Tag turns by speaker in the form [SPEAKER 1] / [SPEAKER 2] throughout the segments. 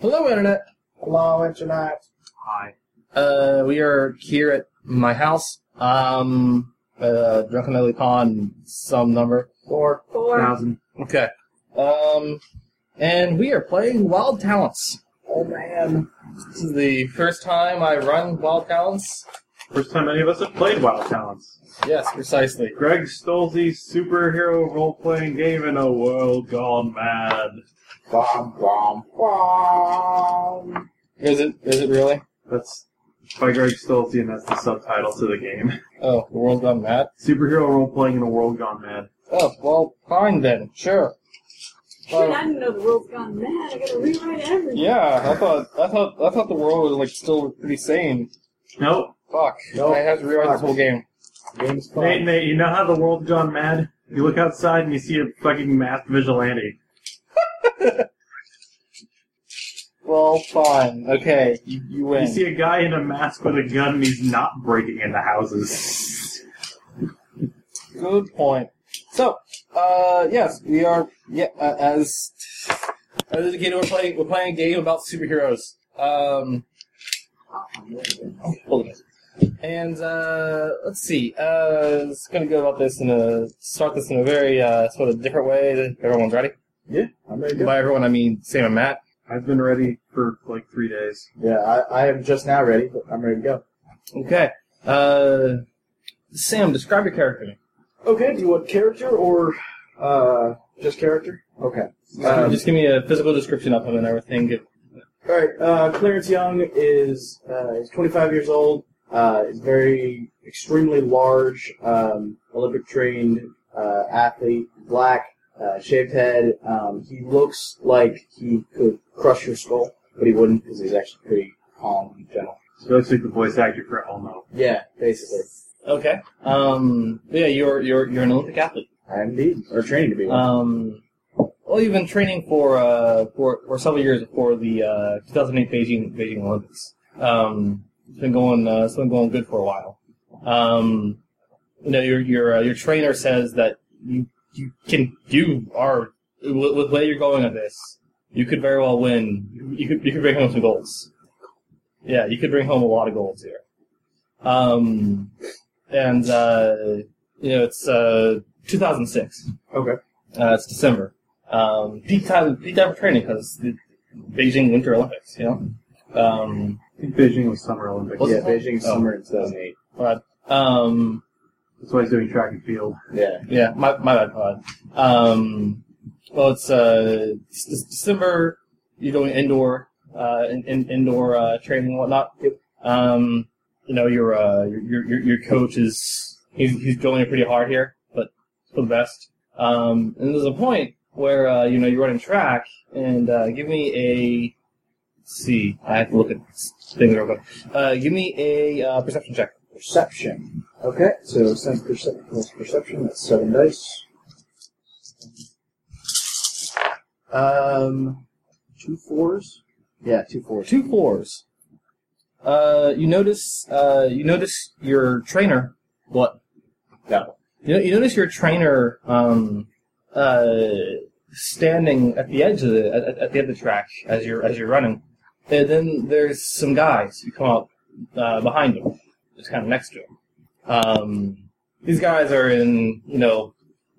[SPEAKER 1] Hello, Internet.
[SPEAKER 2] Hello, Internet.
[SPEAKER 3] Hi.
[SPEAKER 1] Uh, we are here at my house. Um, uh, Drunken Ugly Pond, some number.
[SPEAKER 2] Or
[SPEAKER 4] Or
[SPEAKER 3] Thousand.
[SPEAKER 1] Okay. Um, and we are playing Wild Talents.
[SPEAKER 2] oh man.
[SPEAKER 1] This is the first time I run Wild Talents.
[SPEAKER 3] First time any of us have played Wild Talents.
[SPEAKER 1] Yes, precisely.
[SPEAKER 3] Greg Stolze's superhero role playing game in a world gone mad.
[SPEAKER 2] Bomb, bomb, bomb.
[SPEAKER 1] Is it? Is it really?
[SPEAKER 3] That's by Greg Stolze, and that's the subtitle to the game.
[SPEAKER 1] Oh, the world's gone mad.
[SPEAKER 3] Superhero role playing in a world gone mad.
[SPEAKER 1] Oh, well, fine then. Sure.
[SPEAKER 4] shit, I didn't know the world's gone mad. I gotta rewrite everything.
[SPEAKER 1] Yeah, I thought I thought I thought the world was like still pretty sane.
[SPEAKER 3] Nope.
[SPEAKER 1] Fuck.
[SPEAKER 2] Nope.
[SPEAKER 1] I have to rewrite this whole game.
[SPEAKER 2] Game's fun.
[SPEAKER 3] Nate, Nate, you know how the world's gone mad? You look outside and you see a fucking masked vigilante.
[SPEAKER 1] Well, fine. Okay, you, you win.
[SPEAKER 3] You see a guy in a mask with a gun and he's not breaking into houses.
[SPEAKER 1] Good point. So, uh, yes, we are. Yeah, uh, as as indicated, we're playing we're playing a game about superheroes. Um, hold on. And uh, let's see. Uh, it's going to go about this in a start this in a very uh, sort of different way. Everyone's ready.
[SPEAKER 2] I'm ready to go.
[SPEAKER 1] By everyone, I mean Sam and Matt.
[SPEAKER 3] I've been ready for like three days.
[SPEAKER 2] Yeah, I, I am just now ready, but I'm ready to go.
[SPEAKER 1] Okay. Uh, Sam, describe your character. to me.
[SPEAKER 2] Okay, do you want character or uh, just character? Okay.
[SPEAKER 1] Just, give-
[SPEAKER 2] Um,
[SPEAKER 1] just give me a physical description of him and everything. Good.
[SPEAKER 2] All right, uh, Clarence Young is uh, he's 25 years old. Uh, is very extremely large, um, Olympic trained uh, athlete, black, uh, shaved head. Um, he looks like he could crush your skull, but he wouldn't because he's actually pretty calm and gentle.
[SPEAKER 3] So it's like the voice actor for Elmo.
[SPEAKER 2] Yeah, basically.
[SPEAKER 1] Okay. Um, yeah, you're you're you're an Olympic athlete.
[SPEAKER 2] I am indeed, or training to be one.
[SPEAKER 1] Um, well, you've been training for uh, for for several years for the uh, 2008 Beijing Beijing Olympics. Um, it's been going uh, it's been going good for a while. Um, you know, your your uh, your trainer says that you you can you are with, with where you're going at this, you could very well win. You could you could bring home some goals. Yeah, you could bring home a lot of goals here. Um, and uh, you know it's uh, 2006.
[SPEAKER 2] Okay.
[SPEAKER 1] Uh, it's December. Um, peak time, peak time for training because the Beijing Winter Olympics. You know. Um,
[SPEAKER 3] I think Beijing was Summer Olympics.
[SPEAKER 1] What's
[SPEAKER 2] yeah,
[SPEAKER 1] it called?
[SPEAKER 2] Beijing
[SPEAKER 1] Oh.
[SPEAKER 2] summer in 2008.
[SPEAKER 1] but, um,
[SPEAKER 3] That's why he's doing track and field.
[SPEAKER 2] Yeah.
[SPEAKER 1] yeah, my my bad, pod. Um, well, it's uh, it's, it's December. You're doing indoor, uh, in, in, indoor uh, training and whatnot.
[SPEAKER 2] Yep.
[SPEAKER 1] Um, you know your uh, your your your coach is he's he's drilling you pretty hard here, but for the best. Um, and there's a point where uh, you know you're running track, and uh, give me a let's see. I have to look at things real quick. Uh, give me a uh, perception check.
[SPEAKER 2] Perception. Okay, so sense perception plus perception, that's seven dice. Um, two fours? Yeah, two fours.
[SPEAKER 1] two fours. Uh, you notice, uh, you notice your trainer. What?
[SPEAKER 2] No.
[SPEAKER 1] You, you notice your trainer, um, uh, standing at the edge of the at, at the edge of the track as you're as you're running, and then there's some guys who come up uh, behind him, just kind of next to him. Um, these guys are in you know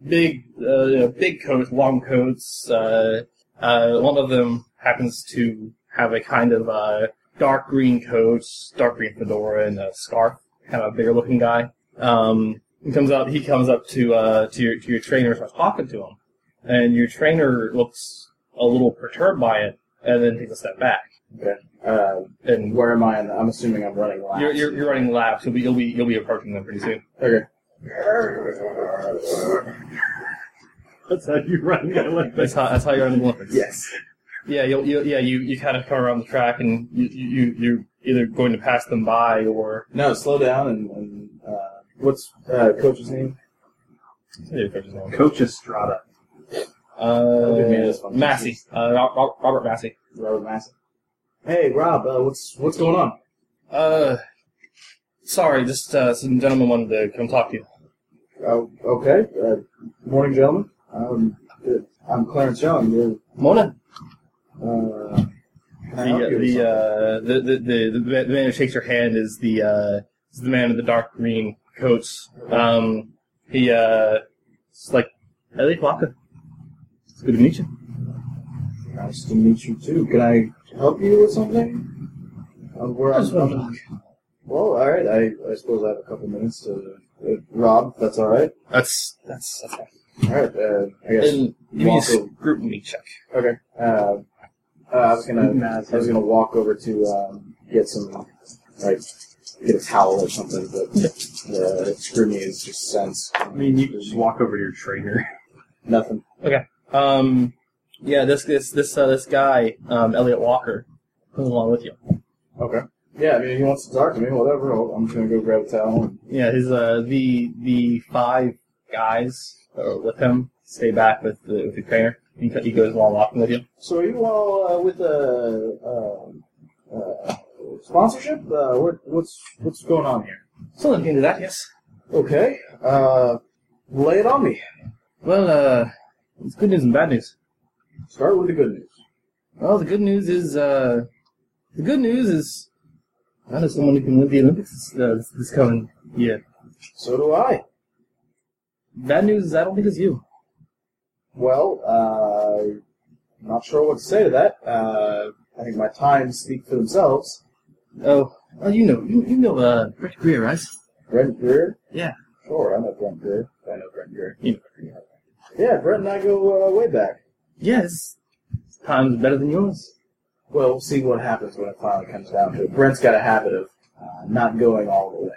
[SPEAKER 1] big uh, you know, big coats, long coats. Uh, uh, one of them happens to have a kind of uh, dark green coat, dark green fedora, and a scarf. Kind of a bigger looking guy. Um, he comes up. He comes up to uh, to your to your trainer and starts talking to him. And your trainer looks a little perturbed by it, and then takes a step back.
[SPEAKER 2] Uh,
[SPEAKER 1] And
[SPEAKER 2] where am I? In the, I'm assuming I'm running last.
[SPEAKER 1] you're, you're, you're running laps. You'll be you'll be you'll be approaching them pretty soon.
[SPEAKER 2] Okay.
[SPEAKER 3] That's how you run the
[SPEAKER 1] That's
[SPEAKER 3] Olympics.
[SPEAKER 1] how that's how you're running the Olympics.
[SPEAKER 2] Yes.
[SPEAKER 1] Yeah, you'll, you'll, yeah, you, you kind of come around the track and you, you, you- you're either going to pass them by or.
[SPEAKER 2] No, slow down and, and uh, what's uh, coach's name?
[SPEAKER 3] Coach Estrada.
[SPEAKER 2] be me,
[SPEAKER 1] Uh,
[SPEAKER 2] that's fine.
[SPEAKER 1] Massey. Uh, Ro- Ro- Robert Massey.
[SPEAKER 2] Robert Masson. Hey, Rob, uh, what's what's going on?
[SPEAKER 1] Uh, sorry, just uh, some gentlemen wanted to come talk to you.
[SPEAKER 2] Oh, okay. Uh, morning, gentlemen. Um, uh, I'm, I'm Clarence Young. You're
[SPEAKER 1] Mona?
[SPEAKER 2] Uh, I help
[SPEAKER 1] The
[SPEAKER 2] you with
[SPEAKER 1] the, uh, the, the, the, the man- the man who shakes your hand is the uh, is the man in the dark green coats. Um, he uh, it's like Elliot Walker. It's good to meet you.
[SPEAKER 2] something. Nice to meet you too. Can I help you with something? Uh, where I'm from? Well, all right. I, I suppose I have a couple minutes to uh, Rob. if That's all right.
[SPEAKER 1] That's that's that's fine.
[SPEAKER 2] All right. Uh, I guess.
[SPEAKER 1] And you need a
[SPEAKER 2] Walker.
[SPEAKER 1] scrutiny check.
[SPEAKER 2] Okay. Uh, uh, I was gonna.
[SPEAKER 1] Mm-hmm.
[SPEAKER 2] I was
[SPEAKER 3] Massive.
[SPEAKER 2] gonna walk over to um, get some, like, get a towel or something, but the scrutiny is just sense.
[SPEAKER 3] I mean, you can just walk over to your trainer.
[SPEAKER 2] Nothing.
[SPEAKER 1] Um, yeah, this this this uh, this guy, um, Elliot Walker, comes along with you.
[SPEAKER 2] Okay. Yeah, I mean, if he wants to talk to me, whatever. I'll, I'm just gonna go grab a towel. And,
[SPEAKER 1] Yeah, his uh the the five guys uh, with him stay back with the with the trainer. He, co- he goes along walking with you.
[SPEAKER 2] so, are you all uh, with a uh, uh, sponsorship? Uh, what, what's what's going on here?
[SPEAKER 1] Something into that, yes.
[SPEAKER 2] Okay. Uh, lay it on me.
[SPEAKER 1] Well, uh, it's good news and bad news.
[SPEAKER 2] Start with the good news.
[SPEAKER 1] Well, the good news is uh, the good news is I know someone who can win the Olympics this, uh, this coming year.
[SPEAKER 2] So do I.
[SPEAKER 1] Bad news is I don't think it's you.
[SPEAKER 2] Well, uh, not sure what to say to that. Uh, I think my times speak for themselves.
[SPEAKER 1] Oh, oh, you know, you, you know, uh, Brett Greer, right?
[SPEAKER 2] Brent Greer?
[SPEAKER 1] Yeah.
[SPEAKER 2] Sure, I know Brent Greer. I know Brent Greer.
[SPEAKER 1] You know.
[SPEAKER 2] Yeah, Brent and I go uh, way back.
[SPEAKER 1] Yes. His Time's better than yours.
[SPEAKER 2] Well, we'll see what happens when it finally comes down to it. Brent's got a habit of uh, not going all the way.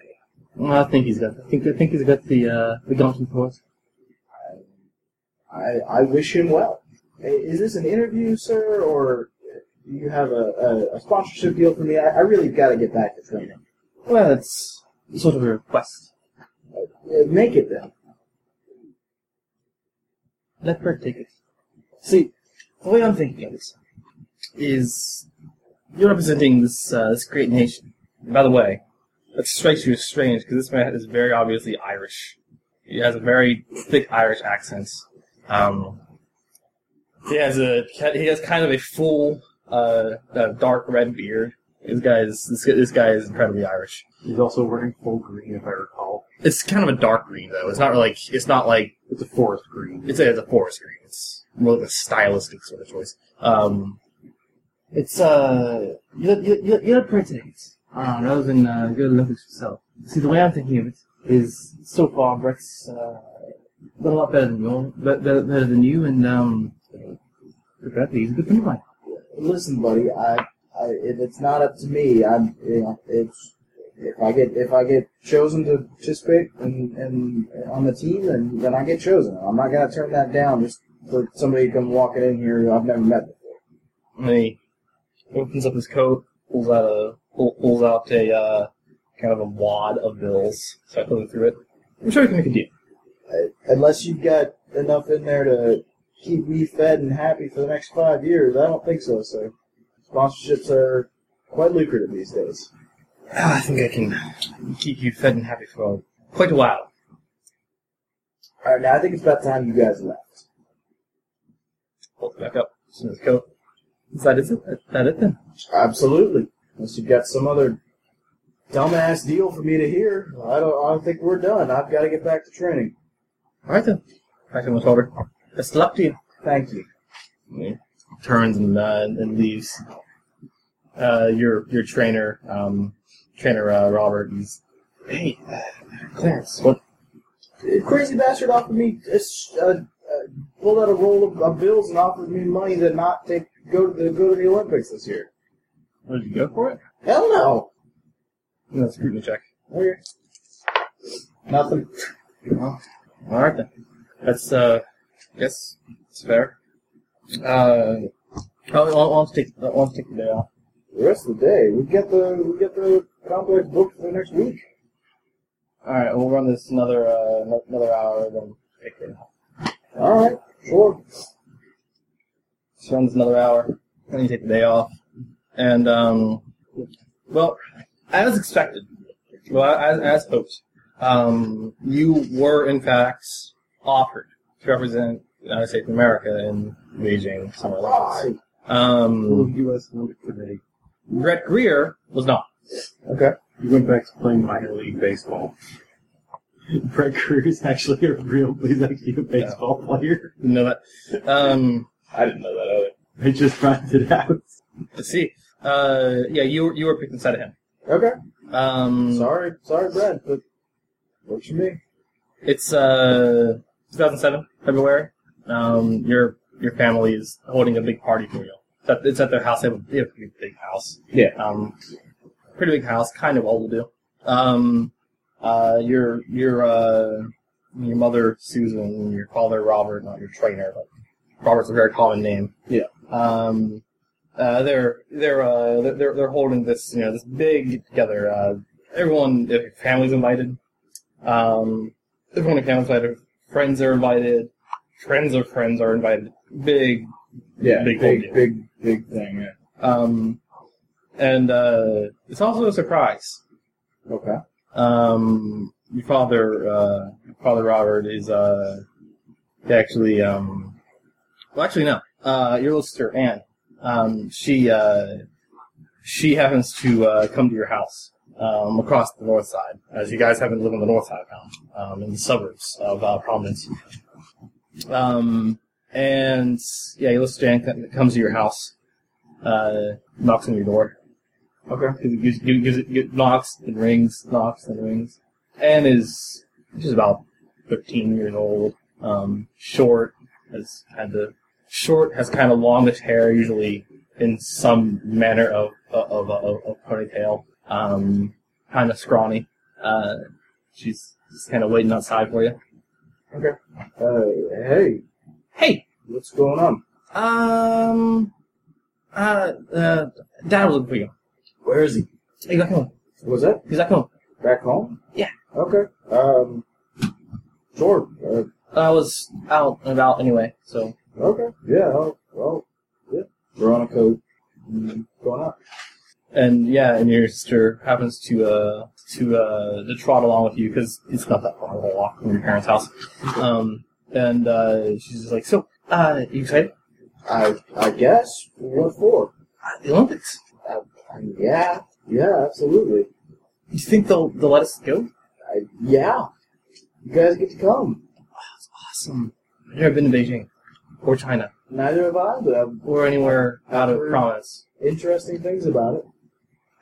[SPEAKER 1] Well, I think he's got. I think I think he's got the uh, the gumption for it.
[SPEAKER 2] I, I wish him well. I- Is this an interview, sir, or do you have a, a, a sponsorship deal for me? I, I really got to get back to training.
[SPEAKER 1] Well, it's sort of a request.
[SPEAKER 2] Uh, Make it then.
[SPEAKER 1] Let Brett take it. See, the way I'm thinking of this is you're representing this uh, this great nation. By the way, that strikes you as strange because this man is very obviously Irish. He has a very thick Irish accent. Um, he has a he has kind of a full uh, uh, dark red beard. This guy is this, guy- this guy is incredibly Irish.
[SPEAKER 3] He's also wearing full green, if I recall.
[SPEAKER 1] It's kind of a dark green though. It's not like it's not like
[SPEAKER 3] It's a forest green.
[SPEAKER 1] It's a, it's a forest green. It's more of a stylistic sort of choice. Um, it's uh, you you you you look pretty it. Um, rather than uh, go look at yourself. See, the way I'm thinking of it is so far Brett's uh, done a lot better than you, but better, better than you, and um, regrettably, he's a good friend of mine.
[SPEAKER 2] Listen, buddy. I, I if it's not up to me, I'm. You know, it's if I get if I get chosen to participate and and on the team, then then I get chosen. I'm not gonna turn that down just for somebody to come walking in here who I've never met before.
[SPEAKER 1] And he opens up his coat, pulls out a pull, pulls out a uh, kind of a wad of bills, starts going through it. I'm sure we can make a deal.
[SPEAKER 2] Uh, Unless you've got enough in there to keep me fed and happy for the next five years, I don't think so, sir. Sponsorships are quite lucrative these days.
[SPEAKER 1] Ah, I think I can keep you fed and happy for quite a while.
[SPEAKER 2] All right, now I think it's about time you guys left.
[SPEAKER 1] Pulls it back up. Soon as coat. Is that is it? Is that it then?
[SPEAKER 2] Absolutely. Unless you've got some other dumbass deal for me to hear, I don't. I don't think we're done. I've got to get back to training.
[SPEAKER 1] All right then. Back to the shoulder. Best of luck to you.
[SPEAKER 2] Thank you.
[SPEAKER 1] He turns and uh, and leaves. Uh, your your trainer, um, trainer uh, Robert. He's hey, uh, Clarence. What?
[SPEAKER 2] Uh, Crazy bastard offered me a, s- uh, uh, pulled out a roll of, of bills and offered me money to not take go to the go to the Olympics this year.
[SPEAKER 1] Where did you go for it?
[SPEAKER 2] Hell no.
[SPEAKER 1] No scrutiny check.
[SPEAKER 2] Okay. Nothing.
[SPEAKER 1] All right then. That's uh, yes, it's fair. Uh, I want to take I want to take the day off.
[SPEAKER 2] The rest of the day, we get the we get the complex booked for next week.
[SPEAKER 1] All right, we'll run this another uh, ano- another hour, then take it off.
[SPEAKER 2] All right. Sure.
[SPEAKER 1] Just run this another hour, then you take the day off, and um, well, as expected, well, as, as hoped, um, you were in fact offered to represent the United States of America in Beijing Summer Olympics.
[SPEAKER 2] Right.
[SPEAKER 1] Um,
[SPEAKER 3] U.S. Olympic Committee.
[SPEAKER 1] Brett Greer was not.
[SPEAKER 2] Okay.
[SPEAKER 3] You went back to playing minor league baseball. Brett Crew is actually a real, he's actually a baseball player.
[SPEAKER 1] Didn't know that. Um,
[SPEAKER 2] I didn't know that either.
[SPEAKER 3] I just found it out.
[SPEAKER 1] let's see. Uh, yeah, you were- you were picked instead of him.
[SPEAKER 2] Okay.
[SPEAKER 1] Um,
[SPEAKER 2] Sorry, sorry, Brad, but works for me.
[SPEAKER 1] It's uh, 2007 February. Um, your your family is holding a big party for you. It's at, it's at their house. They have a they have a pretty big house.
[SPEAKER 2] Yeah.
[SPEAKER 1] Um, pretty big house, kind of all to do. Um, uh, your your uh, your mother Susan, your father Robert, not your trainer, but Robert's a very common name.
[SPEAKER 2] Yeah.
[SPEAKER 1] Um, uh, they're they're uh, they're they're holding this you know this big together. Uh, everyone, if your family's invited. Um, everyone in family's invited. Friends are invited. Friends of friends are invited. Big.
[SPEAKER 2] Yeah,
[SPEAKER 1] Big
[SPEAKER 2] big, big,
[SPEAKER 1] deal.
[SPEAKER 2] big, thing. Yeah.
[SPEAKER 1] Um, and uh, it's also a surprise.
[SPEAKER 2] Okay.
[SPEAKER 1] Um, your father, uh, Father Robert, is uh, actually. Um, well, actually, no. Uh, your little sister Anne. Um, she uh, she happens to uh, come to your house um, across the north side, as you guys happen to live on the north side of town, um, in the suburbs of uh, Providence. Um, and yeah, your little sister Anne com- comes to your house, uh, knocks on your door.
[SPEAKER 2] Okay.
[SPEAKER 1] It gives, gives, gives it, gives- knocks and rings, knocks and rings. Anne is she's about thirteen years old. Um, short has kind of short has kind of longish hair, usually in some manner of of of, of, of ponytail. Um, kind of scrawny. Uh, she's just kind of waiting outside for you.
[SPEAKER 2] Uh, hey,
[SPEAKER 1] Hey,
[SPEAKER 2] what's going on?
[SPEAKER 1] um, uh, uh, Dad was looking for you.
[SPEAKER 2] Where is he?
[SPEAKER 1] He's not home.
[SPEAKER 2] Was that
[SPEAKER 1] He's not home.
[SPEAKER 2] back home?
[SPEAKER 1] Yeah.
[SPEAKER 2] Okay. Um. Sure. Uh,
[SPEAKER 1] I was out and about anyway, so
[SPEAKER 2] Okay. Yeah. Oh. Well. Yeah. Veronica, mm, going up.
[SPEAKER 1] and yeah, and your sister happens to uh to uh to trot along with you because it's not that far of a walk from your parents' house. Um, and uh, she's just like, so uh, you excited?
[SPEAKER 2] I I guess. What for?
[SPEAKER 1] Uh, The Olympics?
[SPEAKER 2] I mean, yeah. Yeah. Absolutely.
[SPEAKER 1] Do you think they'll they'll let us go?
[SPEAKER 2] I, yeah. You guys get to come.
[SPEAKER 1] Awesome. I've never been to Beijing or China
[SPEAKER 2] Neither have I, but I've
[SPEAKER 1] or anywhere out of
[SPEAKER 2] Ever.
[SPEAKER 1] province.
[SPEAKER 2] interesting things about it.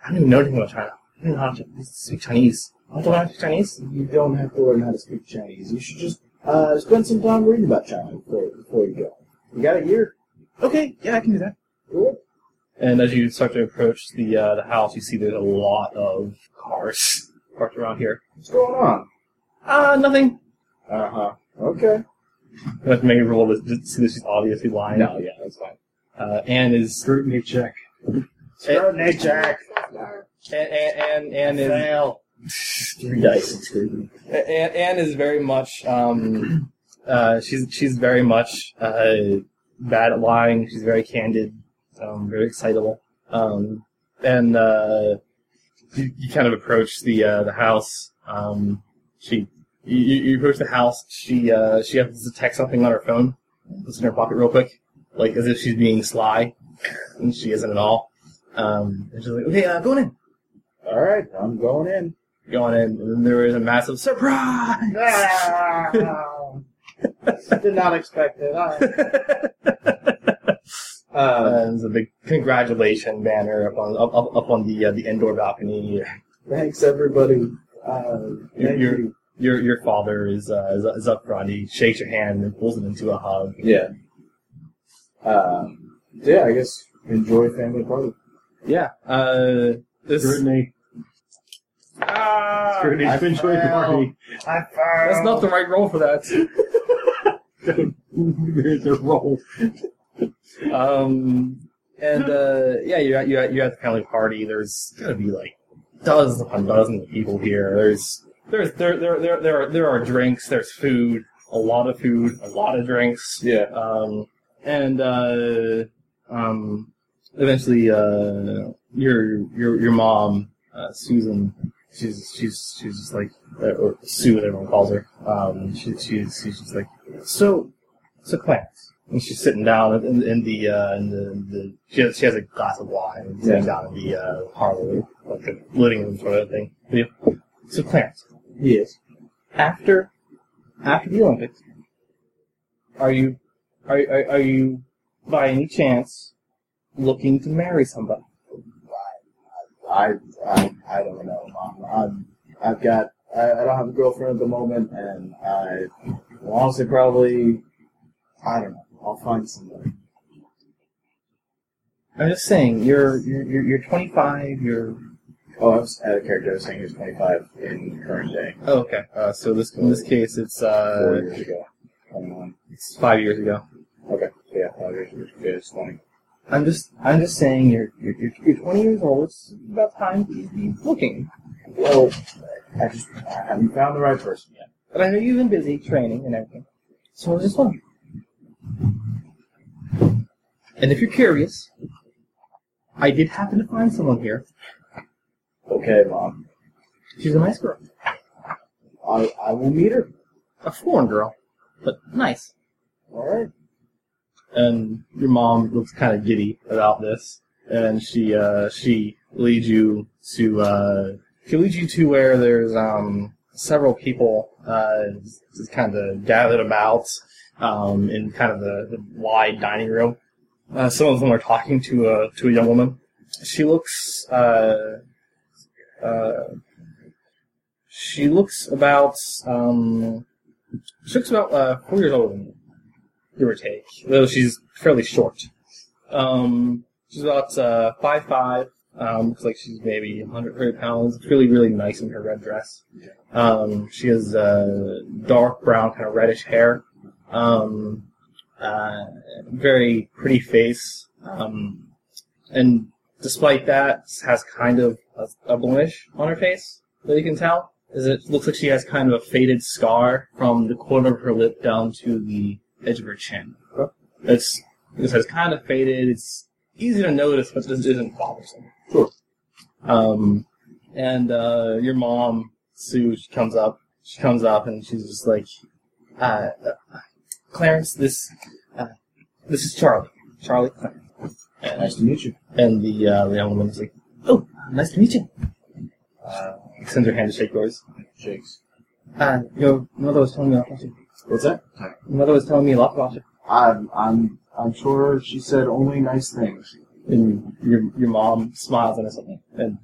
[SPEAKER 1] I don't even know anything about China. I don't know how to speak Chinese. I don't know how to speak Chinese.
[SPEAKER 2] You don't have to learn how to speak Chinese. You should just uh, spend some time reading about China before, before you go. You got a year.
[SPEAKER 1] Okay, yeah, I can do that.
[SPEAKER 2] Cool.
[SPEAKER 1] And as you start to approach the uh, the house, you see there's a lot of cars parked around here.
[SPEAKER 2] What's going on?
[SPEAKER 1] Uh, nothing.
[SPEAKER 2] Uh huh. Okay.
[SPEAKER 1] I have to make a roll to to see that she's obviously lying.
[SPEAKER 2] yeah, that's fine.
[SPEAKER 1] Uh, Anne is
[SPEAKER 3] Scrutiny check.
[SPEAKER 2] Scrutiny check.
[SPEAKER 1] Anne, Anne, Anne, Anne is
[SPEAKER 2] Fail. Three dice and scrutiny.
[SPEAKER 1] Anne, Anne is very much um, uh, she's she's very much uh, bad at lying. She's very candid, um, very excitable, um, and uh, you, you kind of approach the uh, the house. Um, she you, you you approach the house. She uh, she happens to text something on her phone. It's in her pocket real quick, like as if she's being sly, and she isn't at all. Um, and she's like, "Okay, uh, go on in."
[SPEAKER 2] All right, I'm going in.
[SPEAKER 1] Going in, and then there is a massive surprise.
[SPEAKER 2] Ah! Did not expect it. Uh,
[SPEAKER 1] Uh, and there's a big congratulation banner up on up, up, up on the uh, the indoor balcony.
[SPEAKER 2] thanks everybody. Uh,
[SPEAKER 1] You're-
[SPEAKER 2] thank you.
[SPEAKER 1] Your your father is uh, is, is up front. He shakes your hand and pulls it into a hug.
[SPEAKER 2] Yeah. Um, yeah, I guess enjoy family party.
[SPEAKER 1] Yeah. Uh, this
[SPEAKER 3] Scrutiny.
[SPEAKER 2] Ah,
[SPEAKER 3] Scrutiny.
[SPEAKER 2] I
[SPEAKER 3] Enjoy the party.
[SPEAKER 2] I
[SPEAKER 1] that's not the right role for that.
[SPEAKER 3] There's a roll.
[SPEAKER 1] Um, and uh, yeah, you're at, you're at you're at the family party. There's gonna be like dozens upon dozens of people here. There's there's there there there there are, there are drinks. There's food. A lot of food. A lot of drinks.
[SPEAKER 2] Yeah.
[SPEAKER 1] Um, and uh, um, eventually, uh, your your your mom, uh, Susan, she's she's she's just like uh, or Sue, everyone calls her. Um, she, she's she's just like so. So Clarence, And she's sitting down in, in the uh, in the, the she, has, she has a glass of wine and sitting down in the uh, parlor, like the living room sort of thing. Yeah. So Clarence,
[SPEAKER 2] Yes.
[SPEAKER 1] after after the Olympics, are you are are, are you by any chance looking to marry somebody?
[SPEAKER 2] I, I, I don't know, Mom. I'm, I've got, I, I don't have a girlfriend at the moment, and I, well, honestly, probably, I don't know. I'll find somebody.
[SPEAKER 1] I'm just saying, you're you're you're, you're 25. You're
[SPEAKER 2] Oh, I was out of character. I was saying he was 25 in current day,
[SPEAKER 1] oh, okay. Uh, so this in this case, it's
[SPEAKER 2] four
[SPEAKER 1] uh,
[SPEAKER 2] years ago. 21.
[SPEAKER 1] it's five years ago.
[SPEAKER 2] Okay, yeah, five years ago. Yeah, it's 20.
[SPEAKER 1] I'm just I'm just saying you're you're, you're, you're 20 years old. It's about time you be looking.
[SPEAKER 2] Well, I just, I haven't found the right person yet.
[SPEAKER 1] But I know you've been busy training and everything. So I was just wondering. And if you're curious, I did happen to find someone here.
[SPEAKER 2] Okay, Mom.
[SPEAKER 1] She's a nice girl,
[SPEAKER 2] I, I will meet her.
[SPEAKER 1] a foreign girl, but nice.
[SPEAKER 2] All right.
[SPEAKER 1] and your mom looks kind of giddy about this, and she uh, she leads you to uh, she leads you to where there's um, several people uh, just kind of gathered about um, in kind of the, the wide dining room. Uh, some of them are talking to a to a young woman. She looks uh, uh, she looks about um, she looks about uh, four years older than you give or take. Though she's fairly short. Um, she's about uh, five five. Um, looks like she's maybe 130 pounds. It's really really nice in her red dress. Um, she has uh, dark brown kind of reddish hair. Um, uh, very pretty face. Um, and despite that, has kind of a, a blemish on her face that you can tell. Is it looks like she has kind of a faded scar from the corner of her lip down to the edge of her chin. It's this has kind of faded. It's easy to notice, but this isn't bothersome.
[SPEAKER 2] Sure.
[SPEAKER 1] Um, and uh, your mom Sue she comes up. She comes up and she's just like, uh, uh, "Clarence, this uh, this is Charlie. Charlie Clarence." And,
[SPEAKER 2] Nice to meet you.
[SPEAKER 1] and the uh, the young woman's like, "Oh, nice to meet you."
[SPEAKER 2] Uh,
[SPEAKER 1] Extends her hand to shake yours.
[SPEAKER 2] Shakes.
[SPEAKER 1] Uh, your mother was telling me a lot about you.
[SPEAKER 2] What's that?
[SPEAKER 1] Your mother was telling me a lot about you.
[SPEAKER 2] I'm, I'm, I'm sure she said only nice things.
[SPEAKER 1] and your your mom smiles and something, and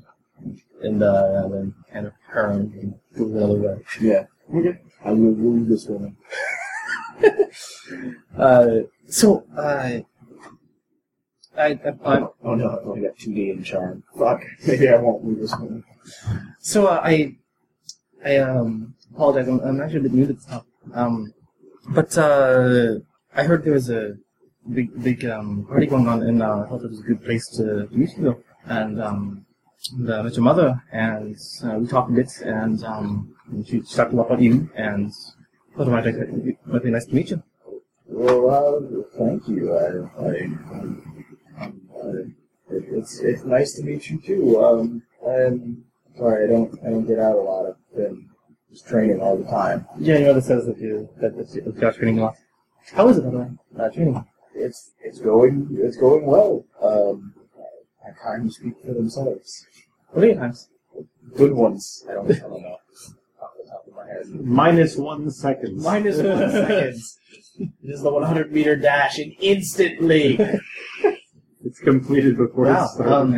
[SPEAKER 1] and uh, and then kind of turns and goes the other way.
[SPEAKER 2] Yeah. Okay. I will woo this woman.
[SPEAKER 1] Uh, so uh, I, I I'm,
[SPEAKER 2] oh no, I've only got 2D in charm. Fuck. Maybe I won't woo this woman.
[SPEAKER 1] so uh, I I um apologize. I'm, I'm actually a bit new to this topic. Um, but uh, I heard there was a big big um party going on, and uh, I thought it was a good place uh, to to meet you. though. And um, and, uh, met your mother, and uh, we talked a bit, and um, and she she talked a lot about you, and thought it might be- might be nice to meet you.
[SPEAKER 2] Well, uh, thank you. I, I, um, I it, it's it's nice to meet you too. Um, I'm sorry, I don't I don't get out a lot. I've been just training all the time.
[SPEAKER 1] Yeah, your mother says that you that that you got training a lot. How is it, by the way? Uh, training.
[SPEAKER 2] It's it's going it's going well. Um, I kind of speak for themselves.
[SPEAKER 1] What are your times?
[SPEAKER 2] Good ones. I don't I don't know off the top of my head.
[SPEAKER 3] Minus one second.
[SPEAKER 2] Minus one seconds. It is the 100 meter dash, and instantly.
[SPEAKER 3] It's completed before
[SPEAKER 1] Wow.
[SPEAKER 3] it starts.
[SPEAKER 1] Um,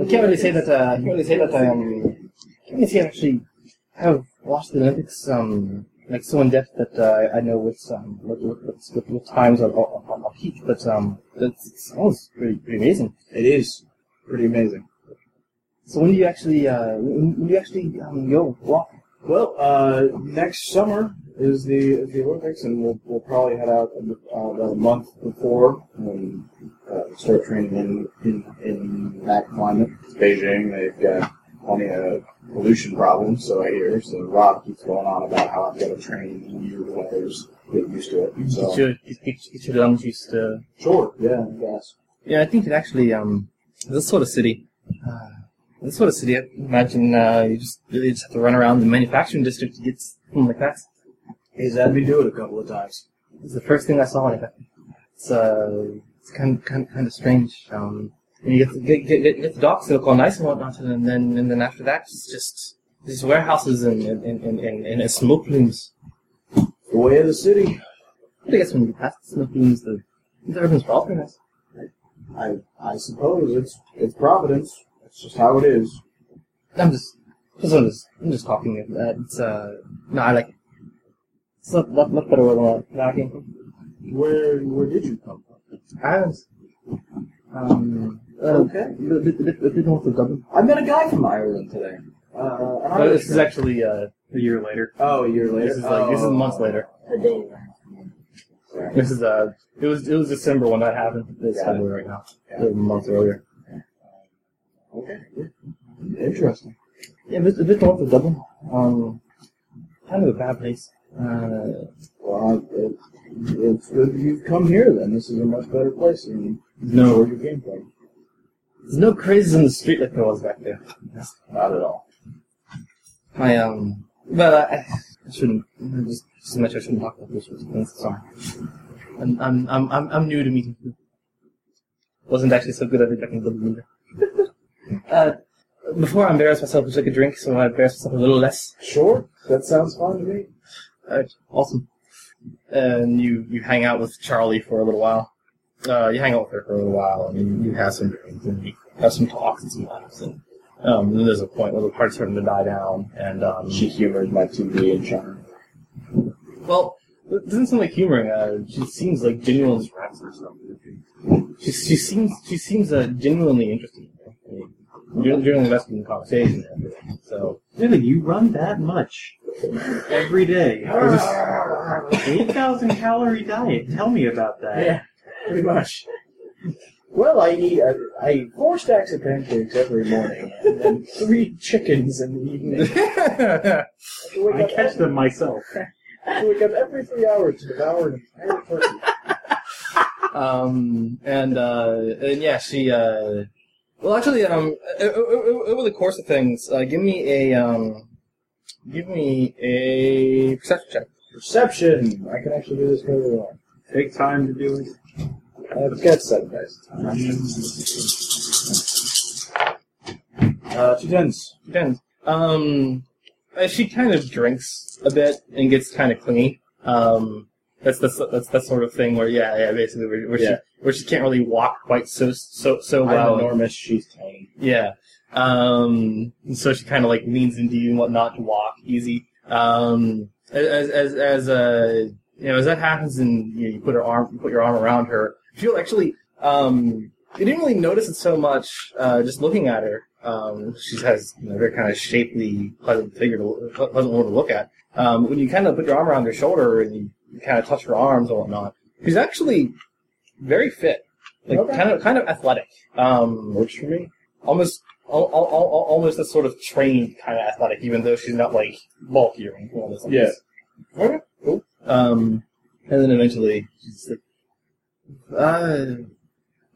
[SPEAKER 1] I can't really say that. Uh, I can't really say that. Um, I can't really say I actually have watched the Olympics um, like so in depth that uh, I know what's um, what, what, what's- what, what times are on our peak. But um, that's sounds pretty, pretty amazing.
[SPEAKER 2] It is pretty amazing.
[SPEAKER 1] So when do you actually uh, when, when do you actually um, go walk?
[SPEAKER 2] Well, uh, next summer is the is the Olympics, and we'll, we'll probably head out uh, about a month before and uh, start training in, in in that climate. It's Beijing, they've got plenty of pollution problems, so I hear. So Rob keeps going on about how I've got to train in weird ways, get used to it.
[SPEAKER 1] Get
[SPEAKER 2] So
[SPEAKER 1] your get, get, get your uh, lungs used to
[SPEAKER 2] sure, yeah, I guess.
[SPEAKER 1] Yeah, I think it actually um this sort of city. Uh, this sort of city, I imagine uh, you just really just have to run around the manufacturing district to get something like that.
[SPEAKER 2] He's had me do it a couple of times.
[SPEAKER 1] It's the first thing I saw. Like, It's uh, it's kind kind kind of strange. Um, and you get the, get, get, get- get the docks to look all nice and whatnot, and then and then after that, it's just these warehouses and and and and, and, and smoke plumes.
[SPEAKER 2] The way of the city.
[SPEAKER 1] I guess when you pass the smoke plumes, the the urban's probably nice.
[SPEAKER 2] I I suppose it's it's Providence. That's just how it is.
[SPEAKER 1] I'm just, just I'm just, I'm just talking. It. Uh, it's uh, no, I like. It. It's not not, not better than that. I came from
[SPEAKER 2] Where where did you come from?
[SPEAKER 1] Ireland. Um, uh, okay.
[SPEAKER 2] Okay.
[SPEAKER 1] A bit, bit, bit, bit north of Dublin.
[SPEAKER 2] I met a guy from Ireland today. Uh, an
[SPEAKER 1] But
[SPEAKER 2] Irish
[SPEAKER 1] Oh, this is
[SPEAKER 2] guy.
[SPEAKER 1] actually uh, a year later.
[SPEAKER 2] oh, a year later.
[SPEAKER 1] This is like this is
[SPEAKER 2] Oh.
[SPEAKER 1] months later.
[SPEAKER 4] The day.
[SPEAKER 2] Sorry.
[SPEAKER 1] This is uh, it was it was December when that happened. It's
[SPEAKER 2] Got it.
[SPEAKER 1] February right now.
[SPEAKER 2] Yeah.
[SPEAKER 1] A month earlier.
[SPEAKER 2] Okay. Interesting.
[SPEAKER 1] Yeah, a bit, a bit north of Dublin. Um, kind of a bad place. Uh,
[SPEAKER 2] Well, I- it, it's good that you've come here. Then this is a much better place than where you came from.
[SPEAKER 1] there's no crazies in the street like there was back there.
[SPEAKER 2] Not at all.
[SPEAKER 1] I um, well, I, I shouldn't. I just, just much I shouldn't talk about this. I'm sorry. I'm I'm I'm I'm, I'm new to meeting people. Wasn't actually so good at it back in Dublin either. uh, before I embarrass myself, I took a drink, so I embarrass myself a little less.
[SPEAKER 2] Sure. That sounds fine to me.
[SPEAKER 1] Alright, awesome. And you you hang out with Charlie for a little while. Uh, you hang out with her for a little while, and you, you have some drinks and you have some talks and some laughs. And um, then there's a point where the party's starting to die down, and um,
[SPEAKER 2] She humored my TV and charm.
[SPEAKER 1] Well, it doesn't seem like humoring. Uh, she seems like genuinely impressed or something. She, she seems she seems uh, genuinely interested. I mean, gen- genuinely invested in the conversation. and everything. So
[SPEAKER 3] Really, you run that much every day.
[SPEAKER 2] Ah.
[SPEAKER 3] Eight thousand calorie diet. Tell me about that.
[SPEAKER 2] Yeah, pretty much. Well, I eat I, I eat four stacks of pancakes every morning, and then three chickens in the evening. have to wake
[SPEAKER 3] I
[SPEAKER 2] up
[SPEAKER 3] catch
[SPEAKER 2] every-
[SPEAKER 3] them myself.
[SPEAKER 2] I have to wake up every three hours to devour an entire turkey.
[SPEAKER 1] um, and uh, and yeah, she. Uh, well, actually, um, o- o- o- over the course of things, uh, give me a um, give me a perception check.
[SPEAKER 2] Perception. I can actually do this really well.
[SPEAKER 3] Take time to do it.
[SPEAKER 2] I've got seven dice. Uh, two tens.
[SPEAKER 1] Depends. Um, uh, she kind of drinks a bit and gets kind of clingy. Um, that's the s- that's that sort of thing where yeah yeah basically where, where
[SPEAKER 2] Yeah.
[SPEAKER 1] she where she can't really walk quite so so so
[SPEAKER 2] I'm
[SPEAKER 1] well.
[SPEAKER 2] enormous. She's tiny.
[SPEAKER 1] Yeah. Um, and so she kind of like leans into you and whatnot to walk easy. Um, as as as uh, you know, as that happens and you, know, you put her arm, you put your arm around her, you will actually um, you didn't really notice it so much uh, just looking at her. Um, she has you know, a very kind of shapely, pleasant figure, to, ple- pleasant woman to look at. Um, when you kind of put your arm around her shoulder and you, you kind of touch her arms and whatnot, she's actually very fit, like
[SPEAKER 2] Okay.
[SPEAKER 1] kind of kind of athletic. Um,
[SPEAKER 2] Works for me.
[SPEAKER 1] almost al- al- al- almost a sort of trained kind of athletic, even though she's not like bulky or anything. All this
[SPEAKER 2] Yeah. Okay. Cool.
[SPEAKER 1] Um, and then eventually she's like, uh,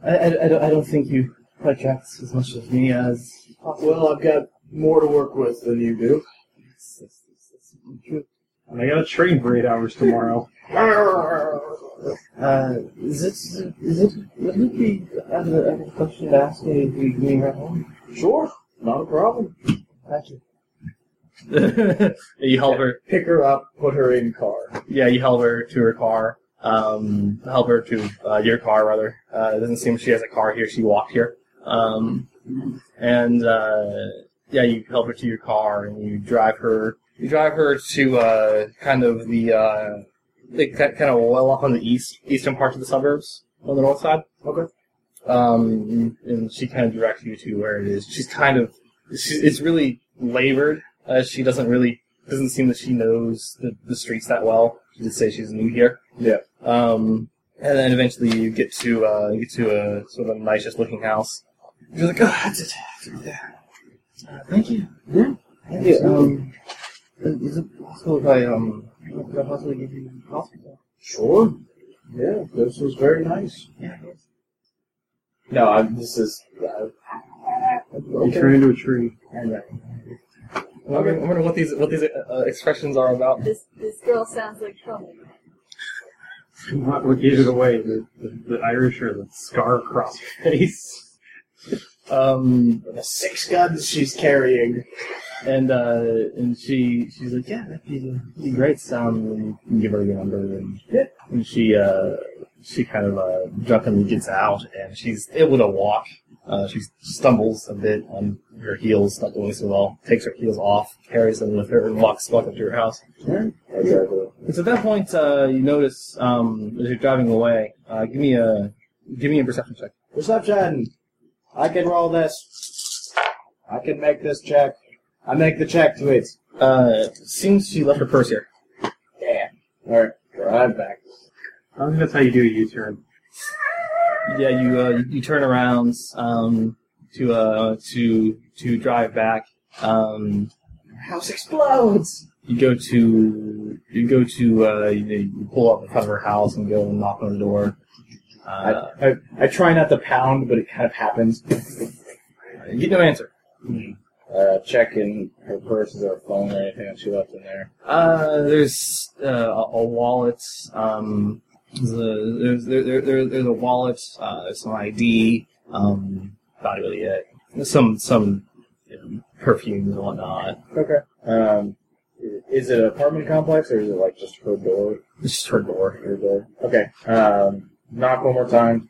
[SPEAKER 1] I, I, I, don't, I don't think you attract as much of me as
[SPEAKER 2] Well, I've got more to work with than you do.
[SPEAKER 1] It's- it's- it's- it's true.
[SPEAKER 3] And I gotta train for eight hours tomorrow.
[SPEAKER 1] Uh, is it is it would it be out of the out of the question to ask me if you give me right home?
[SPEAKER 2] Sure, not a problem.
[SPEAKER 1] Thank you. you help her
[SPEAKER 2] Pick her up, put her in car.
[SPEAKER 1] Yeah, you help her to her car. Um, help her to uh, your car, rather. Uh, it doesn't seem she has a car here. She walked here. Um, and uh, yeah, you help her to your car, and you drive her. You drive her to uh, kind of the uh, the ki- kind of well off on the east eastern parts of the suburbs on the north side.
[SPEAKER 2] Okay.
[SPEAKER 1] Um, and she kind of directs you to where it is. She's kind of she, it's really labored. Uh, she doesn't really doesn't seem that she knows the, the streets that well. She did say she's new here.
[SPEAKER 2] Yeah.
[SPEAKER 1] Um, and then eventually you get to uh, you get to a sort of nicest looking house. You're like, oh, that's it. It's right there. Uh, thank you.
[SPEAKER 2] Yeah.
[SPEAKER 1] Thank you. Um, is it possible if I um could I possibly give you coffee?
[SPEAKER 2] Sure. Yeah, this was very nice.
[SPEAKER 1] Yeah. it is.
[SPEAKER 2] No, I'm, this is. Uh,
[SPEAKER 3] You
[SPEAKER 2] okay.
[SPEAKER 3] turn into a tree.
[SPEAKER 1] I'm wondering, I'm wondering what these what these uh, uh, expressions are about.
[SPEAKER 4] This this girl sounds like trouble.
[SPEAKER 3] What what gave it away? The, the, the Irish or the scar across her face?
[SPEAKER 1] Um,
[SPEAKER 2] The six guns she's carrying.
[SPEAKER 1] and uh, and she she's like, yeah, that'd be, that'd be great. Um, and give her your number, and
[SPEAKER 2] Yeah.
[SPEAKER 1] and she uh, she kind of uh, drunkenly gets out, and she's able to walk. Uh, she stumbles a bit on her heels, not doing so well. Takes her heels off, carries them with her, and walks back up to her house.
[SPEAKER 2] Exactly.
[SPEAKER 1] And so at that point, uh, you notice um, as you're driving away, uh, give me a give me a perception check.
[SPEAKER 2] Perception. I can roll this. I can make this check. I make the check to it.
[SPEAKER 1] Uh, seems she left her purse here.
[SPEAKER 2] Damn. Alright, drive back.
[SPEAKER 3] I think that's how you do a U-turn.
[SPEAKER 1] Yeah, you uh, you turn around um, to uh, to to drive back. Um,
[SPEAKER 2] House explodes!
[SPEAKER 1] you go to you go to uh, you, you pull up in front of her house and go and knock on the door. Uh,
[SPEAKER 2] I, I, I try not to pound, but it kind of happens.
[SPEAKER 1] you get no answer.
[SPEAKER 2] Uh, check in her purse, is there a phone or anything that she left in there?
[SPEAKER 1] Uh, there's uh, a, a wallet. Um, there's a, there's there, there, there, there's a wallet. Uh, there's some ID. Um, not really it. There's some some you know, perfumes and whatnot.
[SPEAKER 2] Okay. Um, is it an apartment complex or is it like just her door?
[SPEAKER 1] It's just her door.
[SPEAKER 2] Her door? Okay. Um, knock one more time.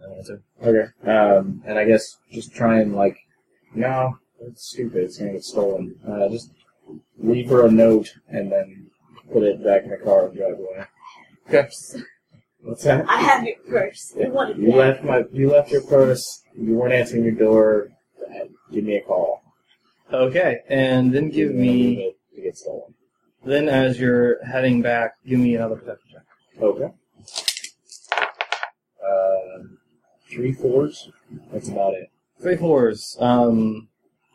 [SPEAKER 1] No answer.
[SPEAKER 2] Okay. Um, and I guess just try and like, no, it's stupid. It's gonna get stolen. Uh, just leave her a note and then put it back in the car and drive away. Okay. What's that?
[SPEAKER 4] I have your purse. You wanted
[SPEAKER 2] You
[SPEAKER 4] that.
[SPEAKER 2] left my. You left your purse. You weren't answering your door. Uh, Give me a call.
[SPEAKER 1] Okay, and then give me.
[SPEAKER 2] It to get stolen.
[SPEAKER 1] Then, as you're heading back, give me another perception check.
[SPEAKER 2] Okay. Uh, three fours. That's about it.
[SPEAKER 1] Three fours. Um,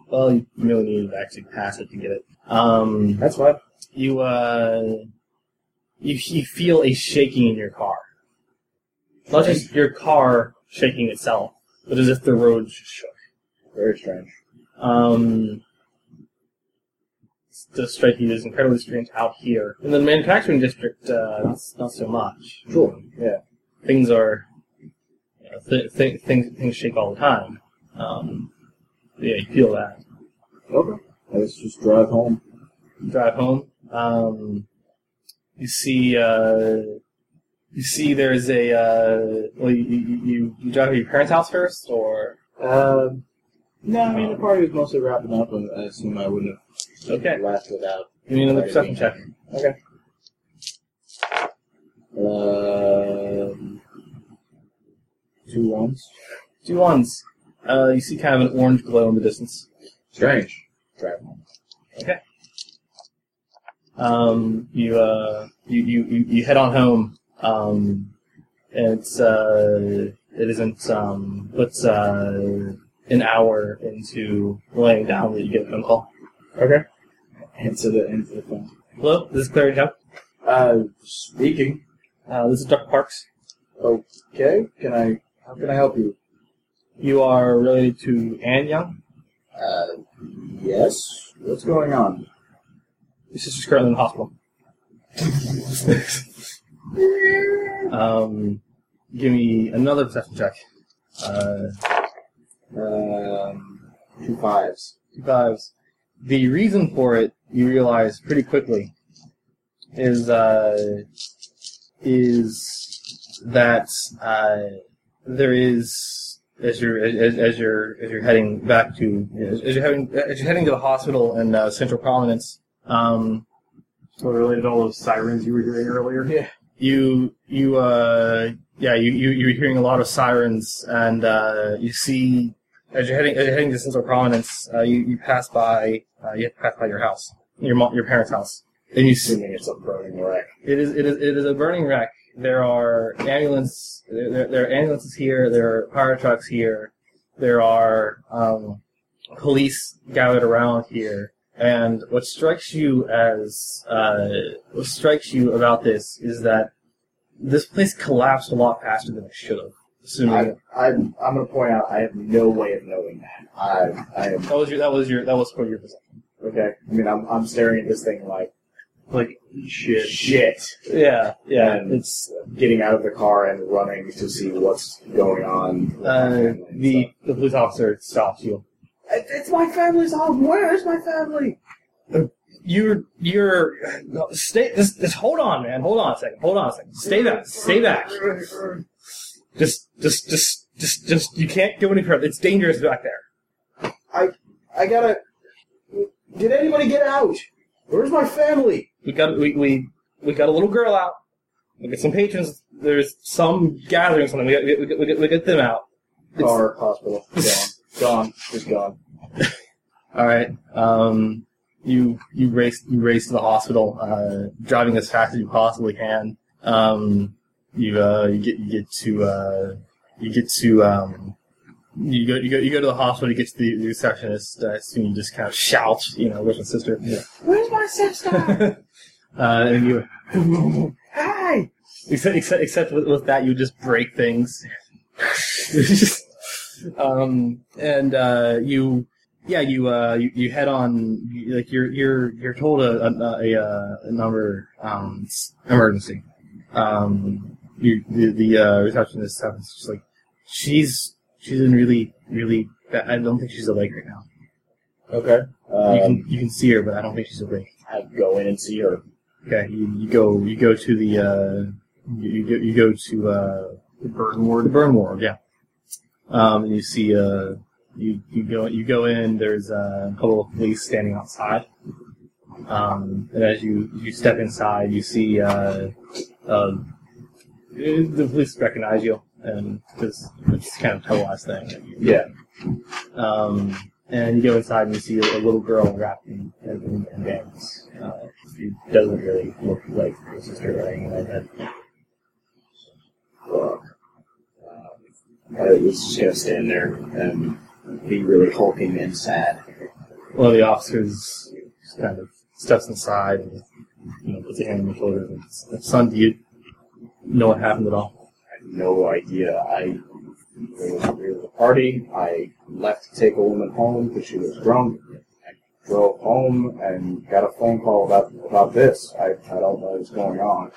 [SPEAKER 1] well, you really need to actually pass it to get it. Um,
[SPEAKER 2] That's fine.
[SPEAKER 1] you uh, you, you feel a shaking in your car. Not just your car shaking itself, but as if the road shook.
[SPEAKER 2] Very strange.
[SPEAKER 1] Um, it's just striking it is incredibly strange out here in the manufacturing district. Uh, not, not so much.
[SPEAKER 2] Cool. Yeah.
[SPEAKER 1] things are you know, th- th- things things shake all the time. Um, yeah, you feel that.
[SPEAKER 2] Okay. Let's just drive home.
[SPEAKER 1] Drive home. Um, you see. Uh, you see, there's a. Uh, well, you, you, you- you drive to your parents' house first, or
[SPEAKER 2] Um, no, I mean the party was mostly wrapping up, and I assume I wouldn't have
[SPEAKER 1] Okay.
[SPEAKER 2] left without.
[SPEAKER 1] you need another perception check.
[SPEAKER 2] Um, two ones.
[SPEAKER 1] Two ones. Uh, you see kind of an orange glow in the distance.
[SPEAKER 2] Strange. Drive home.
[SPEAKER 1] Um, you, uh, you, you, you, you head on home. Um, and it's, uh, it isn't, um, but, uh, an hour into laying down that you get a phone call.
[SPEAKER 2] Okay. Into the into the phone.
[SPEAKER 1] Hello, this is Clary Jump.
[SPEAKER 2] Uh, speaking.
[SPEAKER 1] Uh, this is Dr. Parks.
[SPEAKER 2] Okay. Can I? How can I help you?
[SPEAKER 1] You are related to Ann Young.
[SPEAKER 2] Uh, yes. What's going on?
[SPEAKER 1] Your sister's currently in the hospital. um, give me another perception check. Uh,
[SPEAKER 2] Um, two fives.
[SPEAKER 1] Vibes. The reason for it, you realize pretty quickly, is uh, is that uh, there is as you're as, as you're as you're heading back to as, as you're heading as you're heading to the hospital in uh, Central Prominence, um,
[SPEAKER 3] So related to all those sirens you were hearing earlier.
[SPEAKER 1] you you uh, yeah you, you you're hearing a lot of sirens and uh, you see as you're heading as you're heading to Central Prominence, uh, you you pass by uh, you have to pass by your house, your mom, your parents' house, and you see
[SPEAKER 2] Assuming it's a burning wreck.
[SPEAKER 1] it is it is it is a burning wreck. There are ambulance there, there- there are ambulances here. There are fire trucks here. There are um, police gathered around here. And what strikes you as uh, what strikes you about this is that this place collapsed a lot faster than it should have. Assuming
[SPEAKER 2] I, I'm, I'm going to point out I have no way of knowing that. I, I am
[SPEAKER 1] that was your that was your that was for your perception.
[SPEAKER 2] Okay. I mean, I'm, I'm staring at this thing like,
[SPEAKER 5] Like, shit.
[SPEAKER 2] Shit.
[SPEAKER 1] Yeah, yeah.
[SPEAKER 2] And-
[SPEAKER 1] it's
[SPEAKER 2] Getting out of the car and running to see what's going on.
[SPEAKER 1] uh, the the police officer stops you.
[SPEAKER 2] It- It's my family's home. Where's my family?
[SPEAKER 1] You're you're no, stay. Just, just hold on, man. Hold on a second. Hold on a second. Stay back. Stay back. Just just just just just. You can't go any further. It's dangerous back there.
[SPEAKER 2] I gotta. Did anybody get out? Where's my family?
[SPEAKER 1] We got we we, we got a little girl out. We got some patrons. There's some gathering something. We got we got, we got, we got them out. It's-
[SPEAKER 2] Car, hospital, gone, gone, just gone.
[SPEAKER 1] All right. Um, you you race you race to the hospital, uh, driving as fast as you possibly can. Um, you uh, you get you get to uh, you get to um, you go you go you go to the hospital. You get to the, the receptionist. uh, I assume you just kind of shout, you know, "Where's my sister?"
[SPEAKER 2] Where's my sister?
[SPEAKER 1] uh, and you
[SPEAKER 2] Hi.
[SPEAKER 1] Except, except, except with, with that, you just break things. Just- um, and uh, you, yeah, you, uh, you, you head on. you- Like you're, you're, you're told a, a, a, uh, a number um, s- emergency. Um, you, the the uh, receptionist happens just like she's she's in really really. ba- I don't think she's awake right now.
[SPEAKER 2] Okay.
[SPEAKER 1] you
[SPEAKER 2] Um,
[SPEAKER 1] can you can see her, but I don't think she's awake.
[SPEAKER 2] I go in and see her.
[SPEAKER 1] Okay, you, you go you go to the uh, you, you go you go to uh, the burn ward. The burn ward, yeah. Um, and you see uh, you you go you go in. There's uh, a couple of police standing outside. Um, and as you you step inside, you see uh, um, the police recognize you, and because it's kind of a last thing.
[SPEAKER 2] Yeah.
[SPEAKER 1] Um, and you go inside and you see a, a little girl wrapped in, in, in bands. Uh, she doesn't really look like her sister or anything like that.
[SPEAKER 2] Fuck. Uh, I was just gonna stand there and be really hulking and sad.
[SPEAKER 1] One of the officers just kind of steps inside and you know, puts a hand on your shoulder and says, Son, do you know what happened at all?
[SPEAKER 2] I had no idea. I there was a real party. I left to take a woman home because she was drunk. I drove home and got a phone call about about this. I, I don't know what's going on.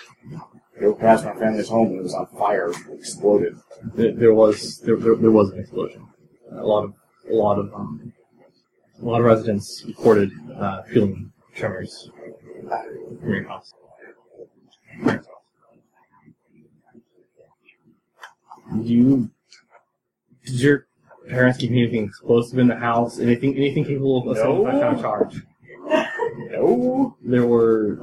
[SPEAKER 2] Drove past my family's home and it was on fire, exploded.
[SPEAKER 1] There, there was there, there, there was an explosion. A lot of a lot of um, a lot of residents reported uh, feeling tremors from your house. You did your parents keep anything explosive in the house? Anything anything capable of a
[SPEAKER 2] No.
[SPEAKER 1] seventy-five pound charge?
[SPEAKER 2] No.
[SPEAKER 1] There were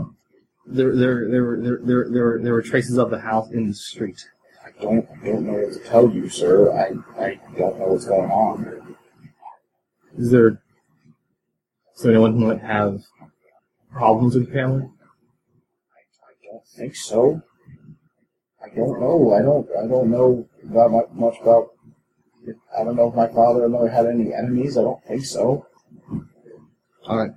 [SPEAKER 1] there there there were there there, there, were, there were traces of the house in the street.
[SPEAKER 2] I don't I don't know what to tell you, sir. I I don't know what's going on.
[SPEAKER 1] Is there so anyone who might have problems with family?
[SPEAKER 2] I don't think so. I don't know. I don't. I don't know about much, much about. I don't know if my father or mother had any enemies. I don't think so.
[SPEAKER 1] Alright.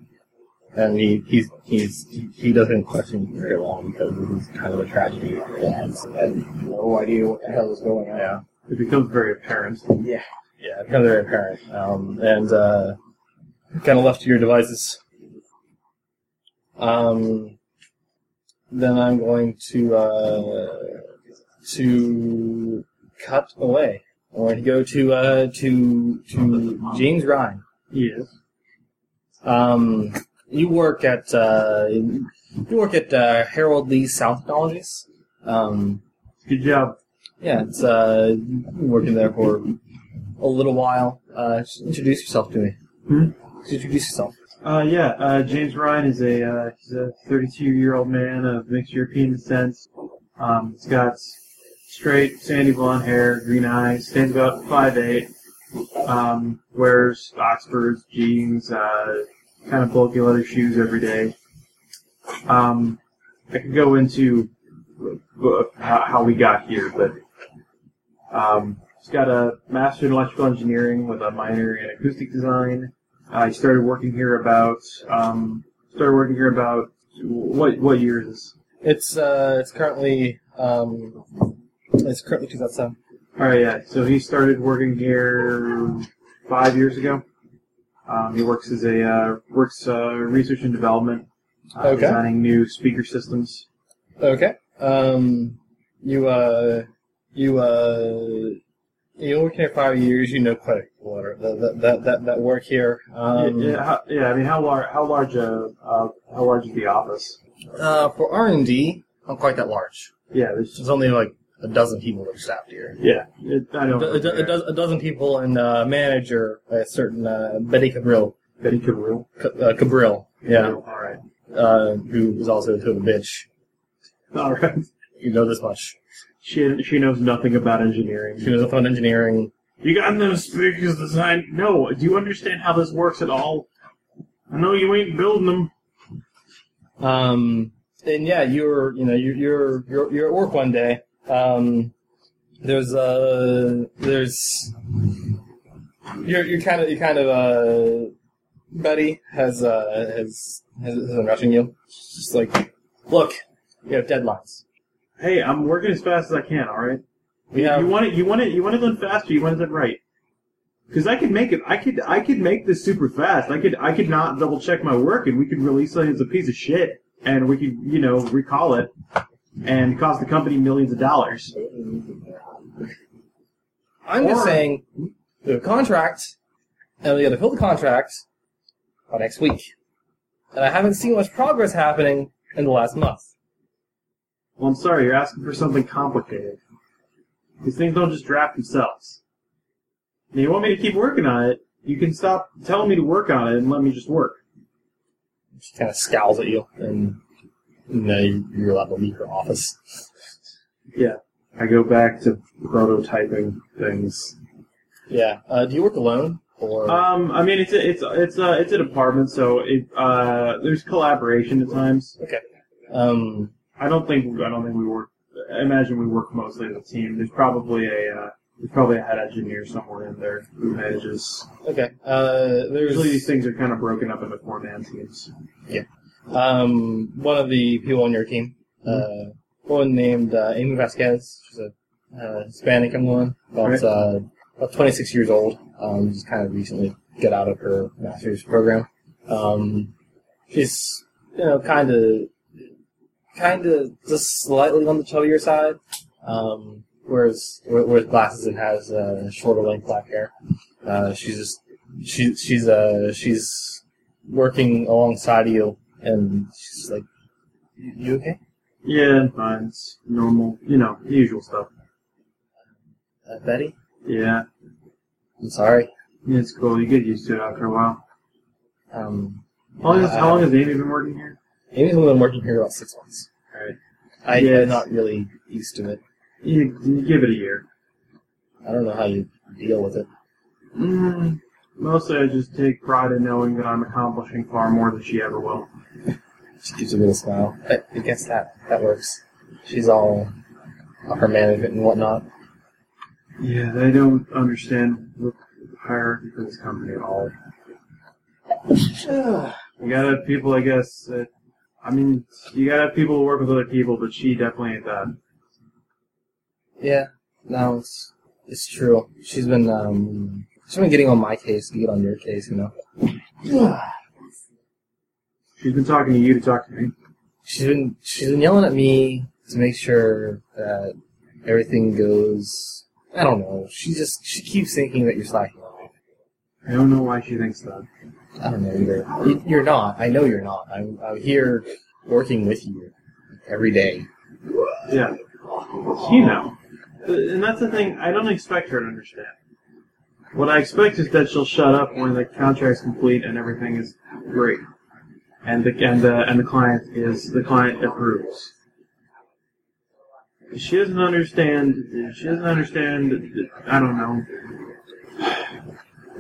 [SPEAKER 1] And he he's, he's he- he doesn't question you very long because this is kind of a tragedy.
[SPEAKER 2] And, and no idea what the hell is going on.
[SPEAKER 1] Yeah.
[SPEAKER 5] It becomes very apparent.
[SPEAKER 2] Yeah.
[SPEAKER 1] Yeah, it becomes very apparent. Um, and uh, kind of left to your devices. Um, then I'm going to uh, to cut away. I'm going to go to uh, to to James Ryan.
[SPEAKER 5] Yes.
[SPEAKER 1] Um, you work at uh, you work at uh, Harold Lee Sound Technologies. Um,
[SPEAKER 5] Good job.
[SPEAKER 1] yeah, it's uh, you been working there for a little while. Uh, just introduce yourself to me.
[SPEAKER 5] Hmm?
[SPEAKER 1] Just introduce yourself.
[SPEAKER 5] Uh, yeah, uh, James Ryan is a uh, he's a 32 year old man of mixed European descent. Um, he's got straight sandy blonde hair, green eyes, stands about 5'8", um, wears Oxfords, jeans, uh, kind of bulky leather shoes every day. Um, I could go into uh, how how we got here, but um, he's got a master in electrical engineering with a minor in acoustic design. I started working here about um, started working here about what what year is this?
[SPEAKER 1] It's uh, it's currently um, it's currently 2007.
[SPEAKER 5] All right, yeah. So he started working here five years ago. Um, he works as a uh, works uh, research and development uh,
[SPEAKER 1] Okay.
[SPEAKER 5] designing new speaker systems.
[SPEAKER 1] Okay. Um, you uh, you uh, you work here five years. You know quite a lot of that that that, that work here. Um,
[SPEAKER 5] yeah, yeah, how, yeah, I mean, how large? How large? Uh, uh, how large is the office?
[SPEAKER 1] Uh, for R and D, not quite that large.
[SPEAKER 5] Yeah, there's,
[SPEAKER 1] There's only like a dozen people that are staffed here.
[SPEAKER 5] yeah. It, I
[SPEAKER 1] A,
[SPEAKER 5] know.
[SPEAKER 1] do- a, do- a dozen- a dozen people and uh, manager, a certain uh, Betty Cabril,
[SPEAKER 5] Betty Cabril.
[SPEAKER 1] C- uh, Cabril, yeah,
[SPEAKER 5] All right.
[SPEAKER 1] uh, who is also a total bitch.
[SPEAKER 5] All right.
[SPEAKER 1] You know this much.
[SPEAKER 5] She she knows nothing about engineering.
[SPEAKER 1] She knows nothing about engineering.
[SPEAKER 5] You got no speakers designed? No. Do you understand how this works at all? I know you ain't building them.
[SPEAKER 1] Um, and yeah, you're you know you, you're you're you're at work one day. Um, there's uh there's you're you're kind of you kind of uh Betty has uh has has, has been rushing you. She's just like, look, we have deadlines.
[SPEAKER 5] Hey, I'm working as fast as I can. All right.
[SPEAKER 1] We
[SPEAKER 5] You-
[SPEAKER 1] have
[SPEAKER 5] You want it? You want it? You want it done fast, or you want it done right? Because I could make it. I could. I could make this super fast. I could. I could not double check my work, and we could release it as a piece of shit, and we could, you know, recall it, and cost the company millions of dollars.
[SPEAKER 1] I'm just
[SPEAKER 5] Or-
[SPEAKER 1] saying we have a contract, and we got to fill the contract by next week. And I haven't seen much progress happening in the last month.
[SPEAKER 5] Well, I'm sorry. You're asking for something complicated. These things don't just draft themselves. Now, you want me to keep working on it? You can stop telling me to work on it and let me just work.
[SPEAKER 1] She kind of scowls at you, and no, you're allowed to leave her office.
[SPEAKER 5] I go back to prototyping things.
[SPEAKER 1] Yeah. Uh, do you work alone, or
[SPEAKER 5] Um, I mean, it's a, it's a- it's a, it's a department, so it uh, there's collaboration at times.
[SPEAKER 1] um,
[SPEAKER 5] I don't think I don't think we work. I imagine we work mostly as a team. There's probably a uh, there's probably a head engineer somewhere in there who manages.
[SPEAKER 1] okay? Uh,
[SPEAKER 5] Usually
[SPEAKER 1] there's
[SPEAKER 5] these things are kind of broken up into four man teams.
[SPEAKER 1] um, one of the people on your team, uh, woman named uh, Amy Vasquez. She's a uh, Hispanic woman, about
[SPEAKER 5] Right.
[SPEAKER 1] uh, about 26 years old. Um, just kind of recently got out of her master's program. Um, she's you know kind of kind of just slightly on the chubbier side. Um, wears we- wears glasses and has uh, shorter length black hair. Uh, she's just she, she's uh she's working alongside you, and she's like, "You you okay?"
[SPEAKER 5] Yeah, fine. It's normal, you know, the usual stuff.
[SPEAKER 1] Uh, Betty,
[SPEAKER 5] Yeah,
[SPEAKER 1] I'm sorry.
[SPEAKER 5] yeah, it's cool. You get used to it after a while.
[SPEAKER 1] Um,
[SPEAKER 5] How long, has, how long has Amy been working here?
[SPEAKER 1] Amy's only been working here about six months.
[SPEAKER 5] All right,
[SPEAKER 1] I,
[SPEAKER 5] Yes.
[SPEAKER 1] I'm not really used to it.
[SPEAKER 5] you, you give it a year.
[SPEAKER 1] I don't know how you deal with it.
[SPEAKER 5] Mm, mostly, I just take pride in knowing that I'm accomplishing far more than she ever will.
[SPEAKER 1] She gives a little smile. I, I guess that that works. She's all on her management and whatnot.
[SPEAKER 5] Yeah, they don't understand the hierarchy for this company at all. You gotta have people, I guess. That, I mean, you gotta have people who work with other people, but she definitely ain't that.
[SPEAKER 1] Yeah, no, it's it's true. She's been um she's been getting on my case to get on your case, you know.
[SPEAKER 5] She's been talking to you to talk to me.
[SPEAKER 1] She's been she's been yelling at me to make sure that everything goes. I don't know. She just she keeps thinking that you're slacking.
[SPEAKER 5] I don't know why she thinks that.
[SPEAKER 1] I don't know either. You- You're not. I know you're not. I'm I'm here working with you every day.
[SPEAKER 5] Yeah, you know, and that's the thing. I don't expect her to understand. What I expect is that she'll shut up when the contract's complete and everything is great, and the and the and the client is the client approves. She doesn't understand. She doesn't understand. I don't know.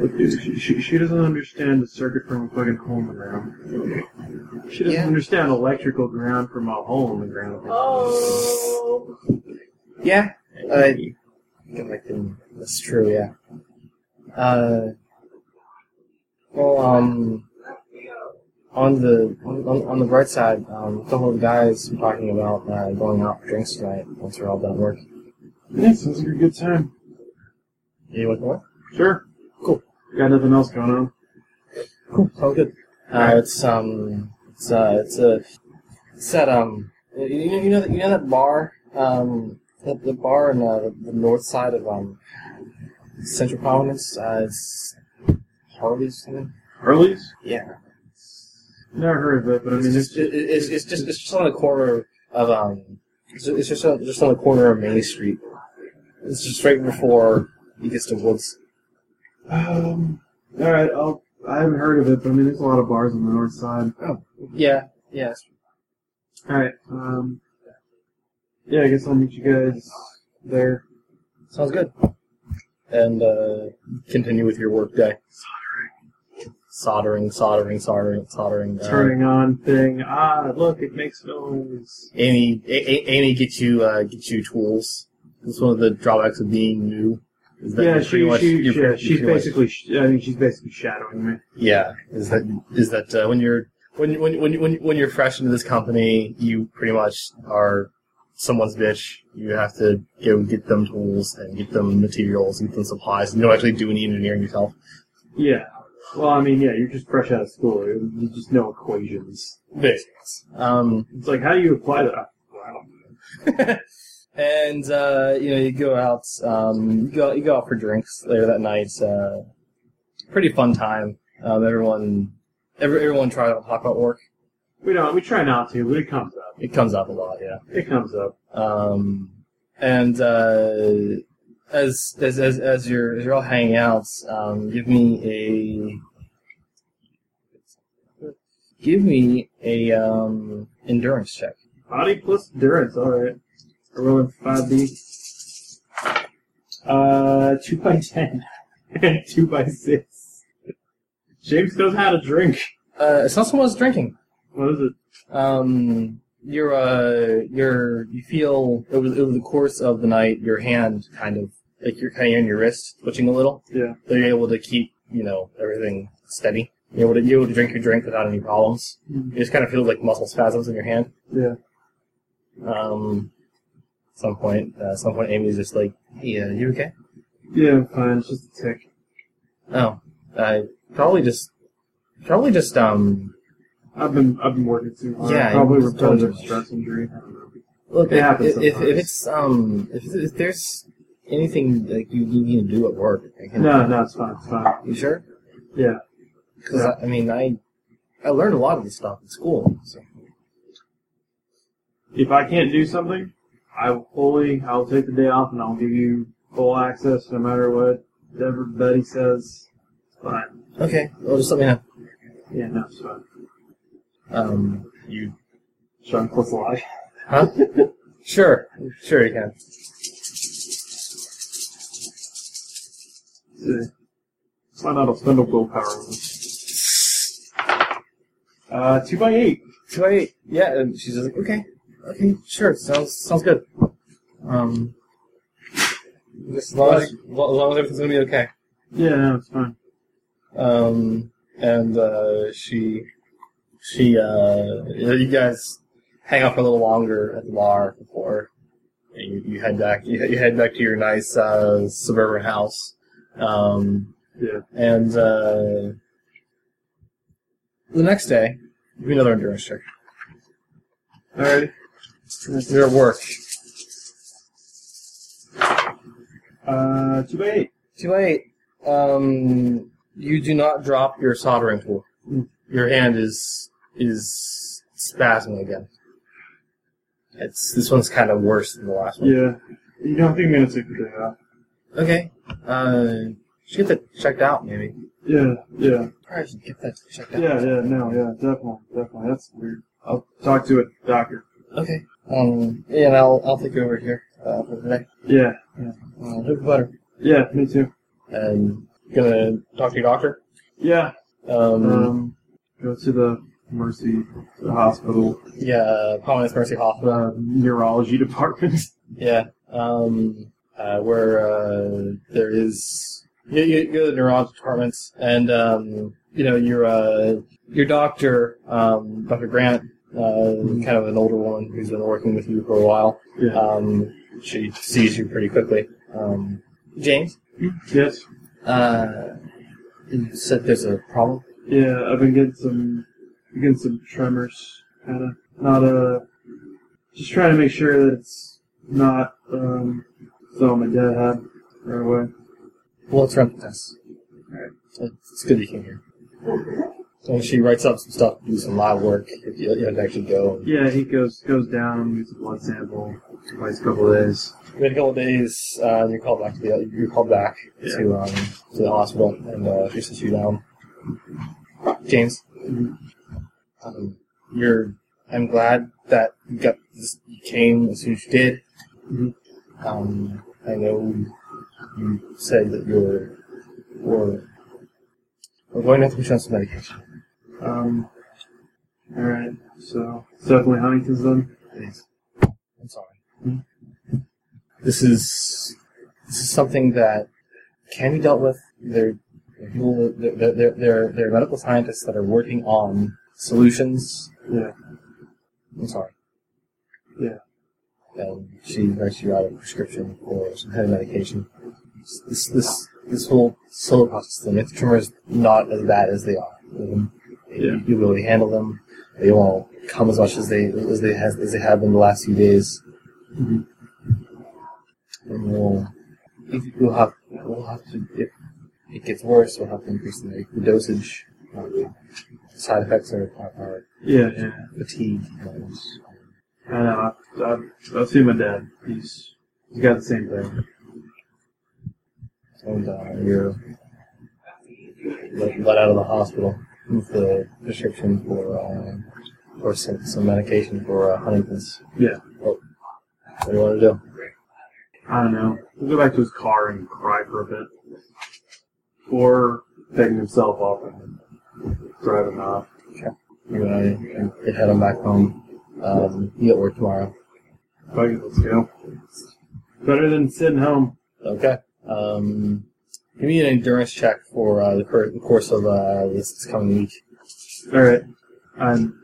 [SPEAKER 5] Look, dude, she, she, she doesn't understand the circuit from a fucking hole in the ground. She doesn't
[SPEAKER 1] Yeah.
[SPEAKER 5] understand electrical ground from a hole in the ground.
[SPEAKER 6] Oh,
[SPEAKER 1] Yeah, I get like them. That's true. Yeah. Uh. Well, um, on the on, on the bright side, um, a couple of guys were talking about uh, going out for drinks tonight once we're all done work.
[SPEAKER 5] Yeah, sounds like a good time.
[SPEAKER 1] You want more?
[SPEAKER 5] Sure.
[SPEAKER 1] Cool.
[SPEAKER 5] Got nothing else going on?
[SPEAKER 1] Cool. Sounds good. Uh, it's um,
[SPEAKER 3] It's uh, it's a it's that um, you, you you know that you know that bar um, the, the bar in uh, the, the north side of um, Central Providence. Uh, it's Harley's something.
[SPEAKER 5] Early's?
[SPEAKER 3] Yeah,
[SPEAKER 5] Never heard of it, but I
[SPEAKER 3] it's
[SPEAKER 5] mean,
[SPEAKER 3] just
[SPEAKER 5] it's,
[SPEAKER 3] it, it's, it's just it's just on the corner of um, it's, it's just on, just on the corner of Main Street. It's just right before you get to Woods.
[SPEAKER 5] um, all right. I'll, I haven't heard of it, but I mean, there's a lot of bars on the north side.
[SPEAKER 3] Yeah, yeah.
[SPEAKER 5] All right. Um, yeah, I guess I'll meet you guys there.
[SPEAKER 3] Sounds good. And uh, continue with your work day. Soldering. Soldering, soldering, soldering, soldering. Uh,
[SPEAKER 5] Turning on thing. Ah, look, it makes noise.
[SPEAKER 3] Amy, A- A- Amy, get you uh, get you tools. That's one of the drawbacks of being new. Is that
[SPEAKER 5] yeah,
[SPEAKER 3] you're pretty
[SPEAKER 5] she,
[SPEAKER 3] much-
[SPEAKER 5] she,
[SPEAKER 3] you're
[SPEAKER 5] yeah,
[SPEAKER 3] pretty-
[SPEAKER 5] she's
[SPEAKER 3] pretty much-
[SPEAKER 5] basically. sh I think she's basically shadowing me.
[SPEAKER 3] yeah. Is that is that uh, when you're when when when when when you're fresh into this company, you pretty much are someone's bitch. You have to go get them tools and get them materials and get them supplies. You don't actually do any engineering yourself.
[SPEAKER 5] Yeah. Well, I mean, yeah, you're just fresh out of school. You you just know equations.
[SPEAKER 3] Basics. Um,
[SPEAKER 5] It's like, how do you apply that? Wow.
[SPEAKER 3] and uh, you know, you go out, um, you go you go out for drinks later that night. Uh, pretty fun time. Um, everyone, every, everyone try to talk about work.
[SPEAKER 5] We don't. We try not to, but it comes up.
[SPEAKER 3] It comes up a lot, yeah.
[SPEAKER 5] It comes up.
[SPEAKER 3] Um, and uh, as, as as as you're as you're all hanging out, um, give me a give me a um, endurance check.
[SPEAKER 5] Body plus endurance. All right. We're rolling five D. Uh, two by ten and two by six. James knows how to drink.
[SPEAKER 3] Uh, it's not someone's drinking.
[SPEAKER 5] What is it?
[SPEAKER 3] Um, you're uh, you're you feel over the, over the course of the night, your hand kind of like you're kind of on your wrist twitching a little.
[SPEAKER 5] Yeah.
[SPEAKER 3] So you're able to keep you know everything steady. You're able to you're able to drink your drink without any problems.
[SPEAKER 5] Mhm.
[SPEAKER 3] You just kind of feel like muscle spasms in your hand.
[SPEAKER 5] Yeah.
[SPEAKER 3] Um, at some point, uh, at some point, Amy's just like, "Hey, uh, you okay?"
[SPEAKER 5] Yeah, I'm fine. It's just a tick.
[SPEAKER 3] Oh, I probably just probably just um.
[SPEAKER 5] I've been I've been working too hard.
[SPEAKER 3] Yeah,
[SPEAKER 5] probably
[SPEAKER 3] it's done too
[SPEAKER 5] repetitive
[SPEAKER 3] much.
[SPEAKER 5] stress injury. I don't know.
[SPEAKER 3] Look,
[SPEAKER 5] It
[SPEAKER 3] if-
[SPEAKER 5] happens
[SPEAKER 3] if, if, if
[SPEAKER 5] sometimes.
[SPEAKER 3] it's um, if, if there's anything like you, you need to do at work, I can,
[SPEAKER 5] No, no, it's fine. It's fine.
[SPEAKER 3] you sure?
[SPEAKER 5] Yeah.
[SPEAKER 3] Because I, I mean, I I learned a lot of this stuff in school. So.
[SPEAKER 5] If I can't do something, I will fully I'll take the day off and I'll give you full access no matter what everybody says. It's fine.
[SPEAKER 3] Okay, well, just let me know.
[SPEAKER 5] Yeah, no, it's fine.
[SPEAKER 3] Um, you
[SPEAKER 5] Sean plus a lie.
[SPEAKER 3] huh? sure, sure you can.
[SPEAKER 5] Yeah. It's not I'll spend a willpower on this. Uh two by eight.
[SPEAKER 3] So I yeah, and she's just like, okay, okay, sure, sounds sounds good. Um, just as long as, as long as everything's gonna be okay.
[SPEAKER 5] Yeah, no, it's fine.
[SPEAKER 3] um, and uh, she she uh, you know, you guys hang out for a little longer at the bar before you, you head back you, you head back to your nice uh, suburban house um,
[SPEAKER 5] Yeah.
[SPEAKER 3] and uh, the next day you do another endurance check
[SPEAKER 5] Alright.
[SPEAKER 3] your work
[SPEAKER 5] Uh two by eight.
[SPEAKER 3] too late um, you do not drop your soldering tool
[SPEAKER 5] Mm.
[SPEAKER 3] your hand is is spasming again it's this one's kind of worse than the last one
[SPEAKER 5] Yeah. You don't think I'm gonna take the day off.
[SPEAKER 3] okay uh should get that checked out maybe
[SPEAKER 5] Yeah, yeah.
[SPEAKER 3] probably should get that checked out
[SPEAKER 5] Yeah, yeah, no, yeah, definitely, definitely. That's weird. I'll talk to a doctor.
[SPEAKER 3] okay um yeah and i'll i'll take you over here uh for today
[SPEAKER 5] Yeah,
[SPEAKER 3] uh, hope butter
[SPEAKER 5] yeah, me too.
[SPEAKER 3] and gonna talk to your doctor
[SPEAKER 5] Yeah,
[SPEAKER 3] um
[SPEAKER 5] um, go to the Mercy Hospital
[SPEAKER 3] yeah uh, providence mercy hospital
[SPEAKER 5] uh, neurology department.
[SPEAKER 3] Yeah. Um, uh, where uh, there is you, you, you go to the neurology department, and um, you know your uh, your doctor, um, Doctor Grant, uh, kind of an older woman who's been working with you for a while.
[SPEAKER 5] Yeah.
[SPEAKER 3] Um, she sees you pretty quickly. Um, James,
[SPEAKER 5] yes.
[SPEAKER 3] uh, you said there's a problem.
[SPEAKER 5] Yeah, I've been getting some against the tremors, kind of. Not a. Just trying to make sure that it's not. Um, so my dad had right away.
[SPEAKER 3] Well, let's run the test. Alright. It's good that you came here. So she writes up some stuff, do some lab work, if you, you have to actually go.
[SPEAKER 5] Yeah, he goes goes down, gets a blood sample, waits a couple of days.
[SPEAKER 3] We had a couple of days, uh, and you're called back to the you're called back
[SPEAKER 5] Yeah.
[SPEAKER 3] to um, to the hospital, and uh, she sits you down. James,
[SPEAKER 5] Mhm.
[SPEAKER 3] um, you're. I'm glad that you got this, you came as soon as you did.
[SPEAKER 5] Mhm.
[SPEAKER 3] Um, I know you said that you're or we're going to have to put you on some medication.
[SPEAKER 5] Um, all right, so it's definitely Huntington's then.
[SPEAKER 3] Please. I'm sorry.
[SPEAKER 5] Hmm.
[SPEAKER 3] This is this is something that can be dealt with. There, there are people, there, there, there, there, there are medical scientists that are working on solutions.
[SPEAKER 5] Yeah.
[SPEAKER 3] I'm sorry.
[SPEAKER 5] Yeah.
[SPEAKER 3] And she writes you out a prescription for some kind of medication. This this this whole solar process thing, if the tumor is not as bad as they are. Um,
[SPEAKER 5] Yeah.
[SPEAKER 3] You, will really handle them. They won't come as much as they as they has, as they have in the last few days.
[SPEAKER 5] Mhm.
[SPEAKER 3] And we'll if we'll have we'll have to if it gets worse, we'll have to increase the, the dosage. Um, side effects are, are, are
[SPEAKER 5] Yeah, yeah.
[SPEAKER 3] fatigue. And,
[SPEAKER 5] I know. I, I, I've seen my dad. He's he's got the same thing.
[SPEAKER 3] and uh, you're let, let out of the hospital with the prescription for uh, for some, some medication for uh, Huntington's.
[SPEAKER 5] Yeah.
[SPEAKER 3] What, what do you want to do?
[SPEAKER 5] I don't know. He'll go back to his car and cry for a bit, or picking himself up and driving off.
[SPEAKER 3] You and I you can head on back home. Um, you get work tomorrow.
[SPEAKER 5] Fuck it, let's go. Better than sitting home.
[SPEAKER 3] Okay. Um, give me an endurance check for uh, the, cur- the course of uh, this, this coming week.
[SPEAKER 5] All right. I'm.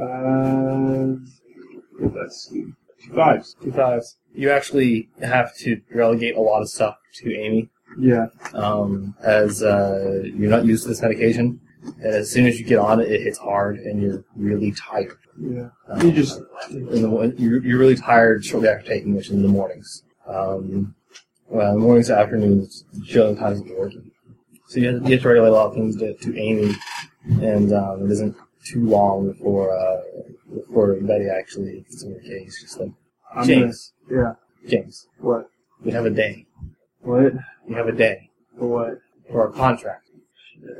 [SPEAKER 5] Uh, that's fives.
[SPEAKER 3] Two fives. You actually have to relegate a lot of stuff to Amy.
[SPEAKER 5] Yeah.
[SPEAKER 3] um, as uh, you're not used to this medication. And as soon as you get on it, it hits hard, and you're really tired.
[SPEAKER 5] Yeah.
[SPEAKER 3] Um,
[SPEAKER 5] You just.
[SPEAKER 3] in the, mo- you're, you're really tired shortly after taking, which is in the mornings. Um, well, in the mornings to afternoons, showing times at work. So you have, you have to regulate a lot of things to, to Amy, and um, it isn't too long before uh, before Betty actually gets in your case. Just like
[SPEAKER 5] I'm gonna,
[SPEAKER 3] James,
[SPEAKER 5] yeah.
[SPEAKER 3] James,
[SPEAKER 5] What?
[SPEAKER 3] we have a day.
[SPEAKER 5] What?
[SPEAKER 3] We have a day
[SPEAKER 5] For what?
[SPEAKER 3] for our contract.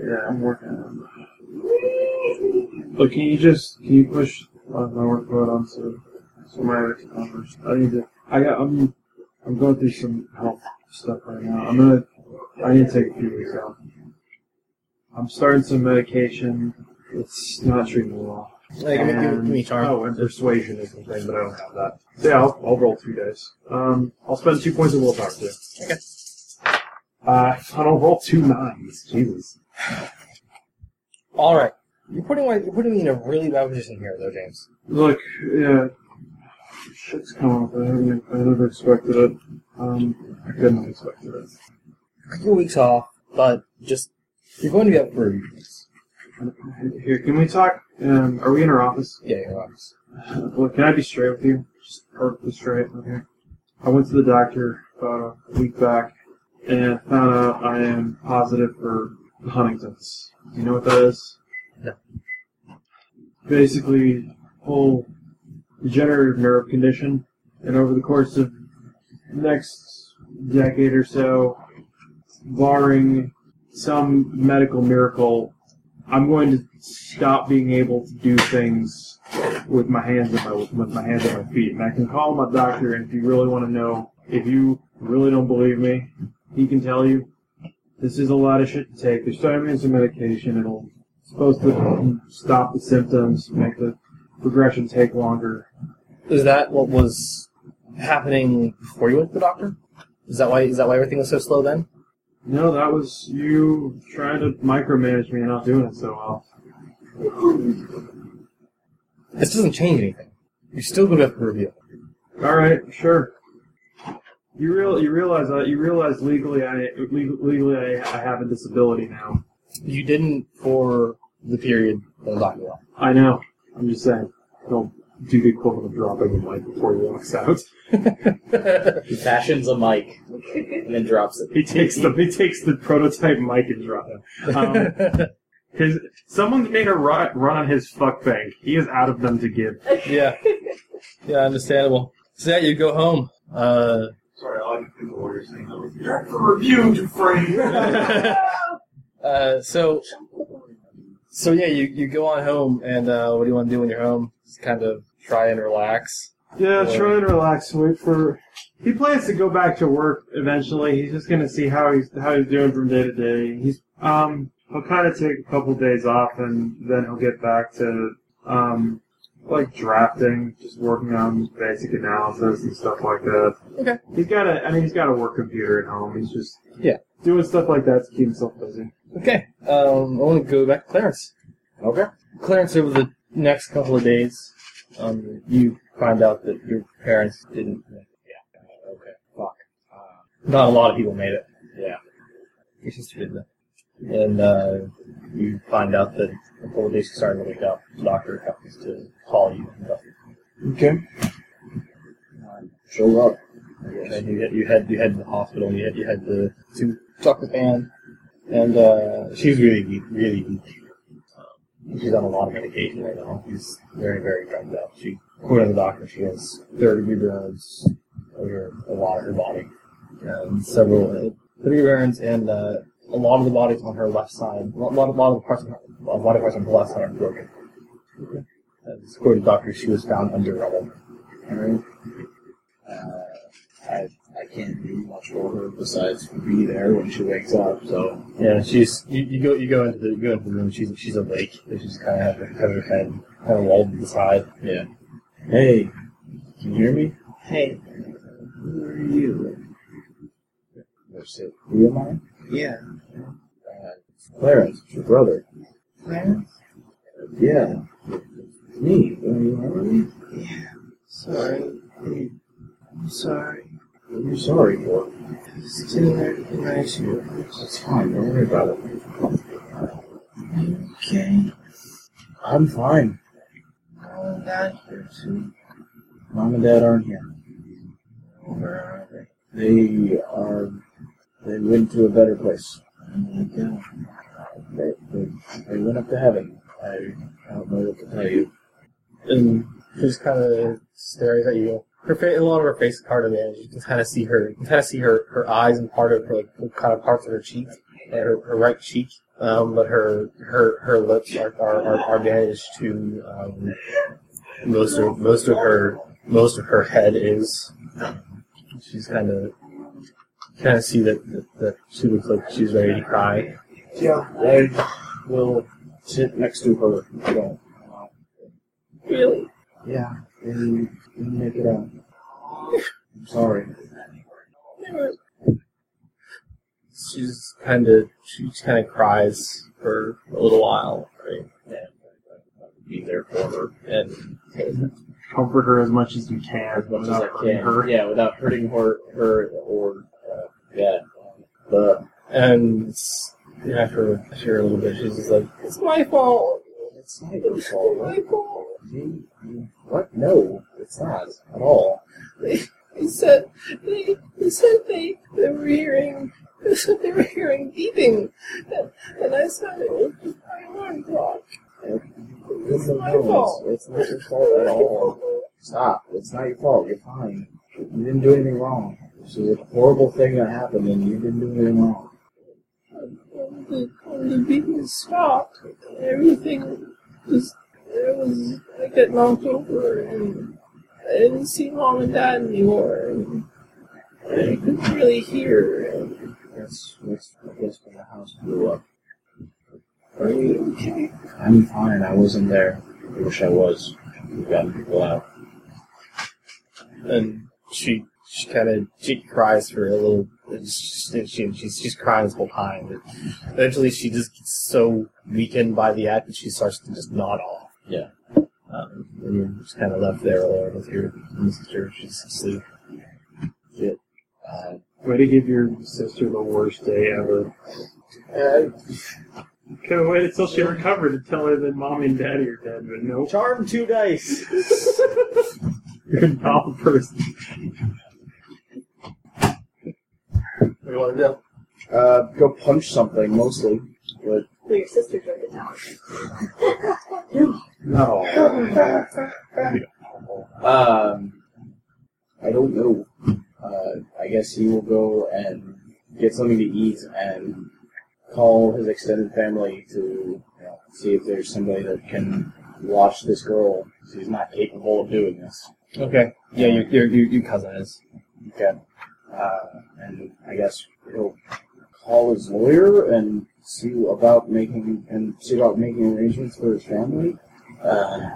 [SPEAKER 5] Yeah, I'm working on it. Look, can you just can you push uh, my work load onto some other numbers? I need to. I got. I'm. I'm going through some health stuff right now. I'm gonna. I need to take a few weeks out. I'm starting some medication. It's not treating me well.
[SPEAKER 3] Like, give, me, give, me- give me charm.
[SPEAKER 5] Oh, and persuasion is the thing, but I don't have that. So yeah, I'll, I'll roll two dice. Um, I'll spend two points of willpower too.
[SPEAKER 3] Okay.
[SPEAKER 5] Uh, I don't roll two nines. Jesus.
[SPEAKER 3] All right. You're putting my- you're putting me in a really bad position here, though, James.
[SPEAKER 5] Look, yeah, shit's come up. I, haven't- I never expected it. Um, I couldn't have expected it.
[SPEAKER 3] A few weeks off, but just you're going to be up for review.
[SPEAKER 5] Here, can we talk? Um, are we in her office?
[SPEAKER 3] Yeah, you're honest.
[SPEAKER 5] Look, can I be straight with you? Just perfectly straight. Okay. I went to the doctor about a week back and found out I am positive for Huntington's. Do you know what that is?
[SPEAKER 3] No.
[SPEAKER 5] Basically, whole degenerative nerve condition, and over the course of next decade or so, barring some medical miracle, I'm going to stop being able to do things with my hands and my with my hands and my feet. And I can call my doctor, and if you really want to know, if you really don't believe me, he can tell you. This is a lot of shit to take. They're starting me on some medication. It'll it's supposed to stop the symptoms, make the progression take longer.
[SPEAKER 3] Is that what was happening before you went to the doctor? Is that why? Is that why everything was so slow then?
[SPEAKER 5] No, that was you trying to micromanage me and not doing it so well.
[SPEAKER 3] This doesn't change anything. You're still going to have to review.
[SPEAKER 5] All right, sure. uh, You real you realize that you realize legally I legal- legally I, I have a disability now.
[SPEAKER 3] You didn't for the period of Lockjaw.
[SPEAKER 5] I know. I'm just saying. He'll do the equivalent of dropping the mic before he walks out.
[SPEAKER 2] He fashions a mic and then drops it.
[SPEAKER 5] He takes the he takes the prototype mic and drops it. Um, his someone's made a run, run on his fuck bank. He is out of them to give.
[SPEAKER 3] yeah, yeah, understandable. So yeah, you go home. Uh,
[SPEAKER 1] Sorry, I like the lawyers thing. That was direct for review, Dufresne.
[SPEAKER 3] uh, so so yeah, you, you go on home, and uh, what do you want to do when you're home? Just kind of try and relax.
[SPEAKER 5] Yeah,
[SPEAKER 3] Or-
[SPEAKER 5] try and relax. Wait for. He plans to go back to work eventually. He's just gonna see how he's how he's doing from day to day. He's um he'll kind of take a couple days off and then he'll get back to um like drafting, just working on basic analysis and stuff like that.
[SPEAKER 3] Okay.
[SPEAKER 5] He's got a I mean he's got a work computer at home. He's just
[SPEAKER 3] Yeah.
[SPEAKER 5] doing stuff like that to keep himself busy.
[SPEAKER 3] Okay, um, I want to go back to Clarence.
[SPEAKER 2] Okay.
[SPEAKER 3] Clarence, over the next couple of days, um, you find out that your parents didn't. make it. Uh,
[SPEAKER 2] Okay. Fuck.
[SPEAKER 3] Not a lot of people made it.
[SPEAKER 2] Yeah.
[SPEAKER 3] Your sister did though. And uh, you find out that a couple of days she's starting to wake up. The doctor happens to call you. And stuff.
[SPEAKER 2] Okay. Show up. I guess.
[SPEAKER 3] And you, get- you head you head to the hospital. You head you head to to talk with Anne, and uh, she's really weak, really weak. Um, She's on a lot of medication right now. She's very very drugged up. She according to the doctor, she has thirty degree burns over a lot of her body, and several thirty degree burns, and uh, a lot of the bodies on her left side, a lot of, a lot of the parts, on her, a lot of parts on her left side are broken. And according to the doctor, she was found under rubble.
[SPEAKER 2] Alright. Uh, I I can't do much for her besides be there when she wakes up. So
[SPEAKER 3] Yeah, she's you, you go you go into the you go into the room. She's she's awake. She's kind of have her head kind of lolled to the side.
[SPEAKER 2] yeah. Hey, can you hear me?
[SPEAKER 3] Hey,
[SPEAKER 2] Who are you? That's it. Who am I?
[SPEAKER 3] yeah,
[SPEAKER 2] Uh, Clarence, it's your brother.
[SPEAKER 3] Clarence.
[SPEAKER 2] Yeah. It's me. Don't you remember me?
[SPEAKER 3] Sorry, I'm sorry.
[SPEAKER 2] What are you sorry for?
[SPEAKER 3] I was sitting there in my shoe.
[SPEAKER 2] That's fine. Don't worry about it.
[SPEAKER 3] Okay,
[SPEAKER 2] I'm fine.
[SPEAKER 3] mom and dad here too.
[SPEAKER 2] Mom and Dad aren't here.
[SPEAKER 3] Where are they?
[SPEAKER 2] They are. They went to a better place. They, they, they went up to heaven. I, I don't know what to tell you.
[SPEAKER 3] And she just kind of stares at you. Her face, a lot of her face is hard to manage. You can kind of see her, you can kind of see her, her eyes and part of her, like, kind of parts of her cheek, uh, her, her right cheek. Um, but her, her, her lips are, are, are, are bandaged to, um, most of, most of her, most of her head is. She's kind of, kind of see that, that, that she looks like she's ready to cry.
[SPEAKER 2] Yeah. I will sit next to her. If you don't.
[SPEAKER 4] Really?
[SPEAKER 2] Yeah. They didn't make it out. I'm sorry.
[SPEAKER 3] She's kind of, she kind of cries for a little while, right?
[SPEAKER 2] Be there for her.
[SPEAKER 3] and
[SPEAKER 5] Comfort her as much as you can.
[SPEAKER 2] as much as
[SPEAKER 5] without
[SPEAKER 2] I
[SPEAKER 5] hurting
[SPEAKER 2] can.
[SPEAKER 5] Her.
[SPEAKER 2] Yeah, without hurting her, her or uh, yeah. But
[SPEAKER 3] and it's- yeah, after after a little bit, she's just like, "It's my fault.
[SPEAKER 2] it's not your fault.
[SPEAKER 3] It's my fault."
[SPEAKER 2] You- you- What? No, it's not at all.
[SPEAKER 4] They said they, they said they, they were hearing they said they were hearing beeping, and, and I said it was just my alarm clock.
[SPEAKER 2] It's,
[SPEAKER 4] my
[SPEAKER 2] no,
[SPEAKER 4] fault.
[SPEAKER 2] It's, it's not your fault at all.
[SPEAKER 3] Oh.
[SPEAKER 2] Stop. It's not your fault. You're fine. You didn't do anything wrong. This is a horrible thing that happened, and you didn't do anything wrong.
[SPEAKER 4] When the, when the beeping stopped, everything just it was I got knocked over, and I didn't see mom and dad anymore, and I couldn't really hear. And,
[SPEAKER 2] That's that's that's when the house blew up.
[SPEAKER 4] are you okay?
[SPEAKER 2] I'm fine. I wasn't there. I wish I was. We've gotten people out.
[SPEAKER 3] And she she kind of she cries for a little. and She, she, she's she's crying this whole time. But eventually, she just gets so weakened by the act that she starts to just nod off.
[SPEAKER 2] Yeah.
[SPEAKER 3] Um, and you're just kind of left there alone with your sister. She's asleep.
[SPEAKER 2] Uh,
[SPEAKER 5] Way to give your sister the worst day ever.
[SPEAKER 2] Uh,
[SPEAKER 5] Could have waited until she recovered to tell her that mommy and daddy are dead, but no.
[SPEAKER 2] Charm two dice.
[SPEAKER 5] You're a doll person.
[SPEAKER 2] What do you want to do? Uh, go punch something mostly. But
[SPEAKER 6] So your sister drove it down.
[SPEAKER 3] Oh.
[SPEAKER 2] no. Um, I don't know. Uh, I guess he will go and get something to eat and call his extended family to you know, see if there's somebody that can watch this girl. She's not capable of doing this.
[SPEAKER 3] Okay. Yeah, your your your, your cousin is.
[SPEAKER 2] Okay. Uh, and I guess he'll call his lawyer and see about making and see about making arrangements for his family. Uh,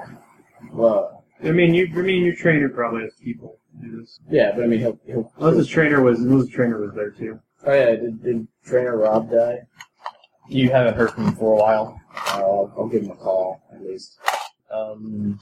[SPEAKER 2] well,
[SPEAKER 5] I mean, you. I mean, your trainer probably has people. do this.
[SPEAKER 2] yeah, but I mean, he'll he'll.
[SPEAKER 5] Unless his trainer was, unless his trainer was there too.
[SPEAKER 2] oh yeah, did, did trainer Rob die?
[SPEAKER 3] You haven't heard from him for a while.
[SPEAKER 2] Uh, I'll, I'll give him a call at least.
[SPEAKER 3] Um,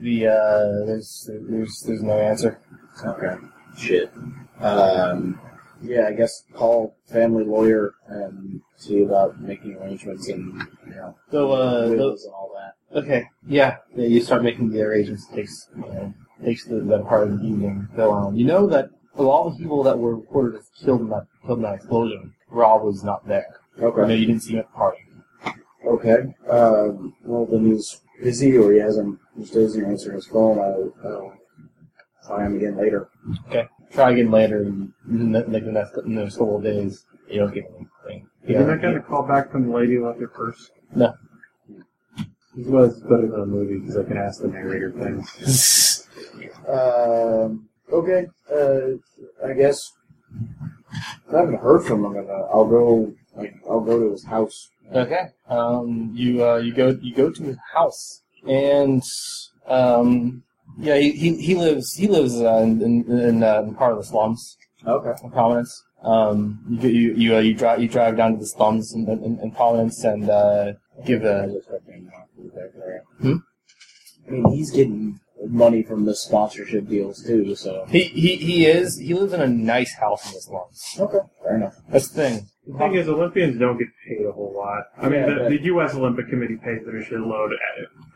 [SPEAKER 3] the uh, there's there's there's no answer.
[SPEAKER 2] Okay. Shit. Um. Yeah, I guess call family lawyer and see about making arrangements and you know
[SPEAKER 3] So uh, the,
[SPEAKER 2] wills and all that.
[SPEAKER 3] okay, yeah, yeah, you start making the arrangements. It Takes you know, takes the, that part of the evening. So um, you know that of all the people that were reported as killed in that killed in that explosion, Rob was not there.
[SPEAKER 2] Okay.
[SPEAKER 3] No, you didn't see him at the party.
[SPEAKER 2] Okay. Um, well, then he's busy or he hasn't, he just doesn't answer his phone. I'll, I'll try him again later.
[SPEAKER 3] Try again later, and n- like the next, in those couple of days, you don't get anything.
[SPEAKER 5] Yeah. Did I get a call back from the lady who left her purse?
[SPEAKER 3] No.
[SPEAKER 5] This was better than a movie because I can ask the narrator things.
[SPEAKER 2] Um, okay. Uh, I guess I haven't heard from him. In a, I'll go. Like, I'll go to his house.
[SPEAKER 3] Okay. Uh, Um, you uh, you go you go to his house, and um, yeah, he, he, he lives he lives uh, in in, in uh, part of the slums
[SPEAKER 2] Okay.
[SPEAKER 3] in Providence. Um, you you you, uh, you drive you drive down to the slums in, in, in Providence and uh, give
[SPEAKER 2] I
[SPEAKER 3] a
[SPEAKER 2] was expecting him to be back there.
[SPEAKER 3] Hmm?
[SPEAKER 2] I mean, he's getting money from the sponsorship deals too. So
[SPEAKER 3] he, he he is he lives in a nice house in the slums.
[SPEAKER 2] okay, fair enough.
[SPEAKER 3] That's the thing.
[SPEAKER 5] The thing is, Olympians don't get paid a whole lot. I mean,
[SPEAKER 2] Yeah,
[SPEAKER 5] the,
[SPEAKER 2] but-
[SPEAKER 5] the U.S. Olympic Committee pays them a shitload.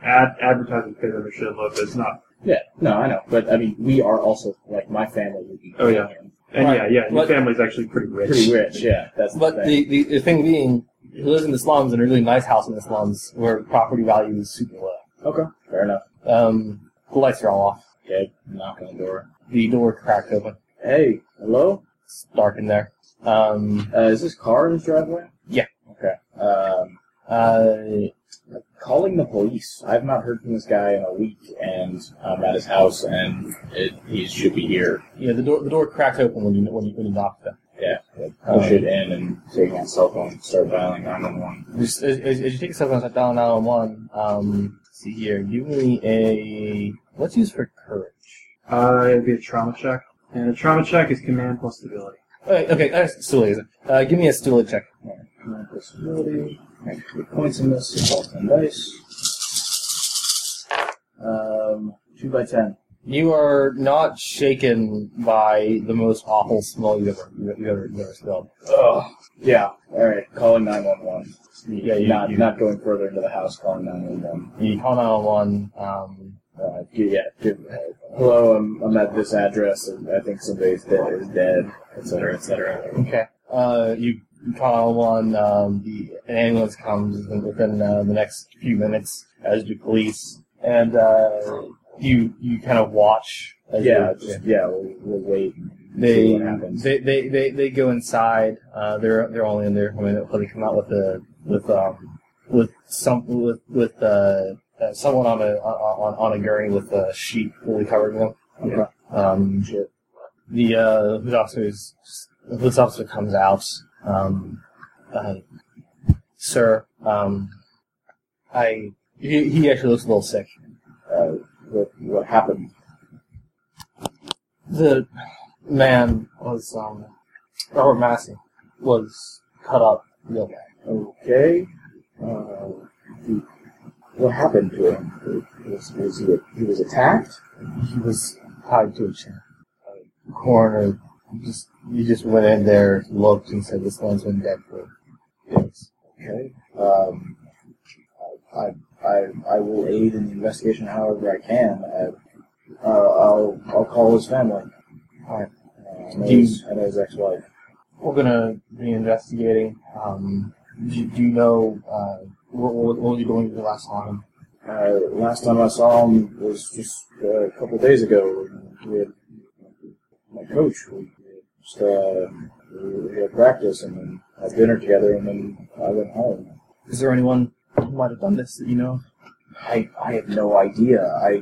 [SPEAKER 5] Ad, advertising pays them a shitload, but it's not.
[SPEAKER 2] Yeah. No, I know, but I mean, we are also like my family would be.
[SPEAKER 5] Oh, yeah. And
[SPEAKER 3] Right.
[SPEAKER 5] yeah, yeah, your
[SPEAKER 3] But-
[SPEAKER 5] family's actually pretty rich.
[SPEAKER 2] Pretty rich, yeah. That's the
[SPEAKER 3] But
[SPEAKER 2] thing.
[SPEAKER 3] the, the, the thing being, he lives in the slums in a really nice house in the slums where property value is super low.
[SPEAKER 2] Okay. Fair enough.
[SPEAKER 3] Um, the lights are all off.
[SPEAKER 2] Okay. Knock on the door.
[SPEAKER 3] The door cracked open.
[SPEAKER 2] Hey, hello?
[SPEAKER 3] It's dark in there. Um,
[SPEAKER 2] Uh, is this car in his driveway?
[SPEAKER 3] Yeah.
[SPEAKER 2] Okay. Um,
[SPEAKER 3] uh,
[SPEAKER 2] calling the police. I've not heard from this guy in a week, and I'm at his house, and it, he should be here.
[SPEAKER 3] yeah, the door the door cracked open when you when you, when you knocked them.
[SPEAKER 2] Yeah.
[SPEAKER 3] Uh,
[SPEAKER 2] Push it in and take my cell phone and start dialing 911.
[SPEAKER 3] Just as, as, as you take a second to dial nine one one, um, let's see here, give me a let's use for courage.
[SPEAKER 5] Uh, it'd be a trauma check, and a trauma check is command plus stability.
[SPEAKER 3] Okay, okay, uh, stability. Uh, give me a stability check.
[SPEAKER 2] Alright, Disability. Make three points in this. It's all 10 dice. Um, 2 by 10.
[SPEAKER 3] You are not shaken by the most awful smell you've ever you've ever, you've ever smelled.
[SPEAKER 2] Ugh. Yeah. Alright, calling 911.
[SPEAKER 3] Yeah, you,
[SPEAKER 2] not,
[SPEAKER 3] you,
[SPEAKER 2] not going further into the house, calling 911.
[SPEAKER 3] you call nine one one. Um,
[SPEAKER 2] Uh, yeah, give, hello, I'm, I'm at this address, and I think somebody's dead, is dead, etc., etc.
[SPEAKER 3] Okay. Uh, you call one. Um, the an ambulance comes within uh, the next few minutes, as do police, and uh, you you kind of watch. As
[SPEAKER 2] Yeah,
[SPEAKER 3] they-
[SPEAKER 2] just, yeah, we'll, we'll wait and see
[SPEAKER 3] they,
[SPEAKER 2] what happens.
[SPEAKER 3] they, they they they go inside. Uh, they're they're only in there for a minute until they come out with the with um with some with with uh, uh, someone on a on on on a gurney with a sheet fully covering them.
[SPEAKER 2] Okay.
[SPEAKER 3] Um,
[SPEAKER 2] Shit.
[SPEAKER 3] the uh, police officer is, the police officer comes out. Um, uh, Sir, um, I he, he actually looks a little sick.
[SPEAKER 2] Uh, what, what happened?
[SPEAKER 3] The man was um, Robert Massey was cut up real bad.
[SPEAKER 2] Okay. Uh, he- what happened to him? Was, was he, he was attacked?
[SPEAKER 3] He was tied to a chair. Coroner just he just went in there, looked, and said this man's been dead for days.
[SPEAKER 2] Okay. um, I, I, I will aid in the investigation however I can. I, uh, I'll, I'll call his family. I, uh, I, know
[SPEAKER 1] Do
[SPEAKER 2] his, I know his ex-wife.
[SPEAKER 1] We're gonna be investigating. Um, do, do you know uh, what, what, what were you doing the last time?
[SPEAKER 2] Uh, last time I saw him was just uh, a couple days ago. We had my coach. We just uh, we had practice and then had dinner together, and then I went home.
[SPEAKER 1] Is there anyone who might have done this that you know?
[SPEAKER 2] I I have no idea. I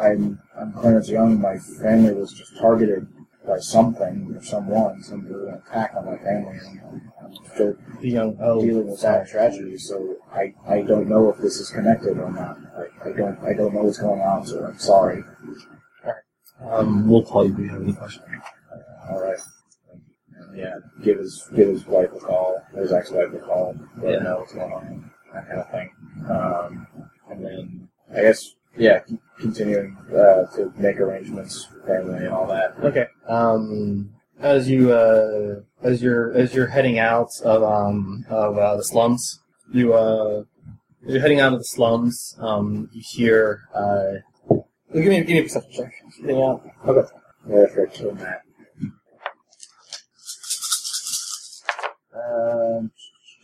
[SPEAKER 2] I'm I'm Clarence Young. My family was just targeted by something or someone. Some sort of attack on my family. And I'm still
[SPEAKER 1] The young oh,
[SPEAKER 2] dealing with that tragedy, so I, I don't know if this is connected or not. I, I don't I don't know what's going on, so I'm sorry.
[SPEAKER 1] um, we'll call you if you have any questions.
[SPEAKER 2] All right. And yeah, give his give his wife a call, his ex wife a call, let her know what's going on, that kind of thing. Um, and then I guess yeah, c- continuing uh, to make arrangements, for family and all that.
[SPEAKER 1] Okay. Um, as you uh, as you're as you're heading out of um, of uh, the slums, you uh, as you're heading out of the slums, um, you hear. Uh, give me give me a perception check. Heading out.
[SPEAKER 2] Yeah, for killing that. Um,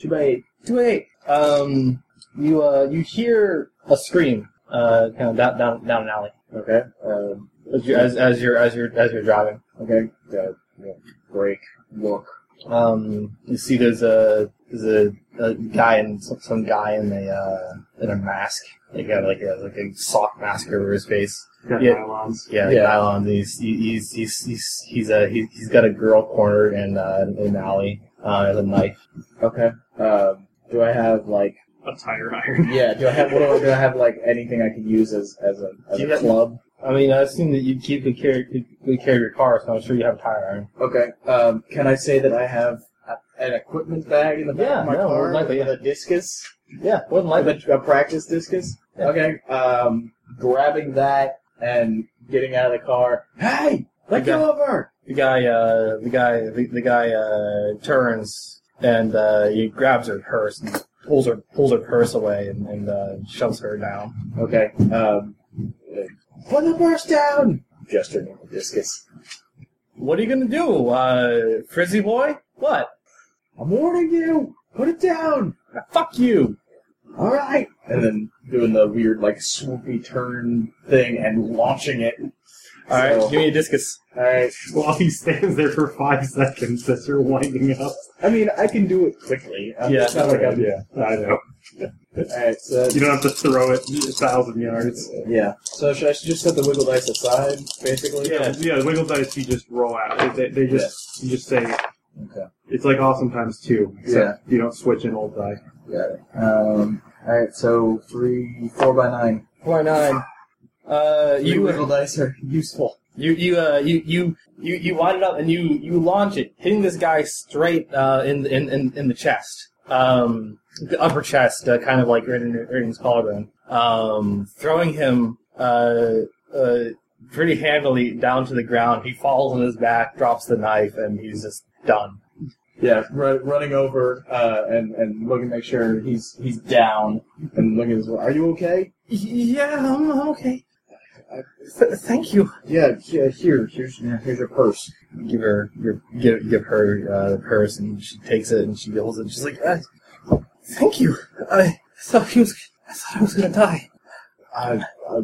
[SPEAKER 2] too bad.
[SPEAKER 1] Two eight. Um, you uh, you hear a scream. Uh, kind of down down down an alley.
[SPEAKER 2] Okay. Um,
[SPEAKER 1] As you as, as you're as you're as you're driving.
[SPEAKER 2] okay. Good. Yeah. Break. Look.
[SPEAKER 1] Um, you see, there's a there's a, a guy and some, some guy in a uh, in a mask. They got like a like a sock mask over his face.
[SPEAKER 3] Got
[SPEAKER 1] Yeah.
[SPEAKER 3] nylons.
[SPEAKER 1] Yeah, like
[SPEAKER 2] Yeah.
[SPEAKER 1] nylon. He's he's he's he's he's a he's, he's got a girl cornered in uh, in an alley. Uh, has a knife.
[SPEAKER 2] Okay. Um, do I have like
[SPEAKER 3] A tire iron.
[SPEAKER 2] yeah? Do I have what do I, do I have like anything I can use as as a, as
[SPEAKER 1] Do you
[SPEAKER 2] a
[SPEAKER 1] have-
[SPEAKER 2] club?
[SPEAKER 1] I mean, I assume that you keep could carry could, could carry your car, so I'm sure you have a tire iron.
[SPEAKER 2] Okay. Um, can I say that I have a, an equipment bag in the back
[SPEAKER 1] Yeah,
[SPEAKER 2] of my
[SPEAKER 1] no,
[SPEAKER 2] car
[SPEAKER 1] likely,
[SPEAKER 2] with a discus,
[SPEAKER 1] Yeah, more than
[SPEAKER 2] with
[SPEAKER 1] likely.
[SPEAKER 2] a, a practice discus?
[SPEAKER 1] Yeah.
[SPEAKER 2] Okay. Um, grabbing that and getting out of the car. Hey, let
[SPEAKER 1] Okay.
[SPEAKER 2] go of her.
[SPEAKER 1] The guy, uh, the guy, the, the guy uh, turns and uh, he grabs her purse and pulls her pulls her purse away and, and uh, shoves her down.
[SPEAKER 2] Okay. Um, uh, put the purse down. Gesturing with the discus.
[SPEAKER 1] What are you gonna do, uh, frizzy boy? What?
[SPEAKER 2] I'm warning you. Put it down.
[SPEAKER 1] Ah, Fuck you!
[SPEAKER 2] All right. And then doing the weird like swoopy turn thing and launching it.
[SPEAKER 1] All right,
[SPEAKER 2] So-
[SPEAKER 1] give me a discus.
[SPEAKER 2] All right.
[SPEAKER 3] While he stands there for five seconds as you're winding up.
[SPEAKER 2] I mean, I can do it quickly. I'm
[SPEAKER 1] Yeah.
[SPEAKER 2] It's not like um, I'm.
[SPEAKER 3] I know.
[SPEAKER 2] All right. So
[SPEAKER 3] You don't have to throw it a thousand yards.
[SPEAKER 2] yeah. So should I just set the wiggle dice aside, basically?
[SPEAKER 3] Yeah, yeah. the Wiggle dice, you just roll out. They, they just you just say
[SPEAKER 2] Okay.
[SPEAKER 3] it's like awesome times two. except you don't switch an old die.
[SPEAKER 2] Got it. Um. All right. So three, four by nine.
[SPEAKER 1] Four nine. Uh,
[SPEAKER 2] Three
[SPEAKER 1] you
[SPEAKER 2] wiggle dice are useful.
[SPEAKER 1] You you uh you you you you wind it up and you you launch it, hitting this guy straight uh in in in, in the chest, um the upper chest, uh, kind of like right in, right in his collarbone, um throwing him uh uh pretty handily down to the ground. He falls on his back, drops the knife, and he's just done.
[SPEAKER 2] Yeah. Run, running over uh, and and looking to make sure he's he's down and looking as well. Are you okay?
[SPEAKER 1] Yeah, I'm, I'm okay. Th- thank you.
[SPEAKER 2] Yeah. Yeah. Here. Here's yeah, here's your purse.
[SPEAKER 1] Give her your give give her uh, the purse, and she takes it and she holds it. And she's like, uh, "Thank you. I thought he was. I thought I was gonna die.
[SPEAKER 2] I, I,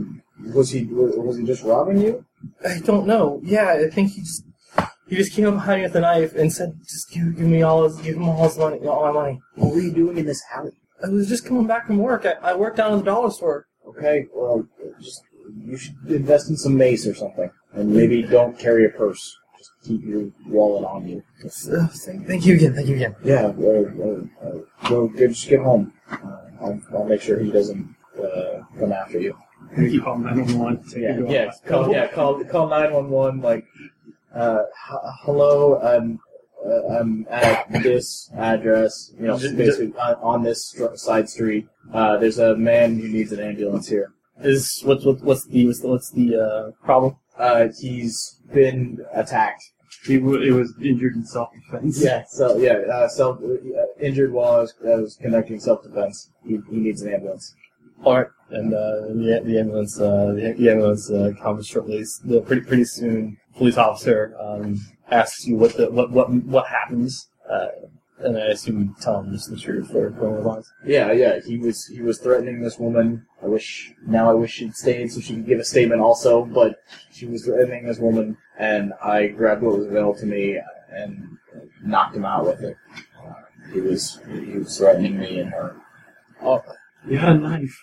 [SPEAKER 2] was he was he just robbing you?
[SPEAKER 1] I don't know. Yeah, I think he just he just came up behind me with a knife and said, "Just give, give me all his give him all his money, all my money."
[SPEAKER 2] What were you doing in this alley?
[SPEAKER 1] I was just coming back from work. I, I worked down at the dollar store.
[SPEAKER 2] Okay, well, just you should invest in some mace or something, and maybe don't carry a purse. Just keep your wallet on you.
[SPEAKER 1] Uh, thank, thank you again. Thank you again.
[SPEAKER 2] Yeah, well, uh, uh, go get, just get home. Uh, I'll, I'll make sure he doesn't uh, come after you.
[SPEAKER 3] You call nine one one.
[SPEAKER 2] Yeah, yeah, call, yeah, call, call nine one one. Like, uh, h- hello, I'm, uh, I'm at this address. You know,
[SPEAKER 1] Just-
[SPEAKER 2] basically on, on this str- side street. Uh, there's a man who needs an ambulance here.
[SPEAKER 1] Is what's what, what's the what's the, what's the uh, problem?
[SPEAKER 2] Uh, he's been attacked.
[SPEAKER 5] He w- it was injured in self-defense.
[SPEAKER 2] Yeah, so yeah, uh, self uh, injured while I was, I was conducting self defense. He, he needs an ambulance.
[SPEAKER 3] All right, and uh, the, the ambulance, uh, the, the ambulance uh, comes shortly. S- The pretty pretty soon, police officer um, asks you what the what what what happens, uh, and I assume you tell him just the truth or going along.
[SPEAKER 2] Yeah, yeah, he was he was threatening this woman. I wish now I wish she'd stayed so she could give a statement also, but she was threatening this woman, and I grabbed what was available to me and knocked him out with it. Uh, he was he was threatening me and her. Oh,
[SPEAKER 5] You had a knife.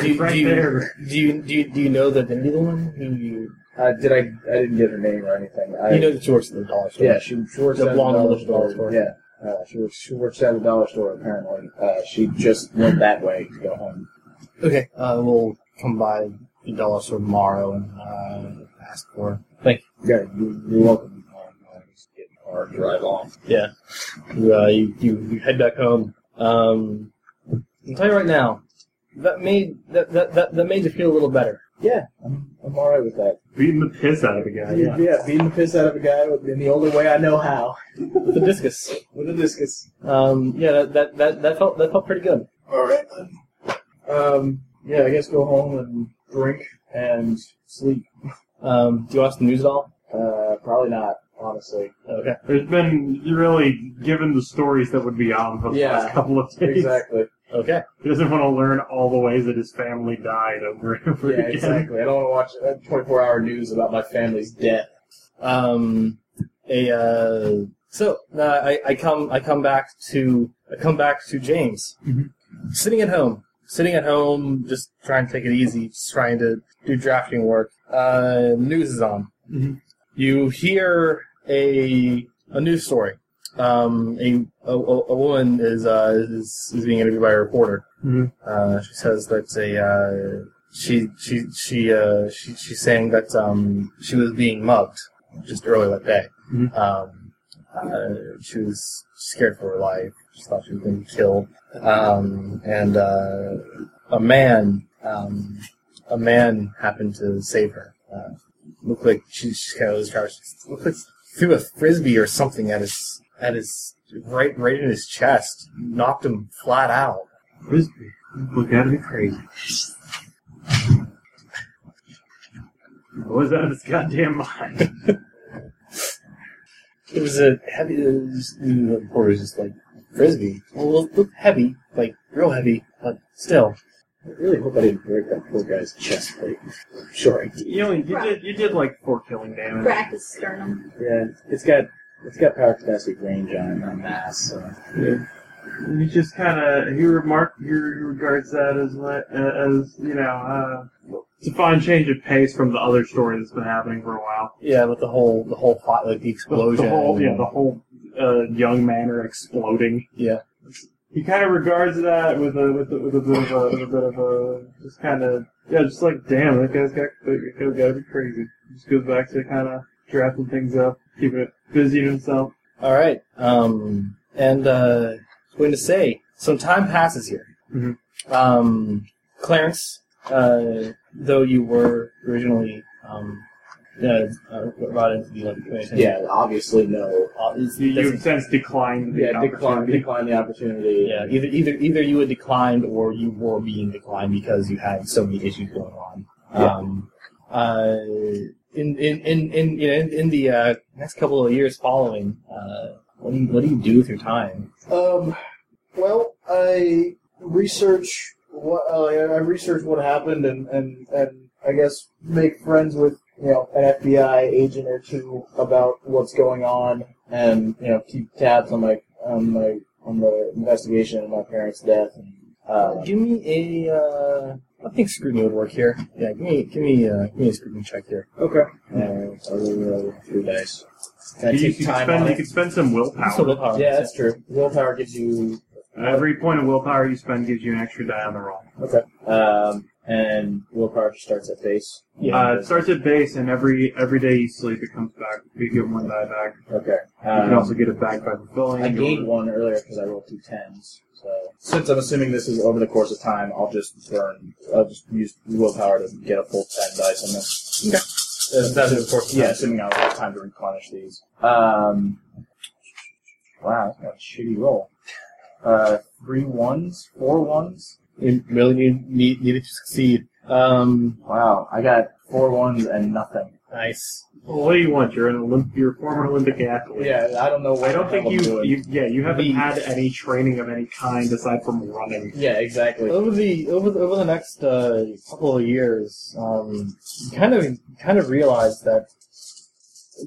[SPEAKER 3] Do you,
[SPEAKER 5] Right
[SPEAKER 3] do, you,
[SPEAKER 5] there.
[SPEAKER 3] do you do you do you know the identity of the woman who you
[SPEAKER 2] Uh, did I? I didn't get her name or anything. I,
[SPEAKER 3] you know that she works at the dollar store?
[SPEAKER 2] Yeah, she, she works
[SPEAKER 3] The
[SPEAKER 2] at
[SPEAKER 3] blonde
[SPEAKER 2] the dollar
[SPEAKER 3] woman at the dollar
[SPEAKER 2] store.
[SPEAKER 3] store.
[SPEAKER 2] Yeah, uh, she works. She works at the dollar store. Apparently, uh, she just went that way to go home.
[SPEAKER 3] Okay, uh, we'll come by the dollar store tomorrow and uh, ask for. Thank
[SPEAKER 2] Yeah, you, you're welcome. Um, I was getting a car drive off.
[SPEAKER 3] you. Uh, you, you you head back home. Um, I'll tell you right now, that made that that that, that made you feel a little better.
[SPEAKER 2] Yeah, I'm, I'm all right with that.
[SPEAKER 5] Beating the piss out of a guy.
[SPEAKER 2] yeah. beating the piss out of a guy with- in the only way I know how
[SPEAKER 3] The discus.
[SPEAKER 2] with a discus.
[SPEAKER 3] Um, yeah, that, that that that felt that felt pretty good.
[SPEAKER 7] All right, then.
[SPEAKER 2] Um, yeah, I guess go home and drink and sleep.
[SPEAKER 3] Um, do you watch the news at all?
[SPEAKER 2] Uh, probably not, honestly.
[SPEAKER 3] Okay.
[SPEAKER 5] There's been really given the stories that would be on for the
[SPEAKER 2] Yeah.
[SPEAKER 5] last couple of days.
[SPEAKER 2] Exactly.
[SPEAKER 3] Okay.
[SPEAKER 5] He doesn't want to learn all the ways that his family died over and over
[SPEAKER 2] Yeah,
[SPEAKER 5] again.
[SPEAKER 2] exactly. I don't want to watch uh, 24-hour news about my family's death.
[SPEAKER 3] Um, a uh, so uh, I, I come I come back to I come back to James
[SPEAKER 5] Mhm.
[SPEAKER 3] sitting at home sitting at home just trying to take it easy just trying to do drafting work. Uh, news is on.
[SPEAKER 5] Mhm.
[SPEAKER 3] You hear a a news story. Um, a, a a woman is uh is, is being interviewed by a reporter.
[SPEAKER 5] Mhm.
[SPEAKER 3] Uh, she says that a uh, she she she uh she, she's saying that um she was being mugged just earlier that day.
[SPEAKER 5] Mhm.
[SPEAKER 3] Um, uh, she was scared for her life. She thought she was going to be killed. Um, and uh, a man, um, a man happened to save her. Uh, looked like she, she kind of was trying. She looked like threw a frisbee or something at his at his right right in his chest, knocked him flat out.
[SPEAKER 5] Frisbee. Look, that'd be crazy. What was out of his goddamn mind?
[SPEAKER 3] It was a heavy. It was, the reporter was just like frisbee. Well, it looked heavy, like real heavy, but still.
[SPEAKER 2] I really hope I didn't break that poor guy's chest plate. Sure.
[SPEAKER 5] You only you did you did like four killing damage.
[SPEAKER 6] Crack his sternum.
[SPEAKER 2] Yeah, it's got it's got power capacity range on it, on mass. So.
[SPEAKER 5] And He just kind of he remark he regards that as like uh, as you know uh, it's a fine change of pace from the other story that's been happening for a while.
[SPEAKER 3] Yeah, but the whole the whole plot, like the
[SPEAKER 5] The,
[SPEAKER 3] explosion.
[SPEAKER 5] the whole yeah the whole uh, young man are exploding.
[SPEAKER 3] Yeah.
[SPEAKER 5] He kind of regards that with a with a, with a bit of a, with a bit of a just kind of yeah just like damn that guy's got that guy's got to be crazy. Just goes back to kind of drafting things up, keeping it busy to himself.
[SPEAKER 3] All right. Um, and uh, I was going to say, some time passes here.
[SPEAKER 5] Mhm.
[SPEAKER 3] Um, Clarence, uh, though you were originally um, uh, uh, brought into the Olympic Commission,
[SPEAKER 2] Yeah, obviously no.
[SPEAKER 3] uh, it's-
[SPEAKER 5] You, you
[SPEAKER 3] doesn't-
[SPEAKER 5] have since declined the
[SPEAKER 2] Yeah, decline,
[SPEAKER 5] opportunity.
[SPEAKER 2] decline the opportunity.
[SPEAKER 3] yeah, either either either you had declined or you were being declined because you had so many issues going on.
[SPEAKER 2] Yeah.
[SPEAKER 3] Um, uh, in in in in, you know, in, in the uh, next couple of years following, uh, what do you what do you do with your time?
[SPEAKER 2] Um, well,
[SPEAKER 5] Oh,
[SPEAKER 2] I research what uh, I research what happened, and, and and I guess make friends with you know an FBI agent or two about what's going on, and you know keep tabs on my on my on the investigation of my parents' death. And,
[SPEAKER 3] Uh,
[SPEAKER 2] uh,
[SPEAKER 3] give me a. Uh, I think scrutiny would work here. Yeah, give me give me uh, give me a scrutiny check here.
[SPEAKER 2] okay. And I roll three dice. Can I
[SPEAKER 5] You,
[SPEAKER 2] take
[SPEAKER 5] could
[SPEAKER 2] time
[SPEAKER 5] spend,
[SPEAKER 2] on
[SPEAKER 5] you
[SPEAKER 2] it?
[SPEAKER 5] could spend some willpower.
[SPEAKER 3] So willpower.
[SPEAKER 2] Yeah, that's true. Willpower gives you
[SPEAKER 5] Every point of willpower you spend gives you an extra die on the roll.
[SPEAKER 2] okay, um, and willpower just starts at base.
[SPEAKER 3] Yeah.
[SPEAKER 5] Uh, it starts at base, and every every day you sleep, it comes back. You get one die back.
[SPEAKER 2] Okay.
[SPEAKER 5] You can also
[SPEAKER 2] Um,
[SPEAKER 5] get it back by fulfilling.
[SPEAKER 2] I
[SPEAKER 5] your-
[SPEAKER 2] gained one earlier because I rolled two tens. So since I'm assuming this is over the course of time, I'll just burn. I'll just use willpower to get a full ten dice on this. Uh,
[SPEAKER 3] That's, that's of course.
[SPEAKER 2] Yeah, assuming I'll have time to replenish these. Um, wow, that's a shitty roll. Uh, three ones, four ones.
[SPEAKER 3] You really need, need needed to succeed. Um,
[SPEAKER 2] Wow, I got four ones and nothing.
[SPEAKER 3] nice.
[SPEAKER 5] Well, what do you want? You're an Olymp- you're a former Olympic athlete.
[SPEAKER 2] Yeah, I don't know. What
[SPEAKER 5] I don't
[SPEAKER 2] the
[SPEAKER 5] think
[SPEAKER 2] hell I'm
[SPEAKER 5] you,
[SPEAKER 2] doing.
[SPEAKER 5] you. Yeah, you haven't
[SPEAKER 3] Beat.
[SPEAKER 5] had any training of any kind aside from running.
[SPEAKER 2] Yeah, exactly.
[SPEAKER 3] Over the over the, over the next uh, couple of years, um, you kind of kind of realize that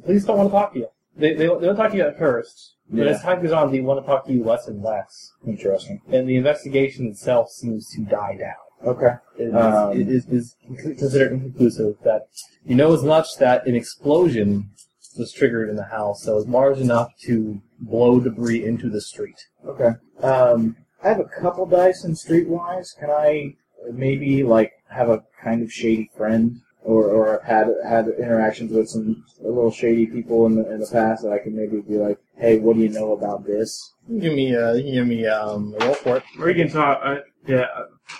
[SPEAKER 3] police don't want to talk to you. They they, they don't talk to you at first, but
[SPEAKER 2] Yeah.
[SPEAKER 3] as time goes on, they want to talk to you less and less.
[SPEAKER 2] Interesting.
[SPEAKER 3] And the investigation itself seems to die down.
[SPEAKER 2] Okay.
[SPEAKER 3] It is,
[SPEAKER 2] Um,
[SPEAKER 3] it is, is considered inconclusive that you know as much that an explosion was triggered in the house that was large enough to blow debris into the street.
[SPEAKER 2] Okay. Um, I have a couple dice in Streetwise. Can I maybe like have a kind of shady friend, or or I've had had interactions with some little shady people in the in the past that I can maybe be like, hey, what do you know about this?
[SPEAKER 3] Give me a give me um, a roll for it.
[SPEAKER 5] Or you can talk. Uh, yeah,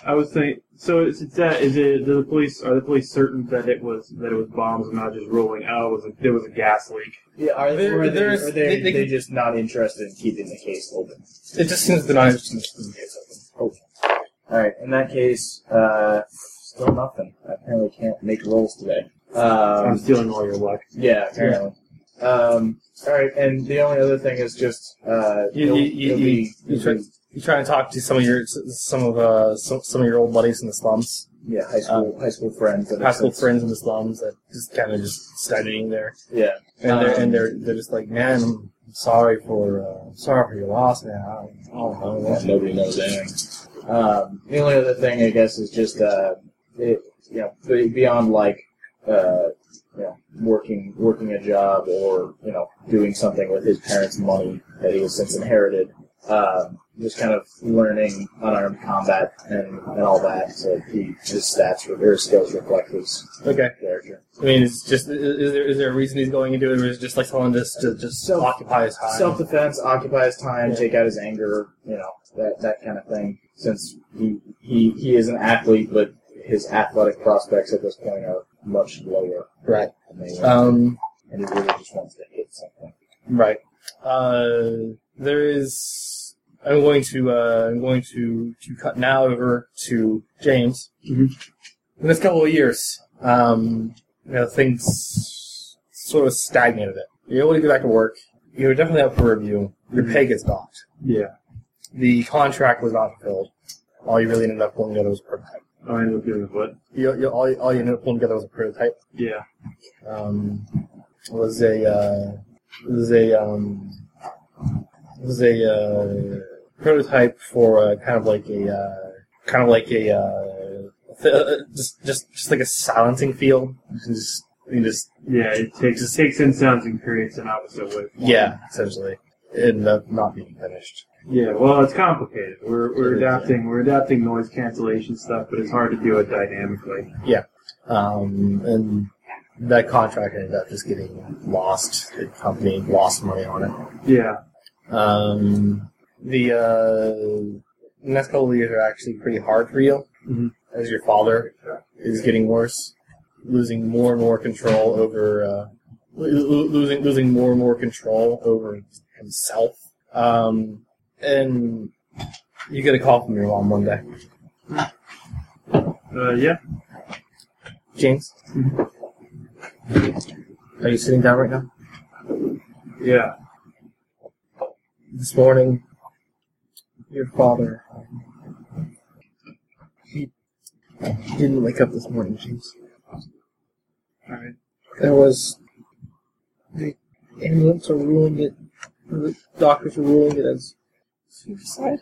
[SPEAKER 5] I was thinking. So is it that? Is it? Do the police? Are the police certain that it was that it was bombs and not just rolling? Oh, it was a, there was a gas leak.
[SPEAKER 2] Yeah, are
[SPEAKER 3] There-
[SPEAKER 2] or are they,
[SPEAKER 3] there's-
[SPEAKER 2] are they,
[SPEAKER 3] they- they-
[SPEAKER 2] they're just not interested in keeping the case open?
[SPEAKER 3] It just seems the knife seems to be
[SPEAKER 2] All right. In that case, uh, still nothing. I apparently can't make rolls today. Um,
[SPEAKER 5] I'm stealing all your luck.
[SPEAKER 2] Yeah, apparently. Um, all right, and the only other thing is just uh,
[SPEAKER 3] You-
[SPEAKER 2] it'll-
[SPEAKER 3] you- you-
[SPEAKER 2] it'll be-
[SPEAKER 3] you
[SPEAKER 2] it'll be-
[SPEAKER 3] You try and talk to some of your some of uh some, some of your old buddies in the slums,
[SPEAKER 2] yeah high school high school friends. that
[SPEAKER 3] high school
[SPEAKER 2] it's-
[SPEAKER 3] friends in the slums that just kind of just studying there,
[SPEAKER 2] Yeah,
[SPEAKER 3] and they're
[SPEAKER 2] Um,
[SPEAKER 3] and they're they're just like, man, I'm sorry for uh, sorry for your loss, man. I don't, I don't know what
[SPEAKER 2] nobody knows anything. Um, the only other thing I guess is just uh, it, you know, be- beyond like uh, you know, working working a job or you know doing something with his parents' money that he has since inherited. Um, just kind of learning unarmed combat and, and all that, so he, his stats or his skills reflect his
[SPEAKER 3] Okay.
[SPEAKER 2] character.
[SPEAKER 3] I mean, it's just is, is there is there a reason he's going into it, or is it just like someone just to just
[SPEAKER 2] Self-
[SPEAKER 3] occupy his time?
[SPEAKER 2] Self defense, occupy his time,
[SPEAKER 3] Yeah.
[SPEAKER 2] take out his anger, you know, that that kind of thing. Since he he, he is an athlete, but his athletic prospects at this point are much lower.
[SPEAKER 3] Right.
[SPEAKER 2] Than they were,
[SPEAKER 3] Um.
[SPEAKER 2] and he really just wants to hit something.
[SPEAKER 3] Right. Uh, there is. I'm going to. Uh, I'm going to to cut now over to James.
[SPEAKER 5] Mhm.
[SPEAKER 3] In the next couple of years, um, you know, things sort of stagnate a bit. You're able to go back to work. You're definitely up for review. Your pay gets docked.
[SPEAKER 5] Yeah,
[SPEAKER 3] The contract was not fulfilled. All you really ended up pulling together was a prototype.
[SPEAKER 5] Oh, I ended up doing what?
[SPEAKER 3] You, you, all, all you ended up pulling together was a prototype.
[SPEAKER 5] Yeah,
[SPEAKER 3] um, was a uh, was a um, was a uh, prototype for a, kind of like a uh, kind of like a uh, th- uh, just just just like a silencing field. You can Just, you can just
[SPEAKER 5] yeah. It takes it takes in sounds and creates an opposite waveform.
[SPEAKER 3] yeah, essentially, it ended up not being finished.
[SPEAKER 5] Yeah, well, it's complicated. We're, we're
[SPEAKER 3] It is, yeah.
[SPEAKER 5] adapting we're adapting noise cancellation stuff, but it's hard to do it dynamically.
[SPEAKER 3] Um, and that contract ended up just getting lost. The company lost money on it.
[SPEAKER 5] Yeah,
[SPEAKER 3] Um, the uh, next couple of years are actually pretty hard for you,
[SPEAKER 5] Mhm.
[SPEAKER 3] as your father is getting worse, losing more and more control over, uh, lo- lo- losing losing more and more control over himself. Um, and you get a call from your mom one day,
[SPEAKER 5] uh, yeah.
[SPEAKER 3] James. Are you sitting down right now?
[SPEAKER 5] Yeah.
[SPEAKER 3] This morning, your father. He didn't wake up this morning, James.
[SPEAKER 5] All right.
[SPEAKER 3] There was the ambulance are ruling it. The doctors are ruling it as suicide.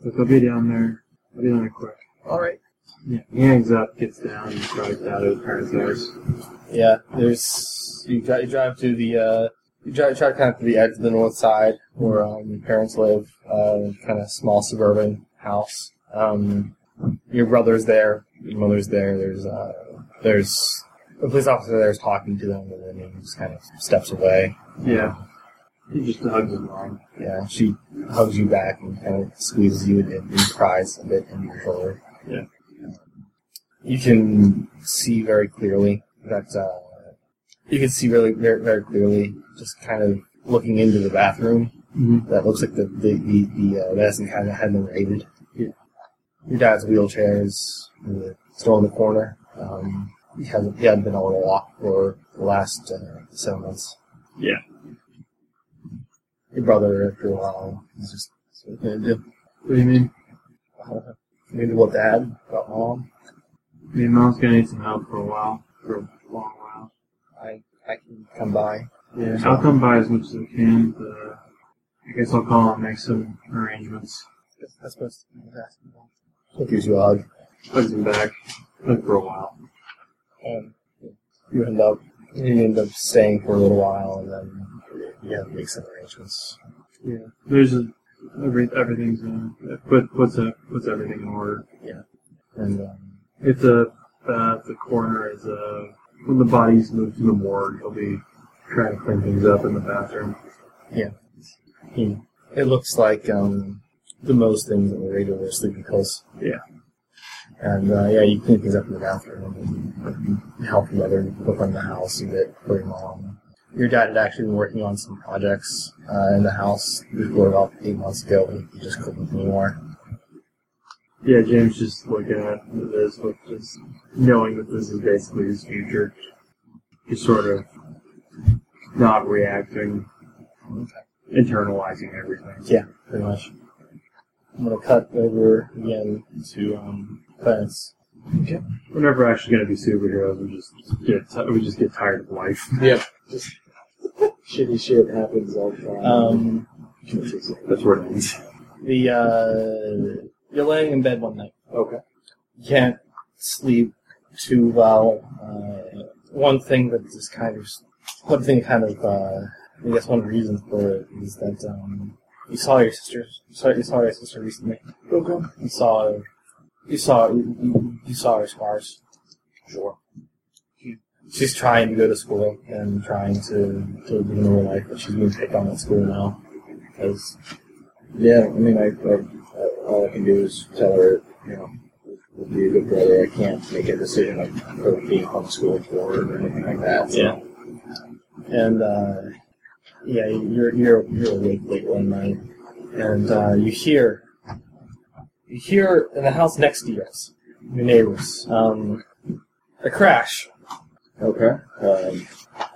[SPEAKER 5] Look, I'll be down there. I'll be down there quick.
[SPEAKER 3] All right.
[SPEAKER 5] Yeah. He hangs up, gets down, and drives out of his parents' house.
[SPEAKER 3] Yeah, there's you, dri- you drive to the uh, you drive, drive kind of to the edge of the north side where um, your parents live, uh, kind of small suburban house. Um, your brother's there, your mother's there. There's uh, there's a police officer there's talking to them, and then he just kind of steps away.
[SPEAKER 5] Yeah. He just hugs his mom.
[SPEAKER 3] Yeah, she hugs you back and kind of squeezes you and, and cries a bit in your shoulder.
[SPEAKER 5] Yeah.
[SPEAKER 3] You can see very clearly that uh, You can see really very, very clearly, just kind of looking into the bathroom.
[SPEAKER 5] Mhm.
[SPEAKER 3] That looks like the the the, the uh, medicine cabinet hadn't been raided.
[SPEAKER 5] Yeah.
[SPEAKER 3] Your dad's wheelchair is in the- still in the corner. Um, he hasn't he hadn't been able to walk for the last uh, seven months.
[SPEAKER 5] Yeah.
[SPEAKER 3] Your brother, after a while, he's just what are you gonna do?
[SPEAKER 5] What do you mean?
[SPEAKER 3] Maybe what dad got mom.
[SPEAKER 5] I mean, mom's gonna need some help for a while, for a long while.
[SPEAKER 3] I I can come by.
[SPEAKER 5] Yeah, I'll come by as much as I can. But, uh, I guess I'll call and make some arrangements.
[SPEAKER 3] I suppose I was asking. He gives you a hug.
[SPEAKER 5] Hugs him back. Hug for a while.
[SPEAKER 3] Um, you end up you end up staying for a little while, and then you have to make some arrangements.
[SPEAKER 5] Yeah. There's a, every, everything's uh, put puts a, puts everything in order.
[SPEAKER 3] And um,
[SPEAKER 5] If the uh, the coroner is uh, when the body's moved to the morgue, he'll be trying to clean things up in the bathroom.
[SPEAKER 3] he, it looks like um, the most things that were rated were sleepy pills.
[SPEAKER 5] Yeah.
[SPEAKER 3] And uh, yeah, you clean things up in the bathroom, and help your mother cook on the house a bit for your mom. Your dad had actually been working on some projects uh, in the house before about eight months ago, and he just couldn't anymore.
[SPEAKER 5] Yeah, James just looking at this with just knowing that this is basically his future. He's sort of not reacting, internalizing everything.
[SPEAKER 3] pretty much. I'm gonna cut over again to um, Clarence.
[SPEAKER 5] We're never actually gonna be superheroes. We just get ti we just get tired of life.
[SPEAKER 2] Shitty shit happens all the time.
[SPEAKER 3] Um,
[SPEAKER 5] That's where it ends.
[SPEAKER 3] the uh, you're laying in bed one night.
[SPEAKER 2] okay.
[SPEAKER 3] You can't sleep too well. Uh, one thing that is kind of one thing kind of uh, I guess one reason for it is that um, you saw your sister. Saw, you saw your sister recently.
[SPEAKER 2] Okay.
[SPEAKER 3] You saw you saw you, you saw her scars.
[SPEAKER 2] Sure.
[SPEAKER 3] she's trying to go to school and trying to, to live a normal life, but she's being picked on at school now because
[SPEAKER 2] Yeah, I mean, I, I, I all I can do is tell her, you know, be a good brother. I can't make a decision of her being homeschooled for her or anything like that. so-
[SPEAKER 3] Yeah. and uh, yeah, you're you're you're awake late one night, and uh, you hear you hear in the house next to yours, your neighbors, um, a crash.
[SPEAKER 2] Okay. Um,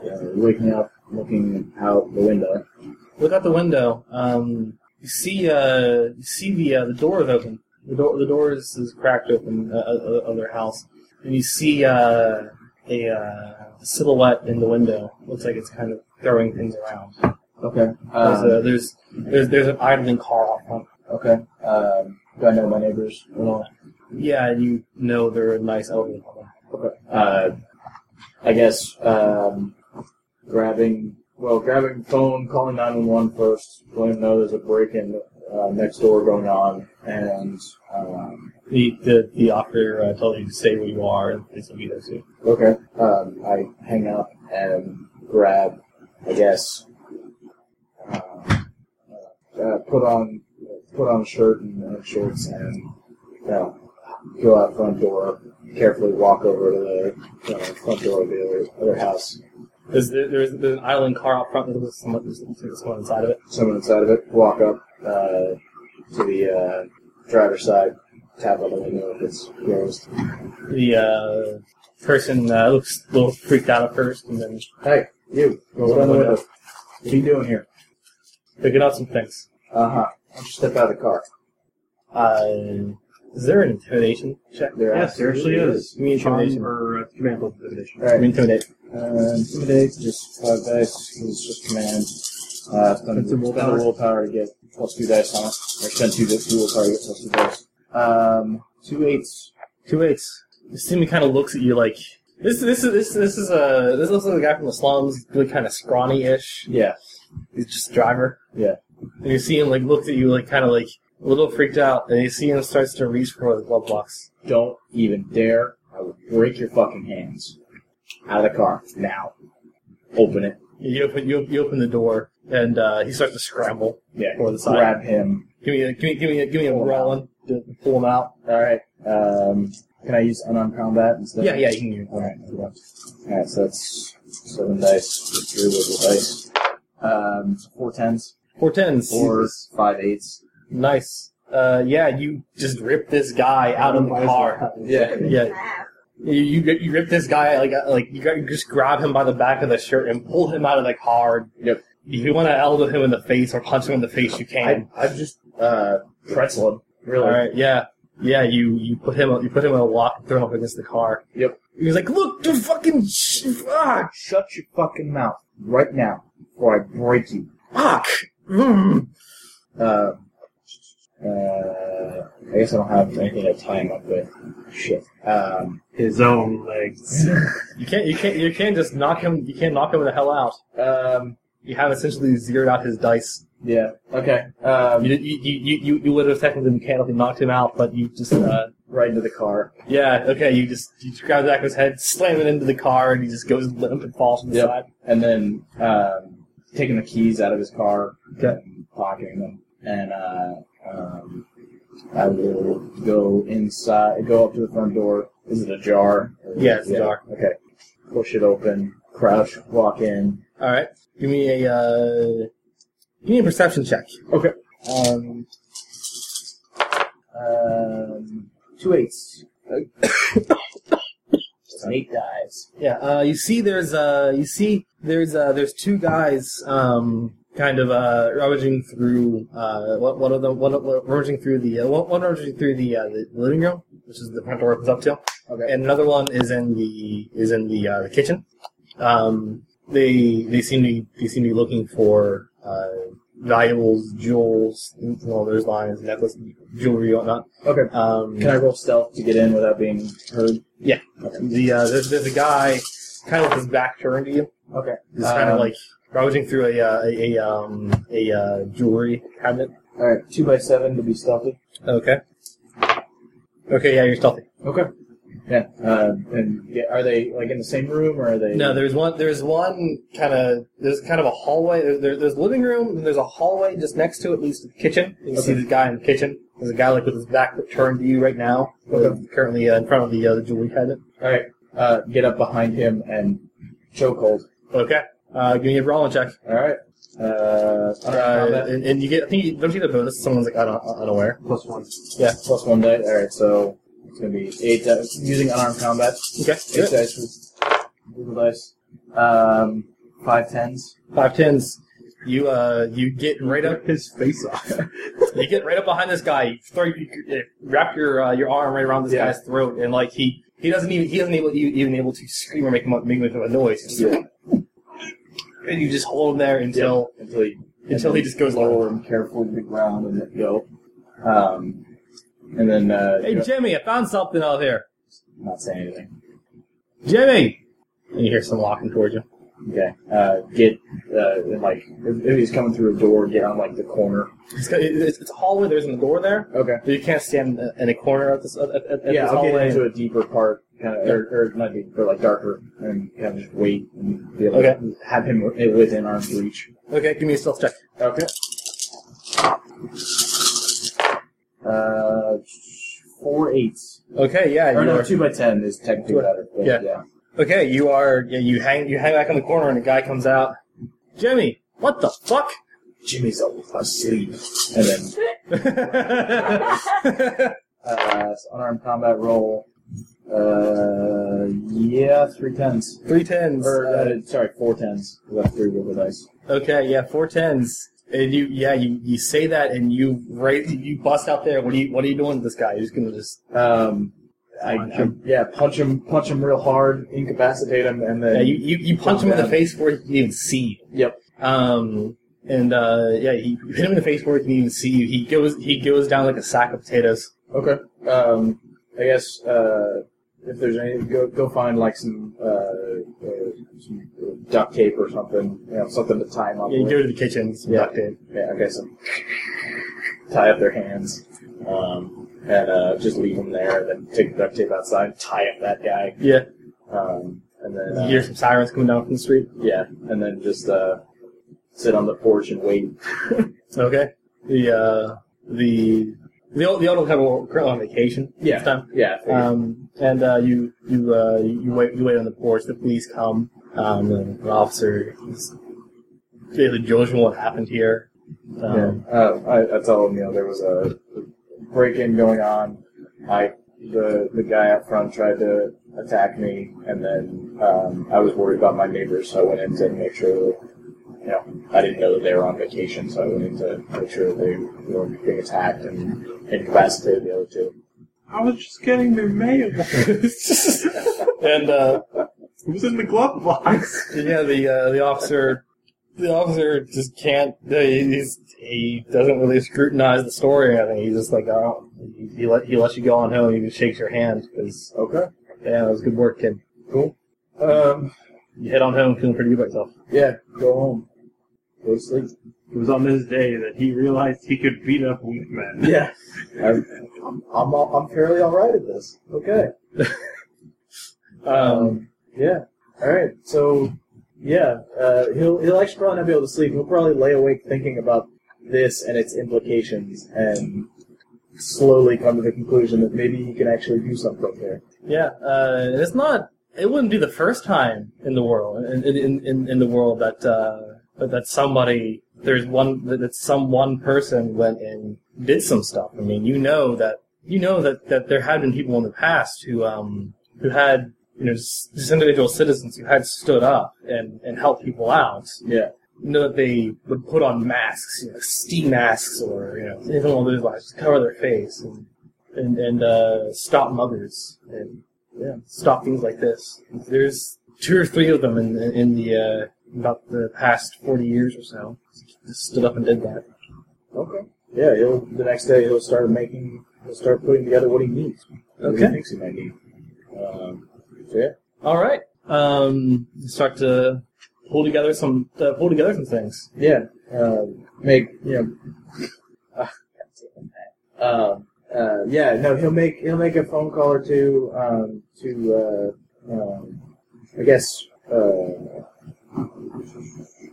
[SPEAKER 2] yeah, waking up, looking out the window.
[SPEAKER 3] Look out the window. Um, you see uh, you see the uh, the door is open. The door the door is, is cracked open uh, uh, of their house. and you see uh, a uh, silhouette in the window. Looks like it's kind of throwing things around.
[SPEAKER 2] Okay.
[SPEAKER 3] There's,
[SPEAKER 2] Um,
[SPEAKER 3] a, there's there's there's an idling car out front.
[SPEAKER 2] okay. Um, do I know my neighbors at all?
[SPEAKER 3] Yeah, you know they're a nice elderly couple.
[SPEAKER 2] Okay. Uh, I guess um, grabbing well, grabbing phone, calling 911 first, letting them know there's a break-in uh, next door going on, and um,
[SPEAKER 3] The the the operator uh, tells you to stay where you are, and police will be there too.
[SPEAKER 2] okay, um, I hang up and grab, I guess, uh, uh, put on put on a shirt and, and shorts, and you know, go out front door, carefully walk over to the uh, front door of the other, other house.
[SPEAKER 3] There's there's, there's an idling car out front. There's someone there's someone inside of it.
[SPEAKER 2] someone inside of it, walk up uh, to the uh, driver's side, tap on the window if it's closed.
[SPEAKER 3] The uh, person uh, looks a little freaked out at first, and then
[SPEAKER 2] Hey, you,
[SPEAKER 3] Goes on the window.
[SPEAKER 2] What are you doing here?
[SPEAKER 3] picking up some things.
[SPEAKER 2] Uh huh. Why don't you step out of the car?
[SPEAKER 3] Uh, is there an intimidation check?
[SPEAKER 2] There
[SPEAKER 5] Yes, there actually
[SPEAKER 2] absolutely
[SPEAKER 5] is.
[SPEAKER 3] Give me intimidation.
[SPEAKER 5] Um, or uh, command plus intimidation.
[SPEAKER 2] All
[SPEAKER 3] Give me
[SPEAKER 2] right.
[SPEAKER 3] intimidate.
[SPEAKER 2] Uh, intimidate, just five dice. It's just command. Uh, spend,
[SPEAKER 5] That's a
[SPEAKER 2] spend
[SPEAKER 5] willpower.
[SPEAKER 2] a willpower to get plus two dice on it. Or spend two, di- two willpower to get plus two dice. Um, two eights.
[SPEAKER 3] Two eights. This team kind of looks at you like this. This is this this is a this looks like a guy from the slums, really kind of scrawny-ish.
[SPEAKER 2] Yeah.
[SPEAKER 3] He's just a driver.
[SPEAKER 2] Yeah.
[SPEAKER 3] And you see him like looks at you like kind of like a little freaked out, and you see him starts to reach for his glove box.
[SPEAKER 2] Don't even dare. I will break your fucking hands. Out of the car. Now. Open it.
[SPEAKER 3] You open you, you open the door, and uh, he starts to scramble
[SPEAKER 2] Yeah.
[SPEAKER 3] for the side.
[SPEAKER 2] Grab him.
[SPEAKER 3] Give me a give me give me a, give me a
[SPEAKER 2] Pull him out.
[SPEAKER 3] roll to pull him out.
[SPEAKER 2] All right. Um, Can I use unarmed combat instead?
[SPEAKER 1] Yeah, yeah, you can use
[SPEAKER 2] All right, no problem. All right, so that's seven dice, for three little dice, um, four tens,
[SPEAKER 1] Four tens.
[SPEAKER 2] four five eights.
[SPEAKER 1] Nice. Uh, yeah, you just rip this guy out of the car.
[SPEAKER 2] Yeah.
[SPEAKER 1] Yeah, you you, get- you rip this guy like uh, like you, gra- you just grab him by the back of the shirt and pull him out of the car.
[SPEAKER 2] Yep.
[SPEAKER 1] If you want to elbow him in the face or punch him in the face, you
[SPEAKER 2] I,
[SPEAKER 1] can.
[SPEAKER 2] I've just uh, pretzeled. Really?
[SPEAKER 1] All right. Yeah. Yeah. You you put him you put him in a walk, throw him up against the car.
[SPEAKER 2] Yep.
[SPEAKER 1] He was like, "Look, dude, fucking sh- fuck,
[SPEAKER 2] Shut your fucking mouth right now before I break you.
[SPEAKER 1] fuck." Mm.
[SPEAKER 2] Uh, uh, I guess I don't have anything to tie him up with. Shit. Um,
[SPEAKER 3] His own legs.
[SPEAKER 1] You can't you can't you can't just knock him you can't knock him the hell out.
[SPEAKER 2] um,
[SPEAKER 1] You have essentially zeroed out his dice.
[SPEAKER 2] yeah. Okay. Um,
[SPEAKER 1] You you you you, you would have technically mechanically knocked him out, but you just uh,
[SPEAKER 2] right into the car.
[SPEAKER 1] Yeah, okay, you just you just grab the back of his head, slam it into the car, and he just goes limp and falls to the
[SPEAKER 2] Yep.
[SPEAKER 1] side.
[SPEAKER 2] and then um, taking the keys out of his car,
[SPEAKER 1] Okay.
[SPEAKER 2] and pocketing them, and uh, um, I will go inside, go up to the front door. Is it ajar?
[SPEAKER 1] Yeah, it's ajar.
[SPEAKER 2] Okay, push it open, crouch, walk in.
[SPEAKER 1] Alright. Give me a uh give me a perception check.
[SPEAKER 2] Um, um, two eights. It's an eight dies.
[SPEAKER 1] Yeah, uh you see there's uh you see there's uh there's two guys um kind of uh rummaging through uh one, one of them one of rummaging through the uh, one, one rummaging through the uh the living room, which is the front door opens up to.
[SPEAKER 2] Okay.
[SPEAKER 1] and another one is in the is in the uh, the kitchen. Um, they they seem to they seem to be looking for uh, valuables, jewels, and all those lines, necklace, jewelry, whatnot.
[SPEAKER 2] Okay.
[SPEAKER 1] Um,
[SPEAKER 2] Can I roll stealth to get in without being heard?
[SPEAKER 1] the uh, there's, there's a guy kind of with his back turned to you.
[SPEAKER 2] Okay.
[SPEAKER 1] He's kind of
[SPEAKER 2] Um,
[SPEAKER 1] like rummaging through a uh, a, a um a uh, jewelry cabinet.
[SPEAKER 2] All right, two by seven to be stealthy.
[SPEAKER 1] Okay. Okay, yeah, you're stealthy.
[SPEAKER 2] Okay. Yeah. Uh, and yeah, are they like in the same room or are they?
[SPEAKER 1] No, there's one. There's one kind of. There's kind of a hallway. There, there, there's a living room, and there's a hallway just next to it leads to the kitchen. You can see
[SPEAKER 2] Okay.
[SPEAKER 1] the guy in the kitchen. There's a guy like with his back turned to you right now.
[SPEAKER 2] Okay.
[SPEAKER 1] uh, Currently uh, in front of the uh, the jewelry cabinet.
[SPEAKER 2] All right. Uh, get up behind him and chokehold.
[SPEAKER 1] Okay. Uh, give me a brawling check.
[SPEAKER 2] All right. Uh, unarmed
[SPEAKER 1] Uh,
[SPEAKER 2] combat.
[SPEAKER 1] and, and you get. I think you don't you get a bonus. Someone's like un- un- unaware.
[SPEAKER 3] Plus one.
[SPEAKER 2] yeah, plus one die. All right, so it's gonna be eight dice using unarmed combat.
[SPEAKER 1] Okay.
[SPEAKER 2] Eight dice with Google dice. Um, five tens.
[SPEAKER 1] Five tens. You uh you get right up.
[SPEAKER 3] his face off.
[SPEAKER 1] You get right up behind this guy. You throw you, you wrap your uh, your arm right around this
[SPEAKER 2] Yeah.
[SPEAKER 1] guy's throat, and like he. He doesn't even he isn't able e-, even able to scream or make mu- make much of a noise. He's just
[SPEAKER 2] Yeah.
[SPEAKER 1] and you just hold him there until
[SPEAKER 2] Until he
[SPEAKER 1] until he just goes lower.
[SPEAKER 2] lower him carefully to the ground and let go. Um, and then uh,
[SPEAKER 1] Hey Jimmy, I found something out here.
[SPEAKER 2] not saying anything.
[SPEAKER 1] Jimmy, and you hear some walking towards you.
[SPEAKER 2] Okay. Uh, get uh, and, like if, if he's coming through a door, get on like the corner.
[SPEAKER 1] It's, got- it- it's, it's a hallway. There isn't a door there,
[SPEAKER 2] Okay.
[SPEAKER 1] but you can't stand in a corner of this at, at, at
[SPEAKER 2] yeah,
[SPEAKER 1] this
[SPEAKER 2] I'll get
[SPEAKER 1] hallway.
[SPEAKER 2] into a deeper part, kind of, or, or not deep, but like darker, and kind of just wait and be able
[SPEAKER 1] Okay.
[SPEAKER 2] to have him wi- within arm's reach.
[SPEAKER 1] Okay, give me a stealth check.
[SPEAKER 2] Okay. Uh, four eights.
[SPEAKER 1] Okay, yeah,
[SPEAKER 2] Or
[SPEAKER 1] you
[SPEAKER 2] no,
[SPEAKER 1] are,
[SPEAKER 2] two by ten is technically
[SPEAKER 1] Two-
[SPEAKER 2] better. but
[SPEAKER 1] yeah.
[SPEAKER 2] yeah.
[SPEAKER 1] okay, you are. Yeah, you hang you hang back on the corner, and a guy comes out. Jimmy, what the fuck?
[SPEAKER 2] Jimmy's asleep, and then uh, so unarmed combat roll. Uh, yeah, three tens.
[SPEAKER 1] Three tens.
[SPEAKER 2] Or,
[SPEAKER 1] uh,
[SPEAKER 2] uh, sorry, four tens. Left three with the dice.
[SPEAKER 1] Okay, yeah, four tens. And you, yeah, you, you say that, and you right, you bust out there. What are you, what are you doing to this guy? You're just gonna just,
[SPEAKER 2] Um, I,
[SPEAKER 3] Punch
[SPEAKER 2] I-
[SPEAKER 3] him.
[SPEAKER 2] yeah, punch him, punch him real hard, incapacitate him, and then
[SPEAKER 1] yeah, you, you, you punch him in the
[SPEAKER 2] Yeah.
[SPEAKER 1] face before he can even see you.
[SPEAKER 2] Yep.
[SPEAKER 1] Um, and uh, yeah, he you hit him in the face before he can even see you. He goes, he goes down like a sack of potatoes.
[SPEAKER 2] okay. Um, I guess uh, if there's any, go go find like some, uh, uh, some duct tape or something, you know, something to tie him up.
[SPEAKER 1] Yeah, you
[SPEAKER 2] with.
[SPEAKER 1] go to the kitchen, some
[SPEAKER 2] Yeah.
[SPEAKER 1] duct tape.
[SPEAKER 2] yeah okay, so tie up their hands, um, and uh, just leave them there, and then take the duct tape outside, tie up that guy,
[SPEAKER 1] Yeah,
[SPEAKER 2] um, and then
[SPEAKER 1] you
[SPEAKER 2] uh,
[SPEAKER 1] hear some sirens coming down from the street.
[SPEAKER 2] Yeah, and then just uh, sit on the porch and wait.
[SPEAKER 1] Okay, the uh, the the old the old kind of currently on vacation.
[SPEAKER 2] Yeah.
[SPEAKER 1] this time.
[SPEAKER 2] Yeah.
[SPEAKER 1] Um, and uh, you you uh, you wait you wait on the porch. The police come. Um, and an officer is clearly judging what happened here. Um,
[SPEAKER 2] Yeah. Uh, I, I tell him, you know, there was a break-in going on. I the the guy out front tried to attack me, and then um, I was worried about my neighbors, so I went in to make sure that. You know, I didn't know that they were on vacation, so I went in to make sure that they weren't being attacked and incapacitated the other two.
[SPEAKER 3] I was just getting their mail. it
[SPEAKER 1] and uh,
[SPEAKER 3] was in the glove box.
[SPEAKER 1] yeah, the uh, the officer the officer just can't. He, he's, he doesn't really scrutinize the story or anything. He's just like, oh, he, he let he lets you go on home. He just shakes your hand because
[SPEAKER 2] Okay.
[SPEAKER 1] yeah, it was good work, kid.
[SPEAKER 2] Um.
[SPEAKER 1] You head on home feeling pretty good about yourself.
[SPEAKER 2] Yeah. Go home. Go to sleep.
[SPEAKER 3] It was on this day that he realized he could beat up weak men.
[SPEAKER 2] Yeah. I'm I'm, I'm, all- I'm fairly all right at this. Okay. Um, yeah. All right. So, yeah, uh, he'll he'll actually probably not be able to sleep. He'll probably lay awake thinking about this and its implications, and slowly come to the conclusion that maybe he can actually do something here.
[SPEAKER 1] Yeah, uh, and it's not. It wouldn't be the first time in the world in in, in, in the world that uh, that- that somebody there's one that that some one person went and did some stuff. I mean, you know that you know that, that there had been people in the past who um who had you know s- just individual citizens who had stood up and, and helped people out.
[SPEAKER 2] Yeah.
[SPEAKER 1] You know that they would put on masks, you know, ski masks or you know anything along those lines, to cover their face and and, and uh, stop muggers and yeah, stop things like this. There's two or three of them in in the uh, about the past forty years or so. Just stood up and did that.
[SPEAKER 2] Okay. Yeah. He'll the next day he'll start making he'll start putting together what he needs. what He
[SPEAKER 1] Okay.
[SPEAKER 2] thinks he might need. Um, so yeah.
[SPEAKER 1] All right, um, start to pull together some uh, pull together some things.
[SPEAKER 2] Yeah. Um, make you know. ah, Um, uh, yeah. No, he'll make he'll make a phone call or two um, to uh, um, I guess. Uh,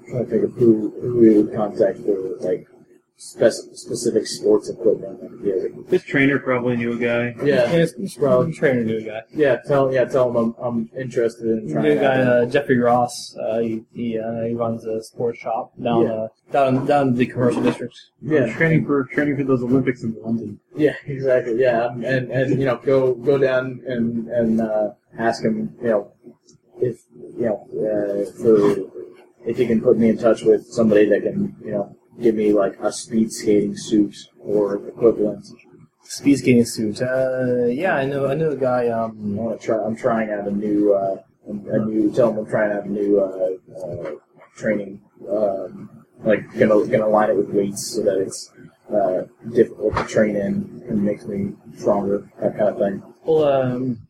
[SPEAKER 2] trying to think of who who he would contact for like spec- specific sports equipment. Like, yeah, like-
[SPEAKER 3] This trainer probably knew a guy.
[SPEAKER 2] yeah,
[SPEAKER 1] it's, it's probably training a new guy.
[SPEAKER 2] yeah. Tell yeah, tell him I'm, I'm interested in trying.
[SPEAKER 1] New guy,
[SPEAKER 2] out-
[SPEAKER 1] uh, Jeffrey Ross. Uh, he he, uh, he runs a sports shop down
[SPEAKER 2] Yeah.
[SPEAKER 1] uh, down down in the commercial district.
[SPEAKER 2] yeah.
[SPEAKER 3] Training for training for those Olympics in London.
[SPEAKER 2] Yeah, exactly. Yeah, um, and and you know, go go down and and uh, ask him, you know, if you know, uh, for if he can put me in touch with somebody that can, you know, give me like a speed skating suit or equivalent.
[SPEAKER 1] Speed skating suit. Uh, yeah, I know. I know the guy.
[SPEAKER 2] I
[SPEAKER 1] Um,
[SPEAKER 2] want to try. I'm trying out a new, uh, a new. Tell him I'm trying out a new uh, uh, training. Um, like gonna gonna line it with weights so that it's uh, difficult to train in and makes me stronger. That kind of thing.
[SPEAKER 1] well, um,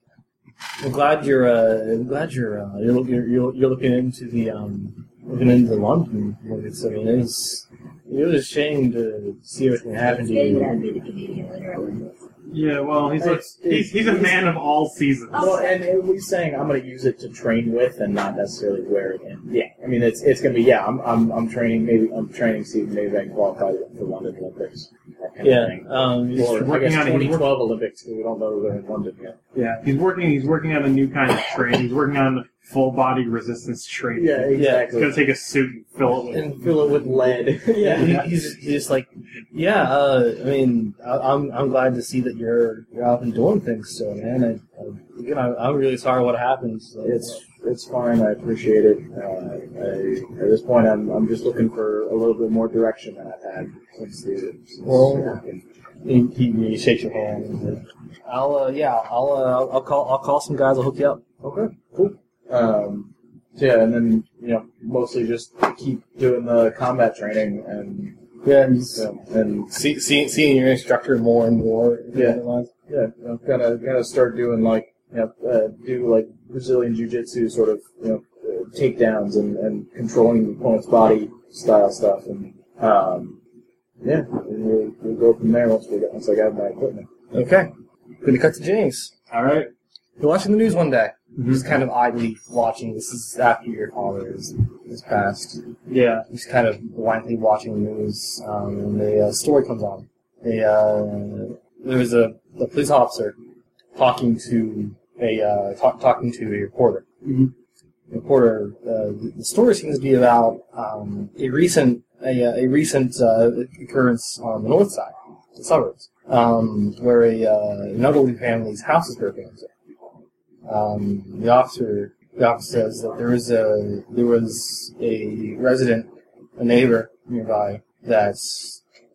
[SPEAKER 1] I'm glad you're. Uh, I'm glad you're. Uh, you're, look- you're. You're you're looking into the. Um, looking into the London markets. I mean, it's. It was a shame to see everything happen to
[SPEAKER 6] Maybe
[SPEAKER 1] you.
[SPEAKER 6] that'd be the comedian later at Windows.
[SPEAKER 3] Yeah, well, he's like,
[SPEAKER 2] It's-
[SPEAKER 3] he's, he's a
[SPEAKER 2] it's-
[SPEAKER 3] man of all seasons.
[SPEAKER 2] Well, and it was saying I'm going to use it to train with and not necessarily wear it in. Yeah. I mean, it's it's going to be yeah. I'm, I'm I'm training maybe I'm training Steve maybe I can qualify for London Olympics. that kind of
[SPEAKER 1] Yeah.
[SPEAKER 2] thing.
[SPEAKER 1] Um, you
[SPEAKER 2] Or
[SPEAKER 1] just-
[SPEAKER 2] I
[SPEAKER 3] working
[SPEAKER 2] guess
[SPEAKER 3] on it.
[SPEAKER 2] 2012 Olympics because we don't know they're in London yet.
[SPEAKER 3] Yeah, he's working. He's working on a new kind of training. He's working on full body resistance training.
[SPEAKER 2] Yeah,
[SPEAKER 3] He's
[SPEAKER 2] exactly.
[SPEAKER 3] gonna take a suit and fill it with.
[SPEAKER 2] and fill it with lead.
[SPEAKER 1] he-
[SPEAKER 2] yeah.
[SPEAKER 1] he's, he's just like, yeah. Uh, I mean, I, I'm I'm glad to see that you're you're out and doing things. So, man, I, I you know, I'm really sorry what happened. So,
[SPEAKER 2] It's it's fine. I appreciate it. Uh, I, at this point, I'm I'm just looking for a little bit more direction than I've had since the since
[SPEAKER 1] Well,
[SPEAKER 2] working.
[SPEAKER 1] He, he, he shakes your hand. And says, I'll uh, yeah, I'll uh, I'll call I'll call some guys. I'll hook you up.
[SPEAKER 2] Okay, cool. Um, so yeah, and then you know, mostly just keep doing the combat training and
[SPEAKER 1] Yeah, and
[SPEAKER 2] so, and
[SPEAKER 1] see, see, seeing your instructor more and more.
[SPEAKER 2] Yeah. yeah, you know, gotta gotta start doing like you know, uh, do like Brazilian jiu-jitsu sort of you know uh, takedowns and and controlling the opponent's body style stuff and um, yeah, and we'll, we'll go from there once we get once I got my equipment.
[SPEAKER 1] Okay, gonna cut to James.
[SPEAKER 3] All right.
[SPEAKER 1] You're watching the news one day, just kind of idly watching. This is after your father is, is passed.
[SPEAKER 3] Yeah.
[SPEAKER 1] Just kind of blindly watching the news, um, and the uh, story comes on. A uh,
[SPEAKER 3] there was a, a police officer talking to a uh, talk, talking to a reporter.
[SPEAKER 5] Mhm.
[SPEAKER 3] The reporter, uh, the, the story seems to be about um, a recent a, uh, a recent uh, occurrence on the north side, the suburbs, um, where a uh, an elderly family's house is broken into. Um, the officer the officer says that there was a there was a resident, a neighbor nearby that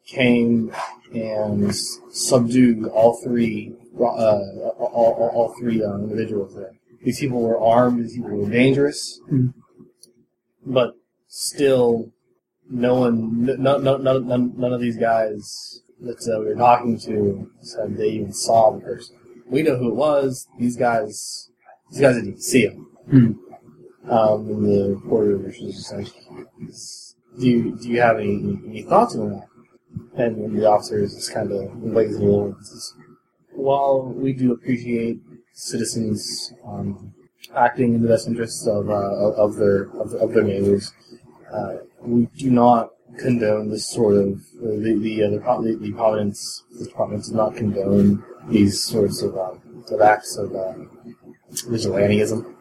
[SPEAKER 3] came and subdued all three uh, all, all, all three uh, individuals there. These people were armed. These people were dangerous,
[SPEAKER 5] Mhm.
[SPEAKER 3] but still, no one, no, no, no, none, none of these guys that uh, we were talking to said they even saw the person. We know who it was. These guys these guys didn't see him. Um, and the reporter was just like, "Do you do you have any any thoughts on that?" And the officer is just kind of lazy little. and says, While we do appreciate citizens um, acting in the best interests of uh, of of their of, of their neighbors, uh, we do not condone this sort of the the uh, the, Pro- the, the Providence the Providence does not condone these sorts of um, of acts of. Uh, vigilantism.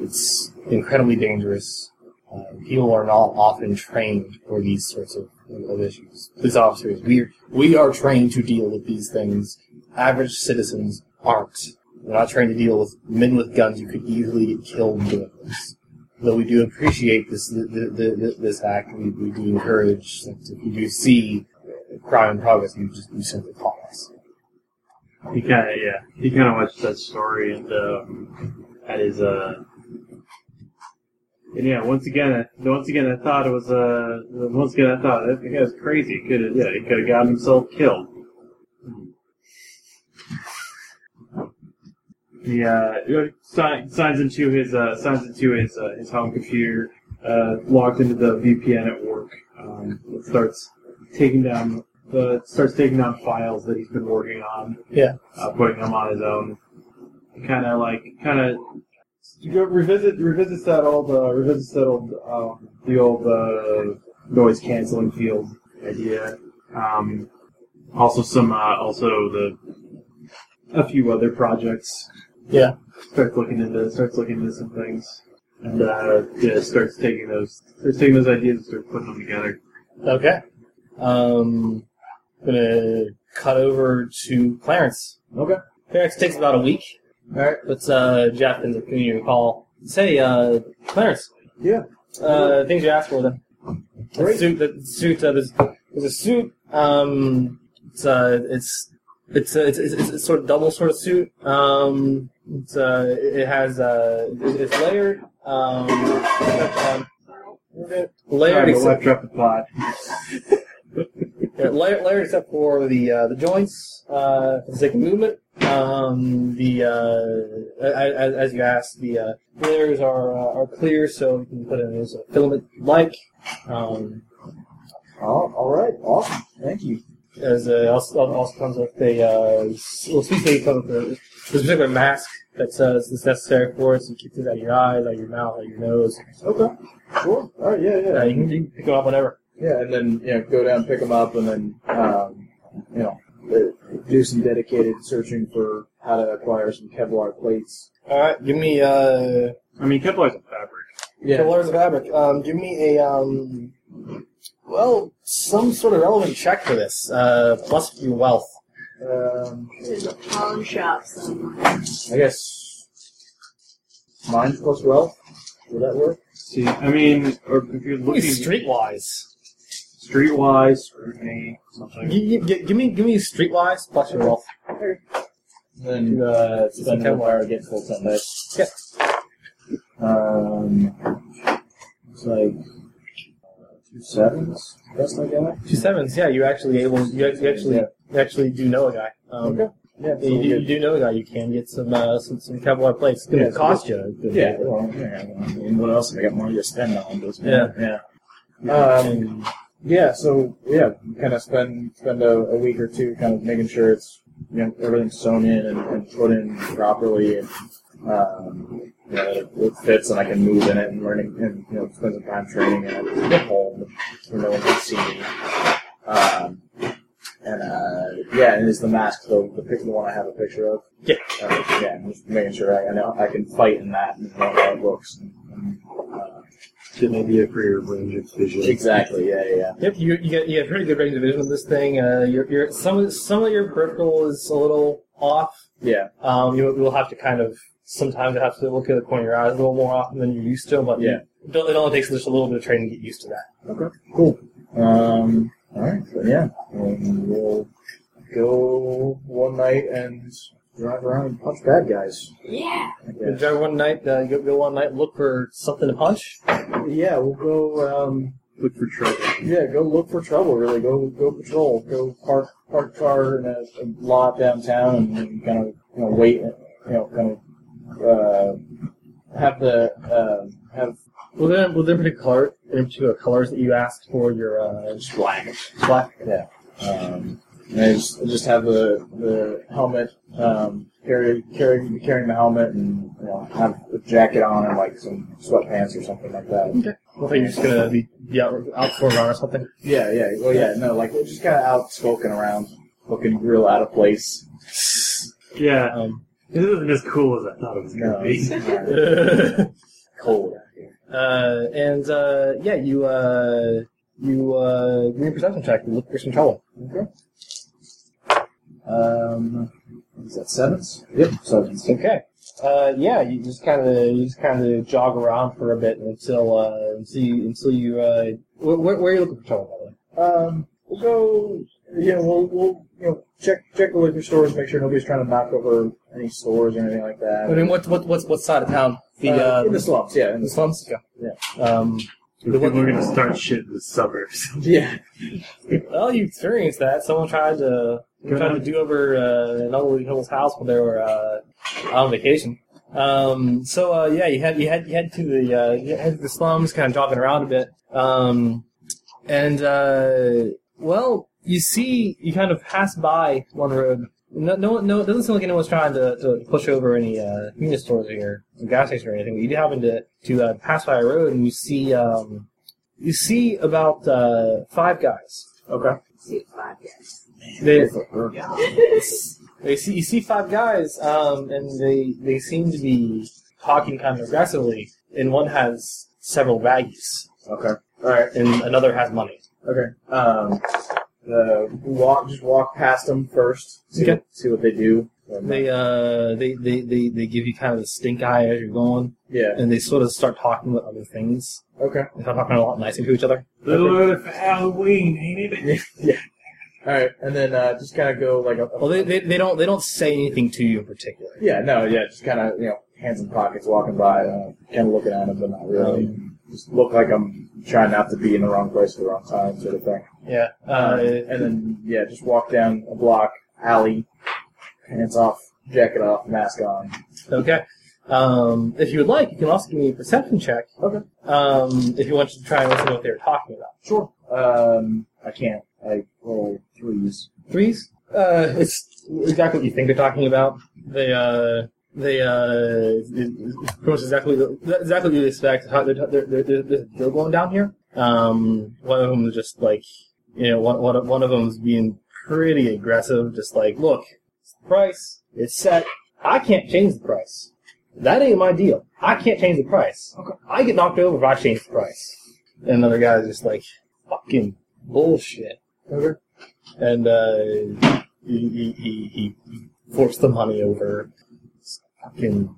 [SPEAKER 3] It's incredibly dangerous. Uh, people are not often trained for these sorts of, of issues. Police officers, we we are trained to deal with these things. Average citizens aren't. We're not trained to deal with men with guns who could easily get killed doing this. Though we do appreciate this th th th this act, we, we do encourage that if you do see crime in progress, you just you simply call us.
[SPEAKER 5] He kind of yeah. He kind of watched that story and um, at his uh. And yeah, once again, I- once again, I thought it was uh, once again, I thought that guy was crazy. Could have yeah, he could have gotten himself killed. The uh, sign- signs into his uh, signs into his uh, his home computer, uh, logged into the VPN at work. Um, it starts taking down the starts taking down files that he's been working on uh, putting him on his own. Kind of like, kind of revisit revisits that old uh, revisits that old um, the old uh, noise canceling field idea. Um, also some uh, also the a few other projects.
[SPEAKER 3] Yeah.
[SPEAKER 5] starts looking into starts looking into some things. And uh, yeah, starts taking those starts taking those ideas and start putting them together.
[SPEAKER 3] Okay. Um, gonna cut over to Clarence.
[SPEAKER 2] Okay.
[SPEAKER 3] Clarence takes about a week.
[SPEAKER 2] All right.
[SPEAKER 3] But uh, Jeff ends up giving you a call. Say, uh, Clarence.
[SPEAKER 2] Yeah.
[SPEAKER 3] Uh, things you asked for then.
[SPEAKER 2] Great.
[SPEAKER 3] The suit. The suit. Uh, there's, there's a suit. Um, it's uh, it's. It's a, it's, it's, it's a sort of double sort of suit. Um, it's, uh, it it has uh, it- it's layered. Um, um, layered.
[SPEAKER 5] Sorry, but left
[SPEAKER 3] except-
[SPEAKER 5] drop the plot.
[SPEAKER 3] yeah, layered, layered except for the uh, the joints, uh, for the sake of movement. Um, the uh, as, as you asked, the uh, layers are uh, are clear, so you can put in as a filament like. Um,
[SPEAKER 2] Oh, all right. Awesome. Thank you.
[SPEAKER 3] as uh, also, also comes with a uh, s- well, excuse me, comes with a, this particular mask that says it's necessary for it, so you keep things out of your eyes, out of your mouth, out of your nose.
[SPEAKER 2] Okay. Sure. All right. Yeah. Yeah.
[SPEAKER 3] Uh, you, can, you can pick them up whenever.
[SPEAKER 2] Yeah, and then you know, go down, pick them up, and then um, you know, uh, do some dedicated searching for how to acquire some Kevlar plates.
[SPEAKER 3] All right, give me uh.
[SPEAKER 5] I mean, Kepler's a fabric.
[SPEAKER 3] Yeah. Pillars of Fabric. Um, give me a um, well, some sort of relevant check for this. Uh, plus your wealth.
[SPEAKER 2] Um,
[SPEAKER 6] There's a pawn shop somewhere.
[SPEAKER 2] I guess mine plus wealth. Will that work?
[SPEAKER 5] See, I mean, or if you're
[SPEAKER 3] Give me
[SPEAKER 5] looking
[SPEAKER 3] streetwise.
[SPEAKER 5] Streetwise, scrutiny,
[SPEAKER 3] G-
[SPEAKER 5] something.
[SPEAKER 3] g- g- give me, give me streetwise plus your wealth.
[SPEAKER 2] Then uh, spend
[SPEAKER 3] Okay.
[SPEAKER 2] one hour get full ten days.
[SPEAKER 3] Okay.
[SPEAKER 2] Um, it's like uh, two sevens. Best I got.
[SPEAKER 3] Two sevens. Yeah, you actually able. You act- you actually,
[SPEAKER 2] Yeah.
[SPEAKER 3] you actually do know a guy. Um,
[SPEAKER 2] Okay. Yeah. so
[SPEAKER 3] You,
[SPEAKER 2] we'll
[SPEAKER 3] you,
[SPEAKER 2] get-
[SPEAKER 3] do know a guy. You can get some uh, some some Kevlar plates. It's gonna
[SPEAKER 2] Yeah, so
[SPEAKER 3] cost you. a good
[SPEAKER 2] Yeah.
[SPEAKER 3] bit.
[SPEAKER 2] Well, yeah. I mean, what else? I got money to spend on those.
[SPEAKER 3] Yeah.
[SPEAKER 2] Yeah. Um, yeah. So yeah, kind of spend spend a, a week or two, kind of making sure it's you know everything's sewn in and, and put in properly, and um, you know, that it, it fits, and I can move in it and learning, and you know, spend some time training in it at home, where no one can see me. Um, and And uh, yeah, and is the mask the the, pic- the one I have a picture of?
[SPEAKER 1] Yeah.
[SPEAKER 2] Uh, yeah, I'm just making sure I, I know I can fight in that and know how it looks. Uh,
[SPEAKER 8] It may be a greater range of vision.
[SPEAKER 2] exactly. Yeah, yeah, yeah.
[SPEAKER 1] Yep, you, you get you get pretty good range of vision with this thing. Uh, your your some of some of your peripheral is a little off.
[SPEAKER 2] Yeah.
[SPEAKER 1] Um, you will have to kind of sometimes you'll have to look at the corner of your eyes a little more often than you're used to. But
[SPEAKER 2] Yeah.
[SPEAKER 1] it, it only takes just a little bit of training to get used to that.
[SPEAKER 2] Um. All right. So yeah, um, we'll go one night and drive around and punch bad guys.
[SPEAKER 6] Yeah.
[SPEAKER 2] I
[SPEAKER 1] You
[SPEAKER 2] guess.
[SPEAKER 1] Drive one night, uh, go, go one night, look for something to punch.
[SPEAKER 2] Yeah, we'll go. Um,
[SPEAKER 8] Look for trouble.
[SPEAKER 2] yeah, go look for trouble. Really, go go patrol. Go park park car in a, a lot downtown and kind of you know wait. You know, kind of uh, have the um have
[SPEAKER 1] Were there were there particular color, any particular colors that you asked for your uh,
[SPEAKER 2] black.
[SPEAKER 1] black?
[SPEAKER 2] Um, and I just, I just have the the helmet. Um, carry carry carrying the helmet and you know have a jacket on and like some sweatpants or something like that.
[SPEAKER 1] I think you're just gonna be be out, out for a run or something.
[SPEAKER 2] Yeah, yeah. Well, yeah, no, like, we're just kind of out skulking around, looking real out of place.
[SPEAKER 3] Yeah,
[SPEAKER 1] Um,
[SPEAKER 3] this isn't as cool as I thought it was
[SPEAKER 2] No,
[SPEAKER 3] gonna
[SPEAKER 2] it's
[SPEAKER 3] be.
[SPEAKER 2] kinda cold out here.
[SPEAKER 1] Uh, and uh, yeah, you uh, you uh, give me a perception check. You look for some trouble.
[SPEAKER 2] Okay. Um, is that sevens? Yep, sevens.
[SPEAKER 1] Okay. Uh, yeah, you just kind of you just kind of jog around for a bit until uh, until you, until you uh, where, where where are you looking for trouble by the way?
[SPEAKER 2] Um, we'll go. Yeah, we'll we'll you know check check the liquor stores, make sure nobody's trying to knock over any stores or anything like that.
[SPEAKER 1] I mean, what what what's what side of town? The
[SPEAKER 2] Uh,
[SPEAKER 1] uh,
[SPEAKER 2] in the slums, yeah, in
[SPEAKER 1] the
[SPEAKER 2] the,
[SPEAKER 1] slums. Yeah. Um,
[SPEAKER 3] People are gonna start shit in the suburbs.
[SPEAKER 2] yeah,
[SPEAKER 1] Well, you experienced that. Someone tried to
[SPEAKER 3] Go
[SPEAKER 1] tried to
[SPEAKER 3] ahead.
[SPEAKER 1] do over uh, an elderly couple's house when they were uh, on vacation. Um, so uh, yeah, you had you had you had to the uh, you had to the slums, kind of jogging around a bit, um, and uh, well, you see, you kind of pass by one road. No, no, no. It doesn't seem like anyone's trying to, to push over any uh, convenience stores or your gas station or anything. But you do happen to to uh, pass by a road, and you see um, you see about uh, five guys
[SPEAKER 6] See five guys.
[SPEAKER 1] they, they see you see five guys, um, and they they seem to be talking kind of aggressively. And one has several baggies,
[SPEAKER 2] okay, all right.
[SPEAKER 1] and another has money.
[SPEAKER 2] Okay. Um, the walk, just walk past them first. See,
[SPEAKER 1] Okay.
[SPEAKER 2] see what they do. And,
[SPEAKER 1] They uh they, they, they, they give you kind of a stink eye as you're going,
[SPEAKER 2] yeah.
[SPEAKER 1] and they sort of start talking about other things.
[SPEAKER 2] Okay.
[SPEAKER 1] They start talking a lot nicer to each other.
[SPEAKER 3] Little early for Halloween, ain't it?
[SPEAKER 2] All right. And then uh, just kind of go like. A,
[SPEAKER 1] Well, they, they, they don't they don't say anything to you in particular.
[SPEAKER 2] yeah. No. Yeah. Just kind of you know hands in pockets, walking by, uh, kind of looking at them, but not really.
[SPEAKER 1] Um,
[SPEAKER 2] just look like I'm trying not to be in the wrong place at the wrong time, sort of thing.
[SPEAKER 1] Yeah.
[SPEAKER 2] Um,
[SPEAKER 1] Uh,
[SPEAKER 2] and then yeah, just walk down a block alley, pants off, jacket off, mask on.
[SPEAKER 1] Okay. Um, if you would like, you can also give me a perception check.
[SPEAKER 2] Okay.
[SPEAKER 1] Um, if you want to try and listen to what they were talking about.
[SPEAKER 2] Sure. Um, I can't. I roll threes.
[SPEAKER 1] Threes? Uh, it's exactly what you think they're talking about. They, uh, they, uh, it's pretty much exactly, the, exactly what you expect. How they're, they're, they're, they're, they're still going down here. Um, one of them is just like, you know, one, one, of- one of them is being pretty aggressive, just like, look, it's the price, it's set, I can't change the price. That ain't my deal. I can't change the price. Okay. I get knocked over if I change the price. And another guy's just like, fucking bullshit.
[SPEAKER 2] Okay.
[SPEAKER 1] And uh, he, he, he, he forced the money over. It's Fucking.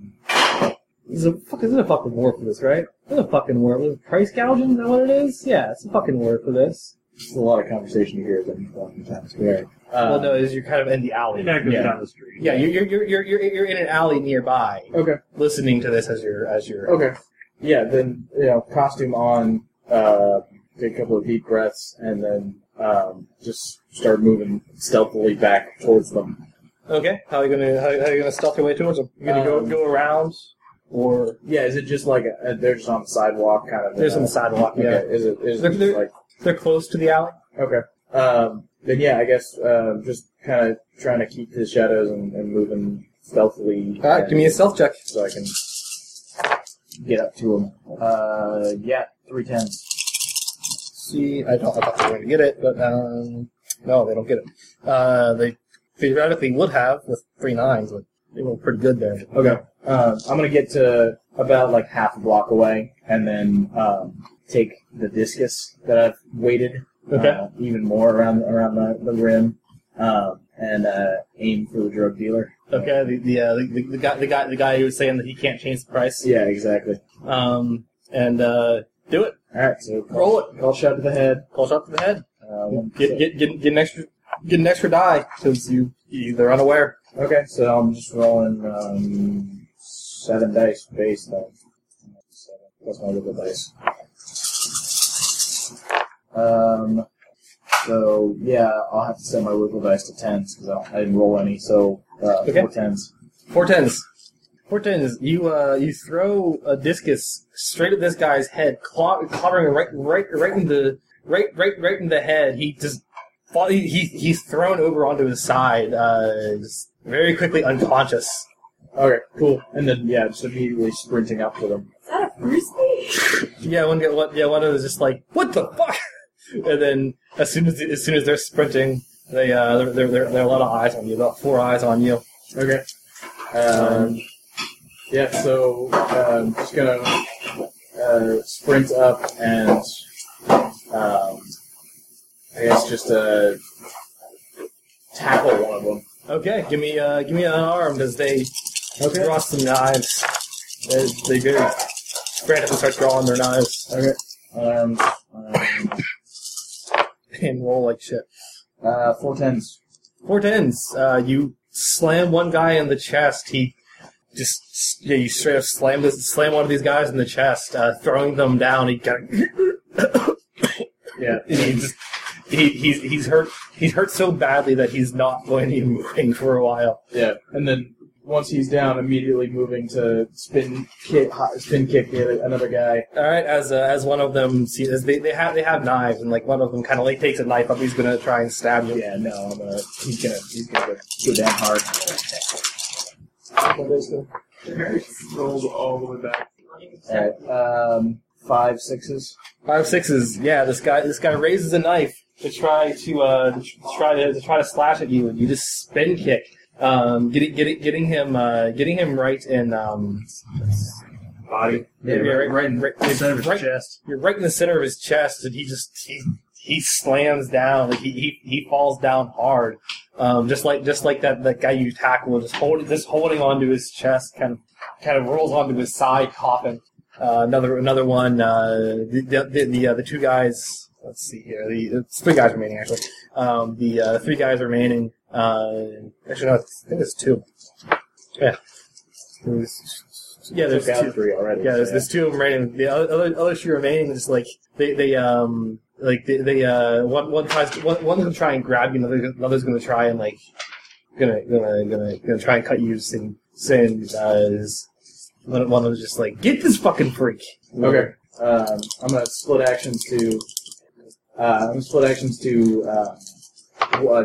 [SPEAKER 1] There's a, fuck, there's a fucking word for this, right? There's a fucking word. Was it price gouging? Is that what it is? Yeah, it's a fucking word for this.
[SPEAKER 2] It's a lot of conversation you hear at them fucking times. Yeah.
[SPEAKER 1] well, no, is you're kind of in the alley.
[SPEAKER 3] They're not going
[SPEAKER 2] Yeah.
[SPEAKER 3] down the street.
[SPEAKER 1] Yeah, you're, you're, you're, you're, you're in an alley nearby,
[SPEAKER 2] Okay.
[SPEAKER 1] listening to this as you're as you're.
[SPEAKER 2] Okay. Yeah. Then you know, costume on, uh, take a couple of deep breaths, and then um, just start moving stealthily back towards them.
[SPEAKER 1] Okay, How are you gonna how, how are you gonna stealth your way towards them? You gonna
[SPEAKER 2] Um,
[SPEAKER 1] go go around, or
[SPEAKER 2] Yeah. Is it just like a, a- they're just on the sidewalk, kind of?
[SPEAKER 1] there's
[SPEAKER 2] uh,
[SPEAKER 1] some sidewalk?
[SPEAKER 2] Okay.
[SPEAKER 1] Yeah,
[SPEAKER 2] Is it? Is
[SPEAKER 1] They're-
[SPEAKER 2] it just
[SPEAKER 1] they're-
[SPEAKER 2] like
[SPEAKER 1] they're close to the alley.
[SPEAKER 2] okay? Um, then yeah, I guess uh, just kind of trying to keep the shadows and, and moving stealthily.
[SPEAKER 1] All right, Uh, give me a
[SPEAKER 2] and-
[SPEAKER 1] stealth check.
[SPEAKER 2] so I can get up to him. Uh, yeah, three tens.
[SPEAKER 1] See, I don't, I don't know where to get it, but um, No, they don't get it. Uh, they theoretically would have with three nines, but they were pretty good there.
[SPEAKER 2] Okay. Uh, I'm gonna get to about like half a block away, and then um, take the discus that I've weighted
[SPEAKER 1] Okay.
[SPEAKER 2] uh, even more around around the, the rim, um, and uh, aim for the drug dealer.
[SPEAKER 1] Okay. The the, uh, the the the guy the guy the guy who was saying that he can't change the price.
[SPEAKER 2] Yeah, exactly.
[SPEAKER 1] Um, and uh, do it.
[SPEAKER 2] All right, so call,
[SPEAKER 1] Roll it.
[SPEAKER 2] Call shot to the head.
[SPEAKER 1] Call shot to the head.
[SPEAKER 2] Uh, one
[SPEAKER 1] Get
[SPEAKER 2] six.
[SPEAKER 1] get get, get an extra get an extra die since you they're unaware.
[SPEAKER 2] Okay, so I'm just rolling um, seven dice based on seven plus my little dice. Um, so yeah, I'll have to set my wiggle dice to tens because I, don't- I didn't roll any, so uh,
[SPEAKER 1] Okay.
[SPEAKER 2] four tens.
[SPEAKER 1] Four tens. Four tens. You uh, you throw a discus straight at this guy's head, claw- clobbering right right right in the right right right in the head. He just fall, he, he he's thrown over onto his side, uh, just very quickly unconscious.
[SPEAKER 2] Okay, cool. And then yeah, just immediately sprinting up to them.
[SPEAKER 6] Is that a frisbee?
[SPEAKER 1] Yeah, one guy- one yeah one of them is just like what the fuck, and then as soon as as soon as they're sprinting, they uh there there there there are a lot of eyes on you, about four eyes on you.
[SPEAKER 2] Okay. Um, yeah, so um, just gonna uh, sprint up and um, I guess just uh, tackle one of them.
[SPEAKER 1] Okay, give me uh give me an arm as they draw some knives. They, they go frantic and start drawing their knives
[SPEAKER 2] Okay. Um, um,
[SPEAKER 1] and roll like shit.
[SPEAKER 2] uh, four tens.
[SPEAKER 1] Four tens. Uh, you slam one guy in the chest. He just yeah, you straight up slam this slam one of these guys in the chest, uh, throwing them down. He got
[SPEAKER 2] Yeah.
[SPEAKER 1] and he just he, he's he's hurt he's hurt so badly that he's not going to be moving for a while.
[SPEAKER 2] Yeah. And then once he's down, immediately moving to spin kick, hot, spin kick the other, another guy.
[SPEAKER 1] All right, as uh, as one of them see as they, they have they have knives and like one of them kind of like takes a knife up. He's gonna try and stab you.
[SPEAKER 2] Yeah. No, I'm gonna. He's gonna. He's gonna go, go down hard. What is the-
[SPEAKER 8] Rolls all the way back.
[SPEAKER 2] Alright, um, five sixes.
[SPEAKER 1] Five sixes. Yeah, this guy this guy raises a knife to try to uh to try to, to try to slash at you, and you just spin kick, um, getting getting getting him uh, getting him right in um
[SPEAKER 8] Body.
[SPEAKER 1] yeah, right right right,
[SPEAKER 8] Instead of his
[SPEAKER 1] right,
[SPEAKER 8] chest.
[SPEAKER 1] you're right in the center of his chest, and he just he he slams down, like he he, he falls down hard, um, just like just like that that guy you tackled, just holding just holding onto his chest, kind of kind of rolls onto his side, coughing. Uh, another another one. Uh, the the the, uh, the two guys. Let's see here. The it's three guys remaining actually. Um, the uh, three guys remaining. Uh, actually, no, I think it's two. Yeah. Yeah, there's
[SPEAKER 2] Took out
[SPEAKER 1] two.
[SPEAKER 2] three already.
[SPEAKER 1] Yeah, there's,
[SPEAKER 2] so
[SPEAKER 1] there's two of them remaining. The other, other, other two remaining is like they they um like they, they uh one one tries one one's gonna try and grab you, another another's gonna try and like gonna gonna gonna gonna try and cut you. Saying saying uh, is one one of them's just like get this fucking freak.
[SPEAKER 2] yeah. Okay, um, I'm gonna split actions to, uh, I'm gonna split actions to, uh, w- uh,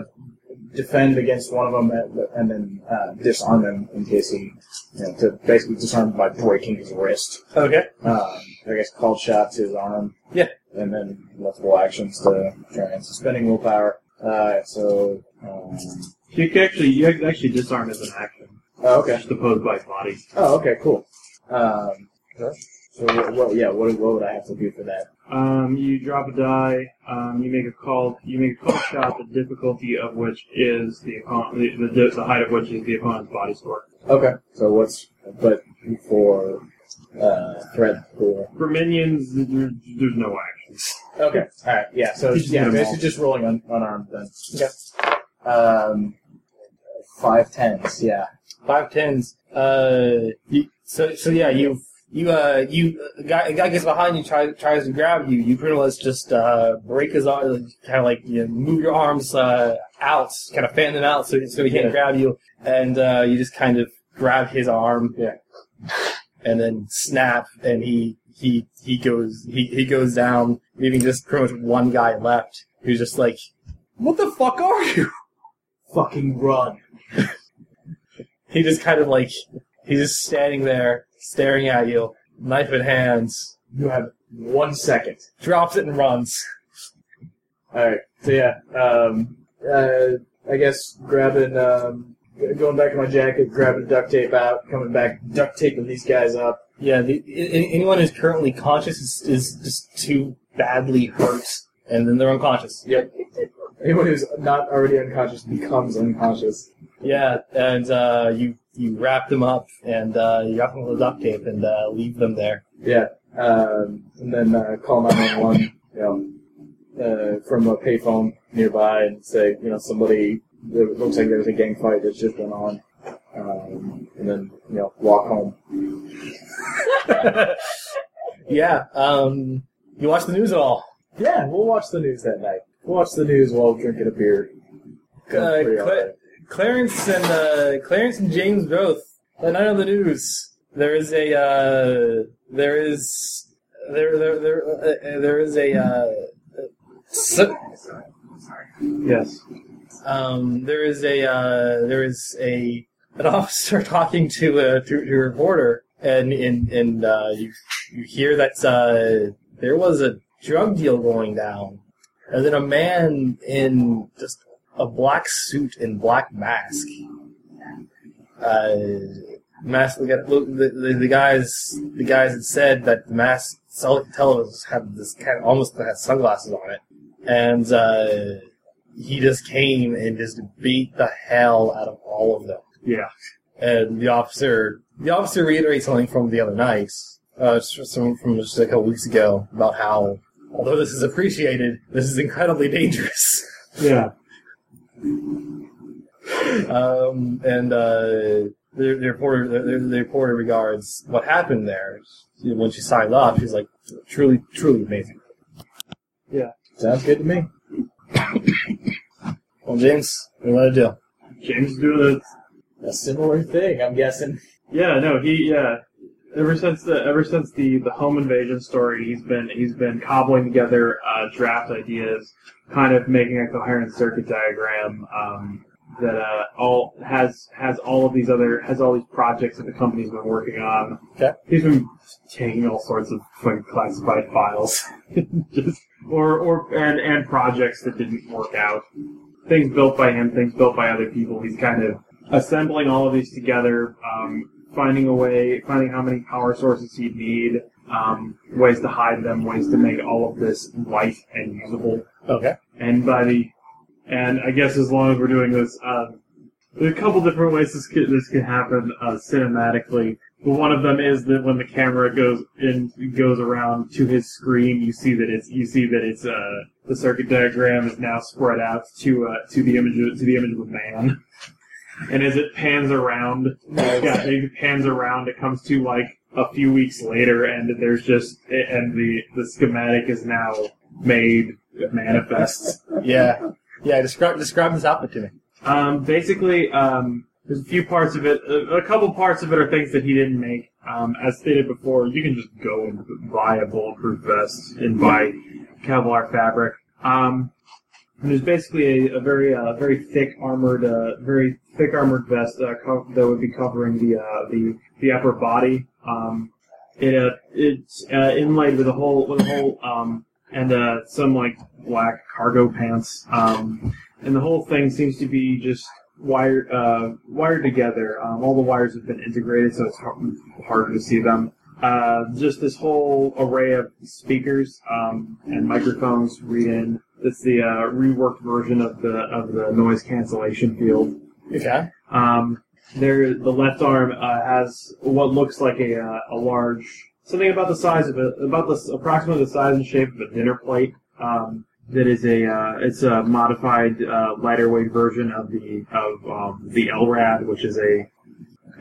[SPEAKER 2] defend against one of them and, and then, uh, disarm him in case he, you know, to basically disarm him by breaking his wrist.
[SPEAKER 1] Okay.
[SPEAKER 2] Um, I guess called shot to his arm.
[SPEAKER 1] Yeah.
[SPEAKER 2] And then multiple actions to try and suspending willpower. Uh, so, um,
[SPEAKER 3] You can actually, you can actually disarm as an action.
[SPEAKER 2] oh, okay.
[SPEAKER 3] Just opposed by body.
[SPEAKER 2] Oh, okay, cool. Um, so, what, what, yeah, what, what would I have to do for that?
[SPEAKER 3] Um, you drop a die. Um, you make a call. You make a call shot. The difficulty of which is the opponent. The, the, the height of which is the opponent's body score.
[SPEAKER 2] Okay, so what's but for uh, threat for?
[SPEAKER 3] For minions, there, there's no actions.
[SPEAKER 2] Okay, all right, yeah. So
[SPEAKER 3] You just
[SPEAKER 2] yeah,
[SPEAKER 3] hit 'em
[SPEAKER 2] basically
[SPEAKER 3] all.
[SPEAKER 2] just rolling un, unarmed then. Okay. Um, five tens, yeah.
[SPEAKER 1] five tens. Uh, you, so so yeah, you you uh you a guy, a guy gets behind you, tries tries to grab you. You pretty much just uh break his arm, kind of like you know, move your arms uh out, kind of fan them out so so he can't
[SPEAKER 2] Yeah.
[SPEAKER 1] grab you, and uh, you just kind of grab his arm.
[SPEAKER 2] Yeah.
[SPEAKER 1] And then snap, and he he he goes he, he goes down, leaving just pretty much one guy left who's just like, what the fuck are you?
[SPEAKER 2] Fucking run.
[SPEAKER 1] He just kind of like he's just standing there, staring at you, knife in hands,
[SPEAKER 2] You have one second.
[SPEAKER 1] drops it and runs.
[SPEAKER 2] All right, so yeah, um, uh, I guess grabbing, um, g- going back to my jacket, grabbing duct tape out, coming back, duct taping these guys up.
[SPEAKER 1] Yeah, the, a- a- anyone who's currently conscious is, is just too badly hurt, and then they're unconscious.
[SPEAKER 2] Anyone who's not already unconscious becomes unconscious.
[SPEAKER 1] Yeah, and uh, you you wrap them up and uh, you wrap them with duct tape and uh, leave them there.
[SPEAKER 2] Um, and then uh, call 911 you know, uh, from a payphone nearby and say, you know, somebody, it looks like there was a gang fight that just went on. Um, and then, you know, walk home.
[SPEAKER 1] yeah, um, you watch the news at all?
[SPEAKER 2] Yeah, we'll watch the news that night. We'll watch the news while drinking a beer.
[SPEAKER 1] Uh,
[SPEAKER 2] Pretty all
[SPEAKER 1] Cla-
[SPEAKER 2] right.
[SPEAKER 1] Clarence and uh, Clarence and James both. The night on the news, there is a uh, there is there there there, uh, uh, there is a uh, so,
[SPEAKER 5] Yes.
[SPEAKER 1] um, there is a uh, there is a an officer talking to a to, to a reporter, and and and uh, you you hear that uh, there was a drug deal going down, and then a man in just a black suit and black mask. Uh, mask. The, look, the, the, the guys the guys had said that the mask. All I could tell was had this kind of almost had sunglasses on it, and. Uh, he just came and just beat the hell out of all of them.
[SPEAKER 5] Yeah.
[SPEAKER 1] And the officer, the officer reiterates something from the other night, uh, it's just some from just a couple weeks ago about how, although this is appreciated, this is incredibly dangerous.
[SPEAKER 5] Yeah.
[SPEAKER 1] um, and uh, the, the reporter, the, the reporter regards what happened there. She- When she signed off, she's like, truly, truly amazing.
[SPEAKER 2] Sounds good to me.
[SPEAKER 1] Well, James, what do you want to do?
[SPEAKER 5] James is doing it.
[SPEAKER 2] A similar thing, I'm guessing.
[SPEAKER 5] Yeah. No. He. Yeah. Ever since the ever since the, the home invasion story, he's been he's been cobbling together uh, draft ideas, kind of making a coherent circuit diagram um, that uh, all has has all of these other has all these projects that the company's been working on.
[SPEAKER 1] Okay.
[SPEAKER 5] He's been taking all sorts of fucking classified files, just or or and and projects that didn't work out, things built by him, things built by other people. He's kind of assembling all of these together, um, finding a way, finding how many power sources he'd need, um, ways to hide them, ways to make all of this light and usable.
[SPEAKER 1] Okay.
[SPEAKER 5] And by the, and I guess as long as we're doing this, uh, there's a couple different ways this could, this could happen uh, cinematically. But one of them is that when the camera goes in goes around to his screen, you see that it's you see that it's uh, the circuit diagram is now spread out to uh, to the image of, to the image of a man. And as it pans around, yeah, it pans around. It comes to like a few weeks later, and there's just and the the schematic is now made manifest.
[SPEAKER 1] Yeah. Yeah, describe, describe this outfit to me.
[SPEAKER 5] Um, basically, um, there's a few parts of it. uh, A, a couple parts of it are things that he didn't make. Um, as stated before, you can just go and buy a bulletproof vest and buy Kevlar fabric. Um, and there's basically a, a very, uh, very thick armored, uh, very thick armored vest uh, co- that would be covering the uh, the the upper body. Um, it uh, it's uh, inlaid with a whole with a whole um, and uh, some like black cargo pants. Um, and the whole thing seems to be just wired uh, wired together. Um, all the wires have been integrated, so it's har- harder to see them. Uh, just this whole array of speakers um, and microphones read in. That's the uh, reworked version of the of the noise cancellation field.
[SPEAKER 1] Okay.
[SPEAKER 5] Um, there, the left arm uh, has what looks like a, uh, a large something about the size of a about the s- approximately the size and shape of a dinner plate. Um, that is a uh, it's a modified uh, lighter weight version of the of um, the LRAD, which is a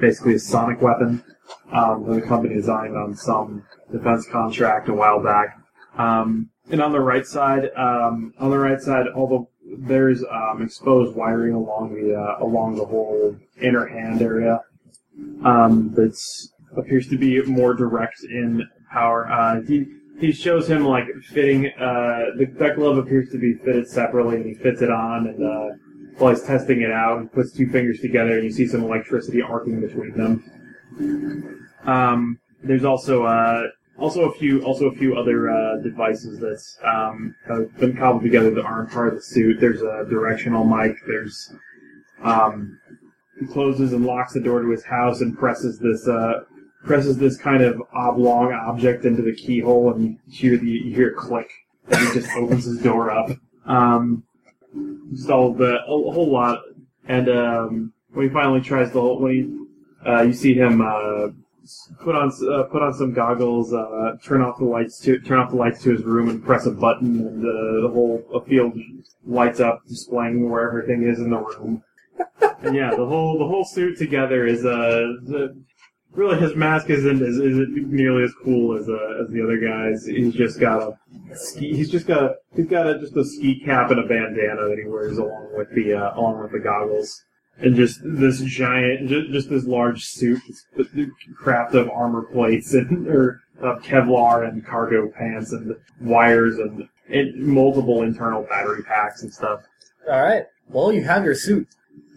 [SPEAKER 5] basically a sonic weapon um, that the company designed on some defense contract a while back. Um, and on the right side, um, on the right side, all the there's um, exposed wiring along the uh, along the whole inner hand area um, that appears to be more direct in power. Uh, he he shows him like fitting uh, the duck glove appears to be fitted separately, and he fits it on and. Uh, while he's testing it out, he puts two fingers together, and you see some electricity arcing between them. Um, there's also uh,
[SPEAKER 9] Also a few, also a few other uh, devices that um, have been cobbled together that aren't part of the suit. There's a directional mic. There's um, he closes and locks the door to his house and presses this uh, presses this kind of oblong object into the keyhole and you hear the you hear a click. And he just opens his door up. Um, just all the a whole lot. And um, when he finally tries the whole, when he, uh, you see him uh, put on s- uh, put on some goggles, uh, turn off the lights to turn off the lights to his room, and press a button, and uh, the whole uh, field lights up, displaying where everything is in the room. and yeah, the whole the whole suit together is uh the, really his mask isn't is, isn't nearly as cool as uh, as the other guys. He's just got a ski. He's just got a, he's got a, just a ski cap and a bandana that he wears along with the uh, along with the goggles. And just this giant, just, just this large suit, this craft of armor plates and or of Kevlar and cargo pants and wires and, and multiple internal battery packs and stuff.
[SPEAKER 1] All right. Well, you have your suit.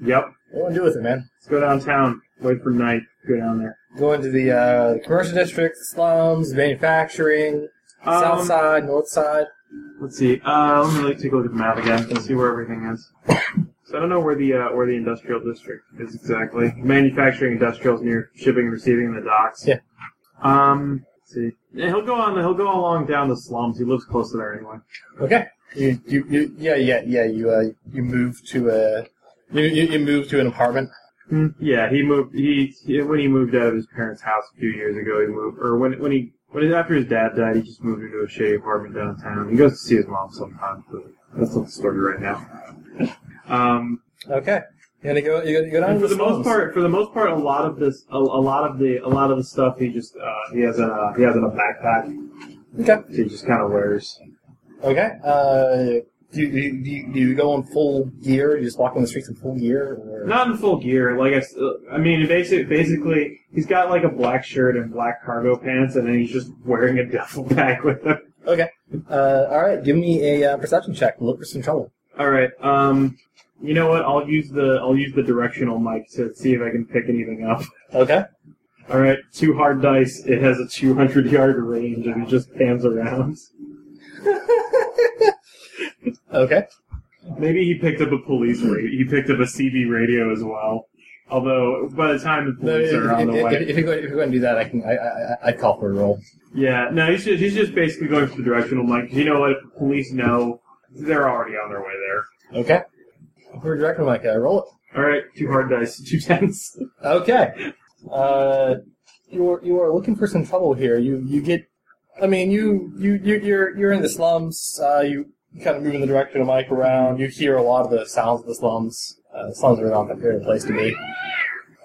[SPEAKER 9] Yep.
[SPEAKER 1] What do you want to do with it, man?
[SPEAKER 9] Let's go downtown. Wait for night. Go down there.
[SPEAKER 1] Go into the uh, commercial districts, slums, manufacturing, south
[SPEAKER 5] Um,
[SPEAKER 1] side, north side.
[SPEAKER 5] Let's see. Uh, let me like, take a look at the map again and see where everything is. So I don't know where the uh, where the industrial district is exactly. Manufacturing industrial is near shipping and receiving and the docks.
[SPEAKER 1] Yeah.
[SPEAKER 5] Um. Let's see. Yeah, he'll go on. He'll go along down the slums. He lives close to there anyway.
[SPEAKER 1] Okay. You, you, you yeah, yeah, yeah. You, uh, you move to a, you, you, you move to an apartment.
[SPEAKER 5] Hmm, Yeah, he moved. He, he when he moved out of his parents' house a few years ago, he moved, or when when he when he- after his dad died, he just moved into a shitty apartment downtown. He goes to see his mom sometimes, but that's not the story right now. Um,
[SPEAKER 1] Okay. You gonna go? You gonna you go down
[SPEAKER 5] and
[SPEAKER 1] to
[SPEAKER 5] for the most
[SPEAKER 1] slums.
[SPEAKER 5] part, for the most part, a lot of this, a, a lot of the, a lot of the stuff, he just uh, he has in a he has in a backpack.
[SPEAKER 1] Okay.
[SPEAKER 5] He just kind of wears.
[SPEAKER 1] Okay. Uh, do, you- do, you- do, you- do you go in full gear? You just walk on the streets in full gear? Or?
[SPEAKER 5] Not in full gear. Like I, s- uh, I mean, basic, basically, he's got like a black shirt and black cargo pants, and then he's just wearing a duffel bag with him.
[SPEAKER 1] Uh, all right. Give me a uh, perception check. Look for some trouble.
[SPEAKER 5] All right. Um, you know what? I'll use the I'll use the directional mic to see if I can pick anything up.
[SPEAKER 1] Okay.
[SPEAKER 5] All right. Two hard dice. It has a 200 yard range, and it just pans around.
[SPEAKER 1] Okay.
[SPEAKER 5] Maybe he picked up a police radio. He picked up a CB radio as well. Although by the time the
[SPEAKER 1] No,
[SPEAKER 5] police
[SPEAKER 1] if,
[SPEAKER 5] are on the
[SPEAKER 1] if-
[SPEAKER 5] way,
[SPEAKER 1] if- if you're going, if you're going to do that, I can. I, I, I I'd call for a roll.
[SPEAKER 5] yeah. No, he's just he's just basically going for the directional mic. 'cause You know what? If the police know they're already on their way there.
[SPEAKER 1] Okay. For directing like uh, roll it.
[SPEAKER 5] All right. Two hard dice. Two tens.
[SPEAKER 1] Okay. Uh, you are you are looking for some trouble here. You you get. I mean, you you you you're you're in the slums. Uh, you kind of move in the direction of Mike around. You hear a lot of the sounds of the slums. Uh, the slums are not that favorite place to be.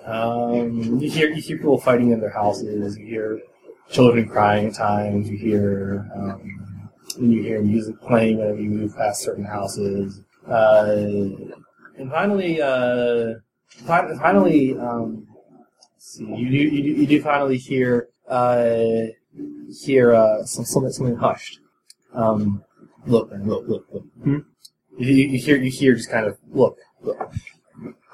[SPEAKER 1] Um, you hear you hear people fighting in their houses. You hear children crying at times. You hear um, and you hear music playing whenever you move past certain houses. Uh, and finally, uh, fin- finally, um, let's see, you do you do, you do finally hear uh, hear uh, some, something something hushed. Um, look, man, look, look, look.
[SPEAKER 5] Hmm?
[SPEAKER 1] You, you you hear you hear just kind of look, look.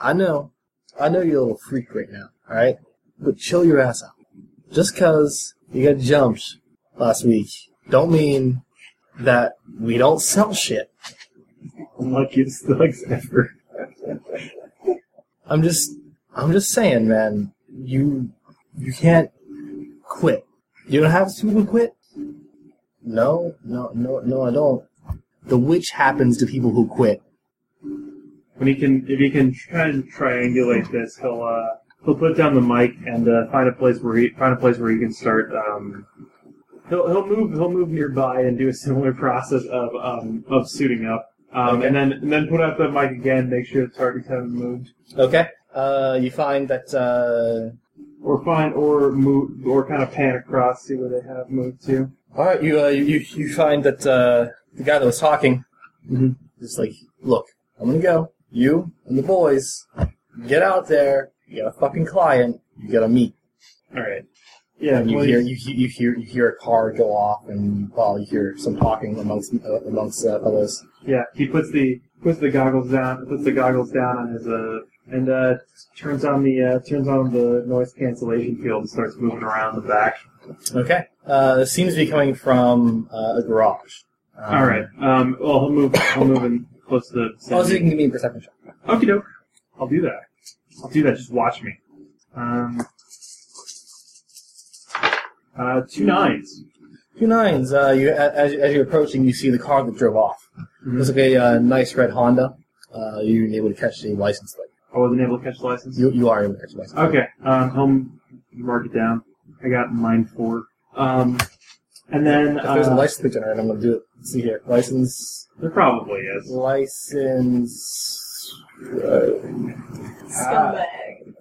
[SPEAKER 1] I know, I know you're a little freak right now, all right. But chill your ass out. Just 'cause you got jumped last week, don't mean that we don't sell shit.
[SPEAKER 5] Luckiest thugs ever.
[SPEAKER 1] I'm just I'm just saying, man, you you can't quit. You don't have to quit? No, no, no, no, I don't. The witch happens to people who quit.
[SPEAKER 5] When he can, if he can try and triangulate this, he'll uh, he'll put down the mic and uh, find a place where he find a place where he can start. Um, he'll he'll move he'll move nearby and do a similar process of um, of suiting up, um,
[SPEAKER 1] Okay.
[SPEAKER 5] and then and then put out the mic again, make sure the targets haven't moved,
[SPEAKER 1] Okay. Uh, you find that uh,
[SPEAKER 5] or find or move or kind of pan across, see where they have moved to.
[SPEAKER 1] all right, you uh, you you find that uh, the guy that was talking
[SPEAKER 5] Mhm.
[SPEAKER 1] just like, look, I'm gonna go. You and the boys get out there. You got a fucking client. You gotta meet.
[SPEAKER 5] All right. Yeah,
[SPEAKER 1] And you
[SPEAKER 5] well,
[SPEAKER 1] hear
[SPEAKER 5] he's-
[SPEAKER 1] you, he- you hear you hear a car go off, and well, you hear some talking amongst uh, amongst uh, fellows.
[SPEAKER 5] Yeah, he puts the puts the goggles down, puts the goggles down on his uh, and uh, turns on the uh, turns on the noise cancellation field and starts moving around the back.
[SPEAKER 1] Okay. Uh, this seems to be coming from uh, a garage. Um,
[SPEAKER 5] All right. Um, well, he'll move. He'll move in close to the.
[SPEAKER 1] Oh, so you can give me a perception check.
[SPEAKER 5] Okie doke. I'll do that. I'll do that. Just watch me. Um, uh, two nines.
[SPEAKER 1] Two nines. Uh, you, a- as, as you're approaching, you see the car that drove off.
[SPEAKER 5] Mm-hmm.
[SPEAKER 1] It was like a uh, nice red Honda. Uh, you were able to catch the license plate.
[SPEAKER 5] I wasn't able to catch the license.
[SPEAKER 1] You, you are able to catch the license plate.
[SPEAKER 5] Okay. Um, home. Mark it down. I got mine four. Um, and then
[SPEAKER 1] If there's a
[SPEAKER 5] uh,
[SPEAKER 1] license plate generator, I'm going to do it. Let's see here. License.
[SPEAKER 5] there probably is.
[SPEAKER 1] License. Uh,
[SPEAKER 6] Scumbag.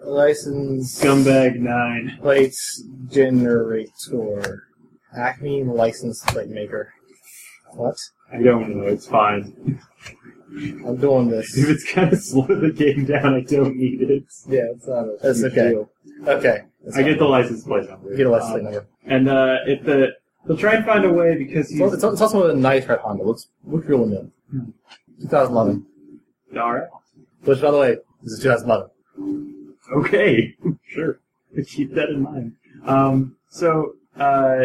[SPEAKER 1] license.
[SPEAKER 5] Scumbag nine.
[SPEAKER 1] plates generator. Acme license plate maker. What?
[SPEAKER 5] I don't know. It's fine.
[SPEAKER 1] I'm doing this.
[SPEAKER 5] If it's gonna slow the game down, I don't need it.
[SPEAKER 2] Yeah, it's not a
[SPEAKER 1] uh, That's
[SPEAKER 2] huge
[SPEAKER 1] okay.
[SPEAKER 2] deal.
[SPEAKER 1] Okay. that's
[SPEAKER 5] I
[SPEAKER 1] fine.
[SPEAKER 5] get the license plate number.
[SPEAKER 1] You get a license plate
[SPEAKER 5] Um,
[SPEAKER 1] number.
[SPEAKER 5] And uh, if the they'll try and find a way because
[SPEAKER 1] It's,
[SPEAKER 5] he's
[SPEAKER 1] also- it's, also- it's also a nice red Honda. Looks looks really new. 2011.
[SPEAKER 5] all right.
[SPEAKER 1] Which, by the way, this is 2011.
[SPEAKER 5] Okay, sure. Keep that in mind. Um, so, uh,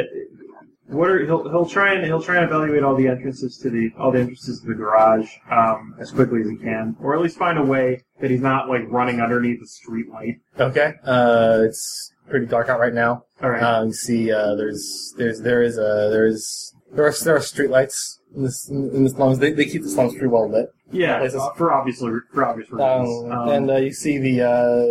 [SPEAKER 5] what are he'll he'll try and he'll try and evaluate all the entrances to the all the entrances to the garage um, as quickly as he can, or at least find a way that he's not like running underneath the street light.
[SPEAKER 1] Okay. Uh, it's pretty dark out right now.
[SPEAKER 5] All right.
[SPEAKER 1] Um, you see, uh, there's there's there is a there is there are there are streetlights in this in the slums. They, they keep the slums pretty well lit.
[SPEAKER 5] yeah,
[SPEAKER 1] Places.
[SPEAKER 5] uh, for obviously for obvious reasons.
[SPEAKER 1] Um, and uh, you see the uh,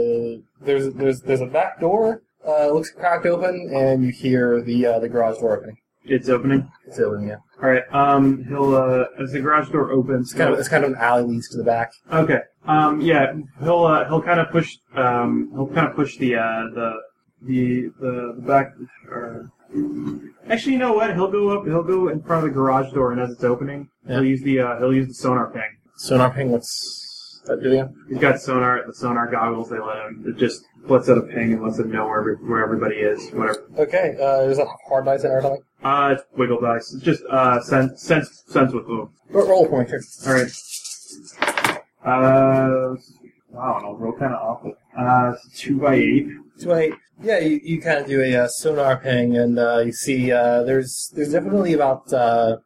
[SPEAKER 1] there's there's there's a back door. Uh, looks cracked open, and you hear the uh, the garage door opening.
[SPEAKER 5] it's opening.
[SPEAKER 1] It's opening, yeah.
[SPEAKER 5] All right. Um, he'll uh, as the garage door opens,
[SPEAKER 1] It's kind
[SPEAKER 5] he'll-
[SPEAKER 1] of it's kind of an alley leads to the back.
[SPEAKER 5] Okay. Um, yeah, he'll uh, he'll kind of push um, he'll kind of push the uh, the the the, the back. Or... Actually, you know what? He'll go up. He'll go in front of the garage door, and as it's opening,
[SPEAKER 1] Yeah.
[SPEAKER 5] he'll use the uh, he'll use the sonar ping.
[SPEAKER 1] Sonar ping. What's that do again?
[SPEAKER 5] He's got sonar the sonar goggles. They let him. It just lets out a ping and lets him know where every, where everybody is. Whatever.
[SPEAKER 1] Okay. Uh, is that hard dice in there or something?
[SPEAKER 5] Uh, it's wiggle dice. It's just uh sense sense sense with them.
[SPEAKER 1] Roll, roll for me here.
[SPEAKER 5] All right. Uh, wow, and I'll roll kind of awful. Uh, two by eight.
[SPEAKER 1] So I, yeah, you, you kind of do a uh, sonar ping, and uh, you see uh, there's there's definitely about uh,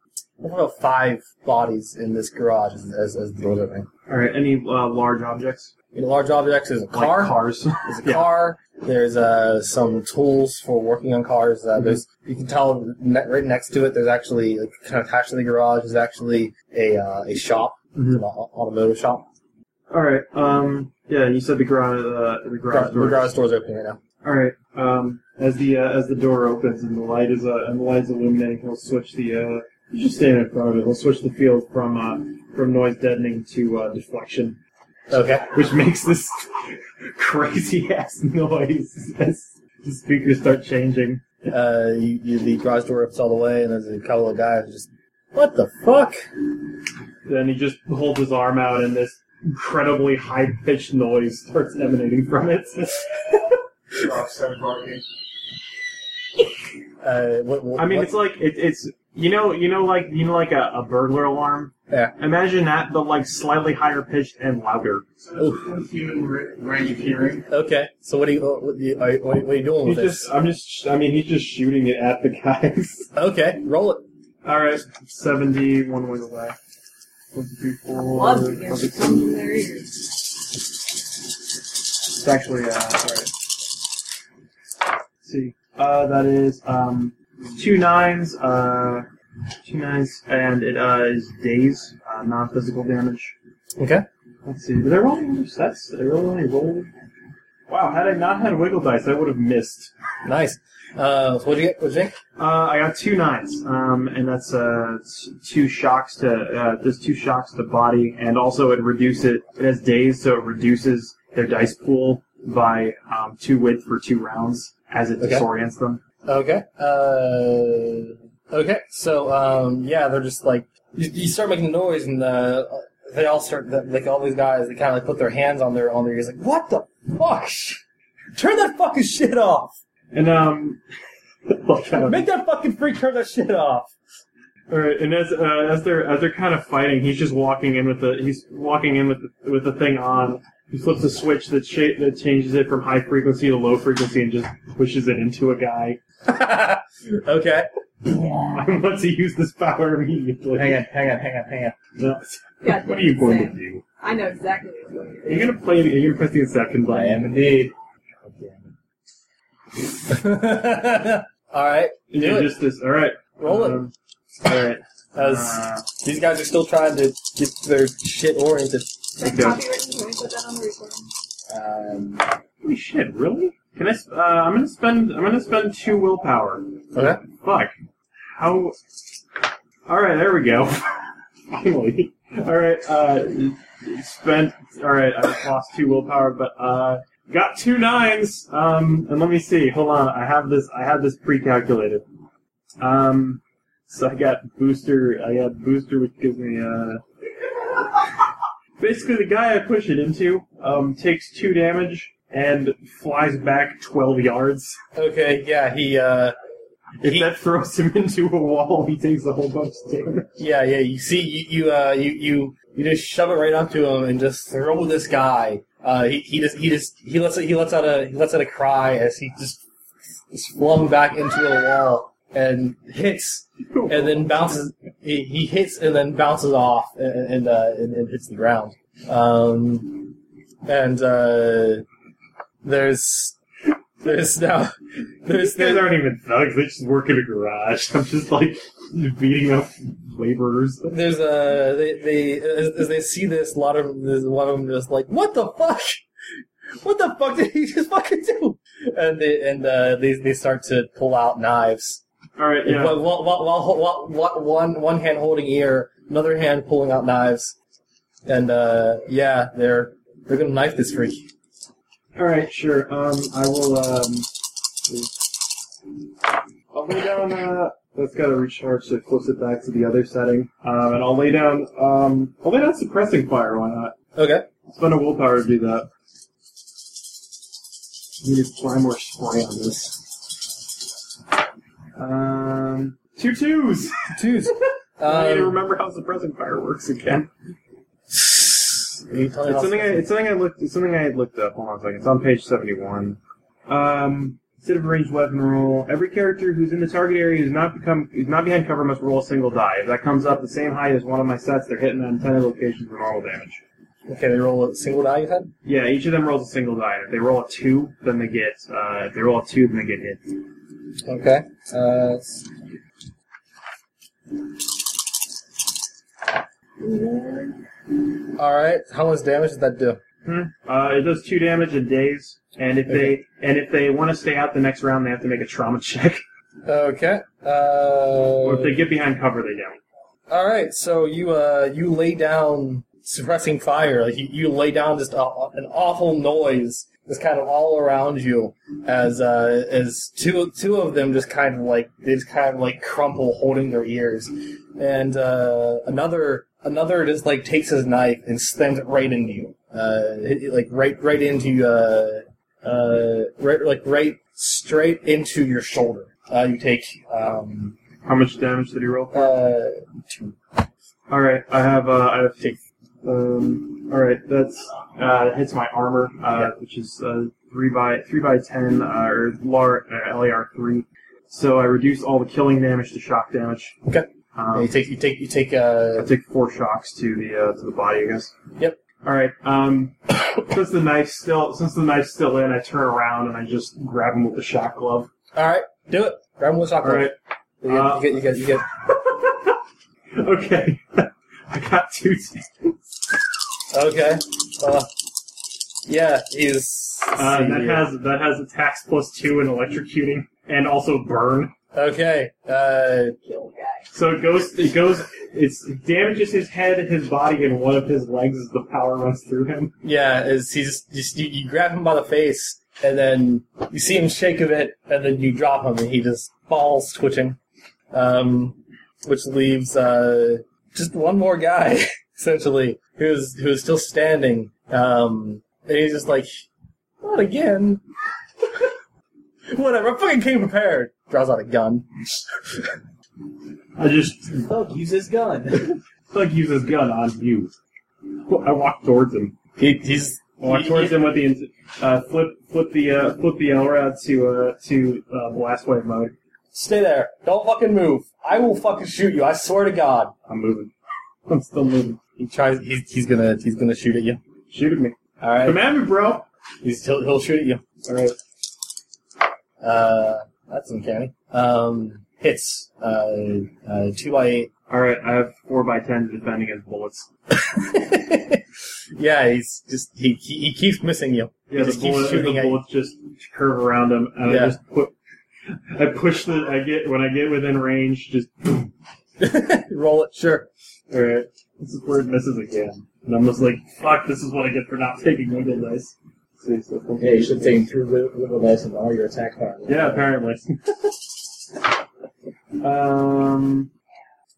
[SPEAKER 1] about five bodies in this garage as, as, as the door's opening.
[SPEAKER 5] All right. Any uh, large objects?
[SPEAKER 1] You know, large objects. There's a car.
[SPEAKER 5] Like cars.
[SPEAKER 1] There's a
[SPEAKER 5] Yeah.
[SPEAKER 1] car. There's uh, some tools for working on cars.
[SPEAKER 5] Mm-hmm.
[SPEAKER 1] Uh, There's you can tell ne- right next to it. There's actually like, kind of attached to the garage is actually a uh, a shop,
[SPEAKER 5] Mhm.
[SPEAKER 1] an au- automotive shop.
[SPEAKER 5] All right. Um. Yeah. You said the garage. Uh, the garage door.
[SPEAKER 1] The garage door's opening right now.
[SPEAKER 5] All right. Um. As the uh, as the door opens and the light is uh, and the light is illuminating, he'll switch the. Uh, you just stand in front of it. He'll switch the field from uh, from noise deadening to uh, deflection,
[SPEAKER 1] Okay.
[SPEAKER 5] which makes this crazy ass noise as the speakers start changing.
[SPEAKER 1] Uh, you, you, the garage door opens all the way, and there's a couple of guys just, what the fuck?
[SPEAKER 5] Then he just holds his arm out, and this incredibly high pitched noise starts emanating from it.
[SPEAKER 8] Drop seven barking.
[SPEAKER 1] Uh, what, what,
[SPEAKER 5] I mean,
[SPEAKER 1] what-
[SPEAKER 5] it's like it, it's you know you know like you know like a, a burglar alarm.
[SPEAKER 1] Yeah.
[SPEAKER 5] Imagine that, but like slightly higher pitched and louder.
[SPEAKER 8] So that's within human ra- range of hearing.
[SPEAKER 1] okay. So what are you, what, do you, are, you- what are you doing
[SPEAKER 5] He's
[SPEAKER 1] with
[SPEAKER 5] just,
[SPEAKER 1] this?
[SPEAKER 5] I'm just, I mean, he's just shooting it at the guys.
[SPEAKER 1] Okay, roll it.
[SPEAKER 5] All right, seventy one wing away. One, two, four.
[SPEAKER 6] Love to get something in their ears.
[SPEAKER 5] It's actually uh, all right. Let's see, uh, that is um, two nines, uh, two nines, and it uh, is days, uh, non physical damage.
[SPEAKER 1] Okay.
[SPEAKER 5] Let's see. Did I roll any sets? Did I roll any roll? Wow, had I not had wiggle dice, I would have missed.
[SPEAKER 1] Nice. Uh, so what do you get? What do you think?
[SPEAKER 5] Uh, I got two nines, um, and that's uh, t- two shocks to uh, there's two shocks to body, and also it reduces it has days, so it reduces their dice pool by um, two width for two rounds as it
[SPEAKER 1] Okay.
[SPEAKER 5] disorients them.
[SPEAKER 1] Okay. Uh, okay. So um, yeah, they're just like you, you start making noise, and uh, they all start like all these guys. They kind of like put their hands on their on their ears, like what the fuck? Turn that fucking shit off.
[SPEAKER 5] And um, all
[SPEAKER 1] Make that fucking freak turn that shit off.
[SPEAKER 5] right, and as uh, as they're as they're kind of fighting, he's just walking in with the he's walking in with the, with the thing on. He flips a switch that shape that changes it from high frequency to low frequency and just pushes it into a guy.
[SPEAKER 1] okay.
[SPEAKER 5] I want to use this power immediately.
[SPEAKER 1] Hang on, hang on, hang on, hang on.
[SPEAKER 5] No.
[SPEAKER 6] God,
[SPEAKER 5] What are you going to
[SPEAKER 6] Sam.
[SPEAKER 5] do?
[SPEAKER 6] I know exactly what you're doing.
[SPEAKER 5] Are you gonna play? Are you gonna press the inception
[SPEAKER 2] I
[SPEAKER 5] button?
[SPEAKER 2] am indeed.
[SPEAKER 1] All right,
[SPEAKER 5] And you're
[SPEAKER 1] Do it.
[SPEAKER 5] just this. All right.
[SPEAKER 1] roll it.
[SPEAKER 5] Um, all right.
[SPEAKER 1] As
[SPEAKER 5] Uh,
[SPEAKER 1] these guys are still trying to get their shit oriented.
[SPEAKER 6] Is that
[SPEAKER 5] Okay.
[SPEAKER 6] copywritten? Can we put that on the recording?
[SPEAKER 2] Um,
[SPEAKER 5] holy shit! Really? Can I? sp- Uh, I'm gonna spend. I'm gonna spend two willpower.
[SPEAKER 1] Okay.
[SPEAKER 5] Fuck. How? All right. There we go. Finally. All right. Uh, spent. All right. I lost two willpower, but uh, got two nines. Um, and let me see. Hold on. I have this. I have this pre-calculated. Um, so I got booster. I got booster, which gives me uh. Basically, the guy I push it into um, takes two damage and flies back twelve yards.
[SPEAKER 1] Okay, yeah, he, uh,
[SPEAKER 5] If
[SPEAKER 1] He-
[SPEAKER 5] that throws him into a wall, he takes a whole bunch of damage.
[SPEAKER 1] yeah, yeah. You see, you, you, uh, you, you, you just shove it right onto him and just throw this guy. Uh, he, he just, he just, he lets, he lets out a, he lets out a cry as he just is flung back into a wall and hits and then bounces. He, he hits and then bounces off and and, uh, and, and hits the ground. Um, and uh, there's there's now there's
[SPEAKER 5] These guys
[SPEAKER 1] there's
[SPEAKER 5] aren't even thugs. They just work in a garage. I'm just like beating up laborers.
[SPEAKER 1] there's a they they as, as they see this, a lot of them, there's one of them just like, what the fuck? What the fuck did he just fucking do? And they and uh, they they start to pull out knives.
[SPEAKER 5] All right, yeah.
[SPEAKER 1] While, while, while, while, while- one one hand holding ear, another hand pulling out knives, and uh, yeah, they're they're gonna knife this freak.
[SPEAKER 5] All right, sure. Um, I will. Um, I'll lay down. Uh, that's got to recharge, so it flips it back to the other setting. Um, and I'll lay down. Um, I'll lay down suppressing fire. Why not?
[SPEAKER 1] Okay.
[SPEAKER 5] Spend a willpower to do that. We need to apply more spray on this. Um, two twos.
[SPEAKER 1] Twos.
[SPEAKER 5] I need to
[SPEAKER 1] Um,
[SPEAKER 5] remember how suppressing fire works again.
[SPEAKER 1] you tell me
[SPEAKER 5] It's
[SPEAKER 1] about
[SPEAKER 5] something I,
[SPEAKER 1] this.
[SPEAKER 5] it's something I looked. It's something I had looked up. Hold on a second. It's on page seventy-one. Um, instead of ranged weapon roll, every character who's in the target area who's not become who's not behind cover must roll a single die. If that comes up the same height as one of my sets, they're hitting on intended locations for normal damage.
[SPEAKER 1] okay, they roll a single die. You said.
[SPEAKER 5] Yeah, each of them rolls a single die. and If they roll a two, then they get. Uh, if they roll a two, then they get hit.
[SPEAKER 1] Okay. Uh, all right. How much damage does that do?
[SPEAKER 5] Hmm. Uh, it does two damage in days, and if they and if they want to stay out the next round, they have to make a trauma check.
[SPEAKER 1] Okay. Uh,
[SPEAKER 5] or if they get behind cover, they don't.
[SPEAKER 1] All right, so you uh you lay down suppressing fire. Like you, you lay down just a, an awful noise, just kind of all around you, as uh as two two of them just kind of like they just kind of like crumple, holding their ears, and uh, another another just like takes his knife and slams it right into you, uh it, it, like right right into uh uh right like right straight into your shoulder. Uh, you take um
[SPEAKER 5] How much damage did he roll?
[SPEAKER 1] uh.
[SPEAKER 5] All right, I have uh, I have take. Um, all right, that's uh, that hits my armor, uh,
[SPEAKER 1] Yeah.
[SPEAKER 5] which is uh, three by three by ten uh, or LAR, uh, LAR three. So I reduce all the killing damage to shock damage.
[SPEAKER 1] Okay. Yeah,
[SPEAKER 5] Um,
[SPEAKER 1] you take you take you take
[SPEAKER 5] I
[SPEAKER 1] uh
[SPEAKER 5] take four shocks to the uh, to the body, I guess.
[SPEAKER 1] Yep.
[SPEAKER 5] All right. Um, since the knife's still since the knife's still in, I turn around and I just grab him with the shock glove.
[SPEAKER 1] all right, do it. Grab one
[SPEAKER 5] All
[SPEAKER 1] sock.
[SPEAKER 5] right.
[SPEAKER 1] You, get,
[SPEAKER 2] Um,
[SPEAKER 1] you
[SPEAKER 5] Uh,
[SPEAKER 1] get you get you get
[SPEAKER 5] Okay. I got two. T-
[SPEAKER 1] okay. Uh, yeah, he's
[SPEAKER 5] uh, that has that has attacks plus two and electrocuting and also burn.
[SPEAKER 1] okay. Uh,
[SPEAKER 6] Kill guy.
[SPEAKER 5] So it goes. It goes. It's it damages his head, his body, and one of his legs as the power runs through him.
[SPEAKER 1] yeah, is he's just you, you grab him by the face and then you see him shake a bit and then you drop him and he just falls twitching, um, which leaves uh just one more guy essentially who's who's still standing. Um, and he's just like, not again. Whatever, I fucking came prepared. Draws out a gun.
[SPEAKER 5] I just
[SPEAKER 2] Thug uses gun.
[SPEAKER 5] like use his gun on you. I walk towards him.
[SPEAKER 1] He, he's
[SPEAKER 5] Walk towards him with the ins- uh, flip flip the uh, flip the L rod to uh, to uh, blast wave mode.
[SPEAKER 1] Stay there. Don't fucking move. I will fucking shoot you. I swear to God.
[SPEAKER 5] I'm moving. I'm still moving.
[SPEAKER 1] He tries. He's, he's gonna. He's gonna shoot at you.
[SPEAKER 5] Shoot at me.
[SPEAKER 1] All right.
[SPEAKER 5] Command me, bro.
[SPEAKER 1] He's, he'll, he'll shoot at you.
[SPEAKER 5] All right.
[SPEAKER 1] Uh, that's uncanny. Um, hits. Uh, uh, two by eight.
[SPEAKER 5] All right. I have four by ten defending his bullets.
[SPEAKER 1] yeah, he's just he, he he keeps missing you.
[SPEAKER 5] Yeah, the,
[SPEAKER 1] just keeps
[SPEAKER 5] bullet,
[SPEAKER 1] shooting
[SPEAKER 5] the
[SPEAKER 1] at you.
[SPEAKER 5] bullets just curve around him, and
[SPEAKER 1] Yeah.
[SPEAKER 5] I just put. I push the. I get when I get within range. Just
[SPEAKER 1] Roll it, sure.
[SPEAKER 5] all right. This is where it misses again, and I'm just like, fuck. This is what I get for not taking wiggle dice. See, so
[SPEAKER 2] Yeah, you should take through wi- wiggle dice and all your attack power.
[SPEAKER 5] Yeah, apparently. um,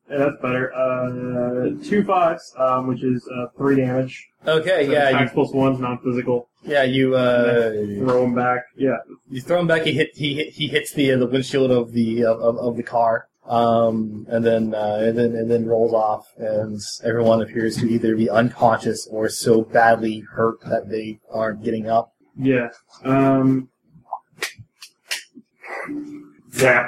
[SPEAKER 5] yeah, that's better. Uh, two fives, um, which is uh, three damage.
[SPEAKER 1] Okay,
[SPEAKER 5] So
[SPEAKER 1] yeah, you,
[SPEAKER 5] attacks plus one's non-physical.
[SPEAKER 1] yeah, you uh,
[SPEAKER 5] Throw him back. Yeah,
[SPEAKER 1] you throw him back. He hit he hit, he hits the uh, the windshield of the of, of, of the car. Um, and then uh, and then and then rolls off, and everyone appears to either be unconscious or so badly hurt that they aren't getting up.
[SPEAKER 5] yeah. Um, zap.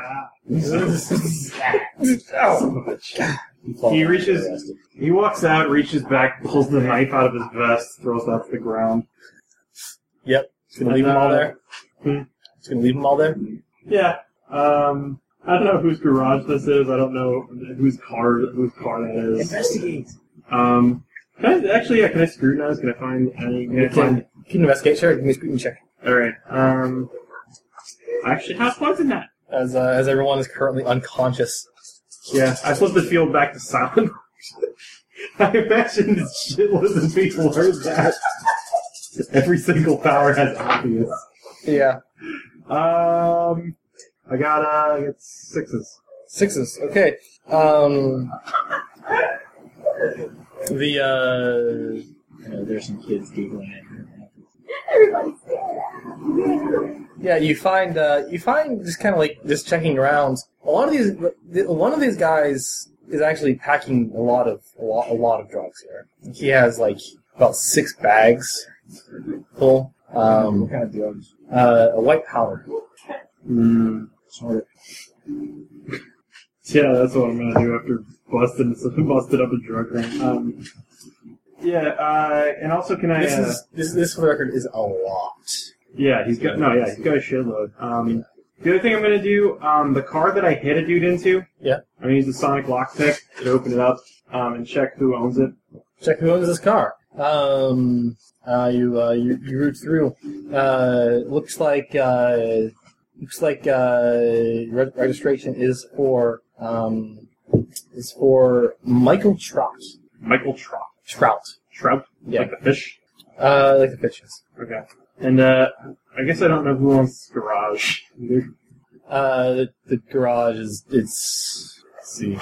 [SPEAKER 5] He reaches. He walks out, reaches back, pulls the knife out of his vest, throws that to the ground.
[SPEAKER 1] Just gonna leave them all there.
[SPEAKER 5] Hmm.
[SPEAKER 1] Just gonna leave them all there.
[SPEAKER 5] Yeah. Um, I don't know whose garage this is. I don't know whose car whose car that is.
[SPEAKER 2] Investigate.
[SPEAKER 5] Um, can I, actually, yeah, can I scrutinize? Can I find any? Can I find,
[SPEAKER 1] Can you investigate? Sure, give me a scrutiny check.
[SPEAKER 5] all right. Um, I actually have points in that.
[SPEAKER 1] As uh, as everyone is currently unconscious.
[SPEAKER 5] Yeah, I flipped the field back to silent. I imagine this shitless of people heard that. Every single power has obvious.
[SPEAKER 1] Yeah.
[SPEAKER 5] Um, I got uh, I got sixes.
[SPEAKER 1] Sixes. Okay. Um, the uh,
[SPEAKER 2] there's some kids giggling at her.
[SPEAKER 6] Everybody's
[SPEAKER 1] yeah, you find uh, you find just kind of like just checking around. A lot of these, the- one of these guys is actually packing a lot of a lot, a lot of drugs here. He has like about six bags full. Um,
[SPEAKER 2] what kind of drugs?
[SPEAKER 1] uh, a white powder.
[SPEAKER 5] Mm.
[SPEAKER 2] Sort of.
[SPEAKER 5] Yeah, that's what I'm gonna do after busting busted up a drug ring. Um, yeah, uh, and also can I?
[SPEAKER 1] This
[SPEAKER 5] uh,
[SPEAKER 1] is this this record is a lot.
[SPEAKER 5] Yeah, he's got no. Yeah, he's got a shitload. Um, the other thing I'm gonna do, um, the car that I hit a dude into.
[SPEAKER 1] Yeah.
[SPEAKER 5] I'm gonna use the sonic lockpick to open it up um, and check who owns it.
[SPEAKER 1] check who owns this car. Um, uh, you, uh, you you root through. Uh, looks like uh, looks like uh, re- registration is for um, is for Michael Trout.
[SPEAKER 5] Michael Trout.
[SPEAKER 1] Trout,
[SPEAKER 5] Trout.
[SPEAKER 1] Yeah.
[SPEAKER 5] Like the fish.
[SPEAKER 1] uh, like the fishes.
[SPEAKER 5] Okay. And uh, I guess I don't know who owns this garage. either.
[SPEAKER 1] Uh, the, the garage is it's. let's see,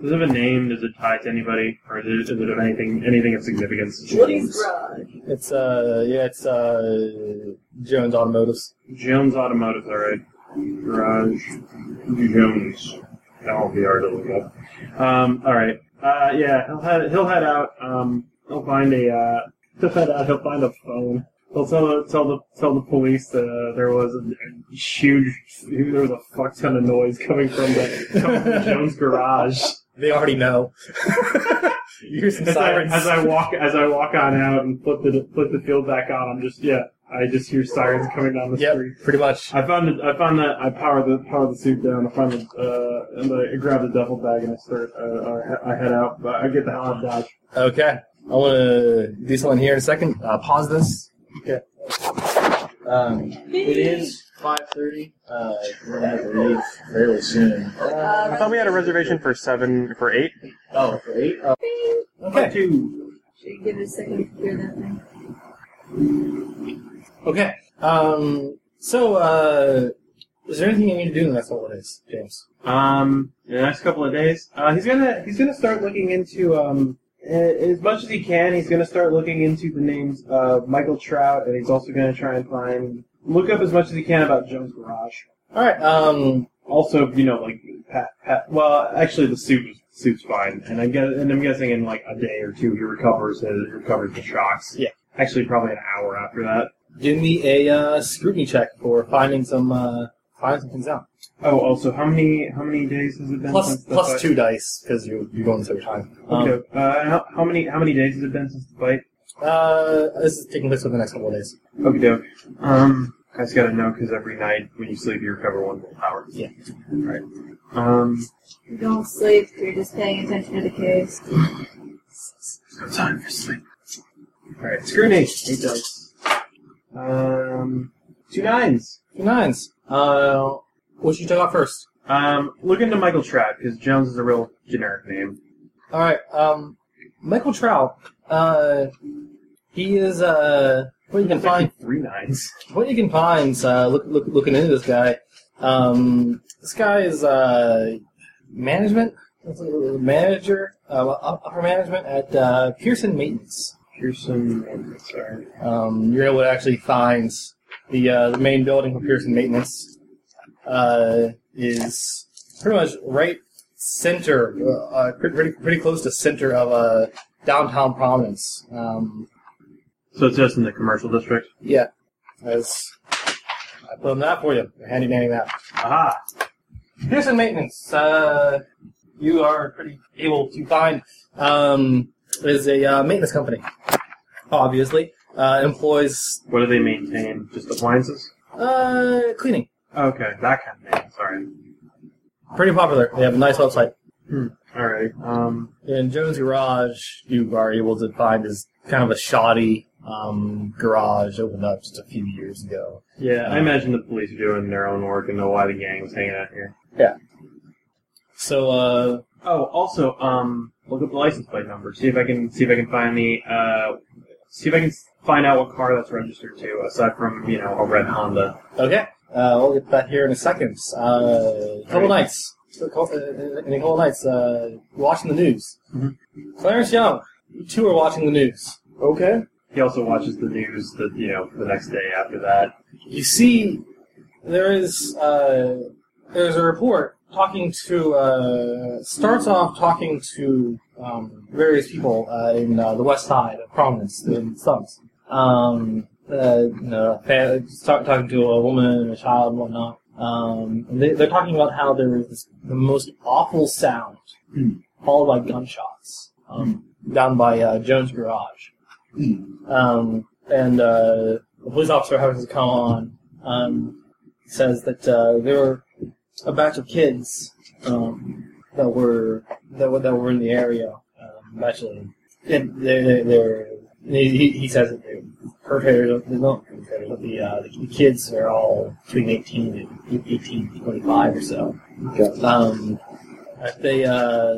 [SPEAKER 5] Does it have a name? Does it tie to anybody, or is it, is it of anything anything of significance?
[SPEAKER 6] Woody's garage.
[SPEAKER 1] it's uh yeah it's uh Jones Automotives.
[SPEAKER 5] Jones Automotive, all right. Garage Jones. That won't be hard to look up. Um, all right. Uh, yeah, he'll head he'll head out. Um, he'll find a uh, he'll head out. He'll find a phone. He'll tell the tell the tell the police uh, there was a huge there was a fuck ton of noise coming from the, coming from Jones garage.
[SPEAKER 1] They already know. you hear some
[SPEAKER 5] As I,
[SPEAKER 1] sirens.
[SPEAKER 5] as I walk as I walk on out and flip the flip the field back on, I'm just yeah. I just hear sirens coming down the
[SPEAKER 1] Yep,
[SPEAKER 5] street.
[SPEAKER 1] pretty much.
[SPEAKER 5] I found the I found the I power the power the suit down. I find the uh, and I grab the duffel bag and I start. Uh, uh, I head out. But I get the hell out of dodge.
[SPEAKER 1] Okay. I want to do something here in a second. Uh, pause this.
[SPEAKER 2] Um, it is 5.30. Uh, we're going to have to leave fairly soon. Uh,
[SPEAKER 6] I thought we had a
[SPEAKER 5] reservation for seven for eight.
[SPEAKER 2] oh, for 8? Oh,
[SPEAKER 6] Bing.
[SPEAKER 1] Okay.
[SPEAKER 5] Two.
[SPEAKER 6] Should you give it a second to clear that thing?
[SPEAKER 1] Okay. Um, so, uh, is there anything you need to do in the next couple of days, James?
[SPEAKER 5] Um, in the next couple of days, uh, he's gonna he's gonna start looking into um a- as much as he can. He's gonna start looking into the names of Michael Trout, and he's also gonna try and find look up as much as he can about Jones Garage.
[SPEAKER 1] All right. Um,
[SPEAKER 5] also, you know, like Pat, Pat, well, actually, the suit was suit's fine, and I guess, and I'm guessing in like a day or two he recovers his recovers the shocks.
[SPEAKER 1] Yeah.
[SPEAKER 5] Actually, probably an hour after that.
[SPEAKER 1] Give me a uh, scrutiny check for finding some uh, finding some things out.
[SPEAKER 5] Oh, also, how many how many days has it been
[SPEAKER 1] Plus
[SPEAKER 5] since the
[SPEAKER 1] plus
[SPEAKER 5] fight?
[SPEAKER 1] two dice because you you're going through time. Um,
[SPEAKER 5] Okay. Uh, how, how many how many days has it been since the fight?
[SPEAKER 1] uh, this is taking place over the next couple of days.
[SPEAKER 5] Okay, doke. Um, I just gotta know because every night when you sleep, you recover one willpower.
[SPEAKER 1] Yeah.
[SPEAKER 5] All right. Um,
[SPEAKER 6] You don't sleep, you're just paying attention to the case.
[SPEAKER 5] there's no time for sleep. All right, scrutiny. Eight dice. Um, two nines.
[SPEAKER 1] Two nines. Uh, what should you take out first?
[SPEAKER 5] Um, look into Michael Trout because Jones is a real generic name.
[SPEAKER 1] All right. Um, Michael Trout. Uh, he is uh, what you can find.
[SPEAKER 5] Three nines.
[SPEAKER 1] What you can find, uh, look, look, looking into this guy, um, this guy is uh, management, manager, uh, upper management at uh, Pearson Maintenance.
[SPEAKER 5] Pearson. Sorry.
[SPEAKER 1] Um, you're able to actually find the, uh, the main building for Pearson Maintenance uh, is pretty much right center, uh, uh, pretty, pretty, pretty close to center of uh, downtown Providence. Um,
[SPEAKER 5] So it's just in the commercial district.
[SPEAKER 1] yeah, as I put on that for you, handy dandy that.
[SPEAKER 5] Aha.
[SPEAKER 1] Pearson Maintenance. Uh, you are pretty able to find um, is a uh, maintenance company. Obviously, uh, employs
[SPEAKER 5] What do they maintain? Just appliances?
[SPEAKER 1] uh, cleaning.
[SPEAKER 5] Okay, that kind of name. Sorry.
[SPEAKER 1] Pretty popular. They have a nice website.
[SPEAKER 5] All right. Um,
[SPEAKER 1] In Jones Garage, you are able to find is kind of a shoddy um, garage opened up just a few years ago.
[SPEAKER 5] yeah, I imagine the police are doing their own work and know why the gang was hanging out here.
[SPEAKER 1] So uh,
[SPEAKER 5] Oh, also, um, look up the license plate number. See if I can see if I can find the uh, see if I can s- find out what car that's registered to, aside from you know a red Honda.
[SPEAKER 1] Okay. Uh, we'll get that here in a second. Uh, couple
[SPEAKER 5] Alright.
[SPEAKER 1] nights. uh, In a couple nights, uh, watching the news.
[SPEAKER 5] Mhm.
[SPEAKER 1] Clarence Young, you two are watching the news.
[SPEAKER 2] Okay.
[SPEAKER 5] He also watches the news the you know the next day after that.
[SPEAKER 1] You see, there is uh, there's a report talking to uh, starts off talking to um, various people uh, in uh, the west side of Providence, in slums. Um, uh, you know, fa- start talking to a woman and a child and whatnot. Um, and they, they're talking about how there is this, the most awful sound, followed by gunshots, um, down by uh, Jones Garage. Um, and uh, the police officer happens to come on, um, says that uh, there were a batch of kids um, that were that were that were in the area. Um, actually, and they they they were. He, he- he says that the perpetrators, they're not perpetrators, but the, uh, the kids are all between 18 and 18 to 25 or so. Um, they, uh,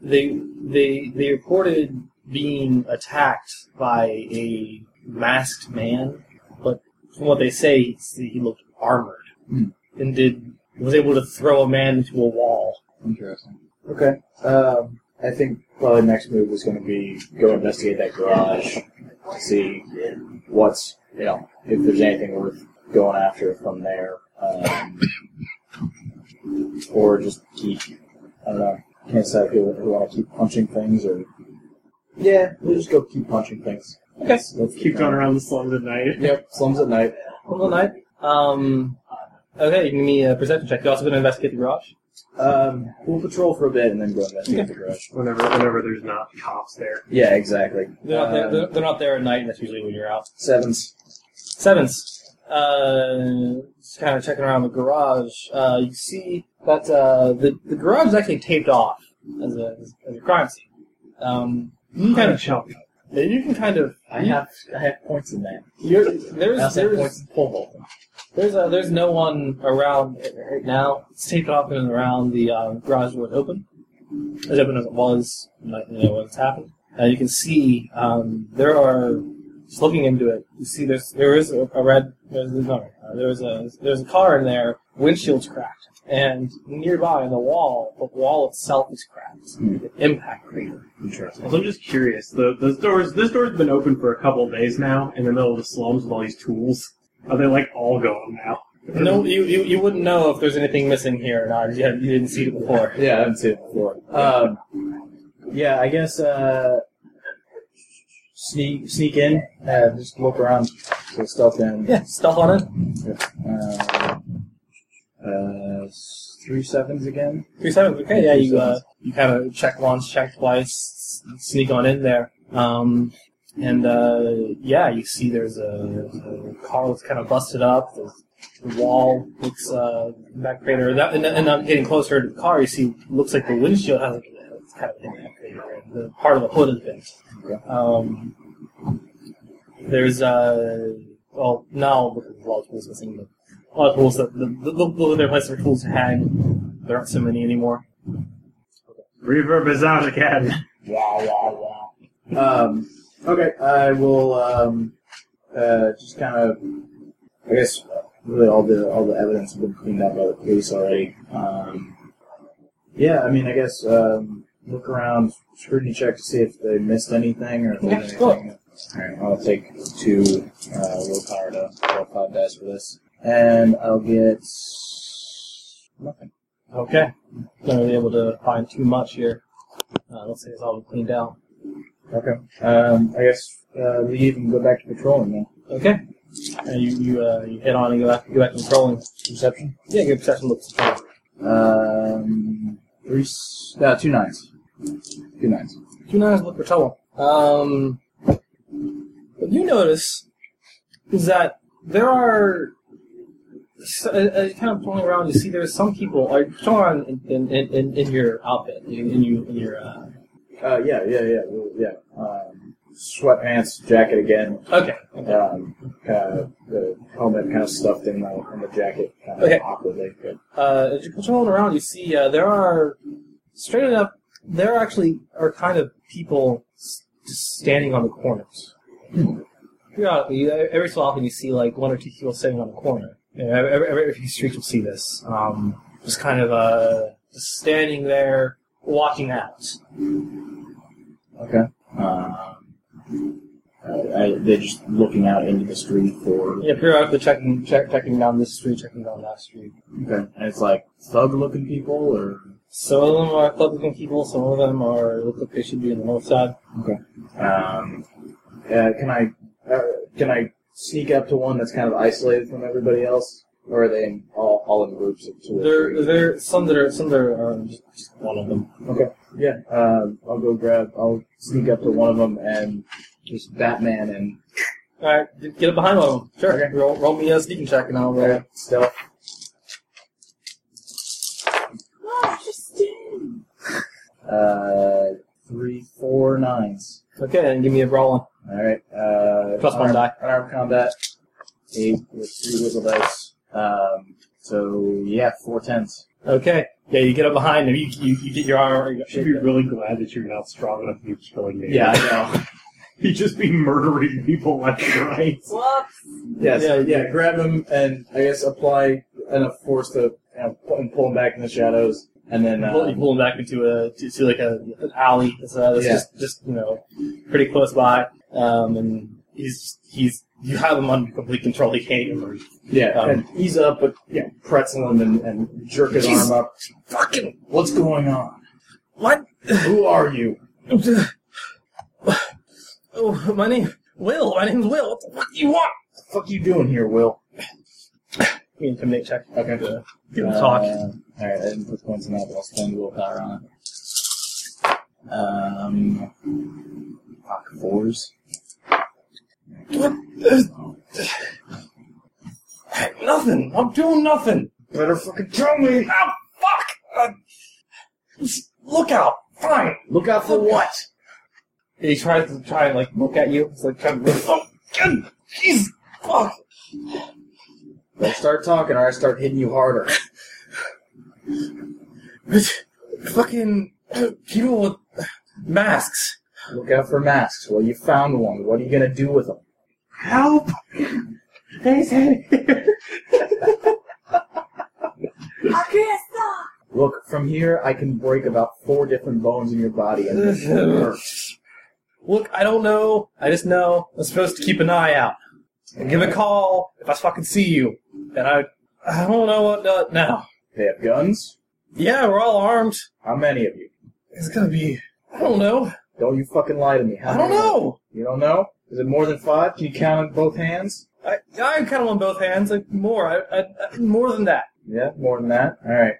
[SPEAKER 1] they, they, they reported being attacked by a masked man, but from what they say, he's- he looked armored and did was able to throw a man into a wall.
[SPEAKER 10] Interesting.
[SPEAKER 2] Okay. Um, I think probably next move is going to be go investigate that garage, see what's you know if there's anything worth going after from there, um, or just keep. I don't know. Can't decide if we want to keep punching things or. Yeah, we'll just go keep punching things.
[SPEAKER 1] Okay.
[SPEAKER 2] Let's
[SPEAKER 5] Keep going around the slums at night.
[SPEAKER 2] Yep, slums at night.
[SPEAKER 1] Hold on, I- um, okay, you can give me a perception check. You're also going to investigate the garage.
[SPEAKER 2] Um, we'll patrol for a bit and then go investigate the garage.
[SPEAKER 5] Whenever whenever there's not cops there.
[SPEAKER 2] Yeah, exactly.
[SPEAKER 1] They're not there.
[SPEAKER 2] Um,
[SPEAKER 1] They're, they're not there at night. and That's usually when you're out.
[SPEAKER 2] sevens.
[SPEAKER 1] Sevens. Uh, just kind of checking around the garage. Uh, you see that uh, the the garage is actually taped off as a as a crime scene. Um, you can kind of
[SPEAKER 5] Chunk.
[SPEAKER 1] you can kind of
[SPEAKER 2] I have I have points in that.
[SPEAKER 1] You're,
[SPEAKER 2] I
[SPEAKER 1] there's
[SPEAKER 2] also have
[SPEAKER 1] there's
[SPEAKER 2] points in pole vaulting.
[SPEAKER 1] there's, uh there's no one around it right now. It's taped off and around the uh, garage door is open, as open as it was. Like, you know what's happened. Uh, you can see um, there are just looking into it. You see there's there is a, a red there's, there's not uh, there's a there's a car in there. Windshield's cracked, and nearby on the wall, the wall itself is cracked. Impact crater.
[SPEAKER 2] Interesting.
[SPEAKER 5] Also, I'm just curious. The those doors. This door's been open for a couple of days now, in the middle of the slums with all these tools. Are they like all gone now?
[SPEAKER 1] No, you, you you wouldn't know if there's anything missing here or not. You, had- you didn't see it before.
[SPEAKER 2] Yeah, I haven't seen it before. Um, yeah, I guess. Uh, sneak sneak in? Uh, just look around. So stealth in.
[SPEAKER 1] Yeah, stealth on it.
[SPEAKER 2] Uh, uh, s- three sevens again.
[SPEAKER 1] Three sevens. Okay, yeah, you uh, you kind of check once, check twice, s- sneak on in there. Um, and uh, yeah, you see there's a, a car that's kind of busted up. There's the wall looks uh, back crater. That, and, and I'm getting closer to the car. You see, looks like the windshield has like, it's kind of in that crater. and The part of the hood has been.
[SPEAKER 2] Okay.
[SPEAKER 1] Um, there's uh, well now because a lot of tools missing. But a lot of tools that the, the, the, their place for tools to hang. There aren't so many anymore.
[SPEAKER 3] Reverb is out again.
[SPEAKER 2] Wow, wow, wow. Um, okay, I will um, uh, just kind of. I guess really all the all the evidence has been cleaned up by the police already. Um, yeah, I mean, I guess um, look around, scrutiny check to see if they missed anything or if there's
[SPEAKER 1] Yeah, cool.
[SPEAKER 2] anything. All right, I'll take two uh, willpower to willpower dice for this, and I'll get nothing.
[SPEAKER 1] Okay. Not really able to find too much here. Uh, let's see, it's all cleaned out.
[SPEAKER 2] Okay, um, I guess uh, leave and go back to patrolling now.
[SPEAKER 1] Okay. And you you uh, you hit on and go back go back to patrolling.
[SPEAKER 2] Perception.
[SPEAKER 1] Yeah, your perception looks
[SPEAKER 2] Um, three, s- no, two nines. Two nines.
[SPEAKER 1] Do not look for trouble. Um, what you notice is that there are, so, uh, uh, kind of pulling around, you see there's some people, are showing around in, in, in- in, in your outfit, in, in, you, in your, uh,
[SPEAKER 2] Uh, yeah, yeah, yeah, well, yeah. Um, sweatpants, jacket again.
[SPEAKER 1] okay. okay.
[SPEAKER 2] Um, uh, the helmet kind of stuffed in the, in the jacket, kind of
[SPEAKER 1] Okay.
[SPEAKER 2] awkwardly. But,
[SPEAKER 1] Uh, as you're patrolling around, you see uh, there are, straight up, there actually are kind of people s- just standing on the corners. Periodically, you- uh, every so often you see like one or two people standing on a corner. You know, every, every, every few streets you'll see this. Um, just kind of uh, just standing there, watching out.
[SPEAKER 2] okay. Um, I, I, they're just looking out into the street for.
[SPEAKER 1] Yeah, periodically checking, check, checking down this street, checking down that street.
[SPEAKER 2] Okay. And it's like thug-looking people, or
[SPEAKER 1] Some of them are club-looking people. Some of them are look like they should be on the north side.
[SPEAKER 2] Um, uh, can I uh, can I sneak up to one that's kind of isolated from everybody else, or are they in, all, all in groups of two? or
[SPEAKER 1] There,
[SPEAKER 2] three?
[SPEAKER 1] there, some that are, some that are um, just just one of them.
[SPEAKER 2] Yeah, um, I'll go grab. I'll sneak up to one of them and just Batman and
[SPEAKER 1] All right, g- get up behind one of them. Sure.
[SPEAKER 2] Okay.
[SPEAKER 1] Roll, roll me a sneaking check, and I'll roll.
[SPEAKER 2] uh, stealth.
[SPEAKER 6] Oh, Justin!
[SPEAKER 2] Uh, three, four nines.
[SPEAKER 1] Okay, and give me a brawling.
[SPEAKER 2] All right. Uh,
[SPEAKER 1] Plus one
[SPEAKER 2] unarmed-
[SPEAKER 1] die.
[SPEAKER 2] Unarmed combat. Eight with three wiggle dice. Um, so yeah, four tens.
[SPEAKER 1] Okay. Yeah, you get up behind him. You, you, you get your arm.
[SPEAKER 5] Should be really glad that you're not strong enough to be killing me.
[SPEAKER 2] Yeah, I know.
[SPEAKER 5] He'd just be murdering people left and right.
[SPEAKER 6] Whoops!
[SPEAKER 2] Yes.
[SPEAKER 1] Yeah,
[SPEAKER 2] Yeah, yeah. Grab him and I guess apply enough force to you know, pu- and pull him back in the shadows, and then
[SPEAKER 1] You
[SPEAKER 2] uh,
[SPEAKER 1] pull, you pull him back into a to, to like a an alley that's, uh, that's
[SPEAKER 2] Yeah.
[SPEAKER 1] just just you know pretty close by, um, and he's he's you have him under complete control. He can't even move.
[SPEAKER 2] yeah,
[SPEAKER 1] um,
[SPEAKER 2] and ease up, but yeah, pretzel him and, and jerk his
[SPEAKER 1] Jeez.
[SPEAKER 2] arm up.
[SPEAKER 1] Fucking
[SPEAKER 2] What's going on?
[SPEAKER 1] what?
[SPEAKER 2] Who are you?
[SPEAKER 1] Oh, my name Will. My name's Will. What the fuck do you want?
[SPEAKER 2] The fuck you doing here, Will?
[SPEAKER 1] Give me an intimidate check.
[SPEAKER 2] Okay.
[SPEAKER 1] Uh, give him talk.
[SPEAKER 2] Uh, all right, I didn't put points in that, but I'll spend willpower on it. Um, fuck fours.
[SPEAKER 1] Nothing. I'm doing nothing.
[SPEAKER 2] Better fucking tell me.
[SPEAKER 1] Oh, fuck! Uh, s- look out! Fine!
[SPEAKER 2] Look out for what?
[SPEAKER 1] He tries to try and, like, look at you. It's like, trying to... Oh, God! Jeez! Fuck!
[SPEAKER 2] Better start talking, or I start hitting you harder.
[SPEAKER 1] It's fucking people with masks.
[SPEAKER 2] Look out for masks. Well, you found one. What are you gonna do with them?
[SPEAKER 3] Help! They said
[SPEAKER 6] I can't stop!
[SPEAKER 2] Look, from here, I can break about four different bones in your body, and this will hurt.
[SPEAKER 1] Look, I don't know. I just know I'm supposed to keep an eye out. And give a call if I fucking see you. And I... I don't know what uh, now.
[SPEAKER 2] they have guns.
[SPEAKER 1] Yeah, we're all armed.
[SPEAKER 2] How many of you?
[SPEAKER 1] It's gonna be... I don't know.
[SPEAKER 2] Don't you fucking lie to me. How
[SPEAKER 1] I don't
[SPEAKER 2] many-
[SPEAKER 1] know.
[SPEAKER 2] You don't know? Is it more than five? Can you count on both hands?
[SPEAKER 1] I I count them on both hands. Like more, I, I, I- more than that.
[SPEAKER 2] Yeah, more than that. All right.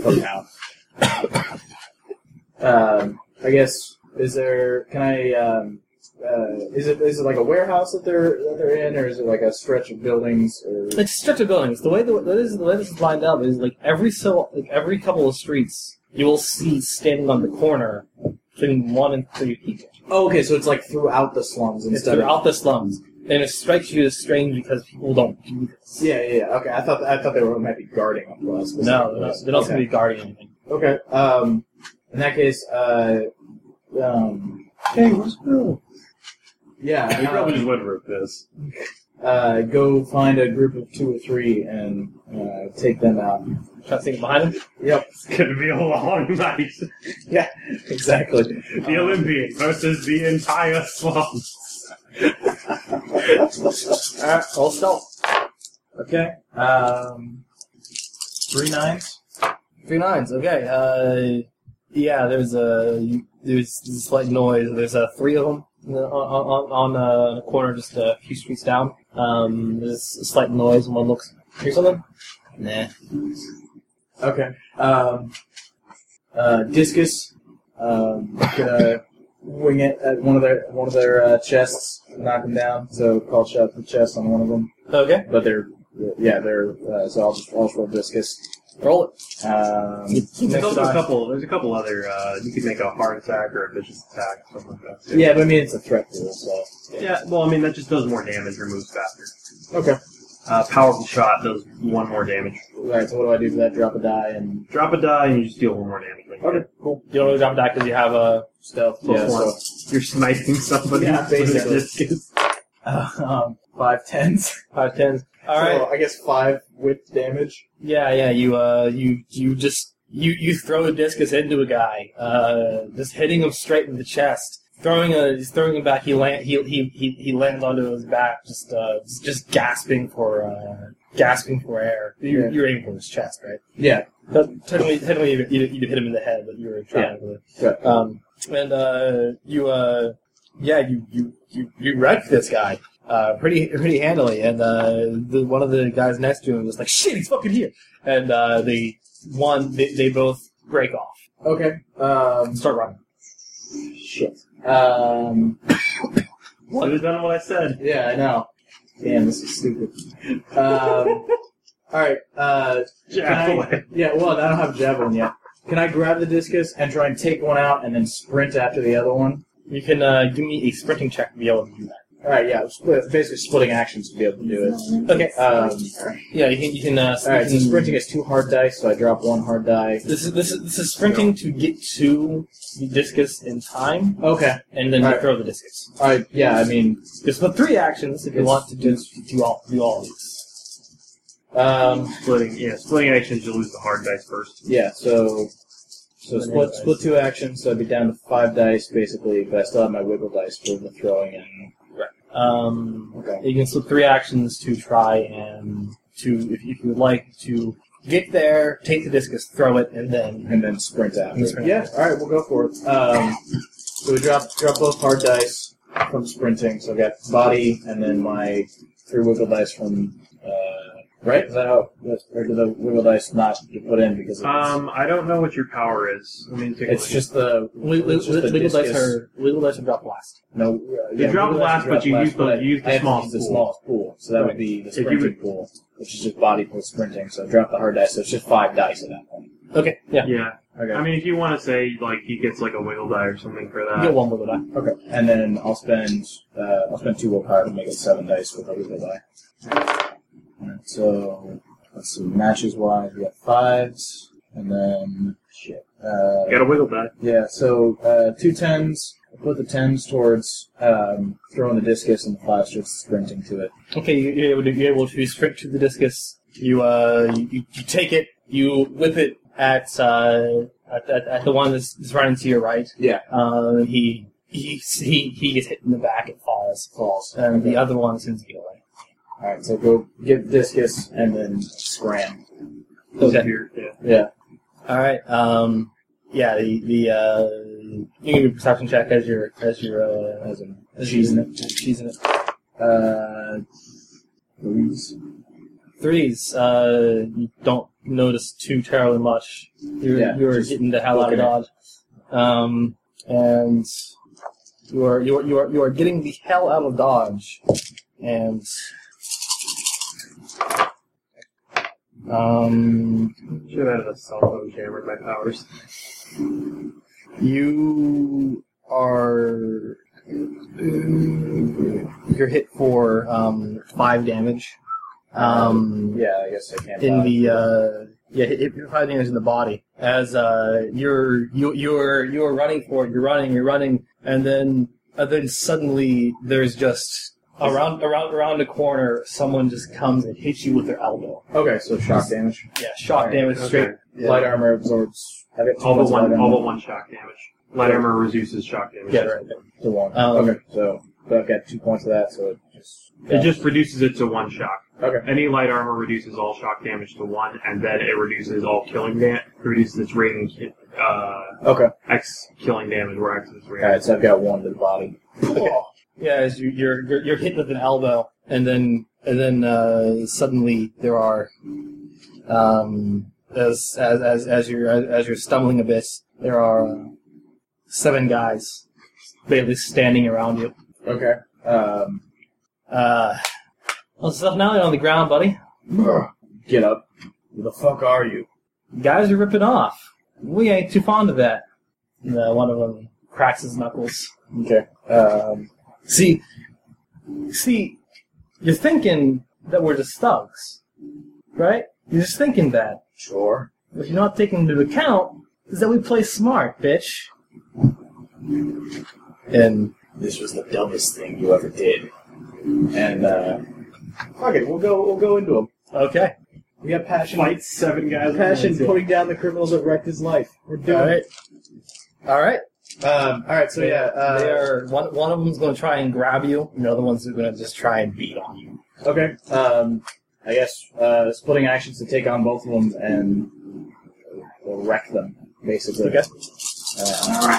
[SPEAKER 2] Fuck out. um, I guess is there? Can I? Um, uh, is it is it like a warehouse that they're that they're in, or is it like a stretch of buildings? Or
[SPEAKER 1] It's a stretch of buildings. The way the, the, way this, the way this is lined up is like every so like every couple of streets you will see standing on the corner between one and three people.
[SPEAKER 2] oh, okay, so it's like throughout the slums
[SPEAKER 1] It's
[SPEAKER 2] instead of
[SPEAKER 1] throughout the slums, and it strikes you as strange because people don't do this.
[SPEAKER 2] Yeah, yeah, yeah. Okay, I thought I thought they were might be guarding a plus.
[SPEAKER 1] No, they're not, they're not
[SPEAKER 2] okay.
[SPEAKER 1] going to be guarding anything.
[SPEAKER 2] Okay. Um, in that case, uh, um,
[SPEAKER 3] Hey, what's Bill?
[SPEAKER 2] yeah,
[SPEAKER 5] We probably
[SPEAKER 2] uh,
[SPEAKER 5] just would have ripped this.
[SPEAKER 2] uh, go find a group of two or three and uh, take them out.
[SPEAKER 1] Trying to think behind them.
[SPEAKER 2] Yep,
[SPEAKER 5] It's gonna be a long night.
[SPEAKER 2] exactly.
[SPEAKER 5] The Olympian versus the entire swamp.
[SPEAKER 2] All right, all stealth. Okay. Um, three nines.
[SPEAKER 1] Three nines. Okay. Uh, yeah. There's a there's a slight noise. There's uh, three of them on on, on uh, the corner, just a few streets down. Um, there's a slight noise, and one looks. Hear something? Nah.
[SPEAKER 2] Okay. Um, uh, discus. Um, gonna wing it at one of their one of their uh, chests, knock them down. So call shot the chest on one of them.
[SPEAKER 1] Okay.
[SPEAKER 2] But they're, yeah, they're, uh, so I'll just, I'll just roll discus.
[SPEAKER 1] Roll it.
[SPEAKER 2] Um,
[SPEAKER 1] Next
[SPEAKER 5] There's also a
[SPEAKER 1] die.
[SPEAKER 5] couple. There's a couple other. Uh, you could make a hard attack or a vicious attack, something like that. too.
[SPEAKER 2] yeah, but I mean, it's a threat pool, so.
[SPEAKER 5] Yeah. Well, I mean that just does more damage or moves faster.
[SPEAKER 2] Okay.
[SPEAKER 5] Uh, powerful shot does one more damage.
[SPEAKER 2] Alright, so what do I do for that? Drop a die and.
[SPEAKER 5] Drop a die and you just deal one more damage. when you hit.
[SPEAKER 2] cool.
[SPEAKER 1] You don't really drop a die because you have uh, a
[SPEAKER 2] Stealth
[SPEAKER 5] Plus
[SPEAKER 2] yeah,
[SPEAKER 5] one.
[SPEAKER 2] So,
[SPEAKER 5] You're sniping somebody. with
[SPEAKER 2] Yeah,
[SPEAKER 5] a
[SPEAKER 2] basically.
[SPEAKER 5] discus.
[SPEAKER 2] uh, um, five tens.
[SPEAKER 1] five tens. All right.
[SPEAKER 2] So I guess five whip damage.
[SPEAKER 1] Yeah, yeah. You uh, you you just you you throw a discus into a guy, uh, just hitting him straight in the chest. Throwing a, he's throwing him back. He land, he he he he lands onto his back, just uh, just gasping for uh, gasping for air. You're,
[SPEAKER 2] Yeah.
[SPEAKER 1] you're aiming for his chest, right?
[SPEAKER 2] Yeah.
[SPEAKER 1] But technically, technically, you, you, you hit him in the head, but you were trying to.
[SPEAKER 2] Right.
[SPEAKER 1] Um, and uh, you, uh, yeah, you you you you wrecked this guy uh, pretty pretty handily, and uh, the, one of the guys next to him was like, "Shit, he's fucking here!" And uh, they one they, they both break off
[SPEAKER 2] Okay. Um,
[SPEAKER 1] and start running.
[SPEAKER 2] shit. Um,
[SPEAKER 5] Should have done what I said.
[SPEAKER 2] yeah, I know. Damn, this is stupid. Um, alright, uh, Can I-
[SPEAKER 5] Javelin.
[SPEAKER 2] yeah, well, I don't have javelin yet. Can I grab the discus and try and take one out and then sprint after the other one?
[SPEAKER 1] You can uh, give me a sprinting check to be able to do that.
[SPEAKER 2] All right, yeah, split, basically splitting actions to be able to do it.
[SPEAKER 1] Okay.
[SPEAKER 2] Um,
[SPEAKER 1] Yeah, you can you can. Uh,
[SPEAKER 2] all right, so
[SPEAKER 1] you can-
[SPEAKER 2] sprinting is two hard dice, so I drop one hard die.
[SPEAKER 1] This is this is this is sprinting to get to the discus in time,
[SPEAKER 2] Okay,
[SPEAKER 1] and then you
[SPEAKER 2] Alright.
[SPEAKER 1] throw the discus.
[SPEAKER 2] all right, yeah, I mean,
[SPEAKER 1] There's but three actions if you
[SPEAKER 2] It's-
[SPEAKER 1] want to do do all do all of these.
[SPEAKER 2] um,
[SPEAKER 5] Splitting. Yeah, splitting actions. You lose the hard dice first.
[SPEAKER 2] yeah, so so split split two actions, so I'd be down to five dice basically, but I still have my wiggle dice for the throwing in.
[SPEAKER 1] Um,
[SPEAKER 2] Okay.
[SPEAKER 1] you can slip three actions to try and to if, if you would like to get there, take the discus, throw it, and then
[SPEAKER 2] and then sprint after.
[SPEAKER 1] And sprint
[SPEAKER 2] yeah, all right, we'll go for it. Um, so we drop drop both hard dice from sprinting. So I got body and then my three wiggle dice from. Uh, right? Is that how? that's- Or do the wiggle dice not get put in because it's,
[SPEAKER 5] Um, I don't know what your power is. Let me take a
[SPEAKER 2] it's
[SPEAKER 5] look.
[SPEAKER 2] just the
[SPEAKER 1] legal
[SPEAKER 2] it's just the
[SPEAKER 1] dice
[SPEAKER 2] discus.
[SPEAKER 1] her legal dice her drop last.
[SPEAKER 2] No, uh, yeah,
[SPEAKER 5] drop
[SPEAKER 2] wiggle dice
[SPEAKER 5] last,
[SPEAKER 2] to
[SPEAKER 5] but
[SPEAKER 2] drop
[SPEAKER 5] you
[SPEAKER 2] last,
[SPEAKER 5] use the-
[SPEAKER 2] but I-
[SPEAKER 5] you use the
[SPEAKER 2] I have to
[SPEAKER 5] smallest
[SPEAKER 2] use the
[SPEAKER 5] pool.
[SPEAKER 2] smallest pool. So that
[SPEAKER 1] Right.
[SPEAKER 2] would be the
[SPEAKER 5] If you
[SPEAKER 2] sprinting
[SPEAKER 5] would-
[SPEAKER 2] pool, which is just body plus sprinting. So drop the hard dice. So it's just five dice at that point.
[SPEAKER 1] Okay, yeah.
[SPEAKER 5] Yeah.
[SPEAKER 2] Okay.
[SPEAKER 5] I mean, if you want to say like he gets like a wiggle die or something for
[SPEAKER 1] You get
[SPEAKER 5] that.
[SPEAKER 1] one wiggle die.
[SPEAKER 2] Okay, and then I'll spend uh, I'll spend two willpower to make it seven dice with a legal die. Alright, so let's see, matches wise we have fives, and then shit. Uh,
[SPEAKER 5] Got a wiggle die.
[SPEAKER 2] yeah, so uh, two tens. I Put the tens towards um, throwing the discus and the fives towards sprinting to it.
[SPEAKER 1] Okay, you- you're able to you're able to sprint to the discus. You uh you, you, you take it, you whip it at uh at, at, at the one that's, that's running to your right.
[SPEAKER 2] Yeah.
[SPEAKER 1] Um, he he he he gets hit in the back and falls.
[SPEAKER 2] Falls.
[SPEAKER 1] And
[SPEAKER 2] Okay.
[SPEAKER 1] the other one seems to get away.
[SPEAKER 2] All right, so go get discus and then scram.
[SPEAKER 5] Those
[SPEAKER 1] Okay.
[SPEAKER 5] are your- yeah.
[SPEAKER 2] Yeah.
[SPEAKER 1] All right. Um, yeah, the, the uh, you can give me a perception check as your as your uh, as in as cheese in it. Cheese in it. Uh,
[SPEAKER 2] Louise.
[SPEAKER 1] threes. Uh, you don't notice too terribly much. You're
[SPEAKER 2] Yeah,
[SPEAKER 1] you're
[SPEAKER 2] just
[SPEAKER 1] getting the hell out of
[SPEAKER 2] looking at
[SPEAKER 1] dodge, um, and you are you are you are you are getting the hell out of dodge, and um.
[SPEAKER 5] Should have had a cell phone camera in my powers.
[SPEAKER 1] You are. You're hit for um, five damage. Um,
[SPEAKER 2] Yeah, I guess I can't.
[SPEAKER 1] in
[SPEAKER 2] dodge.
[SPEAKER 1] the uh, yeah, hit, hit for five damage in the body. As uh, you're you, you're you're running for it. You're running. You're running, and then and then suddenly there's just around around around a corner. Someone just comes and hits you with their elbow.
[SPEAKER 2] okay, so shock damage.
[SPEAKER 1] Yeah, shock
[SPEAKER 2] Alright,
[SPEAKER 1] damage straight.
[SPEAKER 2] Light armor absorbs. I get two
[SPEAKER 5] All but
[SPEAKER 2] points of
[SPEAKER 5] one,
[SPEAKER 2] light
[SPEAKER 5] all
[SPEAKER 2] armor.
[SPEAKER 5] but one shock damage. Light armor reduces shock damage.
[SPEAKER 1] Yeah,
[SPEAKER 2] to one.
[SPEAKER 1] Um,
[SPEAKER 2] okay, so but I've got two points of that, so it just
[SPEAKER 5] It just reduces it to one shock.
[SPEAKER 2] okay.
[SPEAKER 5] Any light armor reduces all shock damage to one, and then it reduces all killing damage. Reduces its rating, ki- uh,
[SPEAKER 2] Okay,
[SPEAKER 5] X killing damage, where X is
[SPEAKER 2] all
[SPEAKER 5] rating.
[SPEAKER 2] right. So I've got one to the body.
[SPEAKER 1] Yeah, as you, you're, you're you're hit with an elbow, and then and then uh, suddenly there are, um, as as as as you're as you're stumbling a bit, there are uh, seven guys, basically standing around you.
[SPEAKER 2] Okay. Um,
[SPEAKER 1] Uh, well, stuff now on the ground, buddy.
[SPEAKER 2] get up. Who the fuck are you?
[SPEAKER 1] Guys are ripping off. We ain't too fond of that. And, uh, one of them cracks his knuckles.
[SPEAKER 2] Okay. Um,
[SPEAKER 1] See, see, you're thinking that we're just thugs, right? You're just thinking that.
[SPEAKER 2] sure.
[SPEAKER 1] What you're not taking into account is that we play smart, bitch. And
[SPEAKER 2] This was the dumbest thing you ever did. And uh, fuck it, we'll go. We'll go into him.
[SPEAKER 1] okay,
[SPEAKER 2] We got passion.
[SPEAKER 5] Fight seven guys.
[SPEAKER 2] Passion putting down the criminals that wrecked his life. We're
[SPEAKER 1] all
[SPEAKER 2] doing
[SPEAKER 1] right, all right.
[SPEAKER 2] it. Um, all right. So yeah. Uh,
[SPEAKER 1] they are one. One of them's going to try and grab you. and The other one's going to just try and beat on you.
[SPEAKER 2] Okay. Um, I guess uh, splitting actions to take on both of them and or wreck them, basically.
[SPEAKER 1] Okay.
[SPEAKER 2] Uh,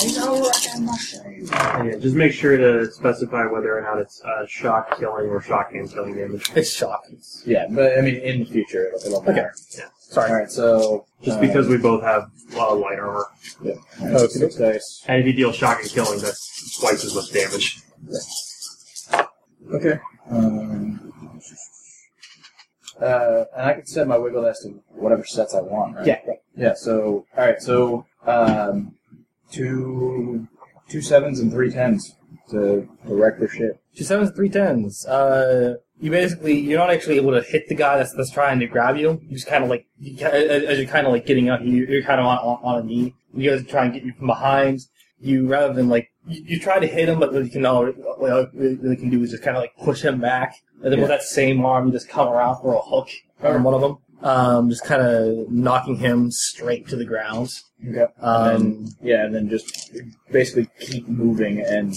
[SPEAKER 5] Yeah, just make sure to specify whether or not it's uh, shock killing or shock and killing damage.
[SPEAKER 1] It's shocking.
[SPEAKER 2] yeah, but I mean, in the future, it'll, it'll
[SPEAKER 1] Okay.
[SPEAKER 2] matter.
[SPEAKER 1] Sorry.
[SPEAKER 2] All right. So
[SPEAKER 5] Just
[SPEAKER 2] uh,
[SPEAKER 5] because we both have uh, light armor.
[SPEAKER 2] all
[SPEAKER 1] Oh,
[SPEAKER 2] right, six dice.
[SPEAKER 5] And if you deal shock and killing, that's twice as much damage.
[SPEAKER 2] Okay. Um, uh, and I can set my wiggle dice to whatever sets I want, right?
[SPEAKER 1] Yeah.
[SPEAKER 2] Yeah. So all right. So um, two two sevens and three tens to, to wreck their shit.
[SPEAKER 1] Two sevens, three tens. Uh, you basically you're not actually able to hit the guy that's that's trying to grab you. You just kind of like you, ca- as as you're kind of like getting up, you, you're kind of on, on on a knee. You guys try and get you from behind. You rather than like you, you try to hit him, but what you can all what all you really can do is just kind of like push him back, and then with that same arm, you just come around for a hook on one of them. Um, just kind of knocking him straight to the ground.
[SPEAKER 2] Okay.
[SPEAKER 1] Um,
[SPEAKER 2] Yeah, and then just basically keep moving and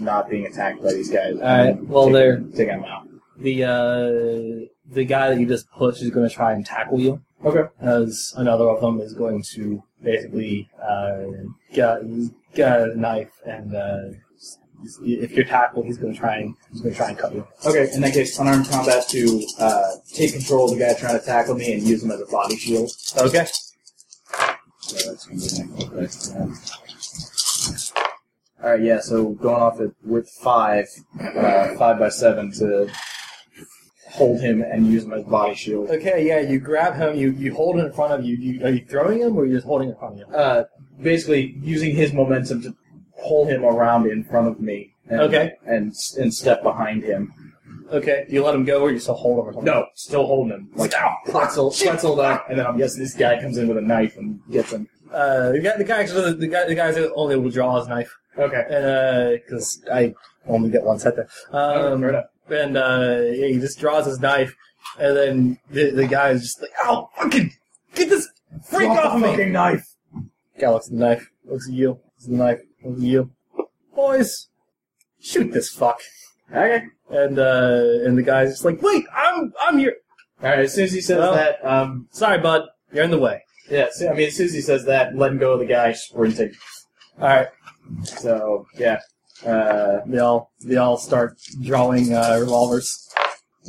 [SPEAKER 2] not being attacked by these guys.
[SPEAKER 1] Alright, well,
[SPEAKER 2] Take-
[SPEAKER 1] they're-
[SPEAKER 2] take them out.
[SPEAKER 1] the uh, the guy that you just pushed is going to try and tackle you.
[SPEAKER 2] Okay.
[SPEAKER 1] as another of them is going to basically uh, get, get a knife and uh, s- if you're tackled, he's going to try and he's going to try and cut you.
[SPEAKER 2] Okay. In that case, unarmed combat to uh, take control of the guy trying to tackle me and use him as a body shield.
[SPEAKER 1] Okay.
[SPEAKER 2] So that's gonna be my next one. All right. Yeah. So going off it with five, uh, five by seven to hold him and use him as body shield.
[SPEAKER 1] Okay. Yeah. You grab him. You, you hold it in front of you. you. Are you throwing him or are you just holding it in front of you?
[SPEAKER 2] uh, basically using his momentum to pull him around in front of me. And,
[SPEAKER 1] Okay.
[SPEAKER 2] And s- and step behind him.
[SPEAKER 1] Okay. Do you let him go or you still hold him? Or something?
[SPEAKER 2] No, still holding him. Like pretzel, pretzel up, and then I'm guessing this guy comes in with a knife and gets him.
[SPEAKER 1] Uh, the guy. The guy. Actually, the guy. The guy's only able to draw his knife.
[SPEAKER 2] Okay.
[SPEAKER 1] And because Uh, I only get one set there. Um,
[SPEAKER 2] Fair enough.
[SPEAKER 1] and uh, yeah, he just draws his knife, and then the, the guy is just like, "Ow, fucking get this freak
[SPEAKER 2] Drop the
[SPEAKER 1] off me!"
[SPEAKER 2] fucking knife.
[SPEAKER 1] Guy looks at the knife, looks at you, looks at the knife, looks at you. Boys, shoot this fuck!
[SPEAKER 2] Okay.
[SPEAKER 1] And uh, and the guy's just like, "Wait, I'm I'm your
[SPEAKER 2] All right. As soon as he says
[SPEAKER 1] Well-
[SPEAKER 2] that, um,
[SPEAKER 1] sorry, bud, you're in the way."
[SPEAKER 2] Yeah, so, I mean, as soon as he says that, letting go of the guy, sprinting.
[SPEAKER 1] All right,
[SPEAKER 2] So, yeah. Uh,
[SPEAKER 1] they all they all start drawing uh, revolvers.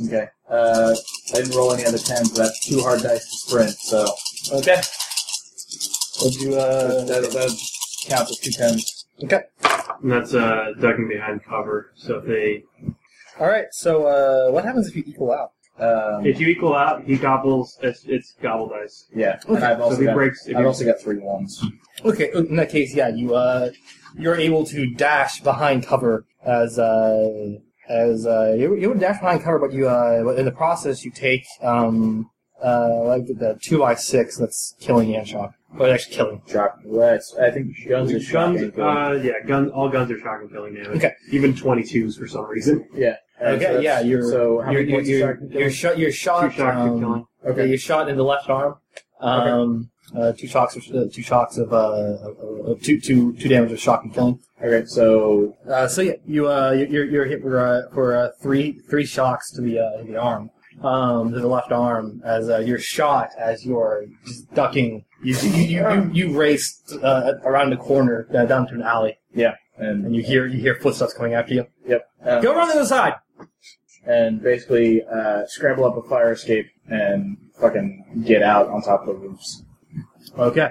[SPEAKER 2] okay. Uh, I didn't roll any other 10s, but that's two hard dice to sprint, so.
[SPEAKER 1] Okay. We'll do
[SPEAKER 2] That,
[SPEAKER 1] uh,
[SPEAKER 2] that, that counts as two 10s.
[SPEAKER 5] And that's uh, ducking behind cover. So if they
[SPEAKER 1] all right. So uh, what happens if you equal out?
[SPEAKER 2] Um,
[SPEAKER 5] if you equal out, he gobbles. It's, it's gobble dice.
[SPEAKER 2] yeah, and I've
[SPEAKER 5] So if
[SPEAKER 2] also,
[SPEAKER 5] he
[SPEAKER 2] got,
[SPEAKER 5] breaks, if
[SPEAKER 2] I've
[SPEAKER 5] he-
[SPEAKER 2] also got three ones.
[SPEAKER 1] Okay, oh, in that case, yeah, you uh, you're able to dash behind cover as uh, as uh, you you would dash behind cover, but you uh, but in the process you take um uh like the two by six that's killing and shock, but actually killing.
[SPEAKER 2] Drop. Right. I think guns are shot.
[SPEAKER 5] guns, uh, yeah, guns. All guns are shock and killing damage.
[SPEAKER 1] Okay.
[SPEAKER 5] Even 22s for some reason.
[SPEAKER 1] Okay, yeah, you're-
[SPEAKER 2] Uh, So how
[SPEAKER 1] You're
[SPEAKER 2] many
[SPEAKER 1] you're,
[SPEAKER 2] points is
[SPEAKER 1] you're,
[SPEAKER 2] shotgun
[SPEAKER 1] you're shot. You're
[SPEAKER 5] Two
[SPEAKER 1] shot.
[SPEAKER 5] shock and
[SPEAKER 1] um,
[SPEAKER 5] killing.
[SPEAKER 1] Okay.
[SPEAKER 2] Okay.
[SPEAKER 1] you shot in the left arm. Um, uh, two shocks. Of, uh, two shocks of, uh, of, of two two two damage of shock and killing.
[SPEAKER 2] Okay, so
[SPEAKER 1] Uh, so yeah, you uh, you- you're, you're hit for uh, for uh, three three shocks to the uh, the arm, um, to the left arm as uh, you're shot as you're just ducking. You you you, you, you raced uh, around the corner uh, down to an alley,
[SPEAKER 2] and
[SPEAKER 1] and you hear you hear footsteps coming after you.
[SPEAKER 2] um,
[SPEAKER 1] Go around the other side.
[SPEAKER 2] and basically uh, scramble up a fire escape and fucking get out on top of roofs.
[SPEAKER 1] Okay.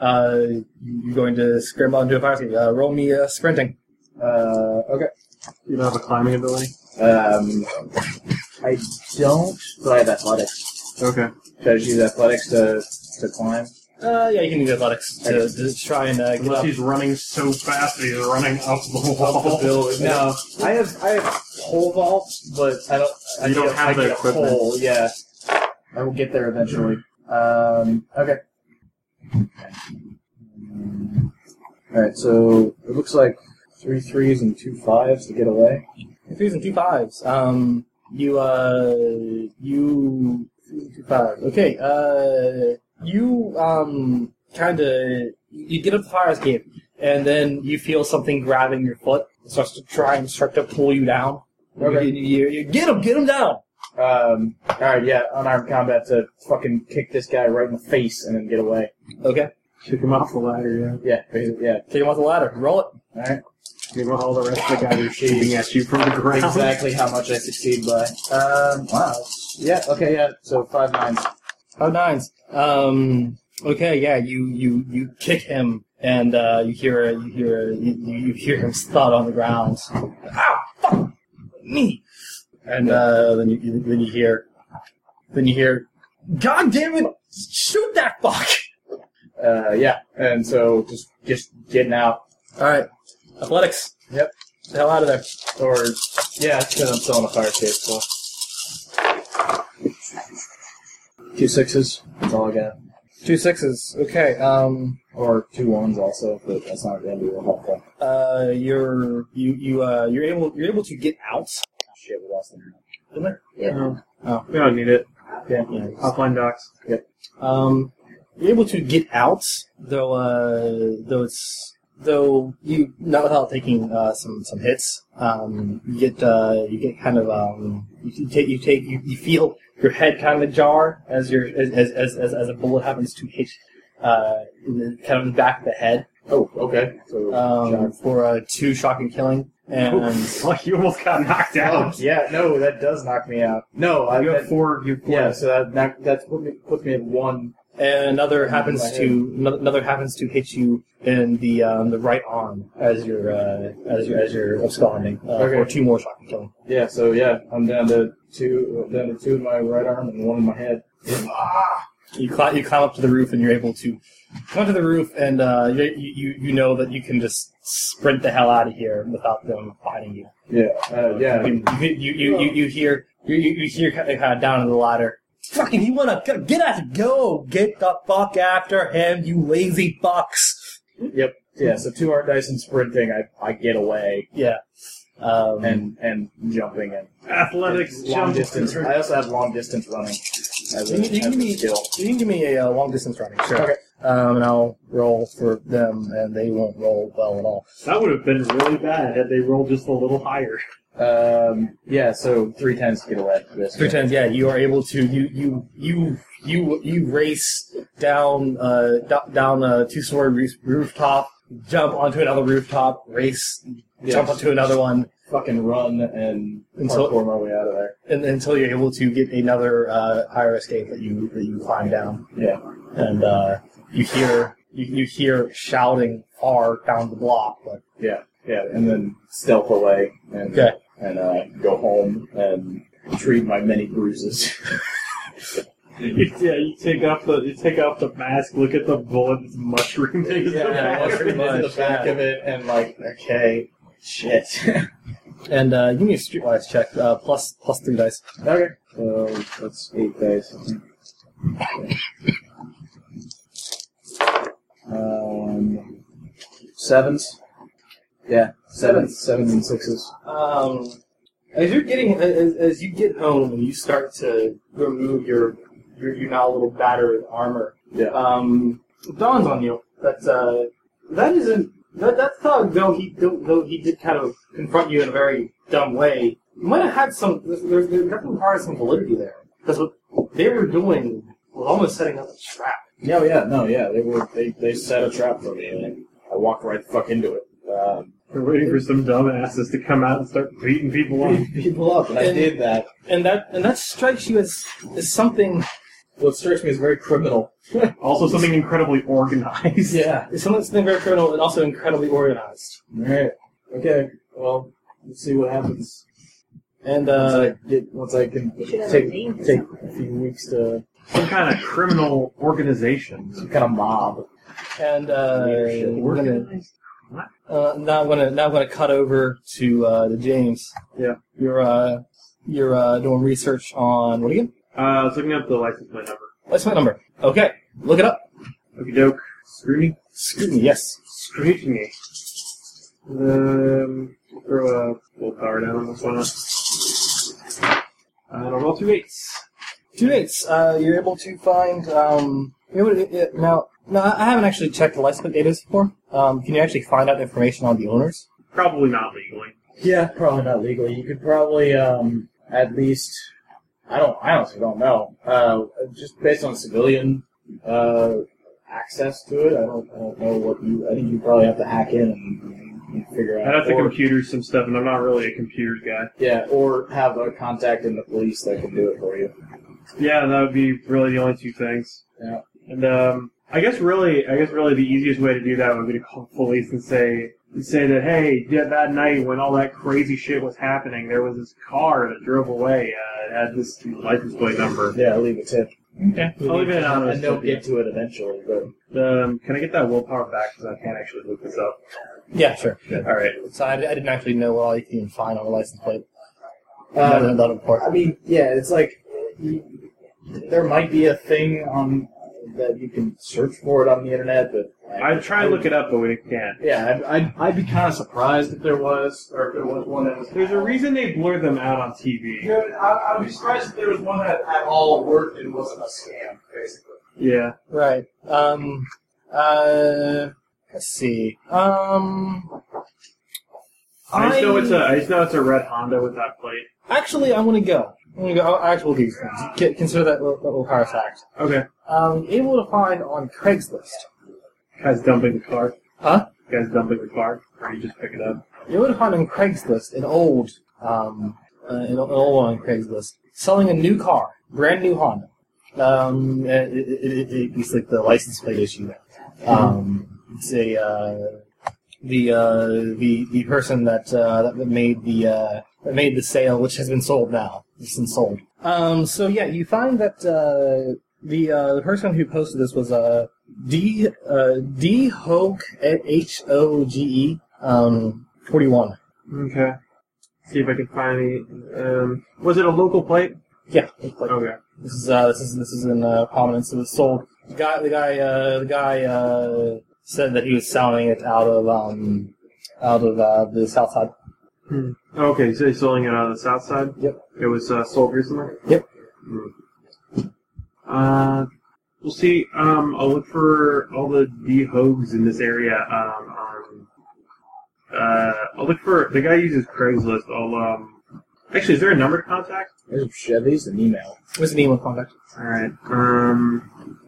[SPEAKER 1] Uh, you're going to scramble into a fire escape. Uh, roll me uh, sprinting.
[SPEAKER 2] Uh, okay.
[SPEAKER 5] You don't have a climbing ability.
[SPEAKER 2] Um, I don't, but I have athletics.
[SPEAKER 5] Okay.
[SPEAKER 2] Should I just use athletics to to climb?
[SPEAKER 1] Uh, yeah, you can use athletics to, to try and uh, get
[SPEAKER 5] Unless
[SPEAKER 1] up.
[SPEAKER 5] he's running so fast that he's running up the
[SPEAKER 2] Up the
[SPEAKER 5] wall.
[SPEAKER 2] building.
[SPEAKER 5] No.
[SPEAKER 2] I have I have pole vault, but I don't. I
[SPEAKER 5] You don't
[SPEAKER 2] get a-
[SPEAKER 5] have
[SPEAKER 2] I
[SPEAKER 5] the
[SPEAKER 2] get a
[SPEAKER 5] equipment.
[SPEAKER 2] Pole, yeah, I will get there eventually. Um, okay. All right, so it looks like three threes and two fives to get away.
[SPEAKER 1] Threes and two fives. Um, you uh, you three and two fives. Okay. Uh, you um, kind of you get up the fire escape, and then you feel something grabbing your foot. It starts to try and start to pull you down.
[SPEAKER 2] Okay.
[SPEAKER 1] You, you- you- get him, get him down.
[SPEAKER 2] Um, all right, yeah, unarmed combat to fucking kick this guy right in the face and then get away.
[SPEAKER 1] Okay.
[SPEAKER 3] Kick him off the ladder,
[SPEAKER 2] Yeah, basically, yeah.
[SPEAKER 1] Take him off the ladder. Roll it.
[SPEAKER 2] All right,
[SPEAKER 3] yeah. Give him all the rest of the guys are shooting at you from the ground.
[SPEAKER 2] exactly how much I succeed by. Um, wow. Yeah. Okay. Yeah. So five nines.
[SPEAKER 1] Five nines. Oh, Um, okay, yeah, you, you, you kick him, and uh, you hear you hear you, you hear him thud on the ground. Ow! Fuck me! And uh, then you- you then you hear then you hear, God damn it! Shoot that fuck!
[SPEAKER 2] Uh, yeah, and so just just getting out,
[SPEAKER 1] All right, athletics.
[SPEAKER 2] Yep.
[SPEAKER 1] The hell out of there.
[SPEAKER 2] or yeah, because I'm still in a fire escape. So two sixes. That's all I got,
[SPEAKER 1] Two sixes. Okay. Um.
[SPEAKER 2] or two ones also, but that's not going to be real helpful.
[SPEAKER 1] Uh. You're you you uh. You're able you're able to get out.
[SPEAKER 2] Shit, we lost them.
[SPEAKER 5] No.
[SPEAKER 1] Oh.
[SPEAKER 5] We don't need it.
[SPEAKER 1] Yeah.
[SPEAKER 5] Offline docs.
[SPEAKER 1] Um, you're able to get out, though. Uh, though it's though you not without taking uh, some some hits. Um, you get uh, you get kind of um, you take you take you, you feel your head kind of ajar as your as as, as, as as a bullet happens to hit uh, in the, kind of the back of the head
[SPEAKER 2] Oh, okay. So
[SPEAKER 1] um, for uh, two shocking killing and.
[SPEAKER 5] Like you almost got knocked
[SPEAKER 2] Oh,
[SPEAKER 5] out.
[SPEAKER 2] yeah, no, that does knock me out. No, I
[SPEAKER 5] You
[SPEAKER 2] that,
[SPEAKER 5] have four. You have four.
[SPEAKER 2] yeah, so that that, that put me, puts me at one.
[SPEAKER 1] and another
[SPEAKER 2] Mm,
[SPEAKER 1] happens
[SPEAKER 2] my head.
[SPEAKER 1] to ano- another happens to hit you in the um, the right arm as you're uh, as you're as you're absconding uh,
[SPEAKER 2] Okay.
[SPEAKER 1] for two more shock and killing.
[SPEAKER 2] Yeah, so yeah, I'm down to two, down to two in my right arm and one in my head.
[SPEAKER 1] You climb you climb up to the roof and you're able to come up to the roof and uh, you, you you know that you can just sprint the hell out of here without them finding you.
[SPEAKER 2] Yeah, uh, yeah.
[SPEAKER 1] You you you, you, you hear you, you you hear kind of, kind of down on the ladder. Fucking, you wanna go- get out? Go get the fuck after him, you lazy fucks.
[SPEAKER 2] Yep. Yeah. So two hard dice and sprinting, I, I get away
[SPEAKER 1] Yeah. Um,
[SPEAKER 2] and and jumping and
[SPEAKER 5] Athletics.
[SPEAKER 2] long
[SPEAKER 5] jump.
[SPEAKER 2] distance. I also have long distance running as
[SPEAKER 1] You- you
[SPEAKER 2] a, as
[SPEAKER 1] can
[SPEAKER 2] a
[SPEAKER 1] be-
[SPEAKER 2] skill.
[SPEAKER 1] You can give me a uh, long distance running, sure.
[SPEAKER 2] Okay.
[SPEAKER 1] Um, and I'll roll for them, and they won't roll well at all.
[SPEAKER 5] That would have been really bad had they rolled just a little higher.
[SPEAKER 2] Um. Yeah. So three tens to get away.
[SPEAKER 1] Three times, yeah. You are able to you you you you you race down uh, do- down a two story re- rooftop, jump onto another rooftop, race, jump onto another one
[SPEAKER 2] Fucking run and
[SPEAKER 1] Until-
[SPEAKER 2] parkour my way out of there.
[SPEAKER 1] and, until you're able to get another uh, higher escape that you that you climb down.
[SPEAKER 2] Yeah.
[SPEAKER 1] and uh, you hear you, you hear shouting far down the block, but
[SPEAKER 2] Yeah, and then stealth away and
[SPEAKER 1] Okay.
[SPEAKER 2] and uh, go home and treat my many bruises.
[SPEAKER 5] You- yeah, you take off the you take off the mask. Look at the bullet that's mushrooming. in the back of
[SPEAKER 2] pretty
[SPEAKER 5] it.
[SPEAKER 2] much. The back of it and like okay, shit.
[SPEAKER 1] and uh, you need a streetwise check uh, plus plus three dice.
[SPEAKER 2] okay, so that's eight dice. Um, sevens. Yeah, sevens, sevens and sixes.
[SPEAKER 1] Um, as you're getting as, as you get home and you start to remove your your, your now little battered armor,
[SPEAKER 2] Yeah.
[SPEAKER 1] um, it dawns on you that uh, that isn't that that thug though he though, though he did kind of confront you in a very dumb way. You might have had some there's there definitely part of some validity there because what they were doing was almost setting up a trap.
[SPEAKER 2] Yeah, oh, yeah, no, yeah. They were they, they set a trap for me, and I walked right the fuck into it. Um,
[SPEAKER 5] We're waiting for some dumbasses to come out and start beating people up.
[SPEAKER 2] beat people up, and I
[SPEAKER 1] And-
[SPEAKER 2] did that.
[SPEAKER 1] And that and that strikes you as, as something
[SPEAKER 2] What strikes me as very criminal.
[SPEAKER 5] Also, something incredibly organized.
[SPEAKER 2] Yeah.
[SPEAKER 1] it's something very criminal and also incredibly organized.
[SPEAKER 2] All right. Okay. Well, let's see what happens.
[SPEAKER 1] And
[SPEAKER 2] Once
[SPEAKER 1] uh,
[SPEAKER 2] I get once I can
[SPEAKER 6] You should have a
[SPEAKER 2] take
[SPEAKER 6] name for
[SPEAKER 2] take
[SPEAKER 6] something.
[SPEAKER 2] a few weeks to
[SPEAKER 5] Some kind of criminal organization.
[SPEAKER 2] some kind of mob.
[SPEAKER 1] And uh,
[SPEAKER 2] Leadership.
[SPEAKER 1] we're gonna uh, now I'm gonna now I'm gonna cut over to uh, to James.
[SPEAKER 5] Yeah.
[SPEAKER 1] You're uh, you're uh, doing research on what again?
[SPEAKER 5] Uh, I was looking up the license plate number.
[SPEAKER 1] What's my number? Okay, look it up.
[SPEAKER 5] Okie doke. Scrutiny.
[SPEAKER 1] Scrutiny. Yes.
[SPEAKER 5] Scrutiny. Um, throw a full power down on this one. Uh, I'll roll two eights.
[SPEAKER 1] Two dates. Uh, you're able to find. Um, you're able to, uh, now, now I haven't actually checked the license plate database before. Um, can you actually find out information on the owners?
[SPEAKER 5] Probably not legally.
[SPEAKER 2] Yeah, probably not legally. You could probably um at least I don't I honestly don't know. Uh, just based on civilian uh access to it, I don't I don't know what you. I think you probably have to hack in and, and figure out.
[SPEAKER 5] I'd have to
[SPEAKER 2] or-
[SPEAKER 5] computer some stuff, and I'm not really a computer guy.
[SPEAKER 2] yeah, or have a contact in the police that can do it for you.
[SPEAKER 5] Yeah, that would be really the only two things.
[SPEAKER 2] Yeah.
[SPEAKER 5] And um, I guess really, I guess really the easiest way to do that would be to call the police and say and say that hey, yeah, that night when all that crazy shit was happening, there was this car that drove away. Uh, it had this license plate number.
[SPEAKER 2] Yeah, leave a tip.
[SPEAKER 5] Okay. I'll leave it anonymous.
[SPEAKER 2] And they'll get to it eventually. But
[SPEAKER 5] Um, can I get that willpower back? Because I can't actually look this up.
[SPEAKER 1] Yeah, sure.
[SPEAKER 5] All right.
[SPEAKER 1] So I, I didn't actually know what all you can find on the license plate.
[SPEAKER 2] Um,
[SPEAKER 1] None of that, of course.
[SPEAKER 2] I mean, yeah, it's like you, there might be a thing on that you can search for it on the internet, but I,
[SPEAKER 5] I try and look it up, but we can't.
[SPEAKER 2] yeah, I, I'd, I'd be kind of surprised if there was, or if there was one that was.
[SPEAKER 5] There's a reason they blur them out on TV.
[SPEAKER 8] Yeah, I, I would be surprised if there was one that at all worked and wasn't a scam, basically.
[SPEAKER 5] Yeah.
[SPEAKER 1] Right. Um. Uh. Let's see. Um.
[SPEAKER 5] I just know it's a. I just know it's a red Honda with that plate.
[SPEAKER 1] Actually, I want to go. I'm gonna go. I'll actually do these things. Get- Consider that little, little power fact.
[SPEAKER 5] Okay.
[SPEAKER 1] Um, you're able to find on Craigslist.
[SPEAKER 5] Guy's dumping the car.
[SPEAKER 1] Huh?
[SPEAKER 5] Guy's dumping the car. Or you just pick it up.
[SPEAKER 1] You're able to find on Craigslist an old, um, uh, an, an old one on Craigslist selling a new car, brand new Honda. Um, it, it, it, it, it's like the license plate issue there. Um, it's a uh, the uh, the the person that uh, that made the uh, that made the sale, which has been sold now. It's been sold. Um, so yeah, you find that uh, the uh, the person who posted this was uh, D uh, D Hogue H O G E um, forty one.
[SPEAKER 5] Okay. See if I can find any. Um, was it a local plate?
[SPEAKER 1] Yeah,
[SPEAKER 5] Okay.
[SPEAKER 1] this is uh, this is this is in uh, prominence. It was sold. The guy the guy uh, the guy uh, said that he was selling it out of um, out of uh, the south side.
[SPEAKER 5] Okay. So he's selling it on the south side.
[SPEAKER 1] Yep.
[SPEAKER 5] It was uh, sold recently.
[SPEAKER 1] Yep.
[SPEAKER 5] Hmm. Uh, we'll see. Um, I'll look for all the D hogs in this area. Um, on, uh, I'll look for the guy uses Craigslist. I'll um. Actually, is there a number to contact?
[SPEAKER 2] There's at least an email.
[SPEAKER 1] What's the name of contact?
[SPEAKER 5] All right. Um,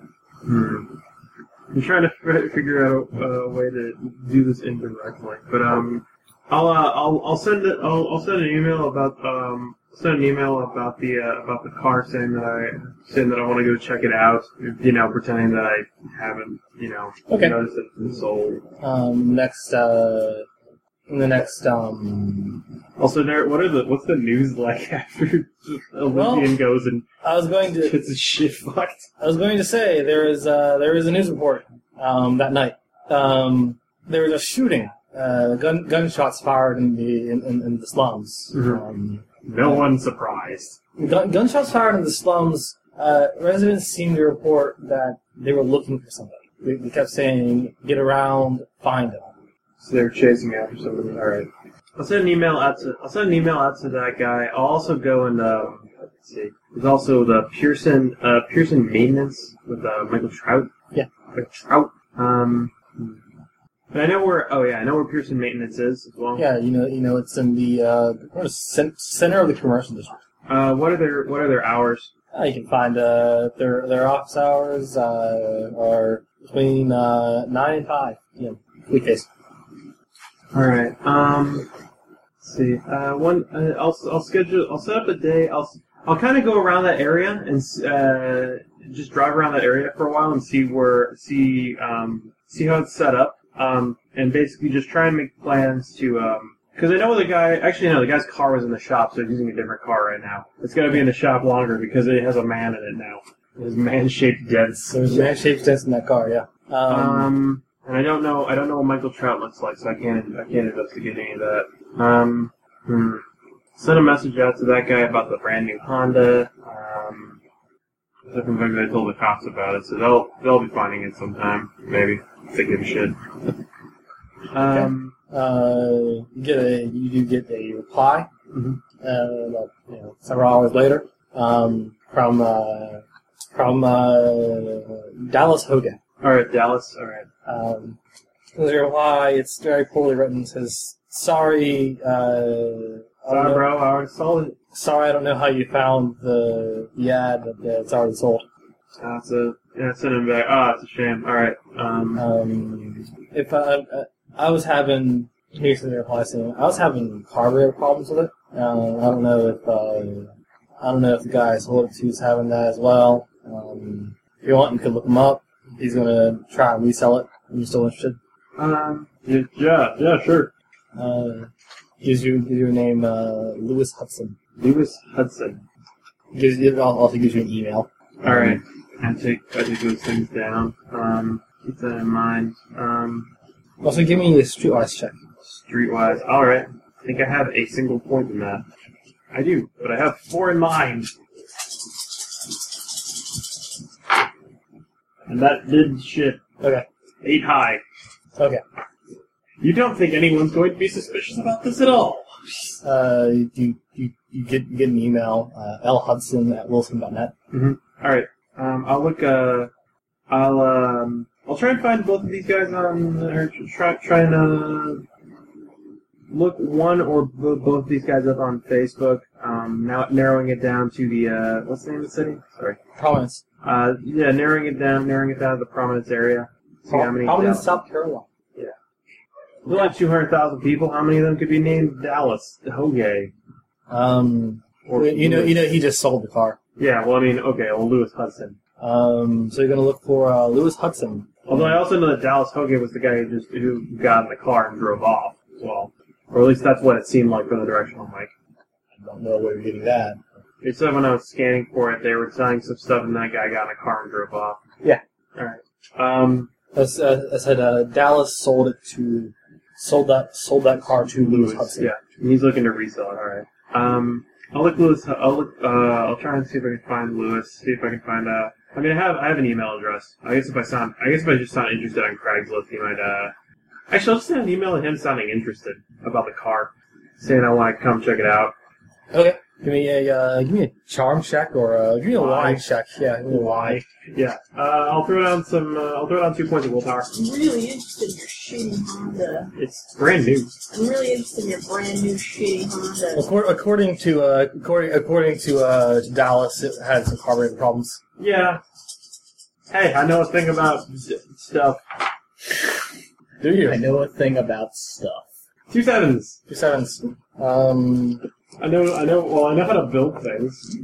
[SPEAKER 5] I'm trying to fi- figure out a, a way to do this indirectly, but um, I'll uh, I'll I'll send it. I'll, I'll send an email about um send an email about the uh, about the car saying that I saying that I want to go check it out. You know, pretending that I haven't you know
[SPEAKER 1] Okay.
[SPEAKER 5] noticed that it's been sold.
[SPEAKER 1] Um, next, uh, in the next, um,
[SPEAKER 5] Also, Derek, what are the what's the news like after Olympian
[SPEAKER 1] Well-
[SPEAKER 5] goes and
[SPEAKER 1] I was going to
[SPEAKER 5] gets his shit fucked?
[SPEAKER 1] I was going to say there is uh, there is a news report um, that night. Um, there was a shooting, uh, gun gunshots fired in the in, in, in the slums.
[SPEAKER 5] Mhm.
[SPEAKER 1] Um,
[SPEAKER 5] No one's surprised.
[SPEAKER 1] gun, gunshots fired in the slums. Uh, residents seemed to report that they were looking for somebody. They, they kept saying, "Get around, find him."
[SPEAKER 5] So they're chasing after somebody. All right. I'll send an email out to I'll send an email out to that guy. I'll also go and um, let's see. There's also the Pearson uh, Pearson maintenance with uh, Michael Trout.
[SPEAKER 1] Yeah.
[SPEAKER 5] Michael Trout. Um. But I know where. Oh yeah, I know where Pearson maintenance is as well.
[SPEAKER 1] Yeah, you know, you know, it's in the uh, what is cen- center of the commercial district.
[SPEAKER 5] Uh, what are their What are their hours?
[SPEAKER 1] Uh, you can find uh, their their office hours uh, are between uh, nine and five p.m. weekdays.
[SPEAKER 5] All right. Um, let's see. Uh, one. Uh, I'll I'll schedule. I'll set up a day. I'll s- I'll kind of go around that area and s- uh, just drive around that area for a while and see where see um, see how it's set up. Um, and basically just try and make plans to um. Because I know the guy. Actually, no, the guy's car was in the shop, so he's using a different car right now. It's got to be in the shop longer because it has a man in it now. It has man-shaped dents.
[SPEAKER 1] There's man shaped dents in that car, yeah. Um,
[SPEAKER 5] Um, and I don't know. I don't know what Michael Trout looks like, so I can't. I can't investigate any of that. Um, hmm. Send a message out to that guy about the brand new Honda. Um, I think maybe they told the cops about it, so they'll they'll be finding it sometime. Maybe if they give a shit. Um,
[SPEAKER 1] uh, you get a you do get a reply
[SPEAKER 5] Mhm.
[SPEAKER 1] uh, about, you know, several hours later um, from uh, from uh, Dallas Hogan.
[SPEAKER 5] all right, Dallas. All right.
[SPEAKER 1] Um, there's a reply. It's very poorly written. It says sorry. Uh, I don't
[SPEAKER 5] Sorry,
[SPEAKER 1] know-
[SPEAKER 5] bro. I already sold it.
[SPEAKER 1] Sorry, I don't know how you found the the ad, but uh, it's already sold.
[SPEAKER 5] Uh, so yeah, send him back. Ah, it's a shame. All right. Um,
[SPEAKER 1] Um, if I, I, I was having here's the reply saying I was having hardware problems with it. Um, I don't know if uh, I don't know if the guy I sold it to is having that as well. Um, if you want, you can look him up. He's gonna try and resell it. I'm still interested.
[SPEAKER 5] um, yeah, yeah, yeah, sure.
[SPEAKER 1] Uh, gives you gives your name uh, Lewis Hudson.
[SPEAKER 5] Lewis Hudson.
[SPEAKER 1] Gives it al- also gives you an email.
[SPEAKER 5] All right, I take I take those things down. Um, keep that in mind. Um,
[SPEAKER 1] Also, give me a streetwise check.
[SPEAKER 5] streetwise. All right, I think I have a single point in that. I do, but I have four in mind, and that did shit.
[SPEAKER 1] Okay.
[SPEAKER 5] Eight high.
[SPEAKER 1] Okay.
[SPEAKER 5] You don't think anyone's going to be suspicious about this at all?
[SPEAKER 1] Uh, you, you, you get you get an email, uh, L Hudson at wilson.net.
[SPEAKER 5] All right. Um, I'll look. Uh, I'll um, I'll try and find both of these guys on, or try try and uh, look one or bo- both of these guys up on Facebook. Um, now narrowing it down to the uh, what's the name of the city? Sorry.
[SPEAKER 1] Providence.
[SPEAKER 5] Uh, yeah, narrowing it down, narrowing it down to the prominence area. See how many.
[SPEAKER 1] Providence,
[SPEAKER 5] Dallas-
[SPEAKER 1] South Carolina.
[SPEAKER 5] There's only two hundred thousand people. How many of them could be named Dallas Hoagie?
[SPEAKER 1] Um,
[SPEAKER 5] Or
[SPEAKER 1] you know, you know, he just sold the car.
[SPEAKER 5] Yeah. Well, I mean, okay. Well, Lewis Hudson.
[SPEAKER 1] Um, so you're gonna look for uh, Lewis Hudson.
[SPEAKER 5] Although I also know that Dallas Hogan was the guy who just who got in the car and drove off as well, or at least that's what it seemed like from the directional mic.
[SPEAKER 1] I don't know where you're getting that.
[SPEAKER 5] They said when I was scanning for it, they were telling some stuff, and that guy got in a car and drove off.
[SPEAKER 1] Yeah.
[SPEAKER 5] All right. Um.
[SPEAKER 1] I, s- uh, I said uh, Dallas sold it to sold that sold that car to Lewis
[SPEAKER 5] Lewis,
[SPEAKER 1] Hudson.
[SPEAKER 5] yeah. He's looking to resell it. All right. Um. I'll look Lewis. I'll look. Uh. I'll try and see if I can find Lewis. See if I can find. Uh. I mean, I have. I have an email address. I guess if I sound. I guess if I just sound interested on Craigslist, he might. Uh. Actually, I'll just send an email to him sounding interested about the car, saying I want to come check it out.
[SPEAKER 1] Okay. Give me a uh, give me a charm check or uh, give me a
[SPEAKER 5] Why?
[SPEAKER 1] lie check. Yeah. give me a lie.
[SPEAKER 5] Yeah. Uh. I'll throw down some. Uh, I'll throw down two points of willpower.
[SPEAKER 6] I'm really interested in your shitty Honda.
[SPEAKER 5] It's brand new.
[SPEAKER 6] I'm really interested in your brand new shitty Honda.
[SPEAKER 1] According, according to uh, according according to uh, to Dallas, it had some carburetor problems.
[SPEAKER 5] Yeah. Hey, I know a thing about d- stuff.
[SPEAKER 1] Do
[SPEAKER 2] I
[SPEAKER 1] you?
[SPEAKER 2] know a thing about stuff.
[SPEAKER 5] Two sevens.
[SPEAKER 1] Two sevens. Um,
[SPEAKER 5] I know. I know. Well, I know how to build things.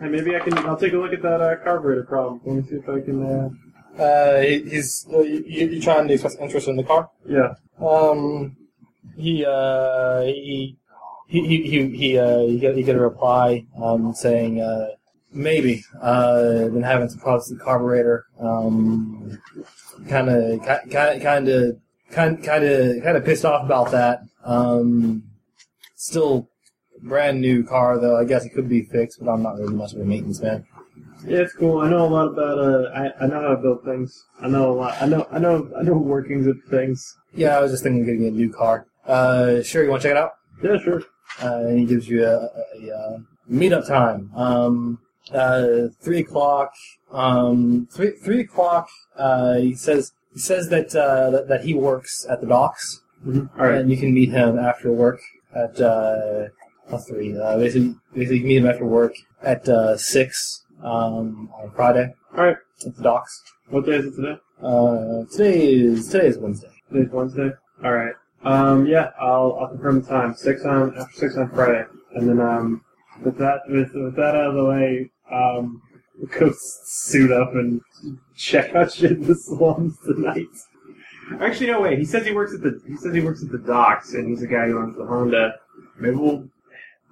[SPEAKER 5] Hey, maybe I can. I'll take a look at that uh, carburetor problem. Let me see if I can. Uh,
[SPEAKER 1] uh, he- he's uh, you, you trying to express interest in the car.
[SPEAKER 5] yeah.
[SPEAKER 1] Um, he uh he he he he, he uh he get, he get a reply um saying uh maybe uh been having some problems with the carburetor um kind of kind kind of kind kind of kind of pissed off about that um still brand new car though I guess it could be fixed but I'm not really much of a maintenance man
[SPEAKER 5] Yeah, it's cool. I know a lot about. Uh, I, I know how to build things. I know a lot. I know. I know. I know workings of things.
[SPEAKER 1] yeah I was just thinking of getting a new car uh sure you want to check it out
[SPEAKER 5] Yeah, sure.
[SPEAKER 1] uh, and he gives you a, a, a, uh, meetup time. Um, uh, three o'clock. Um, three three o'clock. Uh, he says he says that uh, that, that he works at the docks,
[SPEAKER 5] Mm-hmm. All right.
[SPEAKER 1] and you can meet him after work at uh, not three. Uh, basically, basically, you can meet him after work at uh, six um, on Friday.
[SPEAKER 5] All right.
[SPEAKER 1] at the docks.
[SPEAKER 5] What day is it today?
[SPEAKER 1] Uh, today is today is Wednesday.
[SPEAKER 5] Today's Wednesday. All right. Um, yeah, I'll I'll confirm the time. Six on after six on Friday, and then um, with that with, with that out of the way, um, we'll go suit up and check out shit in the slums tonight. Actually, no wait. He says he works at the he says he works at the docks, and he's the guy who owns the Honda. Maybe we'll.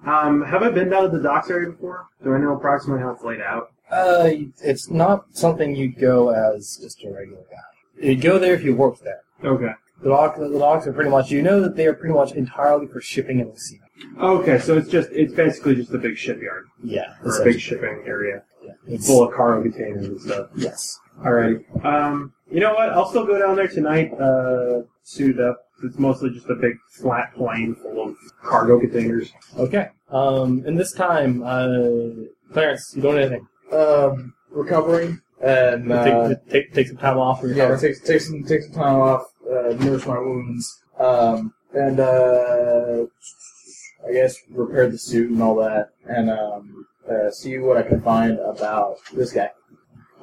[SPEAKER 5] Um, have I been down to the docks area before? Do I know approximately how it's laid out?
[SPEAKER 1] Uh, it's not something you'd go as just a regular guy. You'd go there if you worked there.
[SPEAKER 5] Okay.
[SPEAKER 1] The dogs, the dogs are pretty much, you know that they are pretty much entirely for shipping and receiving.
[SPEAKER 5] Okay, so it's just it's basically just a big shipyard
[SPEAKER 1] Yeah.
[SPEAKER 5] or a big shipping area
[SPEAKER 1] It's,
[SPEAKER 5] full of cargo containers and stuff.
[SPEAKER 1] yes.
[SPEAKER 5] Alrighty. Um, you know what? I'll still go down there tonight, uh, suited up. It's mostly just a big flat plane full of cargo containers.
[SPEAKER 1] Okay. Um, and this time, uh, Clarence, you don't do anything.
[SPEAKER 2] Um, recovering and uh,
[SPEAKER 1] take, take, take some time off.
[SPEAKER 2] yeah, take take some take some time off, uh, nurse my wounds, um, and uh, I guess repair the suit and all that, and um, uh, see what I can find about this guy,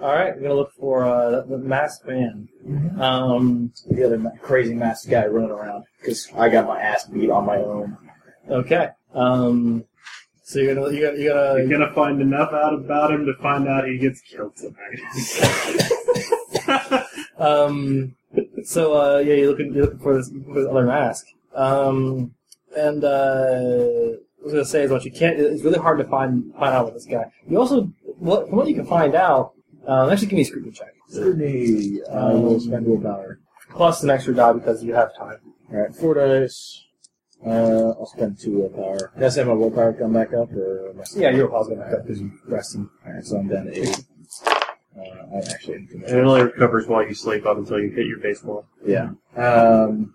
[SPEAKER 1] Alright, we're gonna look for, uh, the masked man.
[SPEAKER 2] Mhm.
[SPEAKER 1] Um,
[SPEAKER 2] the other ma- crazy masked guy running around, because I got my ass beat on my own.
[SPEAKER 1] okay. Um, so you're gonna, you're gonna, you're gonna,
[SPEAKER 5] You're gonna find enough out about him to find out he gets killed tonight.
[SPEAKER 1] Um, so uh, yeah, you're looking you're looking for this, for this other mask. Um, and uh, I was gonna say is what you can't. It's really hard to find find out with this guy. You also what from what you can find out. Um, actually, give me a scrutiny check.
[SPEAKER 2] Certainly, I will spend willpower.
[SPEAKER 1] Plus an extra die because you have time.
[SPEAKER 2] All right, four dice. Uh, I'll spend two willpower. Can I say my willpower come back up, or am I
[SPEAKER 1] Yeah, you're probably gonna because you resting.
[SPEAKER 2] All right, so I'm down to eight. Uh, I actually didn't commit.
[SPEAKER 5] and it only recovers while you sleep up until you hit your baseball.
[SPEAKER 2] Yeah. Um,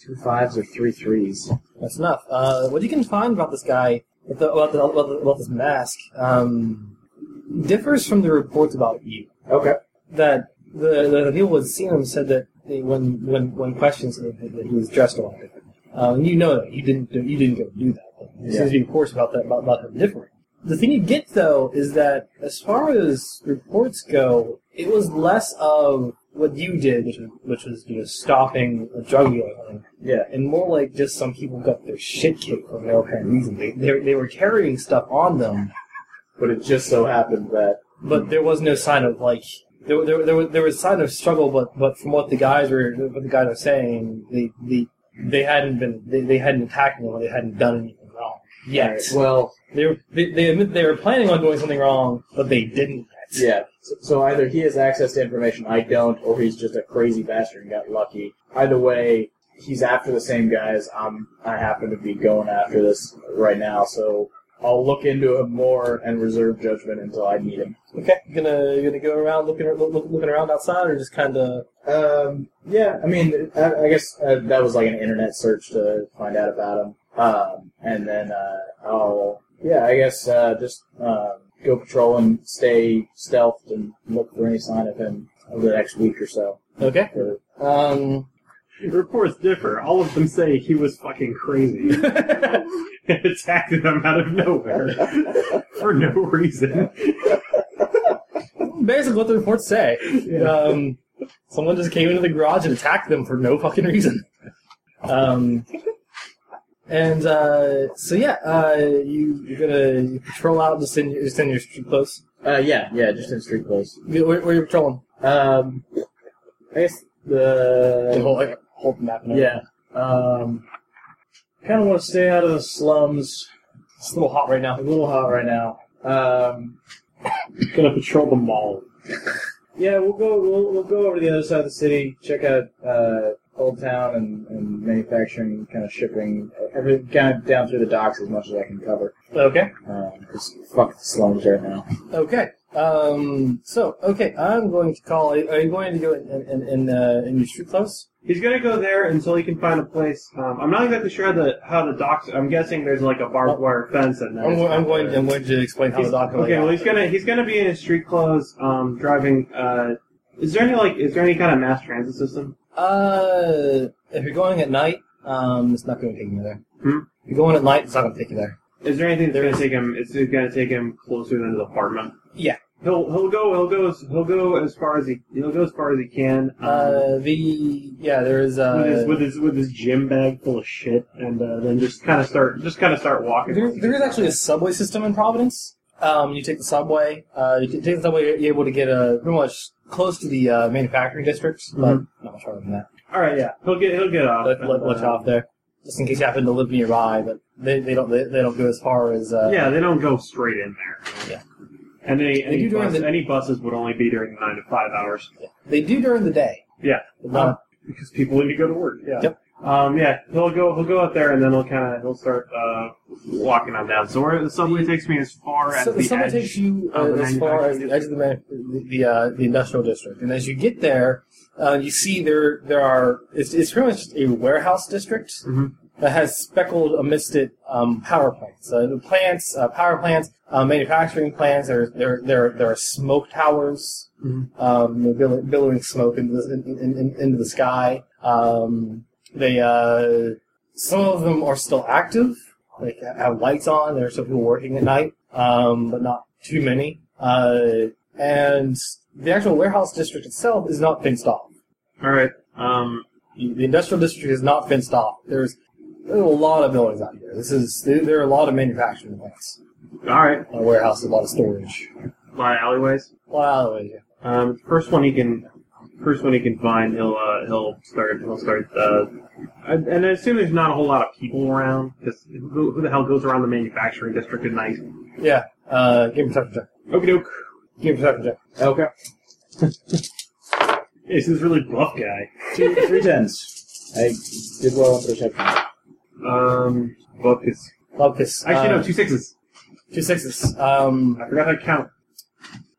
[SPEAKER 2] two fives or three threes.
[SPEAKER 1] That's enough. Uh, what you can find about this guy, about, the, about, the, about, the, about this mask, um, differs from the reports about you.
[SPEAKER 2] Okay.
[SPEAKER 1] that the, the, the people who had seen him said that they, when when when questions that, that he was dressed a lot differently. Um, you know that you didn't do- you didn't go do that. There
[SPEAKER 2] Yeah.
[SPEAKER 1] seems to be course about that about, about him differing. The thing you get though is that as far as reports go, it was less of what you did, which was, which was you know stopping a drug dealer, I think,
[SPEAKER 2] Yeah.
[SPEAKER 1] and more like just some people got their shit kicked for no apparent reason. They they, they were carrying stuff on them,
[SPEAKER 2] But it just so happened that.
[SPEAKER 1] but there was no sign of like there there there was, there was sign of struggle, but but from what the guys were what the guys are saying, they they, they hadn't been they, they hadn't attacked anyone, they hadn't done anything wrong yet.
[SPEAKER 2] Well,
[SPEAKER 1] They, were, they they admit they were planning on doing something wrong, but they didn't. yet.
[SPEAKER 2] yeah. So, so either he has access to information I don't, or he's just a crazy bastard and got lucky. Either way, he's after the same guys. I'm. I happen to be going after this right now, so I'll look into him more and reserve judgment until I meet him.
[SPEAKER 1] Okay, you gonna you gonna go around looking look, look- looking around outside, or just kind of
[SPEAKER 2] Um, yeah, I mean, I, I guess uh, that was like an internet search to find out about him. Um, and then uh, I'll, yeah, I guess uh, just um go patrol and stay stealthed and look for any sign of him over the next week or so.
[SPEAKER 1] okay.
[SPEAKER 2] Or,
[SPEAKER 1] Um,
[SPEAKER 5] Reports differ. All of them say he was fucking crazy and attacked them out of nowhere for no reason.
[SPEAKER 1] basically what the reports say. Um, someone just came into the garage and attacked them for no fucking reason. Um, and uh, so yeah, uh, you you're gonna you patrol out just in just in your street clothes.
[SPEAKER 2] Uh, yeah, yeah, just in street clothes.
[SPEAKER 1] Where, where you patrolling?
[SPEAKER 2] Um, I guess
[SPEAKER 1] The
[SPEAKER 2] the
[SPEAKER 1] whole like, whole map. and everything.
[SPEAKER 2] yeah. Um, kind of want to stay out of the slums.
[SPEAKER 1] it's a little hot right now.
[SPEAKER 2] A little hot right now. Um,
[SPEAKER 5] Gonna patrol the mall.
[SPEAKER 2] yeah, we'll go. We'll, we'll go over to the other side of the city. Check out uh, Old Town and, and manufacturing, kind of shipping, everything, kind of down through the docks as much as I can cover.
[SPEAKER 1] Okay.
[SPEAKER 2] Because fuck the slums right now.
[SPEAKER 1] Okay. Um, so okay, I'm going to call. Are are you going to go in in in, uh, in your street clothes?
[SPEAKER 5] He's gonna go there until he can find a place. Um, I'm not exactly sure the how the docks. I'm guessing there's like a barbed wire fence at night.
[SPEAKER 1] Oh. I'm, go- I'm going. I'm going to explain how the
[SPEAKER 5] He's-
[SPEAKER 1] document.
[SPEAKER 5] okay, well he's gonna he's gonna be in his street clothes, um, driving. Uh, is there any like is there any kind of mass transit system?
[SPEAKER 1] Uh, if you're going at night, um, it's not going to take you there.
[SPEAKER 5] Hmm?
[SPEAKER 1] If you're going at night, it's not going to take you there.
[SPEAKER 5] Is there anything that's gonna take him? It's gonna take him closer than his apartment.
[SPEAKER 1] Yeah.
[SPEAKER 5] He'll he'll go he'll go as- he'll go as far as he he'll go as far as he can. Um,
[SPEAKER 1] Uh, the yeah, there is
[SPEAKER 5] with
[SPEAKER 1] uh,
[SPEAKER 5] his with his with his gym bag full of shit, and uh, then just kind of start just kind of start walking.
[SPEAKER 1] there, there is actually a subway system in Providence. Um, you take the subway. Uh, you take the subway. You're able to get uh, pretty much close to the uh, manufacturing districts,
[SPEAKER 5] Hmm.
[SPEAKER 1] but not much farther than that.
[SPEAKER 5] all right, yeah. He'll get he'll get off. Uh,
[SPEAKER 1] Let, let, let you off there, just in case you happen to live nearby. But they, they don't they, they don't go as far as uh,
[SPEAKER 5] yeah, they don't go straight in there.
[SPEAKER 1] Yeah.
[SPEAKER 5] And any
[SPEAKER 1] They do
[SPEAKER 5] any,
[SPEAKER 1] during
[SPEAKER 5] bus,
[SPEAKER 1] the-
[SPEAKER 5] any buses would only be during the nine to five hours.
[SPEAKER 1] they do during the day.
[SPEAKER 5] Yeah.
[SPEAKER 1] But not-
[SPEAKER 5] because people need to go to work. Yeah.
[SPEAKER 1] Yep.
[SPEAKER 5] Um, yeah, he'll go. He'll go out there, and then he'll kind of he'll start uh, walking on down. So where the subway takes me as far as
[SPEAKER 1] So
[SPEAKER 5] the
[SPEAKER 1] someone
[SPEAKER 5] edge.
[SPEAKER 1] takes you uh,
[SPEAKER 5] of the
[SPEAKER 1] as far as
[SPEAKER 5] manufacturing
[SPEAKER 1] the edge of the man, the uh, the industrial district, and as you get there, uh, you see there there are it's, it's pretty much a warehouse district
[SPEAKER 5] Mhm.
[SPEAKER 1] that has speckled amidst it um, power plants, uh, the plants, uh, power plants, uh, manufacturing plants. There there there there are smoke towers,
[SPEAKER 5] Mhm.
[SPEAKER 1] um, you know, billow- billowing smoke into the, in, in, in, into the sky. Um, they uh, some of them are still active like have lights on. There are some people working at night, um, but not too many. Uh, and the actual warehouse district itself is not fenced off.
[SPEAKER 5] All right. Um,
[SPEAKER 1] The industrial district is not fenced off. There's, there's a lot of buildings out here. This is there there are a lot of manufacturing plants,
[SPEAKER 5] all right.
[SPEAKER 1] a lot of warehouses, a lot of storage.
[SPEAKER 5] A lot of alleyways.
[SPEAKER 1] A lot of alleyways, yeah.
[SPEAKER 5] Um, first one he can, first one he can find, he'll uh, he'll start he'll start. Uh, I- and I assume there's not a whole lot of people around because who, who the hell goes around the manufacturing district at night?
[SPEAKER 1] yeah. Uh, give me a perception check.
[SPEAKER 5] Okie doke.
[SPEAKER 1] Give me a perception check.
[SPEAKER 2] Okay.
[SPEAKER 5] Hey, so this really buff guy.
[SPEAKER 2] Two, three tens. I did well on perception.
[SPEAKER 5] Um, buff is
[SPEAKER 1] Love this.
[SPEAKER 5] actually
[SPEAKER 1] uh,
[SPEAKER 5] no two sixes.
[SPEAKER 1] two sixes. Um,
[SPEAKER 5] I forgot how to count.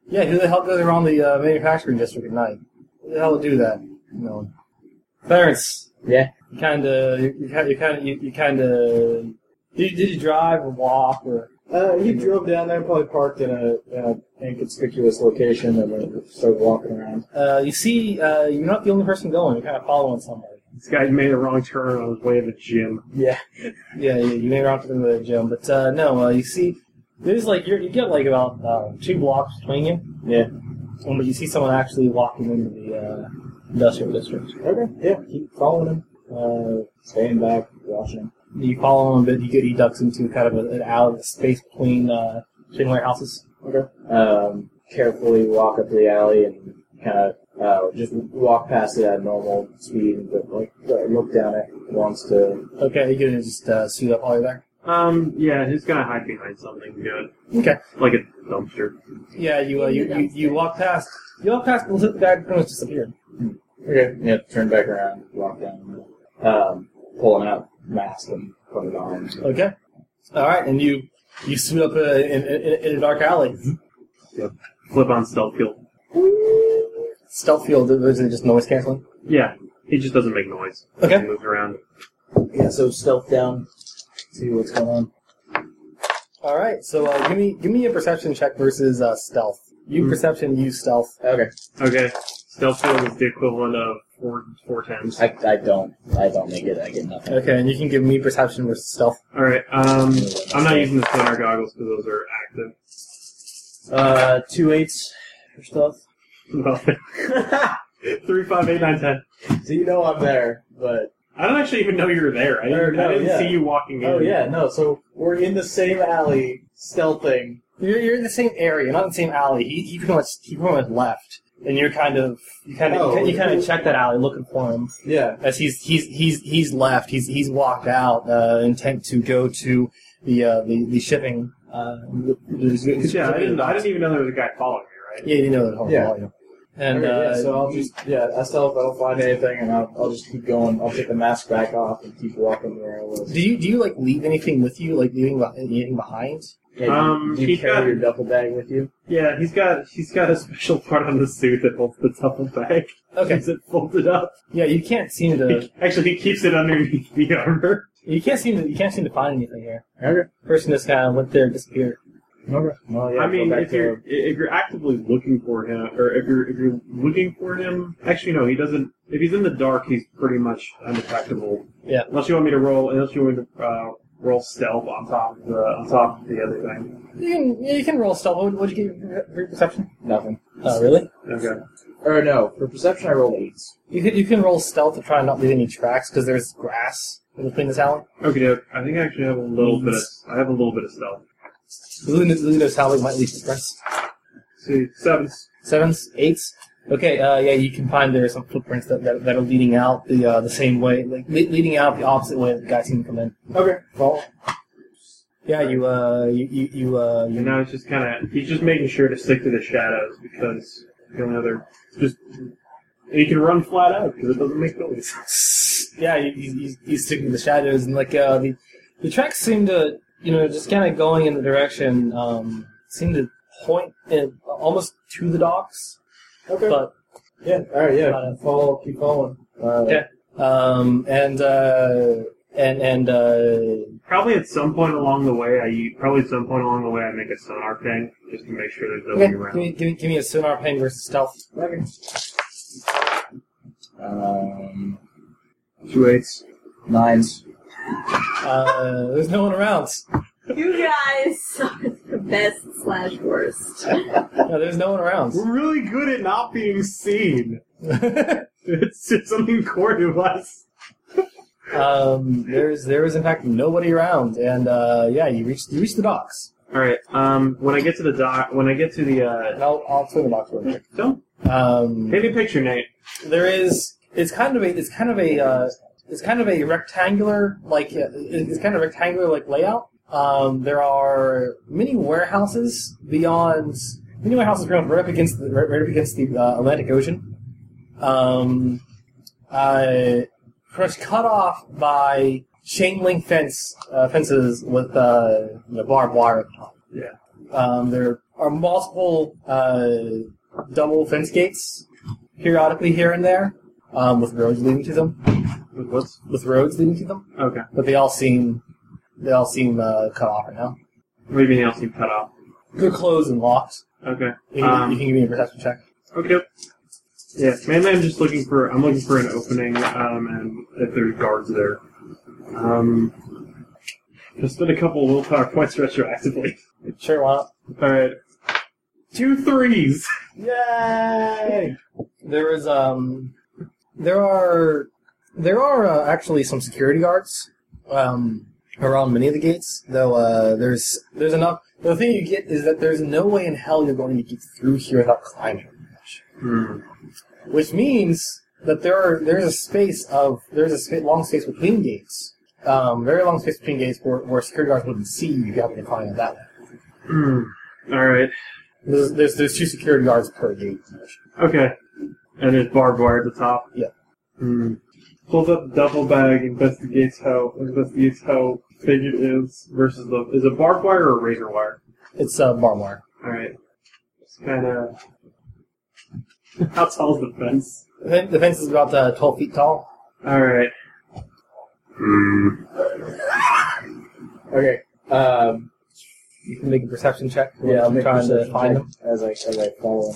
[SPEAKER 1] yeah. Who the hell goes around the uh, manufacturing district at night? Who the hell would do that? No one. Clarence,
[SPEAKER 2] Yeah.
[SPEAKER 1] You kind of, you kind of, you, you kind of. Did, did you drive or walk or?
[SPEAKER 2] Uh, he drove down there, probably parked in a, in a inconspicuous location, and then started walking around.
[SPEAKER 1] Uh, you see, uh, you're not the only person going. You're kind of following somebody.
[SPEAKER 5] This guy made a wrong turn on his way to the gym.
[SPEAKER 2] Yeah.
[SPEAKER 1] Yeah, yeah you may have to the gym, but uh, no. Uh, you see, there's like you're, you get like about uh, two blocks between you,
[SPEAKER 2] Yeah.
[SPEAKER 1] and but you see someone actually walking into the uh, industrial district.
[SPEAKER 2] Okay. Yeah. Keep following him. Uh, staying back, watching him.
[SPEAKER 1] You follow him, but you get he ducks into kind of a, an alley, a space between uh, between warehouses.
[SPEAKER 2] Um, carefully walk up the alley and kind of uh, just walk past it at normal speed, but like uh, look down at it once to.
[SPEAKER 1] Okay, you're gonna just uh, suit up while you're there.
[SPEAKER 5] Um, yeah, he's gonna hide behind something good,
[SPEAKER 1] Okay.
[SPEAKER 5] like a dumpster.
[SPEAKER 1] Yeah, you uh, you, you you walk past you walk past and the guy pretty much disappeared.
[SPEAKER 2] Okay. Yeah. Turn back around, walk down, um, pulling out mask and putting it on.
[SPEAKER 1] Okay, all right, and you you suit up uh, in, in, in a dark alley,
[SPEAKER 5] Flip on stealth kill.
[SPEAKER 1] stealth field. Is it just noise canceling?
[SPEAKER 5] Yeah, he just doesn't make noise.
[SPEAKER 1] Okay.
[SPEAKER 5] He moves around.
[SPEAKER 2] Yeah. So stealth down, see what's going on.
[SPEAKER 1] All right, so uh, give me give me a perception check versus uh, stealth. You
[SPEAKER 5] Hmm.
[SPEAKER 1] perception, you stealth.
[SPEAKER 2] Okay.
[SPEAKER 5] Okay. Stealth field is the equivalent of four four tens.
[SPEAKER 2] I, I don't I don't make it. I get nothing.
[SPEAKER 1] Okay, and you can give me perception versus stealth.
[SPEAKER 5] All right. Um, I'm not using the sonar goggles because those are active.
[SPEAKER 2] Uh, two eights.
[SPEAKER 1] for stuff?
[SPEAKER 5] Three, five, eight, nine, ten.
[SPEAKER 2] So you know I'm there, but
[SPEAKER 5] I don't actually even know you were there. I
[SPEAKER 2] Or
[SPEAKER 5] didn't,
[SPEAKER 2] no,
[SPEAKER 5] I didn't
[SPEAKER 2] yeah.
[SPEAKER 5] see you walking in.
[SPEAKER 2] oh yeah, no. So we're in the same alley, stealthing.
[SPEAKER 1] You're, you're in the same area, not in the same alley. He, he pretty much he pretty much left, and you're kind of you kind of
[SPEAKER 2] Oh.
[SPEAKER 1] you kind of check that alley looking for him
[SPEAKER 2] Yeah,
[SPEAKER 1] as he's he's he's he's left. He's he's walked out, uh, intent to go to the uh, the, the shipping. Uh, the, the-
[SPEAKER 5] Yeah, I didn't, I didn't even know there was a guy following me, right?
[SPEAKER 1] Yeah, you know that whole
[SPEAKER 2] Yeah.
[SPEAKER 1] volume. And
[SPEAKER 2] Okay,
[SPEAKER 1] uh,
[SPEAKER 2] yeah, so I'll just yeah, I stealth. I don't find anything, and I'll, I'll just keep going. I'll take the mask back off and keep walking where I was.
[SPEAKER 1] do you do you like leave anything with you, like leaving beh- anything behind?
[SPEAKER 2] Yeah, do-
[SPEAKER 5] Um,
[SPEAKER 2] do you
[SPEAKER 5] he
[SPEAKER 2] carry
[SPEAKER 5] got-
[SPEAKER 2] your duffel bag with you?
[SPEAKER 5] Yeah, he's got he's got a special part on the suit that holds the duffel bag.
[SPEAKER 1] Okay.
[SPEAKER 5] Keeps it folded up.
[SPEAKER 1] Yeah, you can't seem
[SPEAKER 2] Uh,
[SPEAKER 1] to
[SPEAKER 5] He- actually, he keeps it underneath the armor.
[SPEAKER 1] you can't seem to you can't seem to find anything here.
[SPEAKER 2] Okay.
[SPEAKER 1] Person just kind of went there, disappeared.
[SPEAKER 2] Okay. Well, yeah.
[SPEAKER 5] I mean,
[SPEAKER 2] go back
[SPEAKER 5] if
[SPEAKER 2] to-
[SPEAKER 5] you're if you're actively looking for him, or if you're if you're looking for him, actually no, he doesn't. If he's in the dark, he's pretty much undetectable.
[SPEAKER 1] Yeah.
[SPEAKER 5] Unless you want me to roll, unless you want me to uh, roll stealth on top of the on top of the other thing.
[SPEAKER 1] You can yeah, you can roll stealth. What would you give your per- your perception?
[SPEAKER 2] nothing.
[SPEAKER 1] Oh, really?
[SPEAKER 5] Okay.
[SPEAKER 2] Or no, for perception I rolled eights.
[SPEAKER 1] You can you can roll stealth to try and not leave any tracks because there's grass in between this alley.
[SPEAKER 5] Okay, Doug, I think I actually have a little bit. Of, I have a little bit of stealth.
[SPEAKER 1] Lulu Lulu knows how we might leave the press.
[SPEAKER 5] See, seven.
[SPEAKER 1] Sevens, eights. Okay, uh, yeah, you can find there are some footprints that, that, that are leading out the uh, the same way, like le- leading out the opposite way that the guy seemed to come in.
[SPEAKER 2] Okay. Well,
[SPEAKER 1] Yeah, you uh, you you you, uh,
[SPEAKER 5] And
[SPEAKER 1] you
[SPEAKER 5] now he's just kind of he's just making sure to stick to the shadows because you know they're just he can run flat out because it doesn't make noise.
[SPEAKER 1] yeah, you, you, you, you stick to the shadows and like uh, the the tracks seem to you know just kind of going in the direction um, seem to point in, almost to the docks,
[SPEAKER 2] okay.
[SPEAKER 1] but
[SPEAKER 2] yeah. All right.
[SPEAKER 1] Got
[SPEAKER 2] Yeah.
[SPEAKER 1] it.
[SPEAKER 2] Follow. Keep following. Uh,
[SPEAKER 1] Yeah. um, and uh, and and uh,
[SPEAKER 5] Probably at some point along the way, I probably at some point along the way I make a sonar ping just to make sure there's
[SPEAKER 1] okay,
[SPEAKER 5] nobody
[SPEAKER 1] give,
[SPEAKER 5] around.
[SPEAKER 1] me, give me give me a sonar ping versus stealth.
[SPEAKER 2] Okay. Um,
[SPEAKER 5] Two eights.
[SPEAKER 2] nines.
[SPEAKER 1] Uh, there's no one around.
[SPEAKER 6] You guys are the best slash worst.
[SPEAKER 1] No, there's no one around.
[SPEAKER 5] We're really good at not being seen. It's just something core to us.
[SPEAKER 1] um, there's there is in fact nobody around, and uh, yeah, you reach you reach the docks,
[SPEAKER 5] All right. Um. When I get to the dock, when I get to the uh,
[SPEAKER 1] and I'll I'll swing the docks real quick.
[SPEAKER 5] don't
[SPEAKER 1] Um,
[SPEAKER 5] paint me a picture, Nate.
[SPEAKER 1] there is it's kind of a it's kind of a uh, it's kind of a rectangular like uh, it's kind of rectangular like layout. Um, there are many warehouses beyond many warehouses grown right up against the, right, right up against the uh, Atlantic Ocean. Um, uh, pretty much cut off by chain link fence uh, fences with uh, you know, barbed wire at the top. Yeah. Um, there are multiple uh, double fence gates periodically here and there, um, with roads leading to them,
[SPEAKER 5] With what's
[SPEAKER 1] with roads leading to them.
[SPEAKER 5] okay?
[SPEAKER 1] But they all seem, they all seem uh, cut off right now.
[SPEAKER 5] What do you mean else you cut off?
[SPEAKER 1] They're closed and locked.
[SPEAKER 5] Okay.
[SPEAKER 1] You can,
[SPEAKER 5] Um,
[SPEAKER 1] you can give me a perception check.
[SPEAKER 5] Okay. Yeah, mainly I'm just looking for I'm looking for an opening, um, and if there's guards there. Um, just spend a couple of willpower points retroactively.
[SPEAKER 1] Sure, why not?
[SPEAKER 5] All right, two threes.
[SPEAKER 2] Yay!
[SPEAKER 1] There is, um, there are, there are uh, actually some security guards um, around many of the gates. Though uh, there's there's enough. The thing you get is that there's no way in hell you're going to get through here without climbing.
[SPEAKER 5] Hmm.
[SPEAKER 1] which means that there are there's a space of there's a spa- long space between gates, um, very long space between gates where, where security guards wouldn't see you if you happen to climb it that way.
[SPEAKER 5] Hmm. All right.
[SPEAKER 1] There's, there's there's two security guards per gate.
[SPEAKER 5] Okay. And there's barbed wire at the top.
[SPEAKER 1] Yeah.
[SPEAKER 5] Hmm. Pulls up the duffel bag, investigates how investigates how big it is versus the is it barbed wire or razor wire?
[SPEAKER 1] It's uh, barbed wire.
[SPEAKER 5] Alright. It's kind of. How tall's the fence?
[SPEAKER 1] The fen- the fence is about uh, twelve feet tall.
[SPEAKER 5] Alright.
[SPEAKER 2] Okay. Um,
[SPEAKER 1] You can make a perception check. while
[SPEAKER 2] yeah, I'll
[SPEAKER 1] I'm
[SPEAKER 2] make
[SPEAKER 1] trying to
[SPEAKER 2] perception
[SPEAKER 1] find
[SPEAKER 2] check
[SPEAKER 1] them.
[SPEAKER 2] as I as I follow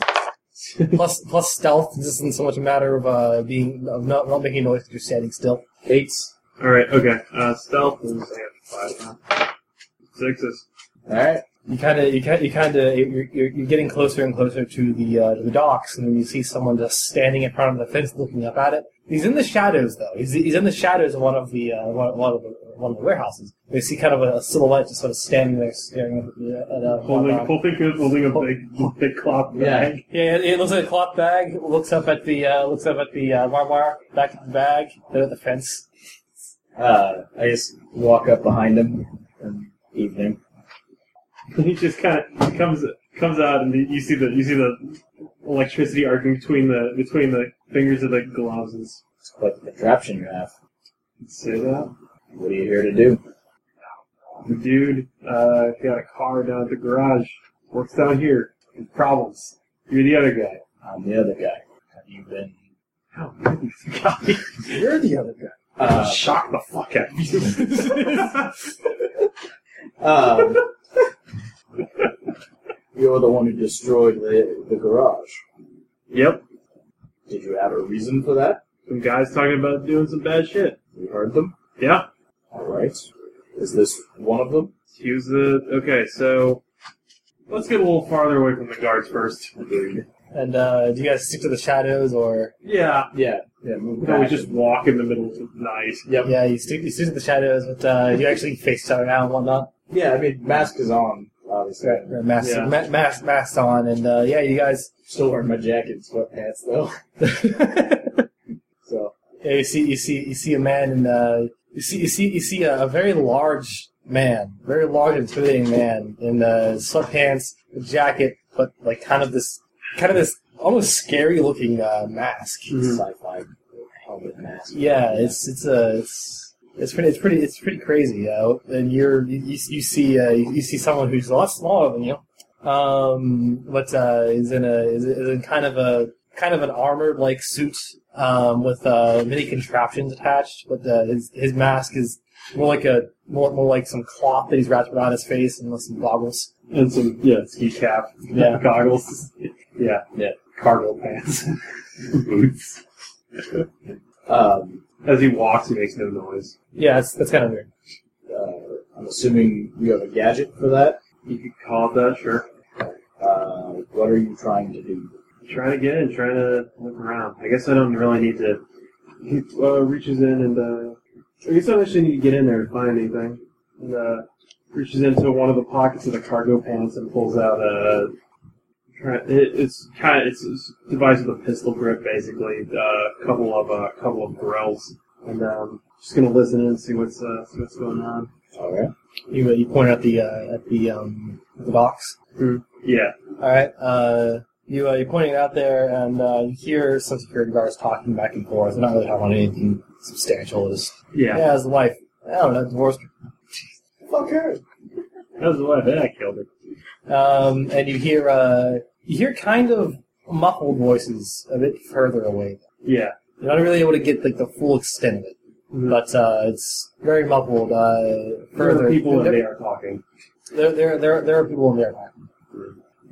[SPEAKER 2] him.
[SPEAKER 1] plus plus stealth. This isn't so much a matter of uh, being of not, not making noise. You're standing still.
[SPEAKER 2] Eights.
[SPEAKER 5] Alright, okay. Uh, stealth is. I have five now. Sixes.
[SPEAKER 2] All right.
[SPEAKER 1] You kind of, you kind, you kind of, you're, you're, you're getting closer and closer to the uh, to the docks, and then you see someone just standing in front of the fence, looking up at it. He's in the shadows, though. He's, he's in the shadows of one of the uh, one, one of the one of the warehouses. You see kind of a silhouette just sort of standing there, staring at the. At, uh,
[SPEAKER 5] Holding,
[SPEAKER 1] Hawthorne.
[SPEAKER 5] holding, a- holding a big, big cloth bag.
[SPEAKER 1] Yeah, it, it looks like a cloth bag. Looks up at the uh, looks up at the uh, wire wire back at the bag, then at the fence.
[SPEAKER 2] Uh, I just walk up behind him and evening.
[SPEAKER 5] he just kind of comes comes out, and you see the you see the electricity arcing between the between the fingers of the gloves. And s-
[SPEAKER 2] It's quite the contraption you have.
[SPEAKER 5] say that
[SPEAKER 2] What are you here to do?
[SPEAKER 5] the dude uh, got a car down at the garage, works down here, with problems. You're the other guy.
[SPEAKER 2] I'm the other guy. Have you been?
[SPEAKER 5] Oh, goodness, God.
[SPEAKER 1] You're the other guy.
[SPEAKER 2] Uh,
[SPEAKER 5] Shock the fuck out of you.
[SPEAKER 2] um, you're the one who destroyed the, the garage.
[SPEAKER 5] yep,
[SPEAKER 2] Did you have a reason for that?
[SPEAKER 5] some guys talking about doing some bad shit.
[SPEAKER 2] You heard them.
[SPEAKER 5] Yeah,
[SPEAKER 2] All right. Is this one of them?
[SPEAKER 5] he was the okay. So let's get a little farther away from the guards first.
[SPEAKER 1] And uh, do you guys stick to the shadows or?
[SPEAKER 5] Yeah,
[SPEAKER 2] Yeah. Yeah. Move
[SPEAKER 5] No, we
[SPEAKER 2] back
[SPEAKER 5] just
[SPEAKER 2] and-
[SPEAKER 5] walk in the middle of the night.
[SPEAKER 2] Yep.
[SPEAKER 1] Yeah, you stick you stick to the shadows, but uh, you actually face each other now and whatnot.
[SPEAKER 2] Yeah. I mean, mask is on. Obviously,
[SPEAKER 1] Right, right, mask,
[SPEAKER 5] Yeah.
[SPEAKER 1] ma- mask, mask on, and uh, yeah, you guys.
[SPEAKER 2] still wearing my jacket and sweatpants though. So
[SPEAKER 1] Yeah, you see, you see, you see a man, and uh, you see, you see, you see a, a very large man, very large, intimidating man in uh, sweatpants, a jacket, but like kind of this, kind of this almost scary-looking uh, mask.
[SPEAKER 2] sci-fi helmet mask. Um,
[SPEAKER 1] Yeah, it's it's a it's it's pretty it's pretty it's pretty crazy. Uh, and you're you, you you see uh, you, you see someone who's a lot smaller than you, um, but uh, is in a is, is in kind of a kind of an armored like suit um, with uh, many contraptions attached. But uh, his his mask is more like a more more like some cloth that he's wrapped around his face and with some goggles.
[SPEAKER 5] And some, yeah, ski cap,
[SPEAKER 1] Yeah.
[SPEAKER 5] goggles. Yeah.
[SPEAKER 2] Yeah.
[SPEAKER 5] Cargo pants. Boots.
[SPEAKER 2] Um,
[SPEAKER 5] As he walks, he makes no noise.
[SPEAKER 1] Yeah, that's that's kind of weird.
[SPEAKER 2] uh, I'm assuming you have a gadget for that.
[SPEAKER 5] You could call it that, sure.
[SPEAKER 2] Uh, what are you trying to do?
[SPEAKER 5] Trying to get in, trying to look around. I guess I don't really need to. He uh, reaches in and, uh, I guess I don't actually need to get in there to find anything. And, uh, reaches into one of the pockets of the cargo pants and pulls out a. try- it- It's kind of it's, it's devised with a pistol grip, basically. Uh, a couple of a uh, couple of barrels, and um, just gonna listen in and see what's uh, see what's going on.
[SPEAKER 2] All right.
[SPEAKER 1] You you point at the uh, at the um, the box.
[SPEAKER 5] Yeah,
[SPEAKER 1] All right. Uh, you uh, you're pointing it out there, and uh, you hear some security guards talking back and forth. They're not really talking about anything substantial. Just
[SPEAKER 5] yeah.
[SPEAKER 1] yeah, as the wife. I don't know, divorced.
[SPEAKER 2] Fuck her.
[SPEAKER 5] That was the way that I killed her.
[SPEAKER 1] Um, and you hear uh, you hear kind of muffled voices a bit further away.
[SPEAKER 5] Yeah,
[SPEAKER 1] You're not really able to get like the full extent of it,
[SPEAKER 5] Mm-hmm.
[SPEAKER 1] but uh, it's very muffled. Uh,
[SPEAKER 5] further
[SPEAKER 1] further
[SPEAKER 5] people and they
[SPEAKER 1] there,
[SPEAKER 5] are talking.
[SPEAKER 1] there, there, there, there are people in there.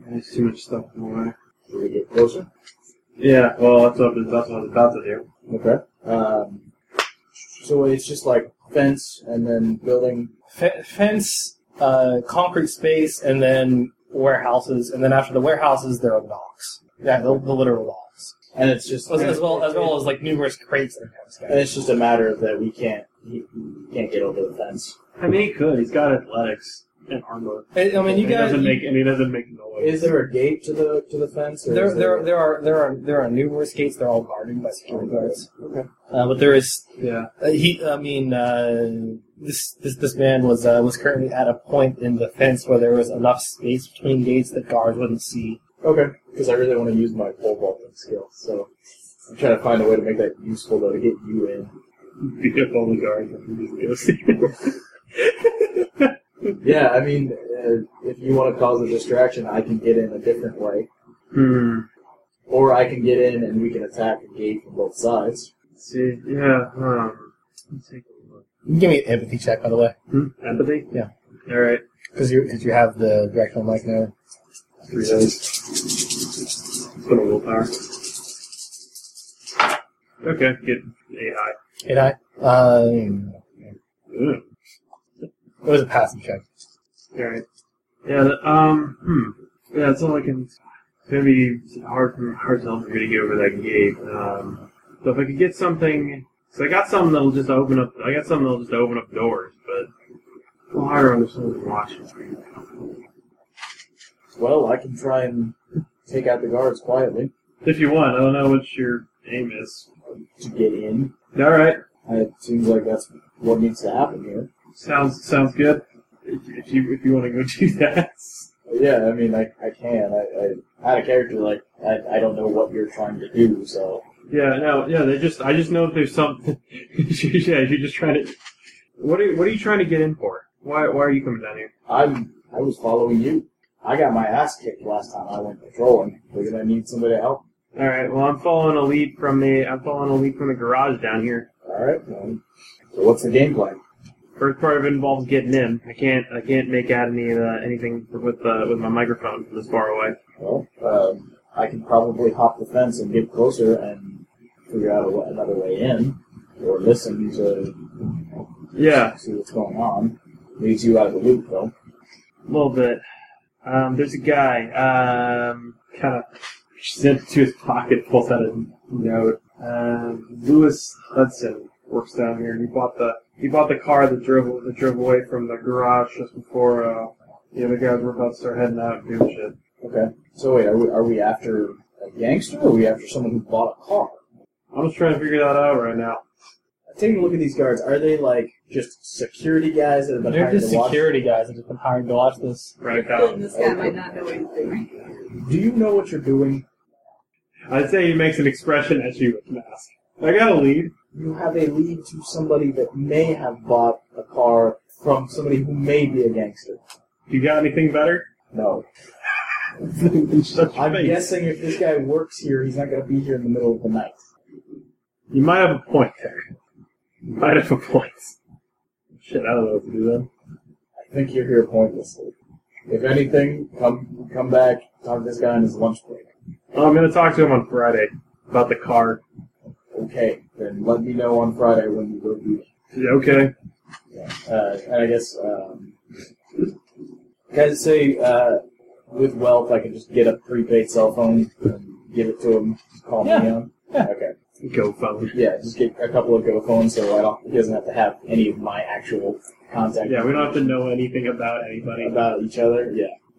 [SPEAKER 5] There's too much stuff in the way.
[SPEAKER 2] Should we get closer?
[SPEAKER 5] Yeah, well, that's what that's what I was about to do.
[SPEAKER 2] Okay. Um, so it's just like fence and then building.
[SPEAKER 1] F- fence, uh, concrete space, and then warehouses, and then after the warehouses, there are docks. Yeah, the, the literal docks,
[SPEAKER 2] And it's just
[SPEAKER 1] as, as well as well as like numerous crates and kind
[SPEAKER 2] And it's just a matter that we can't he, he can't get over the fence.
[SPEAKER 5] I mean, he could. He's got athletics and armor.
[SPEAKER 1] Uh, I I mean, you guys.
[SPEAKER 5] and He doesn't
[SPEAKER 1] you-
[SPEAKER 5] make and he doesn't make noise.
[SPEAKER 2] Is there a gate to the to the fence? Or
[SPEAKER 1] there,
[SPEAKER 2] is
[SPEAKER 1] there, there are there are there are numerous gates. They're all guarded by security guards.
[SPEAKER 2] Okay.
[SPEAKER 1] Uh, but there is
[SPEAKER 5] yeah,
[SPEAKER 1] uh, he. I mean, uh, this this this man was uh, was currently at a point in the fence where there was enough space between gates that guards wouldn't see
[SPEAKER 2] Okay, because I really want to use my pole vaulting skill, so I'm trying to find a way to make that useful though to get you in.
[SPEAKER 5] beautiful the guard. He's
[SPEAKER 2] Yeah, I mean, uh, if you want to cause a distraction, I can get in a different way,
[SPEAKER 5] hmm.
[SPEAKER 2] or I can get in and we can attack a gate from both sides.
[SPEAKER 5] See, yeah. Um, let's take a look.
[SPEAKER 1] You can give me an empathy check, by the way,
[SPEAKER 5] Hmm? Empathy.
[SPEAKER 1] Yeah.
[SPEAKER 5] All right.
[SPEAKER 1] because you because you have the directional mic now.
[SPEAKER 5] Three dice. Put a willpower. Okay, get eight high.
[SPEAKER 1] Did I? Um,
[SPEAKER 5] Ooh.
[SPEAKER 1] it was a passing check.
[SPEAKER 5] All right. Yeah. that- Um. Hmm. Yeah. That's all I can. It's gonna be hard for hard to for me to get over that gate. Um. So if I could get something, so I got something that'll just open up. I got something that'll just open up doors, but a little higher on this one watching.
[SPEAKER 2] Well, I can try and take out the guards quietly
[SPEAKER 5] If you want, I don't know what your aim is.
[SPEAKER 2] to get in.
[SPEAKER 5] All right.
[SPEAKER 2] Uh, It seems like that's what needs to happen here.
[SPEAKER 5] Sounds sounds good. If if you if you want to go do that.
[SPEAKER 2] But yeah, I mean, I, I can. I, I out of character, like I, I don't know what you're trying to do, so
[SPEAKER 5] Yeah, no, yeah, they just I just know that there's something Yeah, you're just trying to What are you, what are you trying to get in for? Why why are you coming down here?
[SPEAKER 2] I'm I was following you. I got my ass kicked last time I went patrolling. Figured I need somebody to help.
[SPEAKER 5] Alright, well I'm following a lead from the I'm following a lead from the garage down here.
[SPEAKER 2] All right. Well, so what's the game plan?
[SPEAKER 5] First part of it involves getting in. I can't I can't make out any uh, anything with uh, with my microphone from this far away.
[SPEAKER 2] Well, um, I can probably hop the fence and get closer and figure out a, wa- another way in, or listen to
[SPEAKER 5] Yeah,
[SPEAKER 2] see what's going on. Leaves you out of the loop, though.
[SPEAKER 5] a little bit. Um, there's a guy, um kinda reaches into his pocket, pulls out a note. Um Lewis Hudson works down here and he bought the he bought the car that drove that drove away from the garage just before uh, the other guys were about to start heading out and doing shit.
[SPEAKER 2] Okay. So wait, are we, are we after a gangster, or are we after someone who bought a car?
[SPEAKER 5] I'm just trying to figure that out right now.
[SPEAKER 2] Take a look at these guards. Are they like just security guys that have been
[SPEAKER 1] They're
[SPEAKER 2] hired
[SPEAKER 1] just
[SPEAKER 2] to watch?
[SPEAKER 1] security guys that have been hired to watch this.
[SPEAKER 5] Right now.
[SPEAKER 6] This guy might not know what he's doing.
[SPEAKER 2] Do you know what you're doing?
[SPEAKER 5] I'd say he makes an expression at you with the mask. I got a lead.
[SPEAKER 2] You have a lead to somebody that may have bought a car from somebody who may be a gangster.
[SPEAKER 5] You got anything better?
[SPEAKER 2] No.
[SPEAKER 5] Shut your
[SPEAKER 2] I'm
[SPEAKER 5] face.
[SPEAKER 2] guessing if this guy works here, he's not going to be here in the middle of the night.
[SPEAKER 5] You might have a point there. You might have a point. Shit, I don't know what to do then.
[SPEAKER 2] I think you're here pointlessly. If anything, come come back, talk to this guy on his lunch break.
[SPEAKER 5] Well, Oh, I'm gonna talk to him on Friday about the car.
[SPEAKER 2] Okay, then let me know on Friday when you go do that.
[SPEAKER 5] Yeah, Okay.
[SPEAKER 2] uh, and I guess um, guys say uh, with wealth, I can just get a prepaid cell phone and give it to him. Call me
[SPEAKER 1] Yeah.
[SPEAKER 2] on.
[SPEAKER 1] Yeah.
[SPEAKER 2] Okay.
[SPEAKER 5] Go phone.
[SPEAKER 2] Yeah, just get a couple of Go phones, so I don't. He doesn't have to have any of my actual contact.
[SPEAKER 5] Yeah, we don't have to know anything about anybody.
[SPEAKER 2] about each other.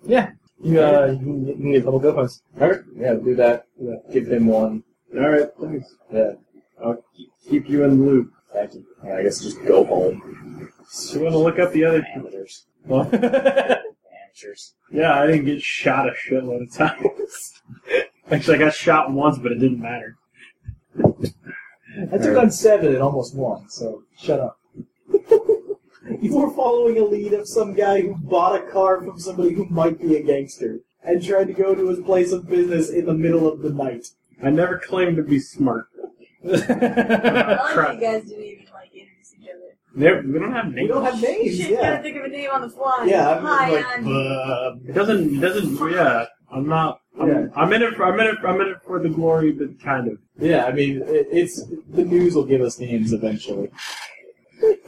[SPEAKER 2] Yeah.
[SPEAKER 1] You, uh, you can you can get a couple go posts.
[SPEAKER 2] Okay. Yeah, do that. Yeah. Give him one.
[SPEAKER 5] All right, thanks.
[SPEAKER 2] Yeah.
[SPEAKER 5] I'll keep- keep you in the loop.
[SPEAKER 2] Thank you. And I guess just go home.
[SPEAKER 5] So you want to look up the other?
[SPEAKER 2] Amateurs.
[SPEAKER 5] Well,
[SPEAKER 2] Amateurs.
[SPEAKER 5] yeah, I didn't get shot a shitload of times. Actually, I got shot once, but it didn't matter.
[SPEAKER 2] I took on seven and almost won, so shut up. you were following a lead of some guy who bought a car from somebody who might be a gangster and tried to go to his place of business in the middle of the night.
[SPEAKER 5] I never claimed to be smart.
[SPEAKER 6] I like
[SPEAKER 5] Crap.
[SPEAKER 6] that you guys didn't even like introduce each other.
[SPEAKER 5] There- we don't have
[SPEAKER 2] We
[SPEAKER 5] names.
[SPEAKER 2] don't have
[SPEAKER 6] You
[SPEAKER 2] names,
[SPEAKER 6] should
[SPEAKER 2] yeah.
[SPEAKER 6] gotta think of a name on the fly.
[SPEAKER 2] Yeah, I'm
[SPEAKER 6] Hi,
[SPEAKER 2] like,
[SPEAKER 6] I'm
[SPEAKER 2] "Buh."
[SPEAKER 5] Um, It doesn't. It doesn't. Yeah, I'm not. I'm,
[SPEAKER 2] Yeah.
[SPEAKER 5] I'm in it. For, I'm in it. I'm in it for the glory, but kind of.
[SPEAKER 2] yeah, I mean, it, it's the news will give us names eventually.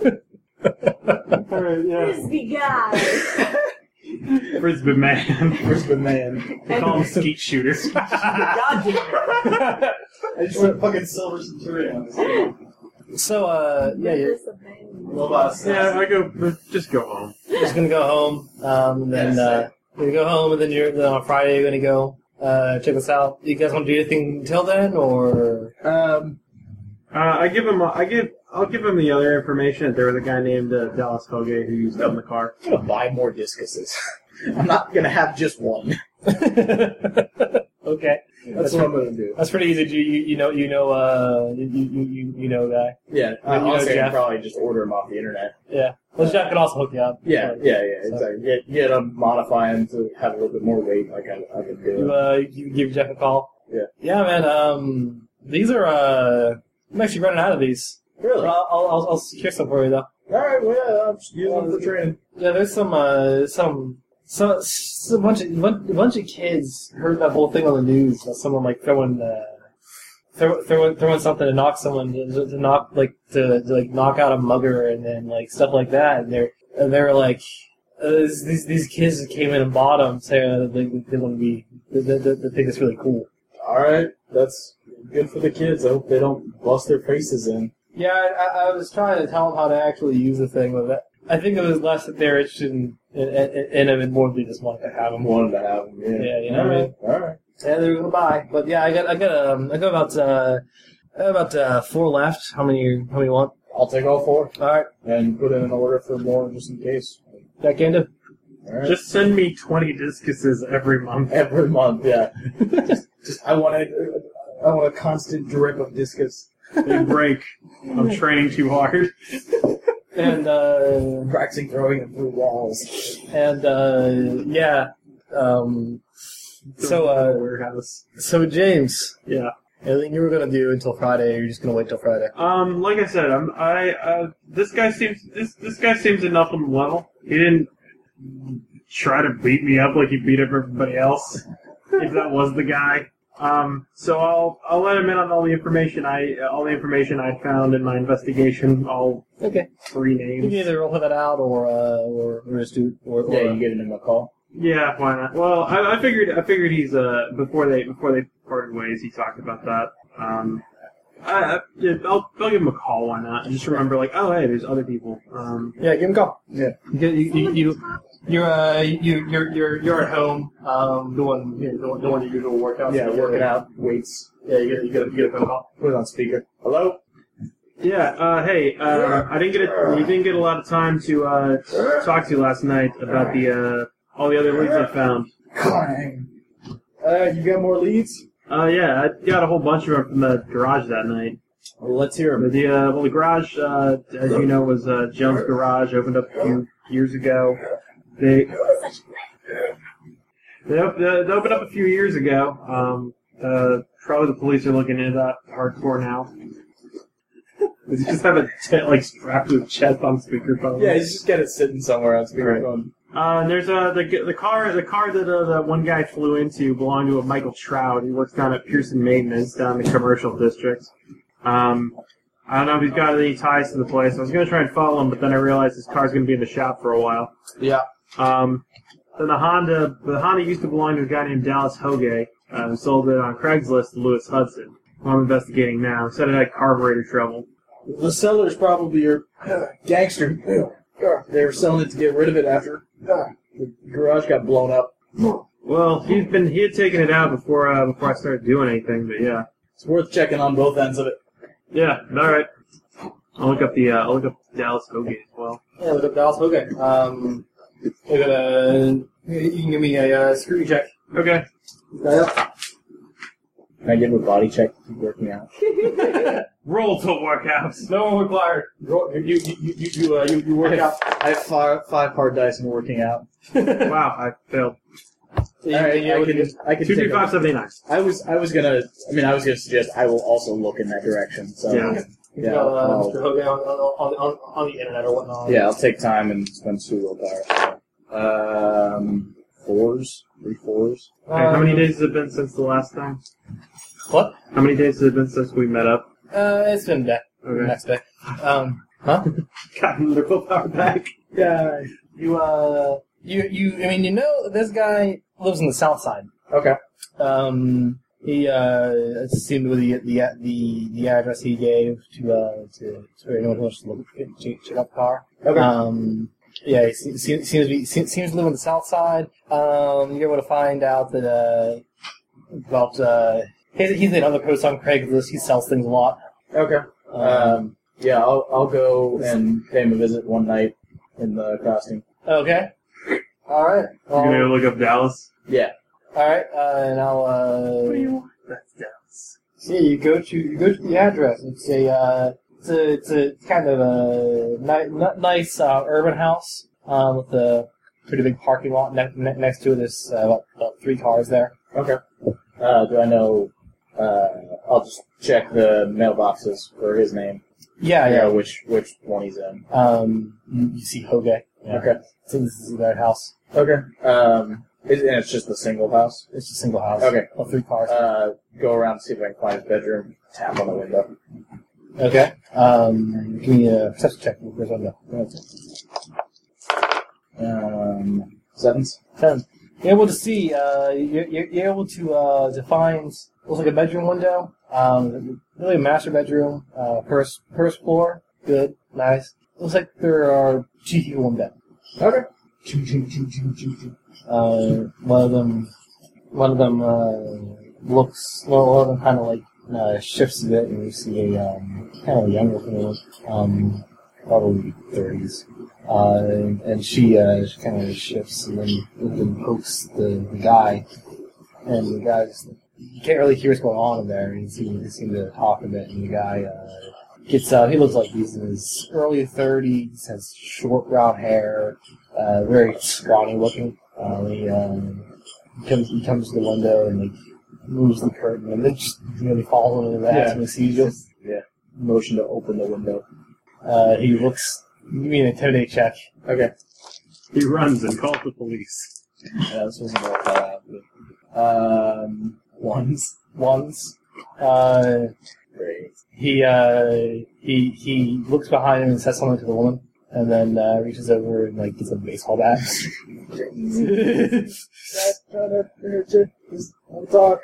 [SPEAKER 5] All right.
[SPEAKER 6] frisbee guy.
[SPEAKER 5] Frisbee man.
[SPEAKER 2] Where's the man?
[SPEAKER 5] They call them skeet shooters.
[SPEAKER 1] God
[SPEAKER 2] I just want fucking Silver Centurion on this. thing.
[SPEAKER 1] So, uh, yeah, you're
[SPEAKER 6] This amazing.
[SPEAKER 2] Robot
[SPEAKER 5] yeah,
[SPEAKER 2] assassin.
[SPEAKER 5] I go. Just go home.
[SPEAKER 1] just gonna go home, um, and then,
[SPEAKER 2] Yes.
[SPEAKER 1] uh, you're gonna go home, and then you're, then on Friday you're gonna go, uh, check this out. You guys wanna do anything until then, or?
[SPEAKER 2] Um,
[SPEAKER 5] Uh, I give him. I give. I'll give him the other information. that There was a guy named uh, Dallas Hoge who used it in the car.
[SPEAKER 2] I'm gonna buy more discuses. I'm not gonna have just one.
[SPEAKER 1] okay.
[SPEAKER 2] That's what I'm gonna do.
[SPEAKER 1] That's pretty easy. You, you, you know, you know, uh, you, you, you, you know, guy.
[SPEAKER 2] Yeah,
[SPEAKER 1] I mean, you know,
[SPEAKER 2] honestly, I
[SPEAKER 1] Jeff-
[SPEAKER 2] can probably just order them off the internet.
[SPEAKER 1] Yeah. Well, Jeff can also hook you up.
[SPEAKER 2] Yeah, yeah, yeah.
[SPEAKER 1] So-
[SPEAKER 2] Exactly. Get get them, modify them to have a little bit more weight, like I, I could
[SPEAKER 1] You,
[SPEAKER 2] do.
[SPEAKER 1] uh, you give Jeff a call.
[SPEAKER 2] Yeah.
[SPEAKER 1] Yeah, man. Um, these are, uh, I'm actually running out of these.
[SPEAKER 2] Really? All
[SPEAKER 1] I'll, I'll, I'll, I'll secure some for you though.
[SPEAKER 2] right. Well, yeah, I'm just using them for training.
[SPEAKER 1] Yeah, there's some uh, some some some bunch of one, a bunch of kids heard that whole thing on the news about someone like throwing uh, throw, throwing throwing something to knock someone to, to knock like to, to like knock out a mugger and then like stuff like that and they're and they're like uh, these these- these kids that came in and bought them saying that they, they want to be they, they, they think it's really cool.
[SPEAKER 2] All right, that's good for the kids. I hope they don't bust their faces in.
[SPEAKER 1] Yeah, I, I- I was trying to tell them how to actually use the thing, but that, I think it was less that they're interested in in, in, in them and more that they just wanted to have them.
[SPEAKER 2] Wanted to have them,
[SPEAKER 1] Yeah, you know what I mean.
[SPEAKER 2] All right.
[SPEAKER 1] Yeah, they're gonna buy. But yeah, I got I got um I got about uh I got about uh, four left. How many how many you want?
[SPEAKER 2] I'll take all four
[SPEAKER 1] All right,
[SPEAKER 2] and put in an order for more just in case.
[SPEAKER 1] that can do.
[SPEAKER 2] All right.
[SPEAKER 5] Just send me 20 discuses every month.
[SPEAKER 2] every month, yeah. just, just I want a, I want a constant drip of discus.
[SPEAKER 5] They break. I'm training too hard.
[SPEAKER 1] And uh
[SPEAKER 2] Practicing throwing it through walls.
[SPEAKER 1] and uh yeah, um so uh
[SPEAKER 5] warehouse.
[SPEAKER 1] so James,
[SPEAKER 5] Yeah.
[SPEAKER 1] anything you were gonna do until Friday? Or you're just gonna wait till Friday?
[SPEAKER 5] Um, like I said, I'm I uh, this guy seems this this guy seems enough on the level. He didn't try to beat me up like he beat up everybody else. if that was the guy. Um, so I'll I'll let him in on all the information I all the information I found in my investigation. All
[SPEAKER 1] Okay,
[SPEAKER 5] three
[SPEAKER 1] you can
[SPEAKER 5] names.
[SPEAKER 1] either roll that out or uh or or just do or, or
[SPEAKER 2] Yeah, you giving him a call?
[SPEAKER 5] Yeah, why not? Well, I, I figured I figured he's uh before they before they parted ways, he talked about that. Um, I, I, yeah, I'll I'll give him a call. Why not? And just remember, like, oh hey, there's other people. Um,
[SPEAKER 1] yeah, give him a call.
[SPEAKER 2] Yeah.
[SPEAKER 1] you you, you, you're uh you you're you're you're at home um doing you know, doing, doing your usual workouts.
[SPEAKER 2] Yeah, working out, weights.
[SPEAKER 1] Yeah, you get you get you get a phone call.
[SPEAKER 2] Put it on speaker. Hello.
[SPEAKER 5] yeah. Uh, hey, uh, I didn't get a, we didn't get a lot of time to uh talk to you last night about the uh all the other leads I found.
[SPEAKER 2] Clang. Uh, you got more leads?
[SPEAKER 5] Uh, yeah, I got a whole bunch of them from the garage that night.
[SPEAKER 2] Well, let's hear 'em.
[SPEAKER 5] But the uh, well, the garage, uh, as you know, was uh, Jones Garage, opened up a few years ago. They
[SPEAKER 11] Such
[SPEAKER 5] They, op- they they opened up a few years ago. Um, uh, probably the police are looking into that hardcore now. They just have a tent like strapped to a chest on speakerphone.
[SPEAKER 2] Yeah, he's just got it sitting somewhere on speakerphone.
[SPEAKER 5] Uh, and there's uh, the the car the car that uh, that one guy flew into belonged to a Michael Trout. He works down at Pearson Maintenance down in the commercial district. Um, I don't know if he's got any ties to the place. I was gonna try and follow him, but then I realized his car's gonna be in the shop for a while.
[SPEAKER 2] Yeah.
[SPEAKER 5] Um, then the Honda, the Honda used to belong to a guy named Dallas Hoge, uh, who sold it on Craigslist to Lewis Hudson. who I'm investigating now. Said it had carburetor trouble.
[SPEAKER 2] The sellers probably are uh, gangster. Uh, they were selling it to get rid of it after uh, the garage got blown up.
[SPEAKER 5] Well, he's been he had taken it out before uh, before I started doing anything, but yeah,
[SPEAKER 2] It's worth checking on both ends of it.
[SPEAKER 5] yeah, all right. I'll look up the uh, I'll look up Dallas Hoge as well.
[SPEAKER 1] Yeah, look up Dallas Hogan. Um, I got a. You can give me a uh, scrutiny check.
[SPEAKER 5] Okay.
[SPEAKER 2] Can I give him a body check to keep working out?
[SPEAKER 5] Roll to workouts.
[SPEAKER 1] No required.
[SPEAKER 2] You you you you, you, uh, you, you work out. I have five, five hard dice in working out.
[SPEAKER 5] wow, I failed.
[SPEAKER 2] All right, I can I can
[SPEAKER 5] Two
[SPEAKER 2] take
[SPEAKER 5] three
[SPEAKER 2] a-
[SPEAKER 5] five seventy nine.
[SPEAKER 2] I was I was gonna I mean I was gonna suggest I will also look in that direction. So
[SPEAKER 5] Yeah.
[SPEAKER 1] Yeah,
[SPEAKER 2] yeah,
[SPEAKER 1] uh,
[SPEAKER 2] I'll,
[SPEAKER 1] Mr. Hogan on, on, on, on the internet or whatnot. Um,
[SPEAKER 2] yeah, I'll take time and spend two willpower. Um, fours, three fours.
[SPEAKER 5] Okay, how many days has it been since the last time?
[SPEAKER 1] What?
[SPEAKER 5] How many days has it been since we met up?
[SPEAKER 1] Uh, it's been that
[SPEAKER 5] Okay.
[SPEAKER 1] next day. Um, huh?
[SPEAKER 5] Got another willpower back.
[SPEAKER 2] Yeah.
[SPEAKER 1] You uh, you you. I mean, you know, this guy lives in the South Side.
[SPEAKER 2] Okay.
[SPEAKER 1] Um, he uh, it seemed with the the the the address he gave to uh to, to anyone who wants to look check, check out the car.
[SPEAKER 2] Okay.
[SPEAKER 1] Um, yeah, he se- se- seems to be, se- seems to live on the south side. Um, you're able to find out that uh, about uh, he's he's another post on Craigslist. He sells things a lot.
[SPEAKER 2] okay.
[SPEAKER 1] Um,
[SPEAKER 2] Um, yeah, I'll I'll go and pay him a visit one night in the costume.
[SPEAKER 1] okay. All right.
[SPEAKER 5] You're gonna
[SPEAKER 1] Well,
[SPEAKER 5] go look up Dallas.
[SPEAKER 2] Yeah.
[SPEAKER 1] all right. Uh, and I'll. Uh,
[SPEAKER 5] want? That's Dallas.
[SPEAKER 1] yeah, you go to you go to the address. It's a uh, it's a it's a it's kind of a ni- ni- nice uh, urban house um, with a pretty big parking lot ne- ne- next to it. There's uh, about, about three cars there.
[SPEAKER 2] Okay. Uh, do I know? Uh, I'll just check the mailboxes for his name.
[SPEAKER 1] Yeah,
[SPEAKER 2] You
[SPEAKER 1] yeah.
[SPEAKER 2] know, which which one he's in.
[SPEAKER 1] Um, you you see Hoge. Yeah.
[SPEAKER 2] Okay.
[SPEAKER 1] So this is their house.
[SPEAKER 2] Okay. Um, it, and it's just the single house.
[SPEAKER 1] It's a single house.
[SPEAKER 2] Okay.
[SPEAKER 1] Well, three cars.
[SPEAKER 2] Uh, go around and see if I can find his bedroom. Tap on the window.
[SPEAKER 1] okay. Um, give me a perception check for his window.
[SPEAKER 2] Uh,
[SPEAKER 1] um,
[SPEAKER 2] Sevens.
[SPEAKER 1] ten. You're able to see. Uh, you're, you're you're able to uh, to find looks like a bedroom window. Um, really a master bedroom. Uh, first first floor. Good, nice. Looks like there are two people in bed.
[SPEAKER 2] Okay.
[SPEAKER 1] Uh, one of them, one of them uh, looks. Well, one of them kind of like uh, shifts a bit, and you see a um, kind of a younger woman, um, probably thirties, uh, and, and she uh, she kind of shifts and then, and then pokes the, the guy, and the guy just you can't really hear what's going on in there, and he seems to talk a bit, and the guy. Uh, Gets out. He looks like he's in his early 30s. Has short brown hair, uh, very scrawny looking. Um, he, um, he comes he comes to the window and like moves the curtain and then just really falls into the bathroom and sees you.
[SPEAKER 2] Motion to open the window.
[SPEAKER 1] Uh, he looks. Give me an intimidate check.
[SPEAKER 2] Okay.
[SPEAKER 5] He runs and calls the police.
[SPEAKER 2] Yeah, this wasn't all thought out. But, um, ones.
[SPEAKER 1] Once, uh,
[SPEAKER 2] Great.
[SPEAKER 1] he uh, he he looks behind him and says something to the woman, and then uh, reaches over and like gets a baseball bat.
[SPEAKER 2] talk.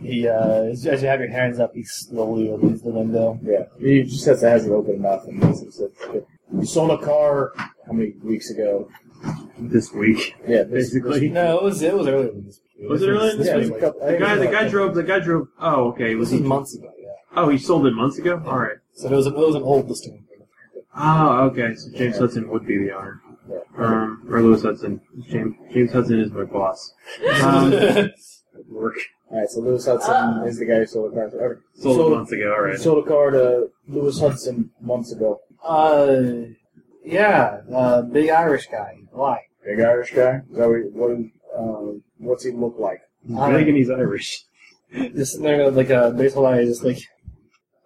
[SPEAKER 1] he uh, as as you have your hands up, he slowly opens the window.
[SPEAKER 2] Yeah, he just has to has it open enough. And he said, "You sold a car how many weeks ago?"
[SPEAKER 5] This week,
[SPEAKER 2] Yeah, this-
[SPEAKER 5] basically.
[SPEAKER 1] No, it was it was earlier. than this.
[SPEAKER 5] Was it earlier this
[SPEAKER 2] yeah, it was
[SPEAKER 5] week?
[SPEAKER 2] a couple- I
[SPEAKER 5] The
[SPEAKER 2] think it
[SPEAKER 5] guy,
[SPEAKER 2] was
[SPEAKER 5] the
[SPEAKER 2] about-
[SPEAKER 5] guy drove, the guy drove. Oh, okay. Was
[SPEAKER 1] This was
[SPEAKER 5] he?
[SPEAKER 1] months ago. Yeah.
[SPEAKER 5] Oh, he sold it months ago. All right.
[SPEAKER 1] So it was it was an old listing.
[SPEAKER 5] Oh, okay. So James Hudson would be the owner,
[SPEAKER 2] Yeah.
[SPEAKER 5] um, or Lewis Hudson. James James Hudson is my boss. Um, work
[SPEAKER 2] All right, so Lewis Hudson
[SPEAKER 6] Uh-oh.
[SPEAKER 2] is the guy who sold the car. Okay.
[SPEAKER 5] sold
[SPEAKER 2] Sold-
[SPEAKER 5] it months ago. All
[SPEAKER 2] He
[SPEAKER 5] right.
[SPEAKER 2] sold a car to Lewis Hudson months ago.
[SPEAKER 1] Uh, yeah, uh, big Irish guy. Why?
[SPEAKER 2] Big Irish guy. Is that what, he- what he- um, what's he look like?
[SPEAKER 5] He's
[SPEAKER 1] I-
[SPEAKER 5] big and he's Irish.
[SPEAKER 1] Just there, like a baseball guy, just like,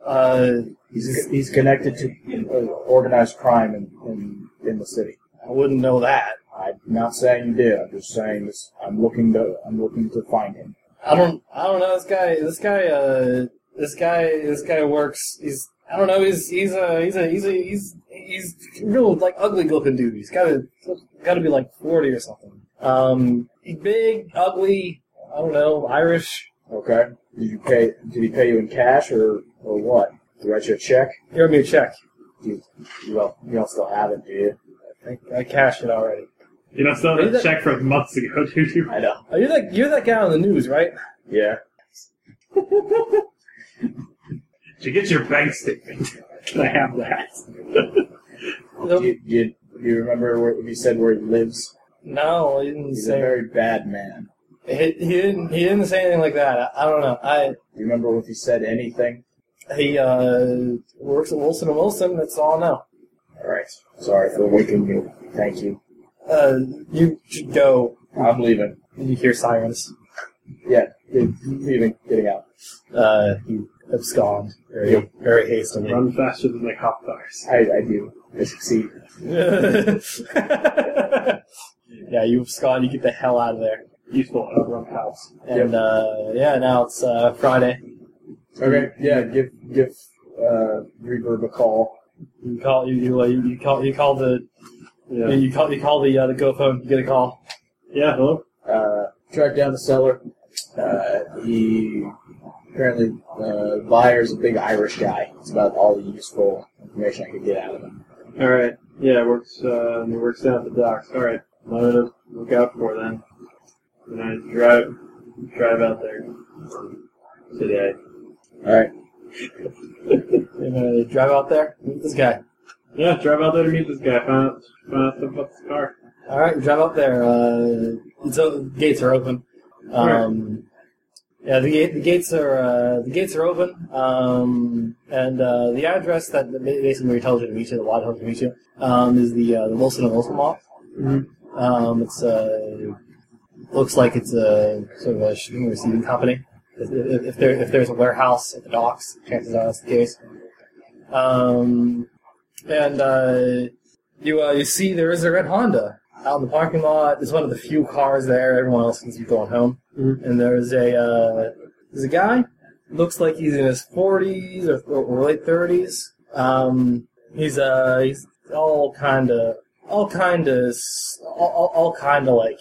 [SPEAKER 1] uh,
[SPEAKER 2] He's he's connected to uh, organized crime in, in in the city.
[SPEAKER 1] I wouldn't know that.
[SPEAKER 2] I'm not saying you did. I'm just saying this. I'm looking to I'm looking to find him.
[SPEAKER 1] I don't, I don't know this guy. This guy, uh, this guy, this guy works. He's, I don't know. He's, he's a, he's a, he's a, he's, he's real like ugly looking dude. He's gotta, gotta be like forty or something. Um, he's big, ugly. I don't know, Irish.
[SPEAKER 2] Okay. Did you pay? Did he pay you in cash or or what? Did he write you a check?
[SPEAKER 1] He wrote me a check.
[SPEAKER 2] You don't, you don't still have it, do you?
[SPEAKER 1] I cashed it already.
[SPEAKER 5] You know, sold
[SPEAKER 1] Is
[SPEAKER 5] that
[SPEAKER 1] that-
[SPEAKER 5] check from months ago, dude. You-
[SPEAKER 2] I know.
[SPEAKER 1] Oh, you're that you're that guy on the news, right?
[SPEAKER 2] Yeah.
[SPEAKER 5] Did you get your bank statement? Can I have that?
[SPEAKER 1] Nope.
[SPEAKER 2] Do you, do you, do you remember where if you said where he lives?
[SPEAKER 1] No, he didn't
[SPEAKER 2] He's a
[SPEAKER 1] say.
[SPEAKER 2] very bad man.
[SPEAKER 1] He, he didn't. He didn't say anything like that. I, I don't know. I
[SPEAKER 2] Do you remember if he said anything?
[SPEAKER 1] he uh, works at Wilson and Wilson. That's all I know.
[SPEAKER 2] All right. Sorry for waking you. Thank you.
[SPEAKER 1] Uh, you should go.
[SPEAKER 2] I'm leaving.
[SPEAKER 1] And you hear sirens.
[SPEAKER 2] Yeah, I'm leaving. Getting out.
[SPEAKER 1] Uh, you abscond very very hastily.
[SPEAKER 5] Run faster than the cop cars.
[SPEAKER 2] I, I do. I succeed.
[SPEAKER 1] yeah, you abscond. You get the hell out of there.
[SPEAKER 5] Useful outrun house.
[SPEAKER 1] And uh, yeah, now it's uh, Friday.
[SPEAKER 2] Okay. Yeah. Give give uh, Reverb a call.
[SPEAKER 1] You call you you, uh, you you call you call the
[SPEAKER 5] Yeah.
[SPEAKER 1] you call you call the uh, the go phone. You get a call.
[SPEAKER 5] Yeah. Hello.
[SPEAKER 2] Uh, track down the seller. Uh, he apparently uh, buyer's a big Irish guy. It's about all the useful information I could get out of him.
[SPEAKER 5] All right. Yeah. it Works. Uh, it works down at the docks. All right. I'm gonna look out for then. And I drive drive out there today.
[SPEAKER 2] All right.
[SPEAKER 1] You're gonna drive out there, meet this guy.
[SPEAKER 5] Yeah. Drive out there to meet this guy. Find out find out something about this car.
[SPEAKER 1] All right, you drive out there. Uh, so gates are open. Um, yeah, the gate, the gates are uh, the gates are open. Um, and uh, the address that that ba- basically where he tells you to meet you, the lot tells you to meet you, um, is the uh, the Wilson and Wilson Mall.
[SPEAKER 5] Mhm.
[SPEAKER 1] Um, it's uh, looks like it's a sort of a shipping and receiving company. If, if, if there if there's a warehouse at the docks, chances are that's the case. Um, and uh, you uh, you see there is a red Honda out in the parking lot. It's one of the few cars there. Everyone else seems to be going home.
[SPEAKER 5] Mhm.
[SPEAKER 1] And there's a uh, there's a guy. Looks like he's in his 40s or, or late 30s. Um, he's uh he's all kind of all kind of s- all, all, all kind of like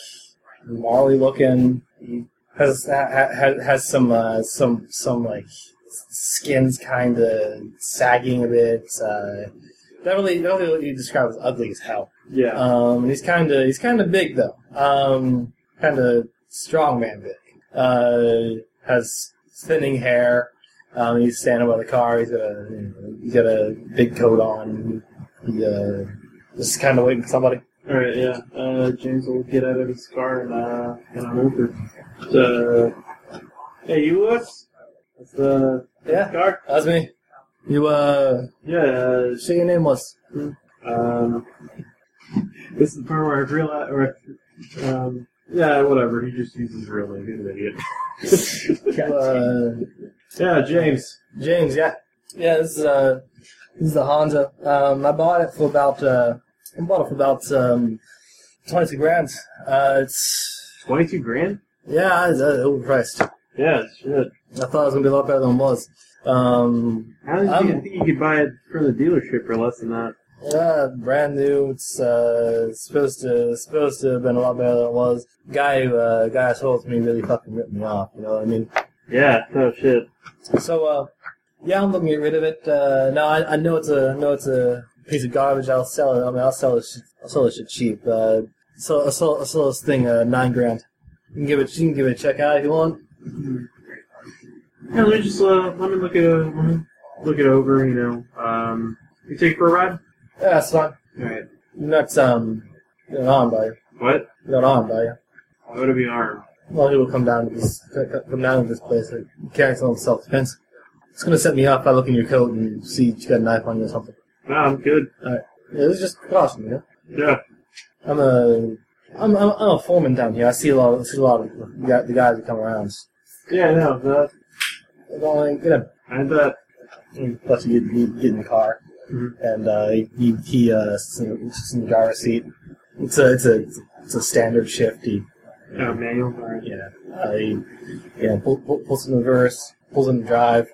[SPEAKER 1] gnarly looking. He has ha- ha- has some uh, some some like s- skins kind of sagging a bit. Uh, that really that really what you describe as ugly as hell.
[SPEAKER 12] Yeah.
[SPEAKER 1] Um, and he's kind of he's kind of big though. Um, kind of strong man big. Uh, has thinning hair. Um, he's standing by the car. He's got a you know, he's got a big coat on. He uh, just kind of waiting for somebody.
[SPEAKER 5] All right, yeah. Uh, James will get out of his car and uh, and I'm over. So, hey, you Lewis? That's the
[SPEAKER 1] Yeah.
[SPEAKER 5] car.
[SPEAKER 1] That's me. You uh,
[SPEAKER 5] Yeah. Uh,
[SPEAKER 1] say your name was.
[SPEAKER 5] Um, this is the part where I realize, or, um, yeah, whatever. He just uses his real name. He's an idiot.
[SPEAKER 1] You, uh,
[SPEAKER 5] yeah, James.
[SPEAKER 1] James, yeah. Yeah, this is uh this is the Honda. Um I bought it for about uh I bought it for about um twenty two grand. Uh it's
[SPEAKER 5] Twenty-two grand.
[SPEAKER 1] yeah, it's uh, overpriced.
[SPEAKER 5] Yeah, shit.
[SPEAKER 1] I thought it was gonna be a lot better than it was. Um
[SPEAKER 5] How did
[SPEAKER 1] I'm-
[SPEAKER 5] you, I think you could buy it from the dealership for less than that.
[SPEAKER 1] yeah, brand new. It's uh it's supposed to it's supposed to have been a lot better than it was. Guy who uh guy who sold it to me really fucking ripped me off, you know what I mean?
[SPEAKER 5] Yeah. Oh shit.
[SPEAKER 1] So, uh, yeah, I'm looking to get rid of it. Uh, no, I, I know it's a I know it's a piece of garbage. I'll sell it. I mean, I'll sell this. shit- I'll sell this shit cheap. Uh, so I sold, I sold this thing uh, nine grand. You can give it. You can give it a check out if you want.
[SPEAKER 5] Yeah, let me just uh, let me look it uh, let me look it over. You know, um, you take it for a ride.
[SPEAKER 1] Yeah, that's fine.
[SPEAKER 5] All right.
[SPEAKER 1] You're not um, you're not armed, are you?
[SPEAKER 5] What?
[SPEAKER 1] You're not armed, are you?
[SPEAKER 5] I would be armed.
[SPEAKER 1] A lot of people come down to this come down to this place. Like, carrying some self defense. It's gonna set me off. I look in your coat and see you got a knife on you or something.
[SPEAKER 5] No, I'm good.
[SPEAKER 1] Yeah, this is just precaution, you know.
[SPEAKER 5] Yeah.
[SPEAKER 1] I'm a I'm, I'm, I'm a foreman down here. I see a lot of see a lot of the guy- the guys that come around.
[SPEAKER 5] Yeah. No. That.
[SPEAKER 1] They're going, get him.
[SPEAKER 5] I bet.
[SPEAKER 1] And Plus, you get, you get in the car,
[SPEAKER 5] Mhm.
[SPEAKER 1] and uh, he he uh, sits in sits in the driver's seat. It's a it's a it's a standard shift. He
[SPEAKER 5] Oh, manual. All right.
[SPEAKER 1] yeah uh, he yeah pull, pull, pulls in reverse, pulls in drive,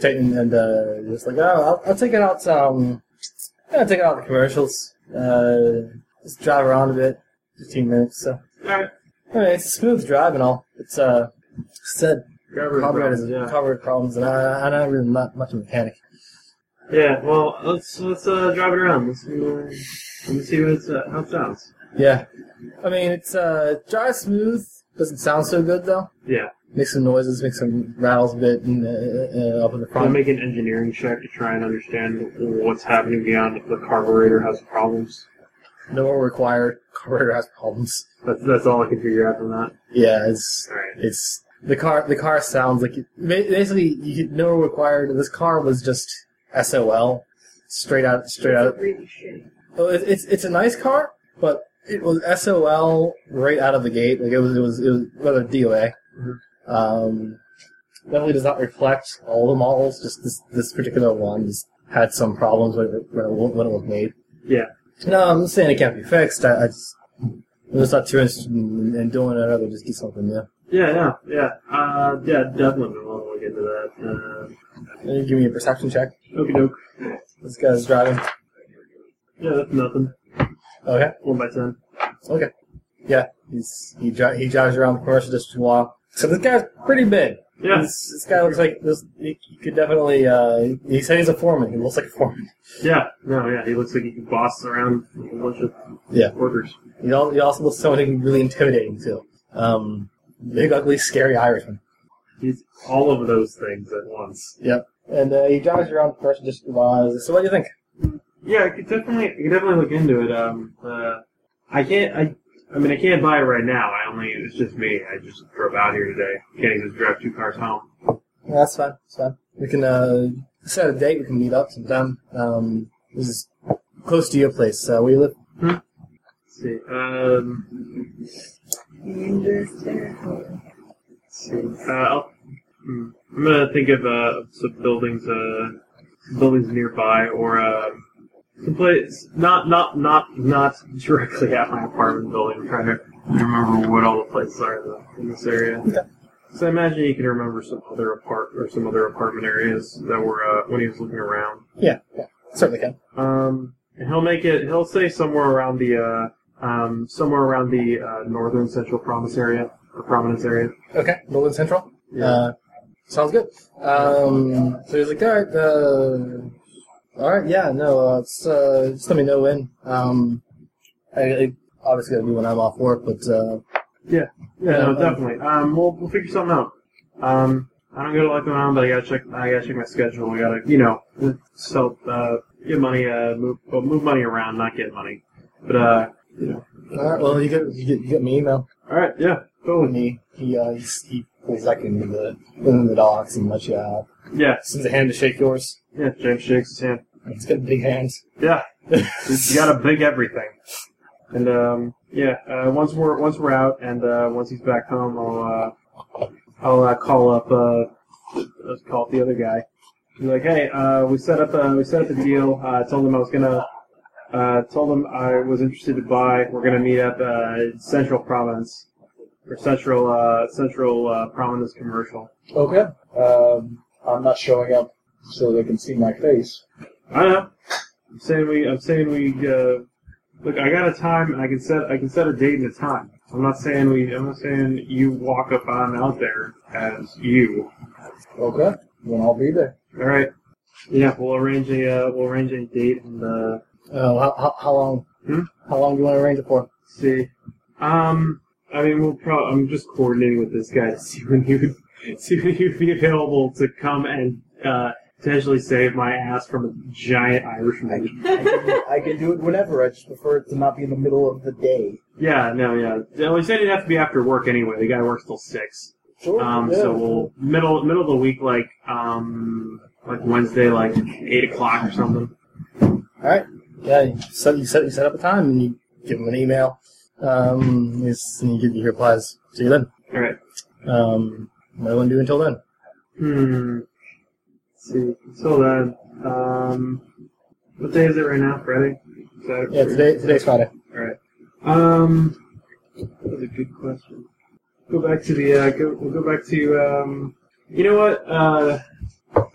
[SPEAKER 1] taking and uh, just like oh I'll, I'll take it out um yeah, I'll take it out the commercials. Uh, just drive around a bit, fifteen minutes so.
[SPEAKER 5] All right.
[SPEAKER 1] I mean, it's a smooth drive and all. It's uh, said
[SPEAKER 5] Driver
[SPEAKER 1] carburetor
[SPEAKER 5] problems,
[SPEAKER 1] is
[SPEAKER 5] yeah.
[SPEAKER 1] carburetor problems, and I, I'm not really not much of a mechanic.
[SPEAKER 5] Yeah, well, let's let's uh, drive it around. Let's see, uh, let me see what it's, uh, how it sounds.
[SPEAKER 1] Yeah, I mean, it's uh, drives smooth. Doesn't sound so good though.
[SPEAKER 5] Yeah.
[SPEAKER 1] Makes some noises, makes some rattles a bit, and uh, uh, up in the
[SPEAKER 5] I'll
[SPEAKER 1] front.
[SPEAKER 5] make an engineering check to try and understand what's happening beyond if the carburetor has problems.
[SPEAKER 1] No required. Carburetor has problems.
[SPEAKER 5] That's that's all I can figure out from that.
[SPEAKER 1] Yeah, it's
[SPEAKER 5] All right.
[SPEAKER 1] it's the car. The car sounds like it, ba- basically you, no required. This car was just SOL, straight out, straight out.
[SPEAKER 6] It's a really shitty.
[SPEAKER 1] Well, it, it's it's a nice car, but it was SOL right out of the gate. Like it was it was it was rather DOA.
[SPEAKER 5] Mhm.
[SPEAKER 1] Um, definitely does not reflect all the models. Just this this particular one just had some problems when it, when it, wa- when it was made.
[SPEAKER 5] Yeah.
[SPEAKER 1] No, I'm not saying it can't be fixed. I, I just I'm just not too interested in, in doing it. I'd rather just do something new.
[SPEAKER 5] Yeah, yeah, yeah. Uh, yeah, definitely want to look into that.
[SPEAKER 1] Can you give me a perception check.
[SPEAKER 5] Uh, Okie doke.
[SPEAKER 1] This guy's driving.
[SPEAKER 5] Yeah, that's nothing.
[SPEAKER 1] Okay.
[SPEAKER 5] One by ten.
[SPEAKER 1] Okay. Yeah. Oh, He's he dri- he drives around the commercial district a while. So this guy's pretty big.
[SPEAKER 5] Yeah,
[SPEAKER 1] This, this guy looks like this. He, he could definitely. Uh, he said he's a foreman. He looks like a foreman.
[SPEAKER 5] yeah. No, yeah. He looks like he could boss around with a bunch of
[SPEAKER 1] Yeah.
[SPEAKER 5] workers.
[SPEAKER 1] He also, he also looks something really intimidating too. Um, big, ugly, scary Irishman.
[SPEAKER 5] He's all of those things at once.
[SPEAKER 1] And uh, he drives around the person just So what do you think?
[SPEAKER 5] Yeah, I could definitely, I could definitely look into it. Um, uh, I can't, I, I mean, I can't buy it right now. I only, it's just me. I just drove out here today. Can't even drive two cars home.
[SPEAKER 1] Yeah, that's fine. That's fine. We can uh, set a date. We can meet up sometime. Um, this is close to your place. Uh, where you live?
[SPEAKER 5] Let's see, um,
[SPEAKER 6] And this there.
[SPEAKER 5] let's see. Uh, I'll, hmm. I'm gonna think of uh, some buildings, uh, buildings nearby, or uh, some place not, not, not, not directly at my apartment building. I'm trying to remember what all the places are in the- in this area. So I imagine you can remember some other apart or some other apartment areas that were uh, when he was looking around.
[SPEAKER 1] Yeah, yeah, certainly can.
[SPEAKER 5] Um, And he'll make it. He'll say somewhere around the uh, um, somewhere around the uh, northern central promise area, or prominence area.
[SPEAKER 1] Okay, Northern Central. Uh, sounds good. Um, so he's like, all right, uh, all right, yeah, no, uh, just, uh, just let me know when. Um, I, I obviously gotta be when I'm off work, but uh,
[SPEAKER 5] Yeah,
[SPEAKER 1] Yeah,
[SPEAKER 5] no,
[SPEAKER 1] um,
[SPEAKER 5] definitely. Um, we'll we'll figure something out. Um, I don't go to Lucky Mountain, but I gotta check. I gotta check my schedule. I gotta, you know, so uh, get money, uh, move, well, move money around, not get money. But uh,
[SPEAKER 1] all right, well, you get you get, you get me email.
[SPEAKER 5] all right, yeah,
[SPEAKER 1] And
[SPEAKER 5] totally.
[SPEAKER 1] he he uh, he, he pulls back into the into the docks and lets you
[SPEAKER 2] uh,
[SPEAKER 1] out.
[SPEAKER 5] Yeah,
[SPEAKER 1] Sends a hand to shake yours.
[SPEAKER 5] yeah. James shakes his hand.
[SPEAKER 1] It's got big hands.
[SPEAKER 5] Yeah, you gotta big everything. And um, yeah, uh, once we're once we're out, and uh, once he's back home, I'll uh, I'll uh, call up uh, let's call up the other guy. He's like, hey, uh, we set up uh, we set up a deal. Uh, I told him I was gonna. Uh, told him I was interested to buy. We're gonna meet up uh, in Central Province or Central uh, Central uh, Prominence commercial.
[SPEAKER 2] Okay. Um, I'm not showing up so they can see my face.
[SPEAKER 5] I don't know. I'm saying we. I'm saying we. Uh, look, I got a time, and I can set. I can set a date and a time. I'm not saying we. I'm not saying you walk up on out there as you.
[SPEAKER 2] Okay. Then I'll be there.
[SPEAKER 5] All right. Yeah, we'll arrange a. Uh, we'll arrange a date and uh,
[SPEAKER 1] Oh, how, how, how long?
[SPEAKER 5] Hmm?
[SPEAKER 1] How long do you want to arrange it for?
[SPEAKER 5] see. Um, I mean, we'll probably. I'm just coordinating with this guy to see when he would see when he would be available to come and uh, potentially save my ass from a giant Irishman.
[SPEAKER 2] I can do it whenever. I just prefer it to not be in the middle of the day.
[SPEAKER 5] Yeah, no, yeah. Well, he said it'd have to be after work anyway. The guy works till six.
[SPEAKER 2] Sure.
[SPEAKER 5] Um,
[SPEAKER 2] yeah.
[SPEAKER 5] so we'll middle middle of the week, like um, like Wednesday, like eight o'clock or something.
[SPEAKER 1] Yeah, you set, you set you set up a time and you give him an email. Um, he's- and you get your replies. See you then.
[SPEAKER 5] All right.
[SPEAKER 1] Um, what do you want to do until then?
[SPEAKER 5] Hmm. Let's see. So then, um, what day is it right now? Friday. Is that
[SPEAKER 1] Yeah, today today's Friday.
[SPEAKER 5] All right. Um, that's a good question. Go back to the. Uh, go, we'll go back to. Um, you know what? Uh,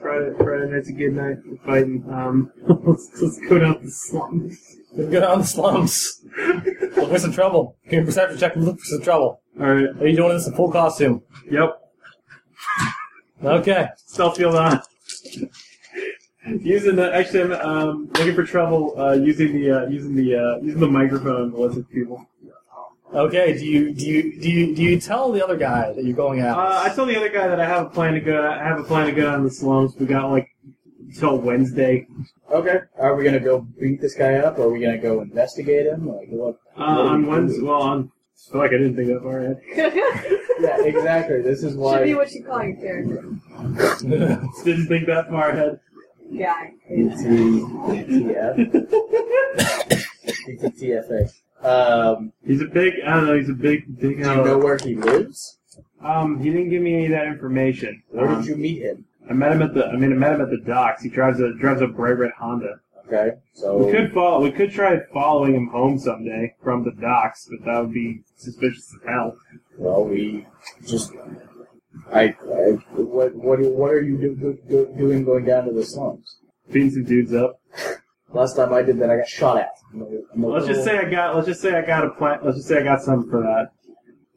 [SPEAKER 5] Friday, Friday night's a good night for fighting. Um, let's, let's go down the slums.
[SPEAKER 1] Then go down the slums. Look for some trouble. Give me a perception check and look for some trouble.
[SPEAKER 5] All right.
[SPEAKER 1] Are you doing this in full costume?
[SPEAKER 5] Yep.
[SPEAKER 1] Okay.
[SPEAKER 5] Stealth field on. using the actually, I'm um, looking for trouble. Uh, using the uh, using the uh, using the microphone to listen to people.
[SPEAKER 1] Okay. Do you do you do you do you tell the other guy that you're going out?
[SPEAKER 5] Uh, I told the other guy that I have a plan to go. I have a plan to go down the slums. We got like till Wednesday.
[SPEAKER 2] Okay. Are we gonna go beat this guy up? Or are we gonna go investigate him? Like what?
[SPEAKER 5] Uh, on Wednesday, well, on I feel like I didn't think that far ahead.
[SPEAKER 6] Should
[SPEAKER 2] Yeah, exactly. This is why.
[SPEAKER 6] be what you call your character.
[SPEAKER 5] didn't think that far ahead.
[SPEAKER 6] Guy.
[SPEAKER 2] ATF. TTFA. Um,
[SPEAKER 5] He's a big. I don't know. He's a big, big.
[SPEAKER 2] do
[SPEAKER 5] Uh,
[SPEAKER 2] you know where he lives?
[SPEAKER 5] um, he didn't give me any of that information.
[SPEAKER 2] Where
[SPEAKER 5] Um,
[SPEAKER 2] did you meet him?
[SPEAKER 5] I met him at the. I mean, I met him at the docks. He drives a drives a bright red Honda.
[SPEAKER 2] Okay,
[SPEAKER 5] We
[SPEAKER 2] so
[SPEAKER 5] could follow. We could try following him home someday from the docks, but that would be suspicious as hell.
[SPEAKER 2] well, we just I, I what what what are you do, do, do, doing going down to the slums?
[SPEAKER 5] Beating some dudes up.
[SPEAKER 2] Last time I did that, I got shot at. I'm "Oh, a- I'm a
[SPEAKER 5] Let's just
[SPEAKER 2] little-
[SPEAKER 5] say I got. Let's just say I got a plan. Let's just say I got something for that.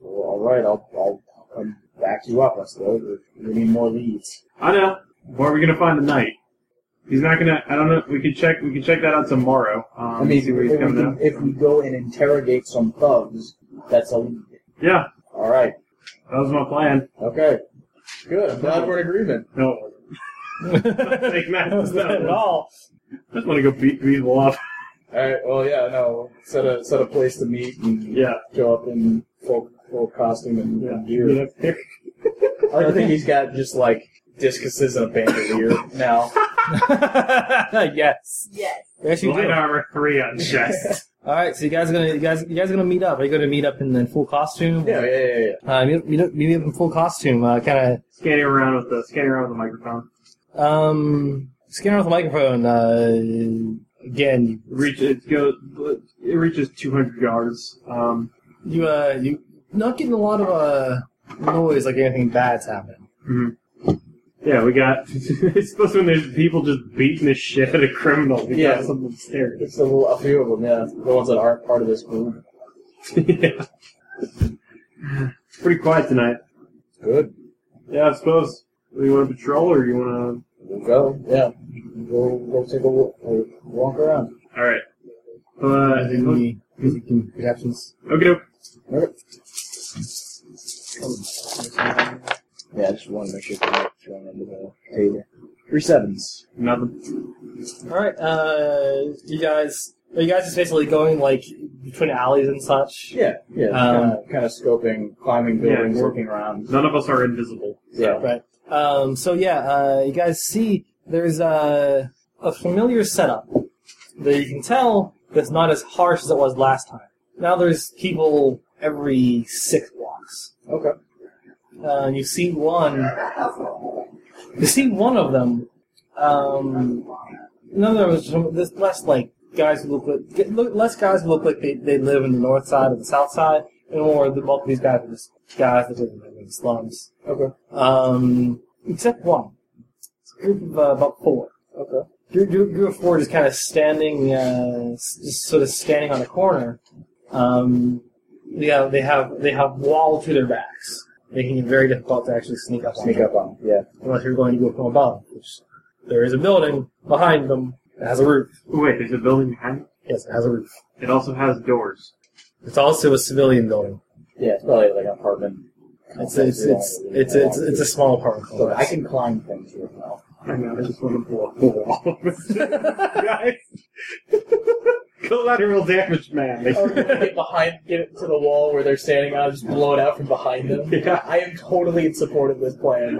[SPEAKER 2] Well, all right, I'll I'll come back you up. I suppose we need more leads.
[SPEAKER 5] I know. Where are we gonna find tonight? He's not gonna. I don't know. We could check. We could check that out tomorrow. Um,
[SPEAKER 2] I mean, if
[SPEAKER 5] see where
[SPEAKER 2] we,
[SPEAKER 5] he's coming
[SPEAKER 2] can,
[SPEAKER 5] up.
[SPEAKER 2] if we go and interrogate some thugs, that's a lead.
[SPEAKER 5] Yeah,
[SPEAKER 2] All right,
[SPEAKER 5] that was my plan.
[SPEAKER 2] okay, good. I'm glad we're in agreement.
[SPEAKER 5] No, it wasn't. Take that.
[SPEAKER 1] That was not at all.
[SPEAKER 5] I just want to go beat people up.
[SPEAKER 2] All right, well, yeah, no, set a set a place to meet and
[SPEAKER 5] Yeah.
[SPEAKER 2] show up in full full costume and,
[SPEAKER 5] Yeah.
[SPEAKER 2] and gear.
[SPEAKER 5] Get up there.
[SPEAKER 2] I like to think he's got just like discuses and a bandolier now.
[SPEAKER 1] yes.
[SPEAKER 6] Yes.
[SPEAKER 1] Yes, you
[SPEAKER 5] Light
[SPEAKER 1] do.
[SPEAKER 5] armor three on chest.
[SPEAKER 1] All right. So you guys are gonna you guys you guys are gonna meet up. Are you gonna meet up in, in full costume?
[SPEAKER 2] Yeah, yeah, yeah, yeah.
[SPEAKER 1] Uh, meet, meet, up, meet up in full costume. Uh, kind of
[SPEAKER 5] scanning around with the scanning around with the microphone.
[SPEAKER 1] Um, scanner with a microphone. Uh, again,
[SPEAKER 5] Reach it goes. It reaches two hundred yards. Um,
[SPEAKER 1] you uh, you not getting a lot of uh noise like anything bad's happening.
[SPEAKER 5] Mhm. Yeah, we got. it's supposed to when there's people just beating the shit out of criminals. We
[SPEAKER 2] Yeah.
[SPEAKER 5] got something upstairs.
[SPEAKER 2] It's a, little, a few of them, yeah. The ones that aren't part of this group.
[SPEAKER 5] yeah. It's pretty quiet tonight.
[SPEAKER 2] Good.
[SPEAKER 5] Yeah, I suppose. You want to patrol or you want
[SPEAKER 2] We'll go. Yeah. Go, go take a walk, a walk around.
[SPEAKER 5] to. Alright. Uh, okay.
[SPEAKER 1] Any music and perceptions?
[SPEAKER 5] doke.
[SPEAKER 2] Yeah, I just want to make sure they're not thrown under the table. Three sevens.
[SPEAKER 5] Nothing.
[SPEAKER 1] All right, uh, you guys, are you guys just basically going like between alleys and such?
[SPEAKER 2] Yeah, yeah.
[SPEAKER 1] Um,
[SPEAKER 2] kind, of, kind of scoping, climbing
[SPEAKER 5] Yeah,
[SPEAKER 2] buildings,
[SPEAKER 5] more-
[SPEAKER 2] looking around.
[SPEAKER 5] None of us are invisible.
[SPEAKER 2] Yeah.
[SPEAKER 1] Right. Um, so yeah, uh, you guys see there's a, a familiar setup that you can tell that's not as harsh as it was last time. Now there's people every six blocks.
[SPEAKER 2] Okay.
[SPEAKER 1] Uh, you see one. You see one of them. Um, none of those. This less like guys who look like get- look- less guys who look like they, they live in the north side or the south side, and more the bulk of these guys are just guys that live in the slums.
[SPEAKER 2] Okay.
[SPEAKER 1] Um, except one. It's a group of uh, about four.
[SPEAKER 2] Okay.
[SPEAKER 1] Group, group, group of four just kind of standing, uh, s- just sort of standing on a corner. Um, they have they have they have wall to their backs, making it very difficult to actually sneak up on
[SPEAKER 2] Sneak
[SPEAKER 1] them
[SPEAKER 2] up on them. Yeah.
[SPEAKER 1] unless you're going to go from above. Which there is a building behind them that has a roof.
[SPEAKER 5] Wait, there's a building behind
[SPEAKER 1] Yes, it has a roof.
[SPEAKER 5] it. It also has doors.
[SPEAKER 1] It's also a civilian building.
[SPEAKER 2] Yeah, it's probably like an apartment.
[SPEAKER 1] It's it's it's it's it's, it's a small apartment
[SPEAKER 2] So I
[SPEAKER 1] complex.
[SPEAKER 2] can climb things here now.
[SPEAKER 5] I know, I just want to blow up the wall. Guys. Collateral damage, man.
[SPEAKER 2] get behind, get it to the wall where they're standing on, just blow it out from behind them.
[SPEAKER 5] yeah.
[SPEAKER 2] I am totally in support of this plan.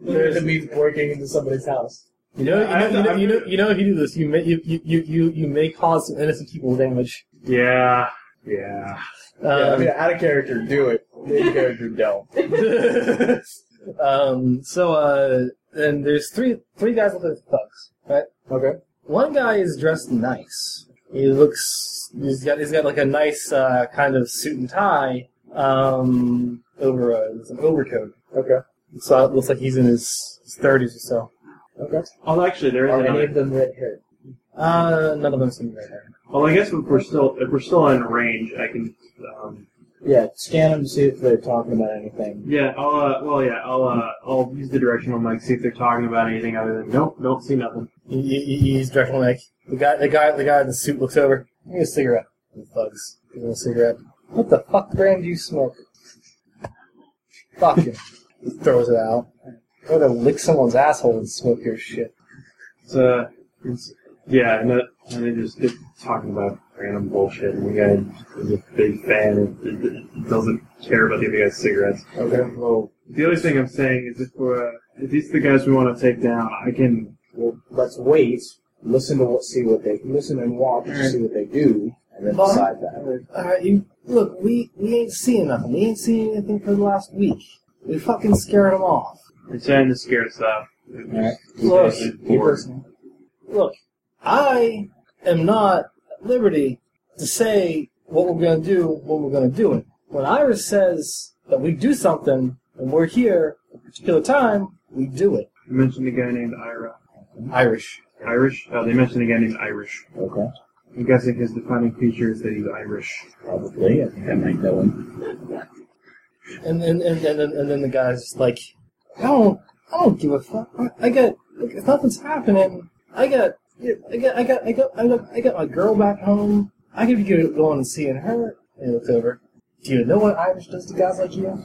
[SPEAKER 1] There's-
[SPEAKER 2] It means breaking into somebody's house.
[SPEAKER 1] You know,
[SPEAKER 5] I-
[SPEAKER 1] you know,
[SPEAKER 5] I'm-
[SPEAKER 1] you know, you know, you know, if you do this, you may you you you you, you may cause some innocent people damage.
[SPEAKER 5] Yeah. Yeah.
[SPEAKER 2] yeah, I mean,
[SPEAKER 1] Um,
[SPEAKER 2] out of character, do it. In character, don't.
[SPEAKER 1] um, so uh, and there's three three guys look like thugs, right?
[SPEAKER 2] Okay.
[SPEAKER 1] One guy is dressed nice. He looks. He's got. He's got like a nice uh, kind of suit and tie um, over a, it's an overcoat.
[SPEAKER 2] Okay.
[SPEAKER 1] So it looks like he's in his thirties or so.
[SPEAKER 2] Okay.
[SPEAKER 5] Oh, actually, there is
[SPEAKER 2] Are any
[SPEAKER 5] another.
[SPEAKER 2] of them red haired?
[SPEAKER 1] Uh, none of them seem right there.
[SPEAKER 5] Well, I guess if we're still if we're still in range, I can. Um,
[SPEAKER 2] Yeah, scan them to see if they're talking about anything.
[SPEAKER 5] yeah, I'll. Uh, well, yeah, I'll. Uh, I'll use the directional mic see if they're talking about anything other than nope, don't see nothing.
[SPEAKER 1] He, he, he's directly like the guy. The guy. The guy in the suit looks over. Give me a cigarette. The thugs. Give him a cigarette. What the fuck brand do you smoke? Fuck him. He throws it out. Go to lick someone's asshole and smoke your shit.
[SPEAKER 5] It's, uh, it's, yeah, and, that, and they just they're talking about random bullshit, and the guy is a big fan and it- it doesn't care about the other guy's cigarettes.
[SPEAKER 2] Okay. Well,
[SPEAKER 5] The other thing I'm saying is if we're uh, if these are the guys we want to take down, I can.
[SPEAKER 2] well let's wait. Listen to what, see what they listen and watch, see what they do, and then decide that.
[SPEAKER 1] Alright, you look, we, we ain't seeing nothing. We ain't seeing anything for the last week. We fucking scared them off.
[SPEAKER 5] It's starting to scare us up.
[SPEAKER 2] Alright.
[SPEAKER 1] Look,
[SPEAKER 2] Keep listening.
[SPEAKER 1] look, I am not at liberty to say what we're gonna do when we're gonna do it. When Iris says that we do something and we're here at a particular time, we do it.
[SPEAKER 5] You mentioned a guy named Ira.
[SPEAKER 1] Irish.
[SPEAKER 5] Irish? Oh, they mentioned a guy named Irish.
[SPEAKER 2] Okay.
[SPEAKER 5] I'm guessing his defining feature is that he's Irish.
[SPEAKER 2] Probably. I think I might know him.
[SPEAKER 1] And and and, and, then, and then the guy's just like, I don't I don't give a fuck. I got like, if nothing's happening. I got I got I got I got I got I got my girl back home. I could be going and seeing her. And he looks over. Do you know what Irish does to guys like you?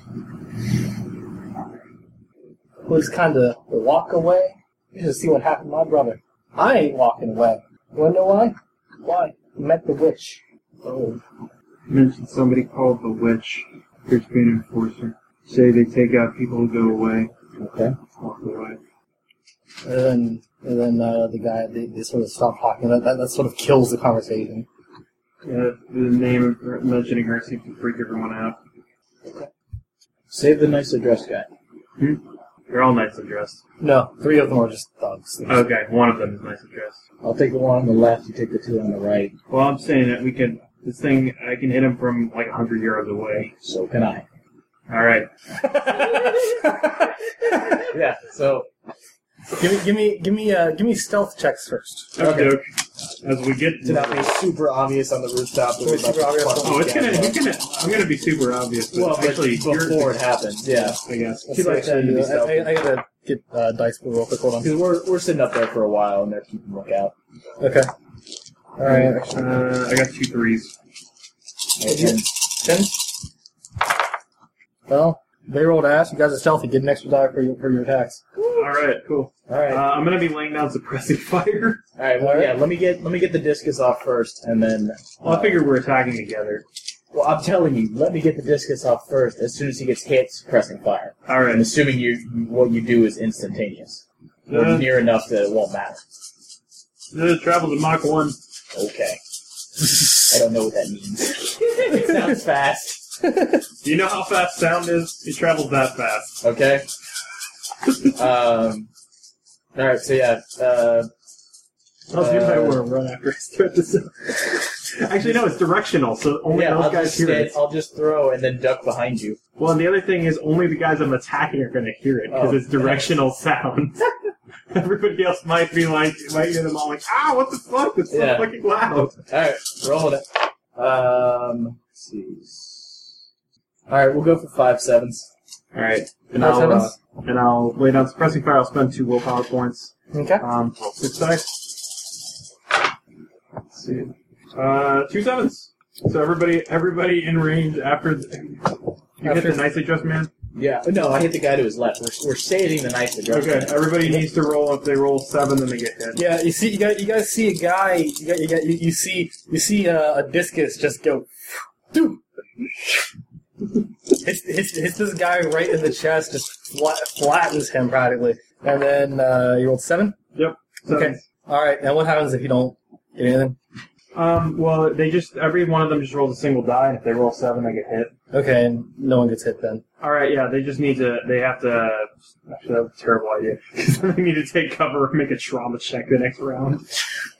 [SPEAKER 1] Who just kind of walk away. You should see what happened to my brother. I ain't walking away. You wanna know why? Why? He met the witch. Oh.
[SPEAKER 5] Mentioned somebody called the witch. There's been an enforcer. Say they take out people who go away.
[SPEAKER 2] Okay.
[SPEAKER 5] Walk away.
[SPEAKER 1] And then, and then uh, the guy, they, they sort of stop talking. That, that, that sort of kills the conversation.
[SPEAKER 5] Yeah, Uh, the name of her, mentioning her seems to freak everyone out.
[SPEAKER 2] Save the nicely dressed guy.
[SPEAKER 5] They're all nicely dressed.
[SPEAKER 1] No, three of them are just thugs.
[SPEAKER 5] Okay, one of them is nicely dressed.
[SPEAKER 2] I'll take the one on the left. You take the two on the right.
[SPEAKER 5] Well, I'm saying that we can. This thing, I can hit him from like 100 yards away.
[SPEAKER 2] So can I.
[SPEAKER 5] All right.
[SPEAKER 1] yeah. So give me, give me, give me, uh, give me stealth checks first.
[SPEAKER 5] Okay. doke. As we get
[SPEAKER 2] To not be super obvious on the rooftop. that we're about
[SPEAKER 1] Super
[SPEAKER 2] to
[SPEAKER 1] obvious.
[SPEAKER 2] fucking
[SPEAKER 5] Oh, it's gonna,
[SPEAKER 2] gamble.
[SPEAKER 5] it's gonna, I'm gonna be super obvious, but
[SPEAKER 2] Well, but
[SPEAKER 5] actually, you're-
[SPEAKER 2] before it happens, yeah.
[SPEAKER 5] I guess.
[SPEAKER 2] Let's see, actually,
[SPEAKER 1] I,
[SPEAKER 2] be stealthy.
[SPEAKER 1] I, I gotta get uh, dice pool real quick. Hold on.
[SPEAKER 2] Because we're, we're sitting up there for a while and they're keeping lookout.
[SPEAKER 1] Okay. All right.
[SPEAKER 5] Uh, I got two threes.
[SPEAKER 2] And
[SPEAKER 1] Ten. Well, they rolled ass. You guys are stealthy. Get an extra die for your for your attacks.
[SPEAKER 5] All right, cool.
[SPEAKER 1] All
[SPEAKER 5] Uh,
[SPEAKER 1] right.
[SPEAKER 5] I'm gonna be laying down suppressing fire.
[SPEAKER 2] All right, well, yeah. Let me get let me get the discus off first, and then.
[SPEAKER 5] Well, I
[SPEAKER 2] uh,
[SPEAKER 5] figure we're attacking together.
[SPEAKER 2] Well, I'm telling you, let me get the discus off first. As soon as he gets hit, pressing fire.
[SPEAKER 5] All
[SPEAKER 2] I'm
[SPEAKER 5] right.
[SPEAKER 2] assuming you what you do is instantaneous, or
[SPEAKER 5] Uh,
[SPEAKER 2] near enough that it won't matter.
[SPEAKER 5] uh, travel to Mach one.
[SPEAKER 2] Okay. I don't know what that means. it sounds fast.
[SPEAKER 5] Do you know how fast sound is? It travels that fast.
[SPEAKER 2] Okay. Um. All right. So yeah. Uh,
[SPEAKER 5] I'll see if I
[SPEAKER 2] Uh,
[SPEAKER 5] want to run after I start this. up. Actually, no, it's directional, so only
[SPEAKER 2] yeah.
[SPEAKER 5] those
[SPEAKER 2] I'll
[SPEAKER 5] guys
[SPEAKER 2] just,
[SPEAKER 5] hear
[SPEAKER 2] stand,
[SPEAKER 5] it.
[SPEAKER 2] I'll just throw and then duck behind you.
[SPEAKER 5] Well, and the other thing is only the guys I'm attacking are going to hear it because
[SPEAKER 2] Oh.
[SPEAKER 5] it's directional sound. Everybody else might be like, might hear them all like, ah, what the fuck? That's so
[SPEAKER 2] Yeah.
[SPEAKER 5] fucking loud.
[SPEAKER 2] All right, roll it. Um, let's see. All right, we'll go for five sevens.
[SPEAKER 5] All right, and
[SPEAKER 1] Five
[SPEAKER 5] I'll uh,
[SPEAKER 1] sevens?
[SPEAKER 5] and I'll lay down suppressing fire. I'll spend two willpower points.
[SPEAKER 1] okay.
[SPEAKER 5] Um, six dice. Let's see, uh, two sevens. So everybody, everybody in range after. The, you hit
[SPEAKER 1] After-
[SPEAKER 5] the nicely dressed man.
[SPEAKER 2] Yeah. No, I hit the guy to his left. We're, we're saving the knife to go.
[SPEAKER 5] Okay, everybody needs to roll. If they roll seven, then they get hit.
[SPEAKER 1] Yeah, you see, you guys, you guys see a guy. You, got, you, got, you, you see, you see uh, a discus just go, dude. hits, hits, hits this guy right in the chest, just flat, flattens him practically. And then uh, you rolled seven.
[SPEAKER 5] Sevens.
[SPEAKER 1] Okay. All right. Now what happens if you don't get anything?
[SPEAKER 5] Um, well, they just every one of them just rolls a single die, and if they roll seven, they get hit.
[SPEAKER 1] Okay, and no one gets hit then.
[SPEAKER 5] All right, yeah, they just need to. They have to. Actually, that was a terrible idea. they need to take cover, and make a trauma check the next round.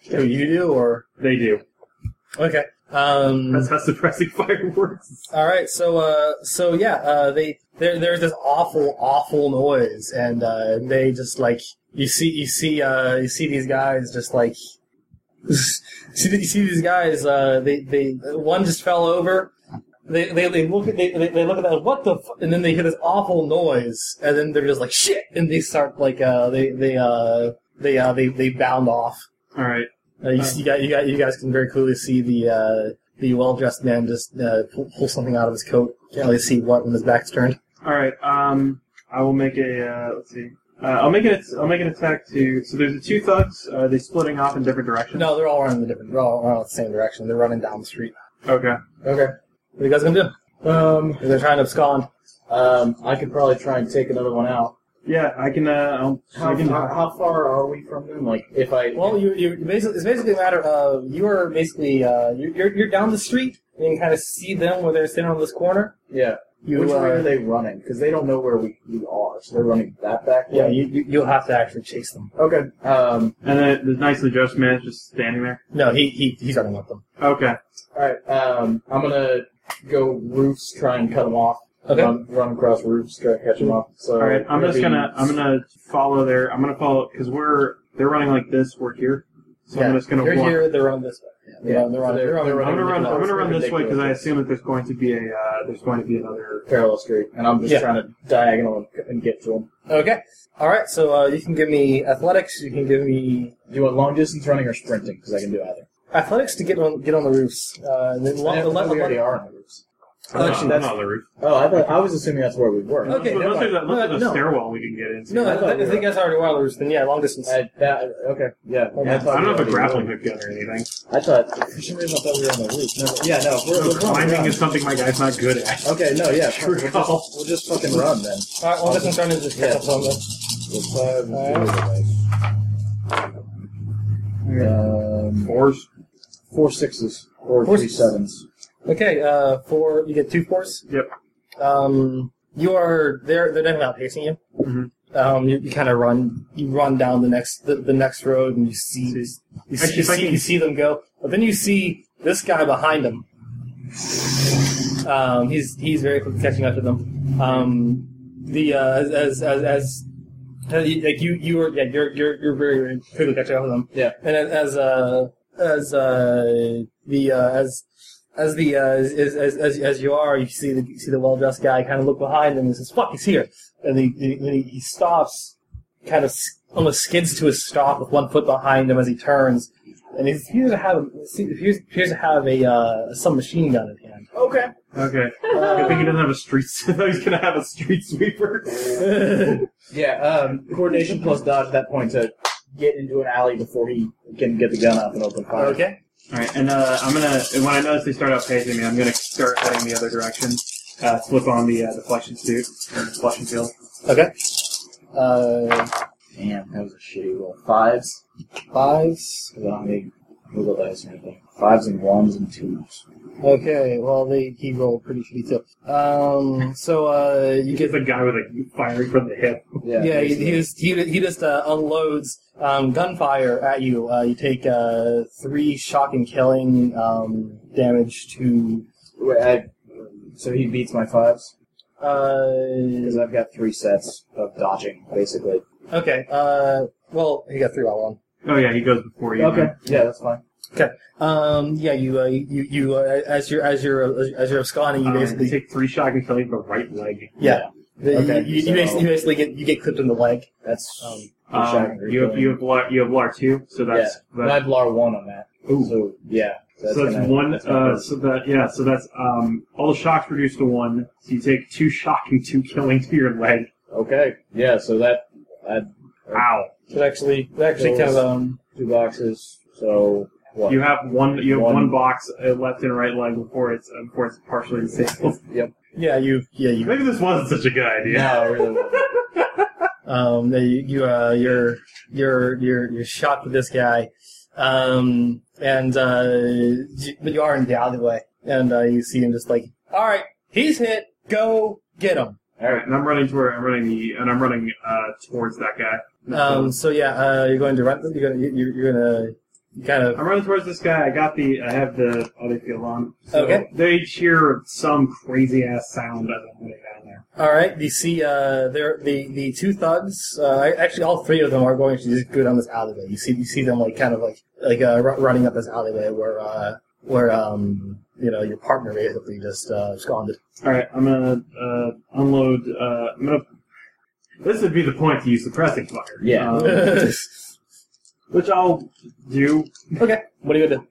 [SPEAKER 1] Do you do or
[SPEAKER 5] They do.
[SPEAKER 1] okay? Um,
[SPEAKER 5] That's how suppressing fire works.
[SPEAKER 1] All right, so uh, so yeah, uh, they there there's this awful awful noise, and uh, they just like you see you see uh, you see these guys just like see you see these guys uh, they they one just fell over. They, they, they look at they, they they look at that what the fu-? and then they hear this awful noise and then they're just like shit and they start like uh they they uh they uh they, they bound off
[SPEAKER 5] All right.
[SPEAKER 1] uh, you, see, you, guys, you, guys, you guys can very clearly see the uh, the well dressed man just uh, pull, pull something out of his coat. Can't really see what when his back's turned.
[SPEAKER 5] All right. Um, I will make a. Uh, let's see. Uh, I'll make an. I'll make an attack to. So there's the two thugs. Are they splitting off in different directions?
[SPEAKER 1] No, they're all running the different. They're all running the same direction. They're running down the street.
[SPEAKER 5] Okay.
[SPEAKER 1] Okay. What are you guys gonna
[SPEAKER 2] Um,
[SPEAKER 1] do? They're trying to abscond.
[SPEAKER 2] um, I could probably try and take another one out.
[SPEAKER 5] Yeah, I can. Uh, I'll, I
[SPEAKER 2] How,
[SPEAKER 5] can.
[SPEAKER 2] how, how far are we from them? Like, if I
[SPEAKER 1] Well, you, you basically it's basically a matter of you are basically uh, you- you're you're down the street and you can kind of see them where they're sitting on this corner.
[SPEAKER 2] yeah,
[SPEAKER 1] You
[SPEAKER 2] which
[SPEAKER 1] uh,
[SPEAKER 2] way are they running? Because they don't know where we, we are, so they're running that back.
[SPEAKER 1] yeah,
[SPEAKER 2] way.
[SPEAKER 1] you, you you'll have to actually chase them.
[SPEAKER 2] okay. Um,
[SPEAKER 5] And then the nicely dressed man is just standing there.
[SPEAKER 1] No, he he he's running with them.
[SPEAKER 5] Okay.
[SPEAKER 2] all right. Um, I'm gonna go roofs, try and cut them off.
[SPEAKER 1] Okay.
[SPEAKER 2] Run, run across roofs, try to catch them up. So
[SPEAKER 5] All right, I'm just
[SPEAKER 2] maybe-
[SPEAKER 5] gonna I'm gonna follow their I'm gonna follow because we're they're running like this. We're here, so
[SPEAKER 1] yeah.
[SPEAKER 5] I'm just gonna
[SPEAKER 1] they're
[SPEAKER 5] walk.
[SPEAKER 1] here. They're running this way. Yeah,
[SPEAKER 2] Yeah.
[SPEAKER 1] they're, they're, running,
[SPEAKER 2] They're-
[SPEAKER 1] they're,
[SPEAKER 2] they're
[SPEAKER 1] running.
[SPEAKER 5] I'm gonna run. I'm gonna run this way because I
[SPEAKER 2] Ridiculous.
[SPEAKER 5] assume that there's going to be a uh, there's going to be another.
[SPEAKER 2] parallel street, and I'm just
[SPEAKER 1] Yeah.
[SPEAKER 2] trying to diagonal and, and get to them.
[SPEAKER 1] Okay. All right. So uh, you can give me athletics. You can give me
[SPEAKER 2] Do you want long distance running or sprinting? Because I can do either.
[SPEAKER 1] athletics to get on get on the roofs. Uh, and then
[SPEAKER 2] I
[SPEAKER 1] lo-
[SPEAKER 2] don't know
[SPEAKER 1] lo-
[SPEAKER 2] if we already are on the roofs.
[SPEAKER 1] Oh,
[SPEAKER 5] no,
[SPEAKER 1] actually,
[SPEAKER 5] no,
[SPEAKER 2] that's-
[SPEAKER 5] no, the uh, roof.
[SPEAKER 2] Oh, I thought I was assuming that's where we were.
[SPEAKER 1] Okay, never
[SPEAKER 5] Unless- unless
[SPEAKER 1] mind.
[SPEAKER 5] there's a, unless there's a
[SPEAKER 1] No.
[SPEAKER 5] stairwell we can get into.
[SPEAKER 1] no, I,
[SPEAKER 2] I thought
[SPEAKER 1] think- I
[SPEAKER 2] we
[SPEAKER 1] think that's already on the roofs. Then yeah, long distance.
[SPEAKER 2] I, that, okay, yeah.
[SPEAKER 1] Oh,
[SPEAKER 2] I,
[SPEAKER 5] I
[SPEAKER 2] thought
[SPEAKER 5] don't have
[SPEAKER 2] we
[SPEAKER 5] a
[SPEAKER 2] already
[SPEAKER 5] grappling
[SPEAKER 2] were.
[SPEAKER 5] hook gun or anything.
[SPEAKER 2] I thought for some reason I thought we were on the roof. No, yeah, no, we're,
[SPEAKER 5] So
[SPEAKER 2] we're
[SPEAKER 5] climbing
[SPEAKER 2] we're
[SPEAKER 5] is something my guy's not good at.
[SPEAKER 2] Okay, no, yeah,
[SPEAKER 5] Sure.
[SPEAKER 2] we'll, just, we'll just fucking run then.
[SPEAKER 1] All right, Uh, long distance running is just catch
[SPEAKER 2] Yeah.
[SPEAKER 1] up to them.
[SPEAKER 2] It's five, um,
[SPEAKER 5] Fours.
[SPEAKER 2] four sixes or
[SPEAKER 1] Four
[SPEAKER 2] three
[SPEAKER 1] sixes.
[SPEAKER 2] sevens.
[SPEAKER 1] Okay. Uh, four. You get two fours.
[SPEAKER 5] Yep.
[SPEAKER 1] Um, you are they're they're definitely outpacing you.
[SPEAKER 5] Mhm.
[SPEAKER 1] Um, you, you kind of run you run down the next the, the next road and you see you, see,
[SPEAKER 5] Actually,
[SPEAKER 1] you,
[SPEAKER 5] if I
[SPEAKER 1] see,
[SPEAKER 5] can-
[SPEAKER 1] you see them go, but then you see this guy behind him. Um, he's he's very quickly catching up to them. Um, the uh, as as as, as uh, you- like you you are yeah you're you're you're very very quickly catching up with them
[SPEAKER 2] Yeah.
[SPEAKER 1] and as, as uh as uh the uh, as as the uh, as, as as as you are you see the you see the well dressed guy kind of look behind him and says fuck he's here and he he- and he, he stops kind of s- almost skids to a stop with one foot behind him as he turns and he's, he appears to have he appears, appears to have a uh, some machine gun in hand.
[SPEAKER 2] Okay.
[SPEAKER 5] Okay. I think he doesn't have a street. I thought he's gonna have a street sweeper.
[SPEAKER 2] Yeah, um, coordination plus dodge at that point to get into an alley before he can get the gun up and open fire.
[SPEAKER 1] okay.
[SPEAKER 5] All right, and uh, I'm gonna and when I notice they start out pacing me, I'm gonna start heading the other direction. Uh, slip on the uh, the flexion suit or flexion field.
[SPEAKER 1] Okay. Uh,
[SPEAKER 2] Damn, that was a shitty roll. Fives. Fives? I don't need Google dice or anything. Fives and ones and twos.
[SPEAKER 1] okay. Well, they he rolled pretty shitty too. Um, so uh, you
[SPEAKER 5] You
[SPEAKER 1] get
[SPEAKER 5] get the guy with like firing from the hip.
[SPEAKER 1] Yeah, he, he just he, he just uh, unloads um, gunfire at you. Uh, you take uh, three shock and killing um, damage to.
[SPEAKER 2] Wait, I, so he beats my fives? Because
[SPEAKER 1] Uh,
[SPEAKER 2] I've got three sets of dodging, basically.
[SPEAKER 1] okay. Uh, well, he got three out one.
[SPEAKER 5] Oh yeah, he goes before you.
[SPEAKER 2] Yeah, that's fine.
[SPEAKER 1] Um, yeah, you uh, you you uh, as you're as you're uh, as you're absconding, you
[SPEAKER 5] Um,
[SPEAKER 1] basically
[SPEAKER 5] take three shot and kill you with the right leg.
[SPEAKER 1] yeah.
[SPEAKER 2] Okay,
[SPEAKER 1] you, you, you
[SPEAKER 2] so-
[SPEAKER 1] basically, you basically get you get clipped in the leg.
[SPEAKER 2] That's.
[SPEAKER 1] Um,
[SPEAKER 5] Um, you have you have lar, you have lar two, so that's
[SPEAKER 2] and I've LAR 1 on that.
[SPEAKER 5] that, ooh.
[SPEAKER 2] So, yeah.
[SPEAKER 5] so that's
[SPEAKER 2] gonna-
[SPEAKER 5] one.
[SPEAKER 2] that's gonna
[SPEAKER 5] Uh, so that yeah. So that's um all the shocks reduced to one. So you take two shocking, two killing to your leg.
[SPEAKER 2] Okay. Yeah. So that
[SPEAKER 5] Ow.
[SPEAKER 1] It actually it actually kind of um
[SPEAKER 2] two boxes. So what?
[SPEAKER 5] You have one. You have
[SPEAKER 2] One.
[SPEAKER 5] one, box uh, left and right leg before it's uh, before it's partially disabled.
[SPEAKER 1] yeah you yeah you
[SPEAKER 5] Maybe this wasn't such a good idea.
[SPEAKER 2] No, it really. wasn't.
[SPEAKER 1] Um, that you, you uh, you're you're you're you're shocked with this guy, um, and uh, you- but you are in the alleyway, and uh, you see him just like, all right, he's hit, go get him.
[SPEAKER 5] All right, and I'm running toward. I'm running the and I'm running uh, towards that guy.
[SPEAKER 1] Um, so yeah, uh, you're going to rent. You're gonna you're, you're gonna kind of
[SPEAKER 5] I'm running towards this guy. I got the. I have the other field on. So
[SPEAKER 1] Okay.
[SPEAKER 5] They cheer some crazy ass sound as I'm running down there.
[SPEAKER 1] all right. You see, uh, there the the two thugs. Uh, actually, all three of them are going to just go down this alleyway. You see you see them like kind of like like uh, ru- running up this alleyway where uh, where um. You know, your partner basically just uh, absconded.
[SPEAKER 5] All right, I'm gonna uh, unload. Uh, I'm gonna. This would be the point to use suppressing fire.
[SPEAKER 2] Yeah.
[SPEAKER 5] um, which I'll do.
[SPEAKER 1] What are you gonna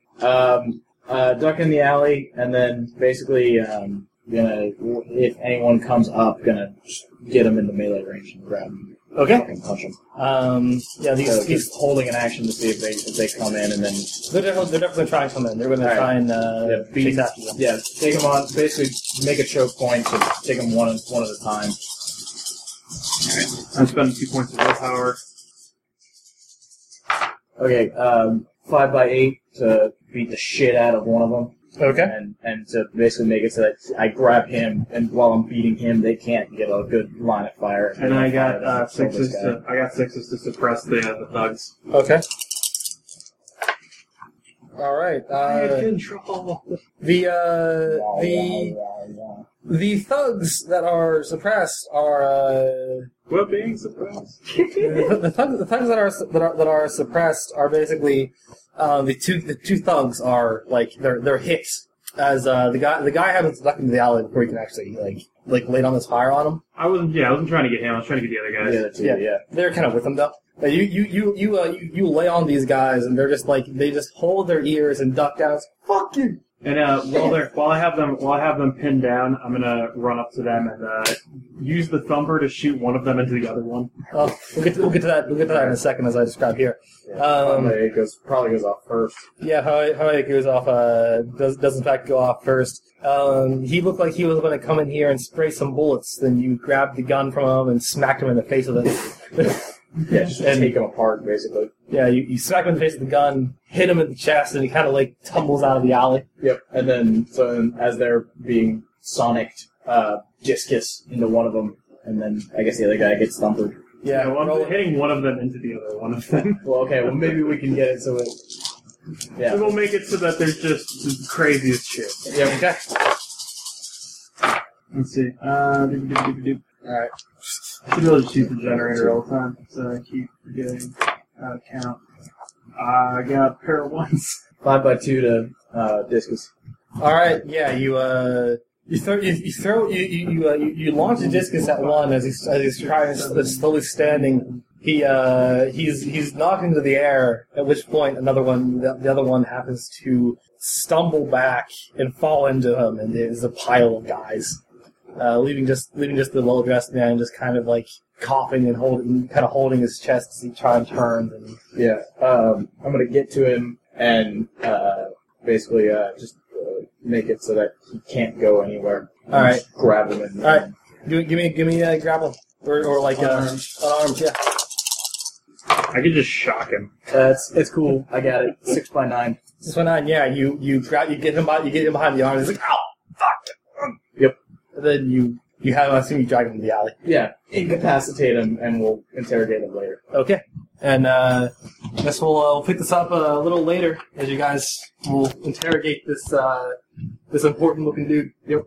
[SPEAKER 2] Um, uh, duck in the alley, and then basically, um, gonna if anyone comes up, gonna just get them in the melee range and grab them.
[SPEAKER 1] do? Okay.
[SPEAKER 2] Fucking punch them.
[SPEAKER 1] Um, yeah,
[SPEAKER 2] So
[SPEAKER 1] these,
[SPEAKER 2] just
[SPEAKER 1] these
[SPEAKER 2] holding an action to see if they if they come in, and then
[SPEAKER 1] they're definitely they're definitely trying to come in. They're gonna
[SPEAKER 2] Alright.
[SPEAKER 1] try and uh,
[SPEAKER 2] Yeah,
[SPEAKER 1] chase
[SPEAKER 2] beat-
[SPEAKER 1] after them.
[SPEAKER 2] yeah, take them on. Basically, make a choke point to take them one one at a time.
[SPEAKER 5] I'm spending two points of willpower.
[SPEAKER 2] Okay, um, five by eight to beat the shit out of one of them.
[SPEAKER 1] Okay.
[SPEAKER 2] and and to basically make it so that I grab him, and while I'm beating him, they can't get a good line of fire.
[SPEAKER 5] And I got uh,
[SPEAKER 2] Kill this
[SPEAKER 5] sixes.
[SPEAKER 2] guy.
[SPEAKER 5] To, I got sixes to suppress the uh, the thugs.
[SPEAKER 1] Okay. All right. Uh,
[SPEAKER 5] control.
[SPEAKER 1] the uh, the the thugs that are suppressed are uh,
[SPEAKER 5] We're being suppressed.
[SPEAKER 1] the, the, thugs, the thugs that are that are that are suppressed are basically uh, the two the two thugs are like they're they're hit as uh, the guy the guy happens to duck into the alley before he can actually like like lay down this fire on him.
[SPEAKER 5] I wasn't. Yeah, I wasn't trying to get him. I was trying to get the other
[SPEAKER 2] The
[SPEAKER 5] guys.
[SPEAKER 2] other two,
[SPEAKER 1] Yeah.
[SPEAKER 2] yeah.
[SPEAKER 1] they're kind of with them though. But you you you you, uh, you you lay on these guys and they're just like they just hold their ears and duck down. It's, Fuck you.
[SPEAKER 5] And uh, while they're while I have them while I have them pinned down, I'm gonna run up to them and uh, use the thumper to shoot one of them into the other one.
[SPEAKER 1] Oh, we'll get to, we'll get to that we'll get to that in a second as I describe here.
[SPEAKER 2] Yeah.
[SPEAKER 1] Um,
[SPEAKER 2] probably it goes probably goes off first.
[SPEAKER 1] Yeah, how how it goes off uh, does does in fact go off first. Um, he looked like he was going to come in here and spray some bullets. Then you grabbed the gun from him and smacked him in the face with it.
[SPEAKER 2] Yeah, just
[SPEAKER 1] And-
[SPEAKER 2] take him apart basically.
[SPEAKER 1] yeah, you, you smack him in the face with the gun, hit him in the chest, and he kind of like tumbles out of the alley.
[SPEAKER 2] Yep. And then so then as they're being sonicked, uh, discus into one of them, and then I guess the other guy gets thumpered.
[SPEAKER 1] Yeah,
[SPEAKER 5] well,
[SPEAKER 1] roll-
[SPEAKER 5] I'm hitting one of them into the other one of them.
[SPEAKER 2] Well, okay. Well, maybe we can get it so it.
[SPEAKER 5] And
[SPEAKER 2] Yeah.
[SPEAKER 5] we'll make it so that there's just the craziest shit.
[SPEAKER 2] Yeah.
[SPEAKER 1] Okay.
[SPEAKER 13] Let's see. Uh, doop, doop, doop, doop. Alright. I should be able to just use the generator all the time, so I keep forgetting how to count. Uh, I got a pair of ones.
[SPEAKER 2] Five by two to uh, discus.
[SPEAKER 1] All right, yeah, you uh, you throw you, you throw you you you, uh, you you launch a discus at one as he's as he's trying as he's slowly standing. He uh, he's he's knocked into the air. At which point, another one the, the other one happens to stumble back and fall into him, and there's a pile of guys, uh, leaving just leaving just the well dressed man just kind of like coughing and holding kind of holding his chest as he tries and turns and
[SPEAKER 2] Yeah. Um, I'm gonna get to him and uh, basically uh, just uh, make it so that he can't go anywhere.
[SPEAKER 1] All right.
[SPEAKER 2] Just grab him and.
[SPEAKER 1] All right. give, give me give me a grapple or, or like uh, unarmed yeah
[SPEAKER 5] I could just shock him.
[SPEAKER 2] Uh, it's, it's cool. I got it. Six by nine.
[SPEAKER 1] So nine, yeah, you you grab, you get him by, you get him behind the arm. He's like, "Ow, fuck!"
[SPEAKER 2] Yep.
[SPEAKER 1] And then you you have him. I assume you drag him to the alley.
[SPEAKER 2] Yeah. Incapacitate him, and we'll interrogate him later.
[SPEAKER 1] Okay. And uh, guess we'll uh, we'll pick this up a little later as you guys will interrogate this uh, this important looking dude. Yep.